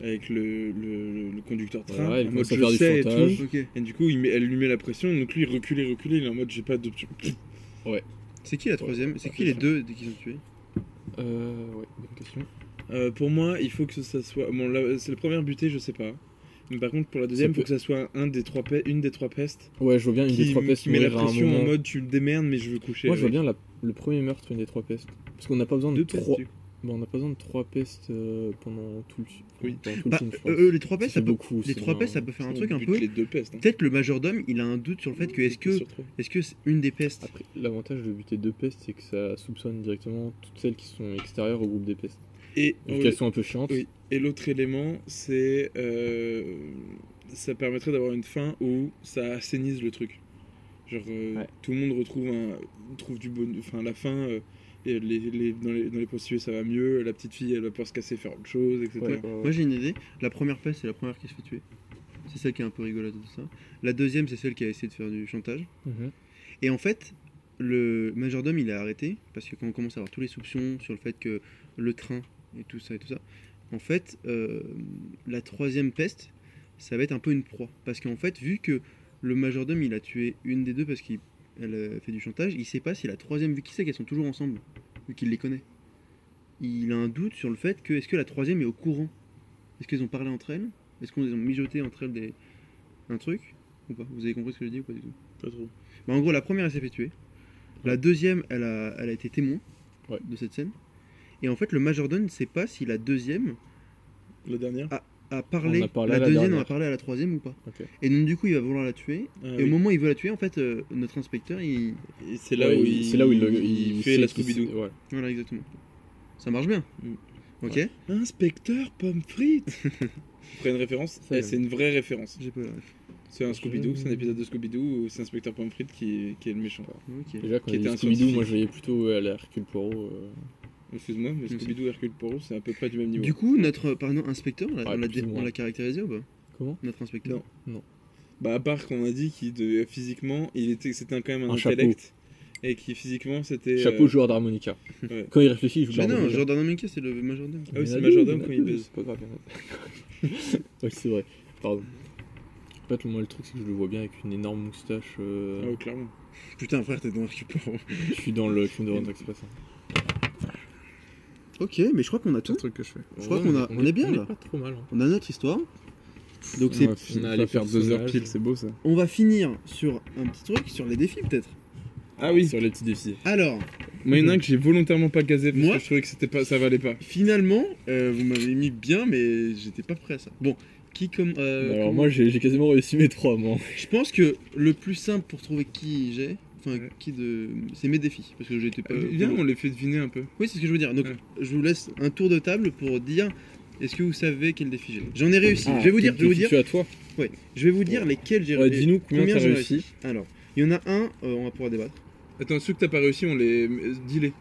Speaker 3: avec le, le, le conducteur de train.
Speaker 2: Voilà, elle
Speaker 3: en mode
Speaker 2: commence à
Speaker 3: je
Speaker 2: faire du
Speaker 3: sais et
Speaker 2: chantage.
Speaker 3: tout.
Speaker 4: Ok.
Speaker 3: Et du coup, il met- elle lui met la pression. Donc lui, il recule et recule. Il est en mode j'ai pas d'option.
Speaker 4: C'est qui la troisième C'est
Speaker 2: Ouais,
Speaker 4: qui les deux qui sont tués
Speaker 2: Euh, ouais, bonne question.
Speaker 3: Euh, pour moi, il faut que ça soit. Bon, là, c'est la première butée, je sais pas. Mais par contre, pour la deuxième, il
Speaker 2: Ça
Speaker 3: faut
Speaker 2: peut-
Speaker 3: que ça soit un des trois pe- une des trois pestes
Speaker 2: Ouais, je vois bien une
Speaker 3: qui,
Speaker 2: des trois pestes
Speaker 3: qui met la
Speaker 2: mourir à un
Speaker 3: pression en
Speaker 2: moment.
Speaker 3: mode tu me démerdes, mais je veux coucher.
Speaker 2: Moi, je vois
Speaker 3: avec.
Speaker 2: bien la- le premier meurtre, une des trois pestes. Parce qu'on n'a pas besoin de
Speaker 4: Deux
Speaker 2: trois.
Speaker 4: pestes,
Speaker 2: Bon, on a pas besoin de trois pestes euh, pendant tout le,
Speaker 9: Oui.
Speaker 2: pendant tout le
Speaker 4: Bah,
Speaker 2: film, je pense.
Speaker 4: euh, les trois
Speaker 2: C'est
Speaker 4: pestes, ça peut,
Speaker 2: beaucoup.
Speaker 4: les
Speaker 2: c'est
Speaker 4: trois
Speaker 2: bien.
Speaker 4: pestes, ça peut faire un
Speaker 3: On
Speaker 4: truc un
Speaker 3: bute
Speaker 4: peu.
Speaker 3: Les deux pestes. hein.
Speaker 4: Peut-être le majordome, il a un doute sur le fait que est-ce que
Speaker 2: Sur trois.
Speaker 4: est-ce que c'est une des pestes
Speaker 2: Après, l'avantage de buter deux pestes, c'est que ça soupçonne directement toutes celles qui sont extérieures au groupe des pestes.
Speaker 3: Et,
Speaker 2: Donc elles sont un peu chiantes.
Speaker 3: oui. Et l'autre élément, c'est. euh, ça permettrait d'avoir une fin où ça assainisse le truc. Genre, euh,
Speaker 2: Ouais.
Speaker 3: tout le monde retrouve, un, trouve du bon. Enfin, la fin, euh, et les, les- dans, les, dans les prostituées, ça va mieux. La petite fille, elle va pouvoir se casser, faire autre chose, etc.
Speaker 2: Ouais, ouais, ouais.
Speaker 4: Moi j'ai une idée. La première peste, c'est la première qui se fait tuer. C'est celle qui est un peu rigolote et tout ça. La deuxième, c'est celle qui a essayé de faire du chantage.
Speaker 2: Mhm.
Speaker 4: Et en fait, le majordome, il a arrêté parce que quand on commence à avoir tous les soupçons sur le fait que le train et tout ça et tout ça, en fait, euh, la troisième peste, ça va être un peu une proie. Parce qu'en fait, vu que le majordome, il a tué une des deux parce qu'elle a fait du chantage, il sait pas si la troisième, vu qu'il sait qu'elles sont toujours ensemble, vu qu'il les connaît, il a un doute sur le fait que est-ce que la troisième est au courant Est-ce qu'elles ont parlé entre elles Est-ce qu'on ont mijoté entre elles des... un truc Ou pas Vous avez compris ce que je dis ou pas du tout
Speaker 3: Pas trop.
Speaker 4: bah, en gros, la première, elle s'est fait tuer. La deuxième, elle a, elle a été témoin
Speaker 2: Ouais.
Speaker 4: de cette scène. Et en fait, le majordome ne sait pas si la deuxième
Speaker 3: La dernière
Speaker 4: a parlé.
Speaker 2: On a parlé
Speaker 4: la
Speaker 2: à la
Speaker 4: deuxième en a
Speaker 2: dernière.
Speaker 4: parlé à la troisième ou pas.
Speaker 2: Ok.
Speaker 4: Et donc, du coup, il va vouloir la tuer.
Speaker 3: Ah
Speaker 4: et
Speaker 3: oui.
Speaker 4: au moment où il veut la tuer, en fait, euh, notre inspecteur, il.
Speaker 3: Et C'est là,
Speaker 2: Ouais,
Speaker 3: où
Speaker 2: il-
Speaker 3: il,
Speaker 2: c'est là où il, le-
Speaker 3: il
Speaker 2: il
Speaker 3: fait
Speaker 2: sait
Speaker 3: la
Speaker 2: qu'il-
Speaker 3: Scooby-Doo.
Speaker 2: ouais.
Speaker 4: Voilà, exactement. Ça marche bien.
Speaker 3: Mm.
Speaker 4: Ok
Speaker 3: Inspecteur pomme frite Après une référence,
Speaker 2: Ça,
Speaker 3: eh,
Speaker 2: j'aime.
Speaker 3: c'est une vraie référence.
Speaker 4: J'ai pas la ref.
Speaker 3: C'est un Scooby-Doo, c'est un épisode de Scooby-Doo où c'est Inspecteur pomme frite qui, qui est le méchant.
Speaker 4: Ok.
Speaker 2: Déjà, quand
Speaker 3: Qui
Speaker 2: il
Speaker 3: était
Speaker 2: dit
Speaker 3: un
Speaker 2: Scooby-Doo,
Speaker 3: scientifique.
Speaker 2: moi je voyais plutôt euh, à la Hercule Poirot. euh,
Speaker 3: Excuse-moi, mais
Speaker 4: c'est-
Speaker 3: Scooby-Doo et Hercule Poirot, c'est à peu près du même niveau.
Speaker 4: Du coup, notre euh, pardon, inspecteur, on l'a-
Speaker 2: Ouais,
Speaker 4: on l'a
Speaker 2: plus
Speaker 4: dé-
Speaker 2: ou moins.
Speaker 4: on l'a caractérisé ou pas
Speaker 2: Comment
Speaker 4: Notre inspecteur.
Speaker 3: Non. Bah, à part qu'on a dit qu'il devait physiquement, il était, c'était quand même un,
Speaker 2: Un chapeau.
Speaker 3: intellect. Et qui physiquement, c'était.
Speaker 2: Chapeau
Speaker 3: euh,
Speaker 2: joueur d'harmonica.
Speaker 3: Ouais.
Speaker 2: Quand il réfléchit, il joue de
Speaker 4: Mais non,
Speaker 2: l'harmonica.
Speaker 4: Jordan Dominguez, c'est le majordome.
Speaker 3: Ah oui,
Speaker 2: Il y en
Speaker 3: c'est
Speaker 2: a
Speaker 3: Majordome
Speaker 2: deux,
Speaker 3: quand
Speaker 2: il y
Speaker 3: il
Speaker 2: en a deux,
Speaker 3: baise.
Speaker 2: C'est pas grave, il y en a deux. Ouais, c'est vrai. Pardon. En fait, moi, le truc, c'est que je le vois bien avec une énorme moustache. euh,
Speaker 3: Ah, ouais, clairement.
Speaker 4: Putain, frère, t'es dans un super.
Speaker 2: Je suis dans le crime de Rent Express. hein.
Speaker 4: Ok, mais je crois qu'on a
Speaker 9: C'est
Speaker 4: tout.
Speaker 9: le truc que je fais.
Speaker 4: Je crois qu'on a- on est bien, là.
Speaker 2: pas trop mal. hein.
Speaker 4: On a notre histoire. Donc c'est
Speaker 9: on
Speaker 2: on a
Speaker 9: a
Speaker 2: les
Speaker 9: allé faire deux heures
Speaker 2: personnages.
Speaker 9: pile, c'est beau ça.
Speaker 4: On va finir sur un petit truc, sur les défis peut-être.
Speaker 3: Ah oui,
Speaker 2: Sur les petits défis.
Speaker 4: Alors,
Speaker 3: moi, il y en a un que j'ai volontairement pas gazé parce
Speaker 4: Moi
Speaker 3: que je trouvais que c'était pas, ça valait pas.
Speaker 4: finalement, euh, vous m'avez mis bien, mais j'étais pas prêt à ça. Bon, qui comme. euh,
Speaker 2: Bon, Bah, alors,
Speaker 4: comment-
Speaker 2: moi, j'ai j'ai quasiment réussi mes trois, moi.
Speaker 4: Je pense que le plus simple pour trouver qui j'ai, enfin,
Speaker 3: Ouais.
Speaker 4: qui de. C'est mes défis, parce que j'étais pas.
Speaker 2: Euh,
Speaker 3: Viens, on les fait deviner un peu.
Speaker 4: Oui, c'est ce que je veux dire. Donc,
Speaker 3: Ouais.
Speaker 4: je vous laisse un tour de table pour dire est-ce que vous savez quel défi j'ai. J'en ai réussi. je vais vous dire, je vais vous dire,
Speaker 2: Ah, Tu à toi.
Speaker 4: je vais vous dire lesquels j'ai
Speaker 2: Ouais,
Speaker 4: réussi.
Speaker 2: Dis-nous combien
Speaker 4: combien
Speaker 2: t'as
Speaker 4: j'ai
Speaker 2: réussi.
Speaker 4: Alors, il y en a un, euh, on va pouvoir débattre.
Speaker 3: Attends, ceux que t'as pas réussi, on les. euh, Dis-les.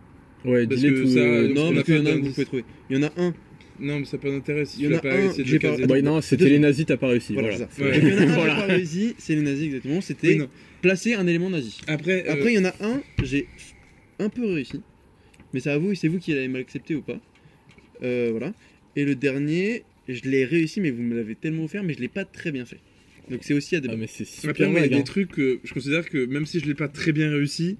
Speaker 2: Ouais,
Speaker 3: Parce
Speaker 2: dis-les
Speaker 3: que
Speaker 2: tous,
Speaker 3: ça,
Speaker 2: euh,
Speaker 3: donc,
Speaker 4: non,
Speaker 3: on
Speaker 4: mais
Speaker 3: a
Speaker 4: il y en
Speaker 3: fait
Speaker 4: a un que
Speaker 3: un
Speaker 4: vous pouvez trouver. Il y en a un.
Speaker 3: Non, mais ça n'a pas d'intérêt si
Speaker 4: Il y
Speaker 3: tu
Speaker 4: en
Speaker 3: l'as
Speaker 4: a
Speaker 3: pas
Speaker 4: un,
Speaker 3: réussi de
Speaker 4: j'ai
Speaker 3: le
Speaker 4: pas-
Speaker 3: caser.
Speaker 4: attends,
Speaker 2: Ouais, bah, non, c'était les nazis, t'as pas réussi.
Speaker 4: Voilà,
Speaker 2: Voilà.
Speaker 4: c'est ça.
Speaker 3: Ouais.
Speaker 4: Donc, il y en a un,
Speaker 2: Voilà.
Speaker 4: j'ai pas réussi, c'est les nazis exactement. C'était
Speaker 3: Oui, non.
Speaker 4: placer un élément nazi.
Speaker 3: Après, euh,
Speaker 4: Après, il y en a un, j'ai un peu réussi. Mais c'est à vous, c'est vous qui l'avez mal accepté ou pas. Euh, voilà. Et le dernier, je l'ai réussi, mais vous me l'avez tellement offert, mais je l'ai pas très bien fait. Donc c'est aussi à
Speaker 2: Ah,
Speaker 4: débattre.
Speaker 2: mais c'est
Speaker 3: Après,
Speaker 2: super
Speaker 3: moi, il
Speaker 2: vague.
Speaker 3: y a
Speaker 2: hein.
Speaker 3: des trucs que je considère que même si je l'ai pas très bien réussi,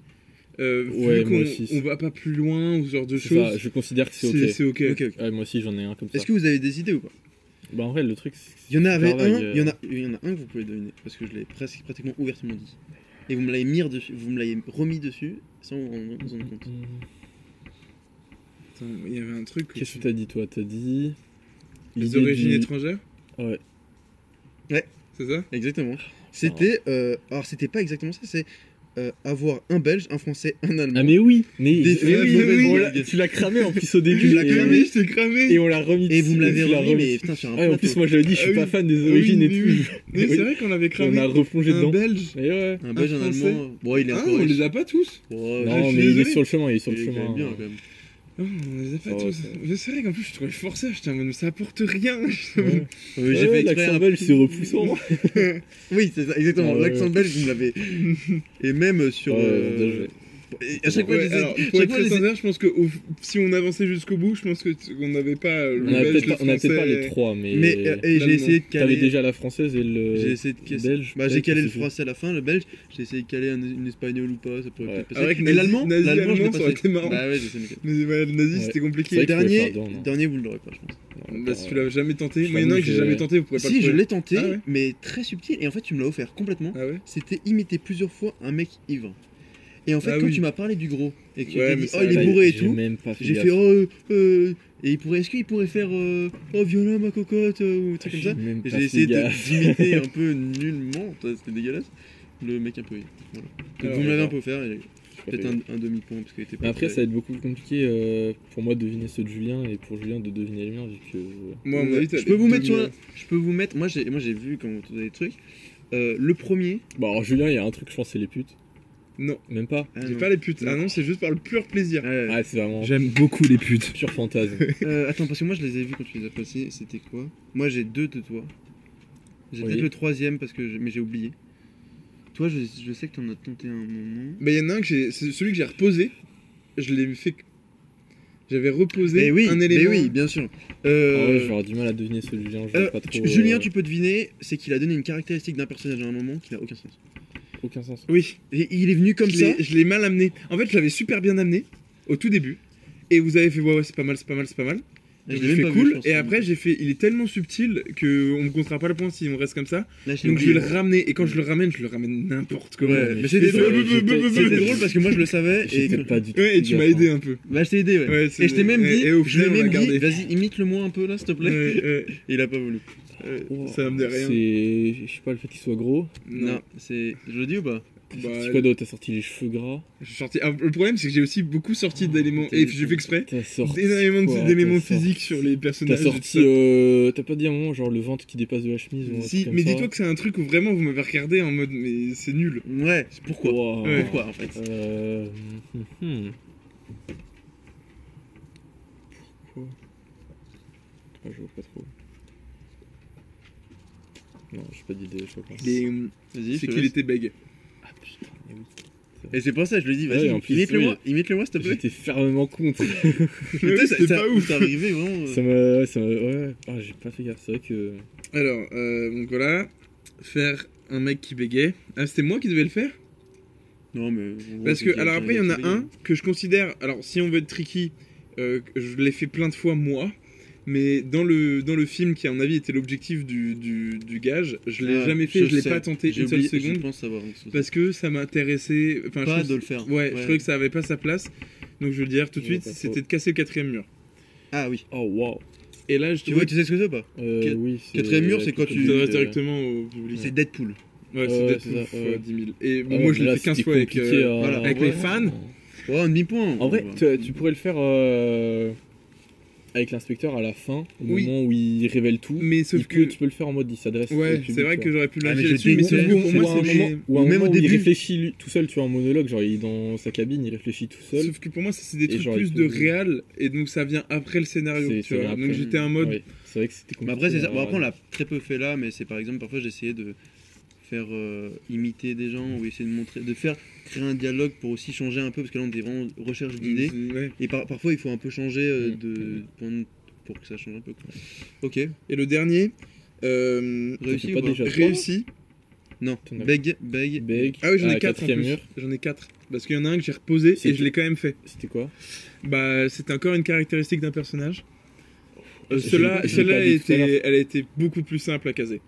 Speaker 3: euh,
Speaker 2: Ouais,
Speaker 3: vu
Speaker 2: moi
Speaker 3: qu'on
Speaker 2: aussi, c'est-
Speaker 3: on va pas plus loin ou ce genre de
Speaker 2: C'est ça,
Speaker 3: choses,
Speaker 2: Je considère que c'est
Speaker 3: c'est
Speaker 2: ok.
Speaker 3: c'est ok.
Speaker 4: Ok, ok.
Speaker 2: Ouais, Moi aussi, j'en ai un comme ça.
Speaker 4: Est-ce que vous avez des idées ou pas
Speaker 2: Bah, en vrai, le truc, c'est.
Speaker 4: bah, Il y en avait
Speaker 2: super
Speaker 4: un,
Speaker 2: vague, euh.
Speaker 4: il y en a, il y en a un que vous pouvez deviner parce que je l'ai presque pratiquement ouvertement dit. Et vous me l'avez mis dessus, vous me l'avez remis dessus sans vous en vous en rendre compte.
Speaker 2: Hmm.
Speaker 3: Attends, Il y avait un truc.
Speaker 2: Qu'est-ce que t'as dit toi T'as dit
Speaker 3: Les
Speaker 2: l'idée
Speaker 3: origines
Speaker 2: du-
Speaker 3: étrangères
Speaker 2: Ouais.
Speaker 4: Ouais.
Speaker 3: C'est ça
Speaker 4: Exactement. C'était, euh, alors c'était pas exactement ça, c'est euh, avoir un Belge, un Français, un Allemand.
Speaker 2: Ah mais oui, mais,
Speaker 4: Des-
Speaker 2: mais
Speaker 4: Ah,
Speaker 2: oui,
Speaker 4: mauvaise
Speaker 2: mais oui, on l'a-
Speaker 4: blague.
Speaker 2: tu l'as cramé en plus au début.
Speaker 4: Tu l'as
Speaker 2: et-
Speaker 4: cramé,
Speaker 3: je t'ai cramé
Speaker 2: et on l'a remis.
Speaker 4: Et vous me
Speaker 2: dessus,
Speaker 4: l'avez
Speaker 2: tu l'as
Speaker 4: remis, mais putain, sur un
Speaker 2: Ouais, en
Speaker 4: plateau.
Speaker 2: plus moi j'avais dit je suis
Speaker 3: Ah
Speaker 2: pas
Speaker 3: oui.
Speaker 2: fan des
Speaker 3: Ah oui,
Speaker 2: origines et
Speaker 3: oui,
Speaker 2: tout.
Speaker 3: oui. Oui,
Speaker 2: Oui.
Speaker 3: c'est vrai qu'on avait
Speaker 2: Et
Speaker 3: cramé
Speaker 2: On a replongé
Speaker 3: un
Speaker 2: dedans.
Speaker 3: belge.
Speaker 2: Et ouais.
Speaker 4: Un belge, un,
Speaker 3: Un Français.
Speaker 4: allemand. Bon, il est
Speaker 3: Ah,
Speaker 4: encore
Speaker 3: on
Speaker 4: riche.
Speaker 3: les a pas tous
Speaker 4: Bon,
Speaker 2: Non
Speaker 3: je suis
Speaker 2: mais il est
Speaker 3: désolé.
Speaker 2: sur le chemin, il est sur
Speaker 4: il
Speaker 2: le
Speaker 4: est quand
Speaker 2: chemin.
Speaker 4: même bien,
Speaker 2: hein.
Speaker 4: quand même.
Speaker 3: Non, on les a pas
Speaker 2: Oh,
Speaker 3: tous.
Speaker 2: ça-
Speaker 3: Mais c'est vrai qu'en plus, je trouvais forcé. J'étais en mode, mais ça apporte rien.
Speaker 2: Ouais.
Speaker 4: Oui, j'ai
Speaker 2: Ouais,
Speaker 4: fait exprès
Speaker 2: L'accent
Speaker 4: un-
Speaker 2: belge c'est repoussant.
Speaker 4: Oui, c'est ça, exactement.
Speaker 2: Ouais, ouais,
Speaker 4: L'accent
Speaker 2: ouais.
Speaker 4: belge, vous me l'avez. Et même euh, sur.
Speaker 2: Ouais,
Speaker 4: euh,
Speaker 2: dommage.
Speaker 4: et à chaque fois,
Speaker 3: Ouais,
Speaker 4: j'essaie-
Speaker 3: alors,
Speaker 4: chaque
Speaker 3: pour être
Speaker 4: fois,
Speaker 3: très
Speaker 4: j'essaie-
Speaker 3: sincère, je pense que au- si on avançait jusqu'au bout, je pense que t- qu'on n'avait pas euh, le
Speaker 2: On a
Speaker 3: belge,
Speaker 2: peut-être
Speaker 3: le
Speaker 2: pas, on a peut-être
Speaker 3: français
Speaker 2: pas les
Speaker 3: et-
Speaker 2: trois mais.
Speaker 4: Mais euh, et j'ai
Speaker 3: l'allemand.
Speaker 4: essayé de
Speaker 2: T'avais
Speaker 4: caler.
Speaker 2: déjà la française et le.
Speaker 4: J'ai essayé de casser-
Speaker 2: belge.
Speaker 4: Bah, j'ai
Speaker 2: peut-être,
Speaker 4: calé
Speaker 2: je
Speaker 4: le
Speaker 2: sais
Speaker 4: français à la fin, le belge, j'ai essayé de caler un, une espagnole ou pas, ça pourrait
Speaker 2: Ouais.
Speaker 4: peut-être passer.
Speaker 3: Ah ouais, que
Speaker 4: Et
Speaker 3: nazi-
Speaker 4: l'allemand,
Speaker 3: nazi,
Speaker 4: l'allemand, je l'ai
Speaker 3: allemand,
Speaker 4: pas
Speaker 3: ça aurait
Speaker 4: fait.
Speaker 3: été marrant.
Speaker 4: Bah ouais, j'ai essayé de caler.
Speaker 3: Mais ouais, le nazi,
Speaker 2: Ouais.
Speaker 3: c'était
Speaker 2: C'est
Speaker 3: compliqué.
Speaker 2: vrai
Speaker 4: Le
Speaker 2: que tu pouvais
Speaker 4: dernier,
Speaker 2: faire dedans, non.
Speaker 4: le dernier, vous ne l'aurez pas, je pense.
Speaker 2: plus. Ouais,
Speaker 3: Bah, si
Speaker 2: bah,
Speaker 3: tu l'as jamais tenté,
Speaker 2: Je
Speaker 3: moi il y en a un que
Speaker 2: t'avoue que
Speaker 3: j'ai
Speaker 2: j'ai-
Speaker 3: jamais tenté, vous pourrez pas
Speaker 4: Si, je
Speaker 3: le trouver.
Speaker 4: l'ai tenté,
Speaker 3: Ah ouais.
Speaker 4: mais très subtil, et en fait, tu me l'as offert complètement.
Speaker 3: Ah ouais
Speaker 4: C'était imiter plusieurs fois un mec ivre. Et en fait,
Speaker 3: Ah
Speaker 4: quand
Speaker 3: oui.
Speaker 4: tu m'as parlé du gros et que tu
Speaker 3: Ouais,
Speaker 4: m'as
Speaker 3: mais
Speaker 4: dit,
Speaker 3: ça,
Speaker 4: oh, il
Speaker 3: là,
Speaker 4: est
Speaker 2: J'ai-
Speaker 4: bourré et
Speaker 2: j'ai
Speaker 4: tout,
Speaker 2: même pas fait
Speaker 4: j'ai
Speaker 2: gaffe.
Speaker 4: fait, oh, euh, euh, et il pourrait, est-ce qu'il pourrait faire, euh, oh, violin, ma cocotte, euh, ou un truc comme
Speaker 2: J'ai
Speaker 4: ça
Speaker 2: même pas
Speaker 4: Et J'ai
Speaker 2: fait
Speaker 4: essayé de-
Speaker 2: gaffe.
Speaker 4: d'imiter un peu nullement, ça, c'était dégueulasse. Le mec un peu, oui. Voilà. Donc,
Speaker 3: Alors,
Speaker 4: vous me l'avez un
Speaker 2: d'accord.
Speaker 4: peu offert, et peut-être un, un demi-point, parce qu'il était pas
Speaker 2: Mais après,
Speaker 4: très-
Speaker 2: ça va être beaucoup plus compliqué euh, pour moi de deviner ceux de Julien et pour Julien de deviner le mien, vu que. euh,
Speaker 3: Moi, à mon
Speaker 4: Ouais.
Speaker 3: avis, t'as
Speaker 4: je peux vous
Speaker 3: des
Speaker 4: mettre sur la...
Speaker 3: demi-
Speaker 4: Je peux vous mettre. Moi j'ai moi j'ai vu comment vous avez des trucs. Euh, le premier.
Speaker 2: Bon, alors Julien, il y a un truc, je pense, c'est les putes.
Speaker 3: Non,
Speaker 2: Même pas.
Speaker 4: Ah,
Speaker 3: j'ai
Speaker 4: non.
Speaker 3: pas les putes. Ah non, c'est juste par le pur plaisir.
Speaker 4: Ouais, ouais.
Speaker 2: Ah, c'est vraiment
Speaker 10: J'aime beaucoup les putes.
Speaker 2: pur fantasme.
Speaker 4: Euh, attends parce que moi je les ai vus quand tu les as passés. C'était quoi Moi j'ai deux de toi. J'ai
Speaker 2: Oui.
Speaker 4: peut-être le troisième parce que je- mais j'ai oublié. Toi je, je sais que t'en as tenté un moment.
Speaker 3: Mais il y en a un que j'ai. C'est celui que j'ai reposé. Je l'ai fait. J'avais reposé
Speaker 4: Mais Eh oui.
Speaker 3: un
Speaker 4: mais
Speaker 3: élément.
Speaker 4: oui bien sûr.
Speaker 2: Ah
Speaker 4: Euh,
Speaker 2: ouais, j'aurais du mal à deviner ceux de Julien, je
Speaker 4: euh,
Speaker 2: sais pas trop.
Speaker 4: tu- Julien
Speaker 2: euh,
Speaker 4: tu peux deviner c'est qu'il a donné une caractéristique d'un personnage à un moment qui n'a aucun sens.
Speaker 2: Aucun sens.
Speaker 3: Oui.
Speaker 4: Et il est venu comme
Speaker 3: je
Speaker 4: ça.
Speaker 3: l'ai- Je l'ai mal amené. En fait, je l'avais super bien amené au tout début. Et vous avez fait ouais, ouais, c'est pas mal, c'est pas mal, c'est pas mal.
Speaker 4: Je
Speaker 3: J'ai
Speaker 4: l'ai même
Speaker 3: fait
Speaker 4: pas vu,
Speaker 3: cool.
Speaker 4: je pense.
Speaker 3: et après, j'ai fait. Il est tellement subtil que on me comptera pas le point si on reste comme ça.
Speaker 4: Là, je l'ai
Speaker 3: Donc je vais
Speaker 4: oublié.
Speaker 3: le ramener. Et quand je le ramène, je le ramène n'importe comment.
Speaker 4: Ouais, mais
Speaker 3: Et
Speaker 4: c'était
Speaker 3: ça-
Speaker 4: drôle. C'était
Speaker 3: C'était
Speaker 4: drôle parce que moi je le savais et
Speaker 2: J'étais pas du tout.
Speaker 3: Ouais, et tu
Speaker 2: gaffe,
Speaker 3: m'as
Speaker 2: hein.
Speaker 3: aidé un peu.
Speaker 4: Bah, je t'ai aidé, ouais.
Speaker 3: Ouais,
Speaker 4: et
Speaker 3: c'est-
Speaker 4: je t'ai même dit,
Speaker 3: et- et au
Speaker 4: je lui
Speaker 3: final,
Speaker 4: ai
Speaker 3: on
Speaker 4: même
Speaker 3: l'a gardé.
Speaker 4: dit, vas-y, imite-le-moi un peu là, s'il te plaît.
Speaker 3: Ouais, ouais.
Speaker 4: Et il a pas voulu.
Speaker 3: Euh, Ça me dit rien.
Speaker 2: Oh, C'est. Je sais pas, le fait qu'il soit gros.
Speaker 4: Non, c'est. Je le dis ou pas
Speaker 3: Bah,
Speaker 2: T'as sorti quoi d'autre T'as sorti les cheveux gras.
Speaker 3: j'ai sorti- ah, le problème, c'est que j'ai aussi beaucoup sorti d'éléments.
Speaker 4: Oh, t'as
Speaker 3: Et
Speaker 4: dit-
Speaker 3: j'ai fait exprès.
Speaker 2: T'as sorti.
Speaker 3: Énormément
Speaker 2: quoi,
Speaker 3: de- d'éléments
Speaker 2: t'as sorti-
Speaker 3: physiques sur les personnages.
Speaker 2: T'as
Speaker 3: et tout
Speaker 2: sorti.
Speaker 3: ça.
Speaker 2: euh, T'as pas dit à un moment, genre le ventre qui dépasse de la chemise
Speaker 4: euh,
Speaker 2: ou un truc
Speaker 3: Si,
Speaker 2: comme
Speaker 3: mais
Speaker 2: ça
Speaker 3: dis-toi que c'est un truc où vraiment vous m'avez regardé en mode, mais c'est nul.
Speaker 4: Ouais, c'est pourquoi
Speaker 2: Wow.
Speaker 3: Ouais.
Speaker 4: Pourquoi en fait
Speaker 2: Euh. hum, hum. Pourquoi Ah, Je vois pas trop. Non, j'ai pas d'idée, je Ah, sais pas.
Speaker 3: Et,
Speaker 4: Vas-y, je
Speaker 3: c'est
Speaker 4: te
Speaker 3: qu'il
Speaker 4: laisse.
Speaker 3: était bègue.
Speaker 4: Et c'est pour ça, je le dis, vas-y,
Speaker 2: Ouais, en plus,
Speaker 4: imite-le-moi, imite-le-moi, s'il te plaît.
Speaker 2: J'étais fermement contre.
Speaker 4: Mais
Speaker 3: Ouais,
Speaker 4: ça-
Speaker 3: c'était
Speaker 4: ça-
Speaker 3: pas ouf.
Speaker 4: C'est arrivé vraiment. euh,
Speaker 2: ça me. ouais, Ça me... Ouais, ouais. Ah, j'ai pas fait gaffe, c'est vrai que.
Speaker 3: Alors, euh, donc voilà, faire un mec qui bégayait. Ah, c'était moi qui devais le faire
Speaker 4: Non, mais. on voit
Speaker 3: Parce que,
Speaker 4: qu'il y a
Speaker 3: alors après, il y en a un que je considère. Alors, si on veut être tricky, euh, je l'ai fait plein de fois moi. Mais dans le, dans le film qui, à mon avis, était l'objectif du, du, du gage, je l'ai
Speaker 4: Ah,
Speaker 3: jamais fait, je, l'ai
Speaker 4: sais.
Speaker 3: pas tenté
Speaker 4: J'ai
Speaker 3: une seule
Speaker 4: oublié- Je
Speaker 3: seconde.
Speaker 4: pense savoir. donc, c'est-
Speaker 3: Parce que ça m'intéressait. Enfin,
Speaker 4: Pas
Speaker 3: je
Speaker 4: de
Speaker 3: trouve-
Speaker 4: le faire.
Speaker 3: Ouais, je trouvais que ça avait pas sa place. Donc, je veux dire tout de
Speaker 2: Ouais,
Speaker 3: suite,
Speaker 2: pas trop.
Speaker 3: c'était de casser le quatrième mur.
Speaker 4: Ah oui.
Speaker 2: Oh waouh!
Speaker 3: Et là, je
Speaker 4: Tu
Speaker 3: trouvais
Speaker 4: vois,
Speaker 3: que
Speaker 4: tu sais ce que c'est ou pas
Speaker 2: Euh,
Speaker 4: Quat-
Speaker 2: oui, c'est-
Speaker 4: quatrième mur, c'est quand
Speaker 3: tu
Speaker 4: tu-
Speaker 3: t'adresses
Speaker 2: euh,
Speaker 3: directement au public.
Speaker 4: C'est Deadpool.
Speaker 3: Ouais,
Speaker 2: Ouais,
Speaker 3: c'était
Speaker 2: c'est ça,
Speaker 3: fois
Speaker 2: ouais.
Speaker 3: 10 000. Et
Speaker 2: Ah ouais,
Speaker 3: moi, je
Speaker 2: mais
Speaker 3: l'ai
Speaker 2: là,
Speaker 3: fait 15
Speaker 2: c'était
Speaker 3: fois avec,
Speaker 2: compliqué,
Speaker 3: euh,
Speaker 2: hein.
Speaker 4: voilà,
Speaker 3: avec
Speaker 4: en
Speaker 3: les
Speaker 4: vrai,
Speaker 3: fans.
Speaker 4: Ouais, un demi-point.
Speaker 2: En vrai,
Speaker 4: Ouais.
Speaker 2: tu, tu pourrais le faire euh, avec l'inspecteur à la fin, au
Speaker 3: Oui.
Speaker 2: moment où il révèle tout.
Speaker 3: Mais sauf
Speaker 2: hein. Il peut-
Speaker 3: que.
Speaker 2: tu peux le faire en mode il s'adresse. au
Speaker 3: Ouais,
Speaker 2: public,
Speaker 3: c'est vrai
Speaker 2: tu
Speaker 3: que
Speaker 2: vois.
Speaker 3: j'aurais pu
Speaker 4: Ah, mais
Speaker 3: lâcher
Speaker 4: je
Speaker 3: là-dessus, mais
Speaker 4: déteste.
Speaker 3: sauf que pour
Speaker 2: Ou à
Speaker 3: moi,
Speaker 2: un
Speaker 3: c'est
Speaker 2: moment-
Speaker 3: les-
Speaker 2: ou à un
Speaker 4: Même au
Speaker 2: moment où il
Speaker 4: début.
Speaker 2: réfléchit lui- tout seul, tu vois, en monologue. Genre, il est dans sa cabine, il réfléchit tout seul.
Speaker 3: Sauf que pour moi, ça, c'est des
Speaker 2: Et
Speaker 3: trucs
Speaker 2: genre,
Speaker 3: plus
Speaker 2: il
Speaker 3: de
Speaker 2: peut-
Speaker 3: réal, et donc ça vient après le scénario,
Speaker 2: C'est-
Speaker 3: tu
Speaker 2: ça
Speaker 3: vois.
Speaker 2: vient
Speaker 3: Donc
Speaker 2: après.
Speaker 3: j'étais en mode.
Speaker 2: Ouais, c'est vrai que c'était compliqué.
Speaker 4: Mais après, c'est ça. Bon,
Speaker 2: hein.
Speaker 4: après, on l'a très peu fait là, mais c'est par exemple, parfois j'essayais de faire euh, imiter des gens ou essayer de montrer, de faire créer un dialogue pour aussi changer un peu, parce que là on est vraiment recherche d'idées.
Speaker 3: Ouais.
Speaker 4: Et par- parfois il faut un peu changer euh,
Speaker 2: Mm.
Speaker 4: de pour, pour que ça change un peu. quoi. Ok,
Speaker 3: Et le dernier, euh,
Speaker 2: T'en fais
Speaker 4: réussi
Speaker 2: pas
Speaker 4: ou pas
Speaker 2: déjà trois
Speaker 3: réussi.
Speaker 4: Non,
Speaker 2: T'en as-
Speaker 4: beg, beg.
Speaker 2: Bec,
Speaker 3: Ah oui, j'en ai
Speaker 2: ah,
Speaker 3: 4 en
Speaker 2: quatrième
Speaker 3: plus.
Speaker 2: mur.
Speaker 3: J'en ai 4. Parce qu'il y en a un que j'ai reposé
Speaker 2: C'est-
Speaker 3: et je l'ai quand même fait.
Speaker 2: C'était quoi
Speaker 3: Bah, c'était encore une caractéristique d'un personnage. Euh,
Speaker 2: Je
Speaker 3: Celle-là,
Speaker 2: l'ai- je l'ai
Speaker 3: celle-là
Speaker 2: pas
Speaker 3: a
Speaker 2: dit tout à
Speaker 3: été- elle a été beaucoup plus simple à caser.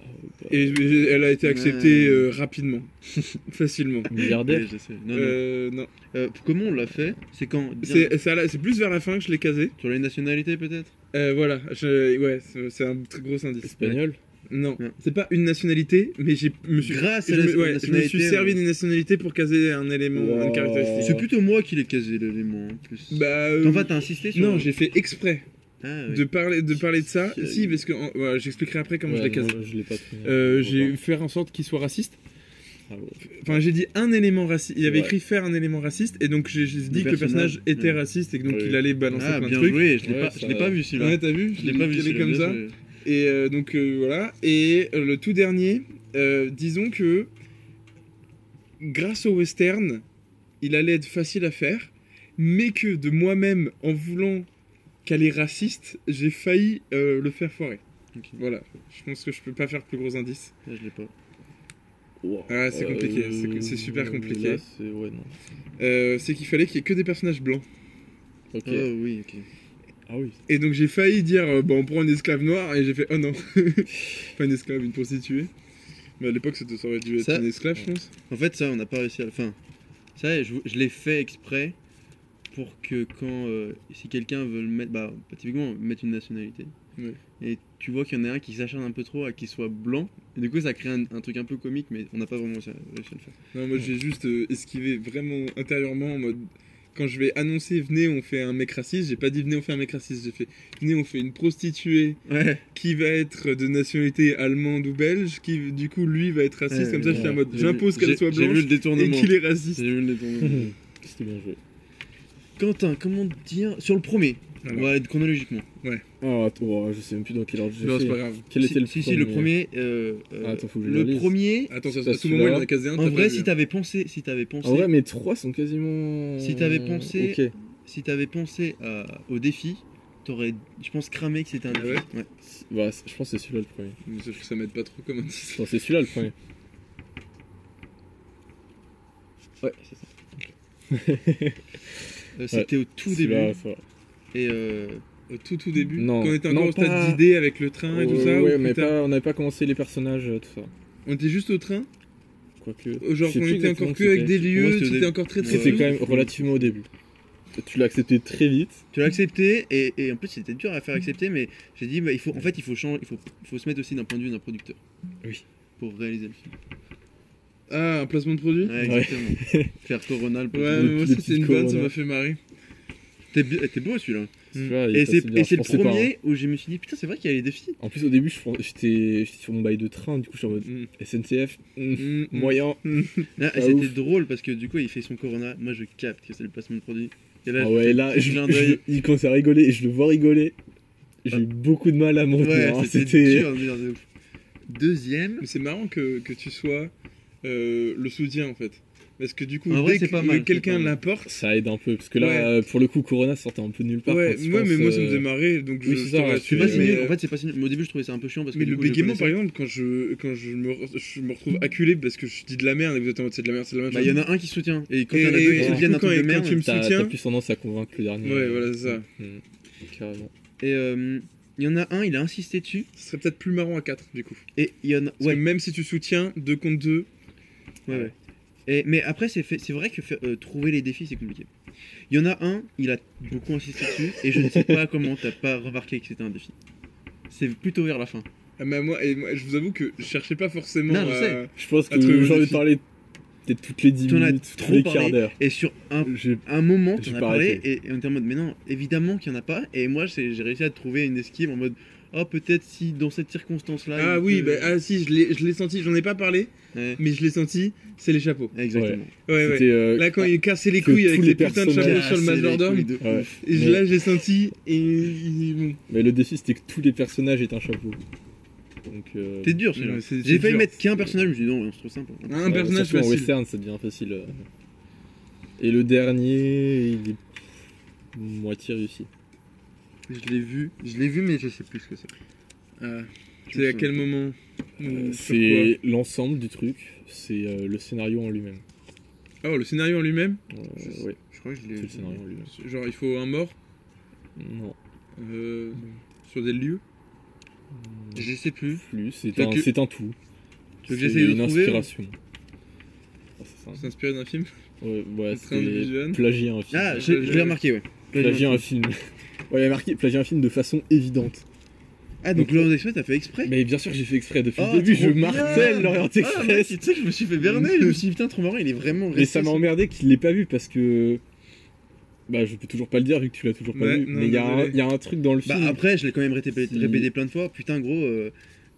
Speaker 2: bah.
Speaker 3: Et je- je- elle a été acceptée
Speaker 4: Euh.
Speaker 3: euh, rapidement, facilement.
Speaker 2: Milliardaire
Speaker 4: Ouais, je sais. Non, non.
Speaker 3: Ah, Euh, non.
Speaker 4: Euh, comment on l'a fait C'est quand Bien-
Speaker 3: C'est ça l'a- c'est plus vers la fin que je l'ai casé.
Speaker 4: Sur les nationalités peut-être
Speaker 3: Euh, voilà, je- ouais, c'est c'est un très gros indice.
Speaker 2: espagnol.
Speaker 3: Non,
Speaker 4: Non.
Speaker 3: c'est pas une nationalité, mais j'ai je me suis
Speaker 4: Hmm. Grâce
Speaker 3: je
Speaker 4: à la
Speaker 3: me, ouais, je me
Speaker 4: nationalité,
Speaker 3: suis servi
Speaker 4: ouais.
Speaker 3: d'une nationalité pour caser un élément,
Speaker 2: Wow.
Speaker 3: une caractéristique.
Speaker 4: C'est plutôt moi qui l'ai casé l'élément en plus.
Speaker 3: Bah, euh,
Speaker 4: en fait, t'as insisté sur.
Speaker 3: non, j'ai fait exprès
Speaker 4: Ah, oui.
Speaker 3: de parler de parler de ça.
Speaker 4: Si,
Speaker 3: Si, parce que en- voilà, j'expliquerai après comment je
Speaker 2: Ouais,
Speaker 3: l'ai casé.
Speaker 2: non, Je l'ai pas trouvé.
Speaker 3: Euh,
Speaker 2: Je
Speaker 3: j'ai
Speaker 2: vois
Speaker 3: fait en sorte qu'il soit raciste.
Speaker 2: pas. Ah ouais.
Speaker 3: Enfin, j'ai dit un élément raciste. Il y avait
Speaker 2: Ouais.
Speaker 3: écrit faire un élément raciste, et donc j'ai j'ai dit que le
Speaker 4: personnage.
Speaker 3: personnage était
Speaker 4: Ouais.
Speaker 3: raciste et que donc
Speaker 2: Oui.
Speaker 3: il allait balancer
Speaker 4: Ah,
Speaker 3: plein
Speaker 4: bien
Speaker 3: de trucs.
Speaker 4: joué, je l'ai
Speaker 2: Ouais,
Speaker 4: pas,
Speaker 2: ça-
Speaker 4: je l'ai pas vu celui-là.
Speaker 3: Ouais, t'as vu
Speaker 4: je l'ai pas vu
Speaker 3: calé
Speaker 4: celui-là,
Speaker 3: comme
Speaker 4: bien
Speaker 3: ça.
Speaker 4: joué.
Speaker 3: Et euh, donc euh, voilà. Et euh, le tout dernier, euh, disons que grâce au western, il allait être facile à faire, mais que de moi-même, en voulant qu'elle est raciste, j'ai failli euh, le faire foirer.
Speaker 4: Ok.
Speaker 3: Voilà, je pense que je peux pas faire plus gros indice.
Speaker 4: Ah, je l'ai pas.
Speaker 2: Wow. Euh,
Speaker 3: Ah, c'est compliqué, c'est- c'est super compliqué.
Speaker 2: là, c'est- ouais, non.
Speaker 3: Euh, c'est qu'il fallait qu'il y ait que des personnages blancs.
Speaker 2: Ok.
Speaker 4: Oh oui, ok.
Speaker 2: Ah oui.
Speaker 3: Et donc j'ai failli dire, euh, bon, on prend une esclave noire, et j'ai fait, oh non, pas une esclave, une prostituée. Mais à l'époque, ça aurait dû être
Speaker 4: Ça-
Speaker 3: une esclave, je pense.
Speaker 4: En fait, ça, on n'a pas réussi à le. Enfin, Ça, je, je l'ai fait exprès pour que quand. euh, si quelqu'un veut le mettre. Bah, typiquement, mettre une nationalité.
Speaker 3: Ouais.
Speaker 4: Et tu vois qu'il y en a un qui s'acharne un peu trop à qu'il soit blanc. Et du coup, ça crée un, un truc un peu comique, mais on n'a pas vraiment réussi à réussi à le faire.
Speaker 3: Non, moi j'ai juste euh, esquivé vraiment intérieurement en mode. Quand je vais annoncer, venez, on fait un mec raciste, j'ai pas dit venez, on fait un mec raciste, j'ai fait venez, on fait une prostituée
Speaker 4: Ouais.
Speaker 3: qui va être de nationalité allemande ou belge, qui du coup lui va être raciste,
Speaker 4: Ouais,
Speaker 2: Eh,
Speaker 3: comme ça
Speaker 4: ouais,
Speaker 3: je suis en
Speaker 4: ouais.
Speaker 3: mode
Speaker 4: J'ai
Speaker 3: j'impose
Speaker 4: vu-
Speaker 3: qu'elle
Speaker 4: j'ai-
Speaker 3: soit
Speaker 4: J'ai vu
Speaker 3: blanche
Speaker 4: le détournement.
Speaker 3: et qu'il est raciste.
Speaker 4: J'ai vu le détournement.
Speaker 2: C'était bien joué.
Speaker 4: Quentin, comment dire Sur le premier.
Speaker 3: Alors.
Speaker 4: Ouais, chronologiquement.
Speaker 2: Oh, attends, oh, je sais même plus dans quel ordre j'ai
Speaker 3: Non, c'est
Speaker 2: fait.
Speaker 3: pas grave.
Speaker 2: Quel
Speaker 4: si,
Speaker 2: était le
Speaker 4: si,
Speaker 2: premier
Speaker 4: si, le premier. euh, euh,
Speaker 2: Ah, attends, faut que je le
Speaker 4: le
Speaker 2: lise.
Speaker 4: premier.
Speaker 3: Attends, ça,
Speaker 2: Ça,
Speaker 3: à tout moment il
Speaker 2: celui-là.
Speaker 3: en a casé un. t'as
Speaker 4: En
Speaker 3: pas
Speaker 4: vrai,
Speaker 3: vu,
Speaker 4: si
Speaker 3: hein.
Speaker 4: t'avais pensé, si t'avais pensé,
Speaker 2: En vrai, mes trois sont quasiment.
Speaker 4: Si t'avais pensé-
Speaker 2: Ok.
Speaker 4: si t'avais pensé à- au défi, t'aurais, je pense, cramé que c'était un
Speaker 3: Ah
Speaker 4: défi.
Speaker 3: ouais
Speaker 4: Ouais.
Speaker 2: C'est- Bah, c'est- je pense que c'est celui-là le premier.
Speaker 3: Mais sauf que ça m'aide pas trop comme indice.
Speaker 2: Non, c'est celui-là le premier.
Speaker 4: Ouais, c'est ça. Euh, c'était au tout début.
Speaker 2: Celui-là, ça va.
Speaker 4: Et euh,
Speaker 3: Au tout tout début,
Speaker 2: Non.
Speaker 3: quand on était encore
Speaker 2: Non,
Speaker 3: au stade
Speaker 2: pas-
Speaker 3: d'idée avec le train et tout
Speaker 2: Ouais,
Speaker 3: ça, ou
Speaker 2: ouais,
Speaker 3: plus
Speaker 2: mais
Speaker 3: tard.
Speaker 2: pas- on n'avait pas commencé les personnages, euh, tout ça.
Speaker 3: on était juste au train,
Speaker 2: Quoique.
Speaker 3: Euh, genre
Speaker 2: je
Speaker 3: quand
Speaker 2: sais
Speaker 3: on
Speaker 2: plus
Speaker 3: était
Speaker 2: exactement
Speaker 3: encore que avec
Speaker 2: c'était.
Speaker 3: des
Speaker 4: Moi,
Speaker 3: lieux,
Speaker 4: c'était au
Speaker 3: c'était
Speaker 4: début.
Speaker 3: encore très très
Speaker 2: C'était
Speaker 3: flou.
Speaker 2: quand même relativement au début. Tu l'as accepté très vite.
Speaker 4: tu l'as accepté, et, et en plus c'était dur à faire accepter, mais j'ai dit, bah, il faut, en fait, il faut changer, il faut, il faut se mettre aussi d'un point de vue d'un producteur.
Speaker 2: Oui.
Speaker 4: Pour réaliser le film.
Speaker 3: Ah, un placement de produit
Speaker 4: Ouais,
Speaker 2: Ouais.
Speaker 4: exactement. faire Corona, le
Speaker 3: Ouais,
Speaker 2: Des
Speaker 3: mais moi
Speaker 2: petits-
Speaker 3: aussi
Speaker 2: des
Speaker 3: c'est une
Speaker 2: petits
Speaker 3: vanne, ça
Speaker 2: corona.
Speaker 3: m'a fait marrer. Mm.
Speaker 4: T'es bi- t'es beau celui-là.
Speaker 2: Celui-là, il
Speaker 4: Et
Speaker 2: est
Speaker 4: c'est
Speaker 2: passé bien,
Speaker 4: et
Speaker 2: je
Speaker 4: c'est le
Speaker 2: pensais pas, hein.
Speaker 4: premier où je me suis dit, putain, c'est vrai qu'il y a les défis.
Speaker 2: En plus, au début, je pense- j'étais j'étais sur mon bail de train, du coup, je suis en mode
Speaker 3: Mm.
Speaker 2: SNCF, mm,
Speaker 3: Mm, mm.
Speaker 2: moyen.
Speaker 4: Là,
Speaker 2: Pas
Speaker 4: et c'était
Speaker 2: Ah, ouf.
Speaker 4: drôle parce que du coup, il fait son Corona. Moi, je capte que c'est le placement de produit. Et là,
Speaker 2: Ah
Speaker 4: je
Speaker 2: ouais,
Speaker 4: fais
Speaker 2: là,
Speaker 4: petit
Speaker 2: je,
Speaker 4: clin
Speaker 2: je-
Speaker 4: d'œil.
Speaker 2: il commence à rigoler et je le vois rigoler. J'ai eu beaucoup de mal à m'en
Speaker 4: Ouais,
Speaker 2: tenir, hein,
Speaker 4: c'était dur, dur, de ouf. Deuxième.
Speaker 3: Mais c'est marrant que, que tu sois euh, le soutien en fait. Parce que du coup,
Speaker 4: En vrai,
Speaker 3: dès
Speaker 4: c'est
Speaker 3: que
Speaker 4: pas mal,
Speaker 3: le- quelqu'un
Speaker 4: c'est pas mal.
Speaker 3: l'apporte.
Speaker 2: Ça aide un peu, parce que là,
Speaker 3: Ouais.
Speaker 2: euh, pour le coup, Corona sortait un peu de nulle part.
Speaker 3: Ouais,
Speaker 2: quand tu
Speaker 3: ouais, mais
Speaker 2: penses,
Speaker 3: moi ça me
Speaker 2: euh,
Speaker 3: faisait marrer, donc je,
Speaker 2: oui, c'est
Speaker 3: je
Speaker 2: ça,
Speaker 3: t'aurais
Speaker 2: tu
Speaker 4: C'est pas
Speaker 3: assuré,
Speaker 4: si
Speaker 2: mais-
Speaker 4: nul.
Speaker 3: euh,
Speaker 4: En fait, c'est pas si nul. Mais au début, je trouvais ça un peu chiant parce que.
Speaker 3: Mais
Speaker 4: du
Speaker 3: le
Speaker 4: coup, je
Speaker 3: bégaiement, par
Speaker 4: connaissais-
Speaker 3: exemple, quand je, quand je, me, re- je me retrouve acculé parce que je dis de la merde et vous êtes en mode c'est de la merde, c'est de la merde.
Speaker 4: Bah, il y en a un qui soutient. Et quand
Speaker 3: Et-
Speaker 4: il y en a deux
Speaker 3: et-
Speaker 4: qui
Speaker 2: et
Speaker 4: soutiennent un
Speaker 3: quand-
Speaker 4: truc de
Speaker 3: quand
Speaker 4: merde.
Speaker 3: tu me
Speaker 2: T'as
Speaker 3: soutiens.
Speaker 2: t'as plus tendance à convaincre le dernier.
Speaker 3: Ouais, voilà, c'est ça.
Speaker 2: Mm. Carrément.
Speaker 4: Et euh, il y en a un, il a insisté dessus.
Speaker 3: Ce serait peut-être plus marrant à 4 du coup.
Speaker 4: Et il y en a.
Speaker 3: Parce
Speaker 4: Ouais,
Speaker 3: que même si tu soutiens 2 contre 2,
Speaker 4: ouais, ouais. Et, mais après, c'est fait- c'est vrai que faire- euh, trouver les défis, c'est compliqué. Il y en a un, il a beaucoup insisté dessus. Et je ne sais pas comment t'as pas remarqué que c'était un défi. C'est plutôt vers la fin.
Speaker 3: ah, bah, moi, et moi, je vous avoue que je cherchais pas forcément.
Speaker 4: Non, je
Speaker 3: à-
Speaker 4: sais.
Speaker 2: Je pense
Speaker 3: Ah,
Speaker 2: que
Speaker 3: très bon
Speaker 2: j'en ai
Speaker 3: défi.
Speaker 2: parlé peut-être toutes les 10
Speaker 4: T'en as
Speaker 2: minutes, tous
Speaker 4: trop
Speaker 2: les
Speaker 4: parlé.
Speaker 2: quarts d'heure.
Speaker 4: Et sur un
Speaker 2: J'ai-
Speaker 4: un moment,
Speaker 2: J'ai
Speaker 4: tu en as
Speaker 2: pas
Speaker 4: parlé et, et on était en mode, mais non, évidemment qu'il n'y en a pas. Et moi, j'ai j'ai réussi à trouver une esquive en mode, oh, peut-être si dans cette circonstance-là.
Speaker 3: Ah
Speaker 4: il
Speaker 3: oui, bah,
Speaker 4: peut-
Speaker 3: ah si, je l'ai je l'ai senti, j'en ai pas parlé,
Speaker 4: Ouais,
Speaker 3: mais je l'ai senti, c'est les chapeaux.
Speaker 4: exactement.
Speaker 3: Ouais, ouais.
Speaker 2: C'était. euh,
Speaker 3: Là, quand il cassait les
Speaker 2: que
Speaker 3: couilles avec
Speaker 2: tous
Speaker 3: les
Speaker 2: les
Speaker 3: putains de chapeaux
Speaker 2: personnages-
Speaker 3: sur le
Speaker 4: Ah, c'est les
Speaker 3: Majordome,
Speaker 4: couilles de
Speaker 2: Ouais.
Speaker 4: ouf.
Speaker 3: et je-
Speaker 2: Mais-
Speaker 3: là, j'ai senti, et et bon.
Speaker 2: Mais le défi, c'était que tous les personnages étaient un chapeau. Donc. euh,
Speaker 4: T'es dur, celui-là.
Speaker 3: C'est-
Speaker 4: J'ai
Speaker 3: c'est
Speaker 4: failli
Speaker 3: dur.
Speaker 4: mettre qu'un personnage, je me suis dit, non, ouais, c'est trop simple.
Speaker 3: Un
Speaker 2: Ouais,
Speaker 3: personnage
Speaker 2: surtout en
Speaker 3: facile.
Speaker 2: western, ça devient facile. euh. Et le dernier, il est moitié réussi.
Speaker 4: Je l'ai vu, je l'ai vu, mais je sais plus ce que c'est.
Speaker 3: Ah, c'est à quel moment ou
Speaker 2: Euh,
Speaker 3: sur quoi
Speaker 2: c'est l'ensemble du truc, c'est euh, le scénario en lui-même.
Speaker 3: Ah, bon, le scénario en lui-même
Speaker 2: Euh,
Speaker 4: Je sais.
Speaker 2: ouais,
Speaker 4: Je crois que je
Speaker 2: c'est
Speaker 4: l'ai
Speaker 2: le scénario en lui-même.
Speaker 3: Genre, il faut un mort
Speaker 2: Non.
Speaker 3: euh, sur des lieux
Speaker 4: Je sais plus.
Speaker 2: Plus, c'est
Speaker 4: Tu veux
Speaker 2: un,
Speaker 4: que-
Speaker 2: c'est un tout.
Speaker 4: Tu veux que
Speaker 2: C'est
Speaker 4: j'essaye de
Speaker 2: une
Speaker 4: trouver,
Speaker 2: inspiration. Ah, c'est ça.
Speaker 3: S'inspirer d'un film
Speaker 2: Ouais,
Speaker 3: Le
Speaker 2: ouais,
Speaker 3: train de
Speaker 2: c'était
Speaker 3: Viviane.
Speaker 2: plagier un film.
Speaker 4: Ah, je, je l'ai remarqué, ouais.
Speaker 2: plagier un film. Ouais, il y a marqué plagier un film de façon évidente.
Speaker 4: Ah, donc Laurent Express, t'as fait exprès
Speaker 2: Mais bien sûr, que j'ai fait exprès depuis
Speaker 4: Oh,
Speaker 2: le début,
Speaker 4: trop
Speaker 2: je
Speaker 4: bien.
Speaker 2: martèle l'Orient
Speaker 4: Ah,
Speaker 2: Express.
Speaker 4: mec, tu sais, que je me suis fait berner. Je me suis dit, putain, trop marrant, il est vraiment
Speaker 2: Mais
Speaker 4: resté
Speaker 2: ça m'a
Speaker 4: sur-
Speaker 2: emmerdé qu'il l'ait pas vu parce que. Bah, je peux toujours pas le dire vu que tu l'as toujours pas
Speaker 3: Ouais,
Speaker 2: vu.
Speaker 3: non,
Speaker 2: mais il y, a un-
Speaker 3: désolé.
Speaker 2: il y a un truc dans le film.
Speaker 4: Bah après, je l'ai quand même répété,
Speaker 2: Si.
Speaker 4: répété plein de fois. Putain, gros, euh,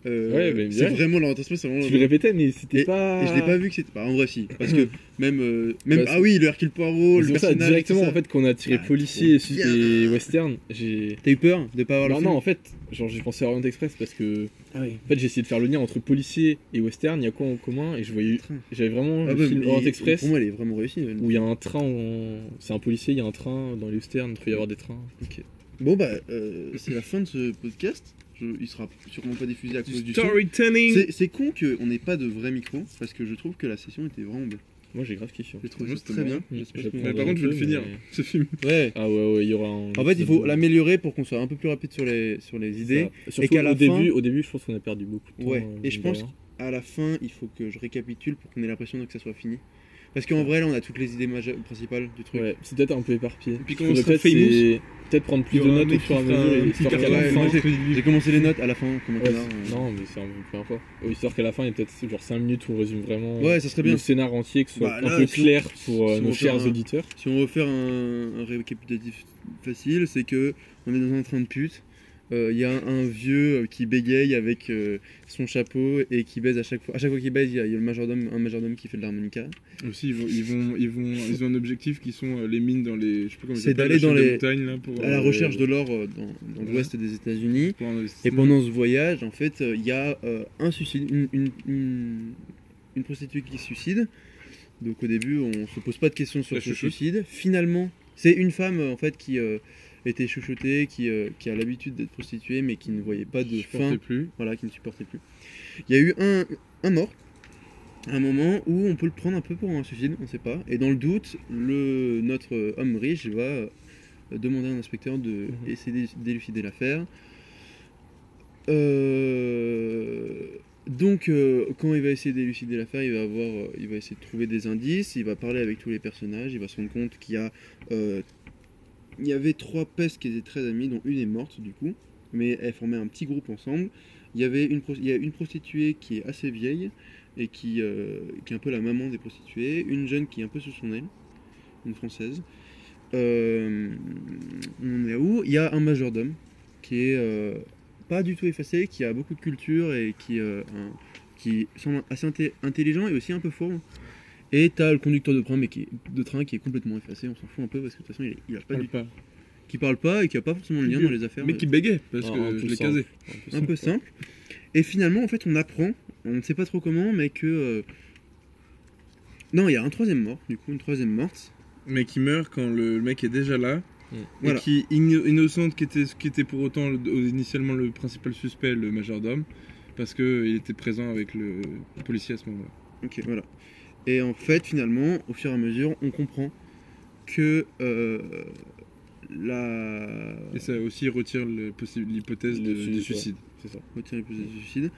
Speaker 4: euh,
Speaker 2: Ouais, mais
Speaker 4: c'est
Speaker 2: bien.
Speaker 4: vraiment Laurent Express, c'est vraiment.
Speaker 2: tu le répétais, mais c'était
Speaker 4: Et-
Speaker 2: pas.
Speaker 4: Et je l'ai pas vu que c'était. Bah, en vrai, si. Parce que même. euh, même
Speaker 2: Bah,
Speaker 4: ah oui, le Hercule Poirot,
Speaker 2: C'est
Speaker 4: le
Speaker 2: pour ça,
Speaker 4: personnage.
Speaker 2: directement
Speaker 4: tout ça.
Speaker 2: en fait, qu'on a tiré
Speaker 4: Ah,
Speaker 2: policier
Speaker 4: trop
Speaker 2: et-
Speaker 4: bien.
Speaker 2: et western, j'ai.
Speaker 4: T'as eu peur de pas avoir
Speaker 2: Non,
Speaker 4: le
Speaker 2: non,
Speaker 4: film
Speaker 2: en fait, genre j'ai pensé à Orient Express parce que.
Speaker 4: Ah oui.
Speaker 2: En fait, j'ai essayé de faire le lien entre policier et western, il y a quoi en commun Et je voyais.
Speaker 4: Train.
Speaker 2: J'avais vraiment
Speaker 4: Ah
Speaker 2: le
Speaker 4: bah,
Speaker 2: film
Speaker 4: mais
Speaker 2: Orient
Speaker 4: il-
Speaker 2: Express
Speaker 4: Pour moi, elle est vraiment réussie. elle.
Speaker 2: où il y a un train. en- C'est un policier, il y a un train dans les westerns, il peut y avoir des trains.
Speaker 4: Bon, bah, euh, c'est la fin de ce podcast. Je- il sera sûrement pas diffusé à cause du son.
Speaker 3: Storytelling
Speaker 4: C'est- C'est con qu'on n'ait pas de vrai micro parce que je trouve que la session était vraiment belle.
Speaker 2: Moi j'ai grave kiffé.
Speaker 4: J'ai trouvé
Speaker 3: Moi,
Speaker 4: ça
Speaker 3: c'était
Speaker 4: très
Speaker 3: marrant.
Speaker 4: bien.
Speaker 2: Mm,
Speaker 4: J'espère
Speaker 2: j'ai
Speaker 4: qu'on
Speaker 2: appris
Speaker 3: Mais
Speaker 2: un
Speaker 4: va-
Speaker 3: par contre, je vais le
Speaker 2: peu,
Speaker 3: finir,
Speaker 2: mais-
Speaker 3: ce film.
Speaker 4: Ouais.
Speaker 2: Ah ouais, ouais, il y aura un.
Speaker 4: En fait, il faut
Speaker 2: épisode de-
Speaker 4: l'améliorer pour qu'on soit un peu plus rapide sur les, sur les idées.
Speaker 2: Ça. Surtout
Speaker 4: qu'à
Speaker 2: au,
Speaker 4: la
Speaker 2: début,
Speaker 4: fin-
Speaker 2: au début, je pense qu'on a perdu beaucoup de temps.
Speaker 4: Ouais,
Speaker 2: euh,
Speaker 4: et je
Speaker 2: mine
Speaker 4: pense
Speaker 2: de rien.
Speaker 4: à la fin, il faut que je récapitule pour qu'on ait l'impression que ça soit fini. Parce qu'en vrai, là, on a toutes les idées majeures- principales du truc.
Speaker 2: Ouais, c'est peut-être un peu éparpillé.
Speaker 11: puis
Speaker 2: Je
Speaker 11: quand on
Speaker 2: voudrais
Speaker 11: sera
Speaker 2: peut-être
Speaker 11: famous,
Speaker 2: c'est- peut-être prendre plus
Speaker 11: il y
Speaker 2: de
Speaker 11: aura un
Speaker 2: notes au
Speaker 11: mec
Speaker 2: fur et à
Speaker 11: qui fera
Speaker 2: mesure.
Speaker 11: un
Speaker 2: et
Speaker 11: petit
Speaker 2: histoire qu'à
Speaker 11: carton
Speaker 2: la
Speaker 4: Ouais,
Speaker 2: fin-
Speaker 4: moi,
Speaker 2: Ouais,
Speaker 4: J'ai commencé les notes à la fin, comme un connard, euh.
Speaker 2: Non, mais c'est un peu la première fois. Ouais, Histoire qu'à la fin, il y a peut-être genre 5 minutes où on résume vraiment
Speaker 4: Ouais, ça serait bien.
Speaker 2: le scénar entier, que ce soit
Speaker 4: Bah, là,
Speaker 2: un peu
Speaker 4: si on-
Speaker 2: clair pour euh,
Speaker 4: si on
Speaker 2: nos
Speaker 4: fait
Speaker 2: chers
Speaker 4: un-
Speaker 2: auditeurs.
Speaker 4: Si on veut faire un, un récapitulatif facile, c'est que on est dans un train de pute. euh, Il y a un vieux euh, qui bégaye avec euh, son chapeau et qui baise à chaque fois. À chaque fois qu'il baise, il y a, il y a le majordome, un majordome qui fait de l'harmonica.
Speaker 3: Aussi, ils vont, ils vont, ils vont, ils ont un objectif qui sont euh, les mines dans les, je sais plus comment ils
Speaker 4: C'est
Speaker 3: appellent,
Speaker 4: d'aller
Speaker 3: la chaîne
Speaker 4: dans
Speaker 3: des
Speaker 4: les-
Speaker 3: montagnes là pour.
Speaker 4: À la
Speaker 3: euh,
Speaker 4: recherche de l'or euh, dans, dans
Speaker 3: Voilà.
Speaker 4: l'ouest des États-Unis.
Speaker 3: pour
Speaker 4: Et
Speaker 3: investissement.
Speaker 4: pendant ce voyage, en fait, euh, il y a euh, un suicide, une, une- une- une prostituée qui se suicide. Donc au début, on se pose pas de questions sur
Speaker 3: La
Speaker 4: ce
Speaker 3: chouchoute.
Speaker 4: suicide. Finalement, c'est une femme euh, en fait qui euh, était chouchoutée, qui, euh, qui a l'habitude d'être prostituée, mais qui ne voyait pas de
Speaker 3: Je portais
Speaker 4: fin,
Speaker 3: plus.
Speaker 4: voilà, qui ne supportait plus. Il y a eu un, un mort, un moment où on peut le prendre un peu pour un suicide, on sait pas. Et dans le doute, le, notre euh, homme riche va euh, demander à un inspecteur de
Speaker 2: Mhm.
Speaker 4: essayer d'élucider l'affaire. Euh, donc, euh, quand il va essayer d'élucider l'affaire, il va avoir, euh, il va essayer de trouver des indices. Il va parler avec tous les personnages. Il va se rendre compte qu'il y a, euh, il y avait trois pestes qui étaient très amies, dont une est morte du coup, mais elles formaient un petit groupe ensemble. Il y avait une, pro- il y a une prostituée qui est assez vieille et qui, euh, qui est un peu la maman des prostituées, une jeune qui est un peu sous son aile, une française. Euh, on en est où Il y a un majordome qui est euh, pas du tout effacé, qui a beaucoup de culture et qui, euh, un- qui semble assez inté- intelligent et aussi un peu fourbe. Et t'as le conducteur de train, mais qui est, de train qui est complètement effacé, on s'en fout un peu parce que de toute façon il, est- il a pas
Speaker 3: Parle
Speaker 4: du
Speaker 3: pas.
Speaker 4: qui parle pas et qui a pas forcément le lien dans les affaires. euh,
Speaker 3: Mais qui bégait parce
Speaker 2: Ah,
Speaker 3: que
Speaker 2: un peu
Speaker 3: je l'ai
Speaker 2: ça.
Speaker 3: casé.
Speaker 4: un peu simple. Et finalement, en fait, on apprend, on ne sait pas trop comment, mais que. euh, Non, il y a un troisième mort, du coup, une troisième morte.
Speaker 3: Mais qui meurt quand le, le mec est déjà là.
Speaker 2: Mm.
Speaker 3: Et
Speaker 4: Voilà.
Speaker 3: qui, igno- innocente, qui était, qui était pour autant le- au- initialement le principal suspect, le majordome, parce qu'il était présent avec le policier à ce moment-là.
Speaker 4: Ok, voilà. Et en fait, finalement, au fur et à mesure, on comprend que euh, la.
Speaker 3: Et ça aussi retire le possi- l'hypothèse
Speaker 2: Le
Speaker 3: de-
Speaker 2: suicide,
Speaker 3: du suicide.
Speaker 4: Retirer les poussettes du suicide.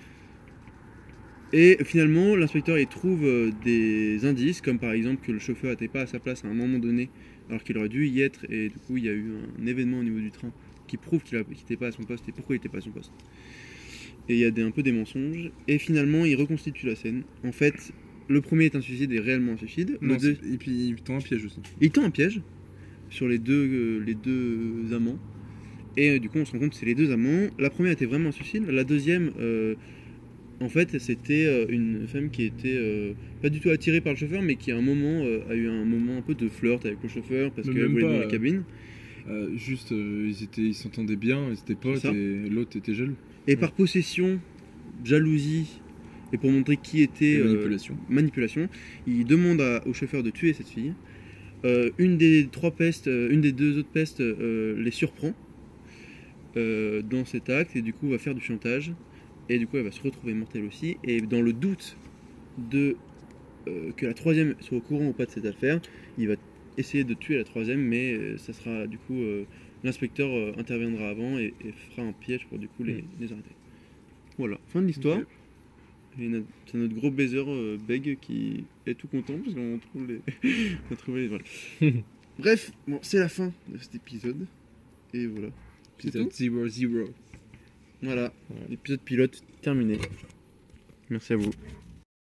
Speaker 4: Et finalement, l'inspecteur il trouve euh, des indices, comme par exemple que le chauffeur n'était pas à sa place à un moment donné, alors qu'il aurait dû y être, et du coup il y a eu un événement au niveau du train qui prouve qu'il n'était pas à son poste et pourquoi il n'était pas à son poste. Et il y a des, un peu des mensonges, et finalement il reconstitue la scène. En fait, le premier est un suicide et réellement un suicide. Le
Speaker 3: Non,
Speaker 4: deux-
Speaker 3: c'est- et puis il tend un piège aussi.
Speaker 4: il tend un piège sur les deux, euh, les deux amants. Et euh, du coup, on se rend compte que c'est les deux amants. La première était vraiment un suicide. La deuxième, euh, en fait, c'était euh, une femme qui était euh, pas du tout attirée par le chauffeur, mais qui à un moment euh, a eu un moment un peu de flirt avec le chauffeur parce
Speaker 3: Mais
Speaker 4: qu'elle
Speaker 3: même
Speaker 4: voulait
Speaker 3: pas,
Speaker 4: dans la
Speaker 3: euh,
Speaker 4: cabine.
Speaker 3: Euh, juste, euh, ils étaient- ils s'entendaient bien, ils étaient potes,
Speaker 4: ça.
Speaker 3: et l'autre était jaloux.
Speaker 4: Et par possession, jalousie, et pour montrer qui était
Speaker 3: Et
Speaker 4: euh,
Speaker 3: manipulation.
Speaker 4: manipulation. Il demande à- au chauffeur de tuer cette fille. Euh, une des trois pestes, euh, une des deux autres pestes euh, les surprend euh, dans cet acte et du coup va faire du chantage. Et du coup elle va se retrouver mortelle aussi. Et dans le doute de euh, que la troisième soit au courant ou pas de cette affaire, il va essayer de tuer la troisième, mais euh, ça sera du coup euh, l'inspecteur euh, interviendra avant et, et fera un piège pour du coup les, les arrêter. Voilà, fin de l'histoire. Et notre- C'est notre gros baiser euh, Beg qui est tout content parce qu'on trouve les. on a trouvé les. voilà. Bref, bon, c'est la fin de cet épisode. Et voilà.
Speaker 3: C'était 0-0.
Speaker 4: Voilà, l'épisode pilote terminé. Merci à vous.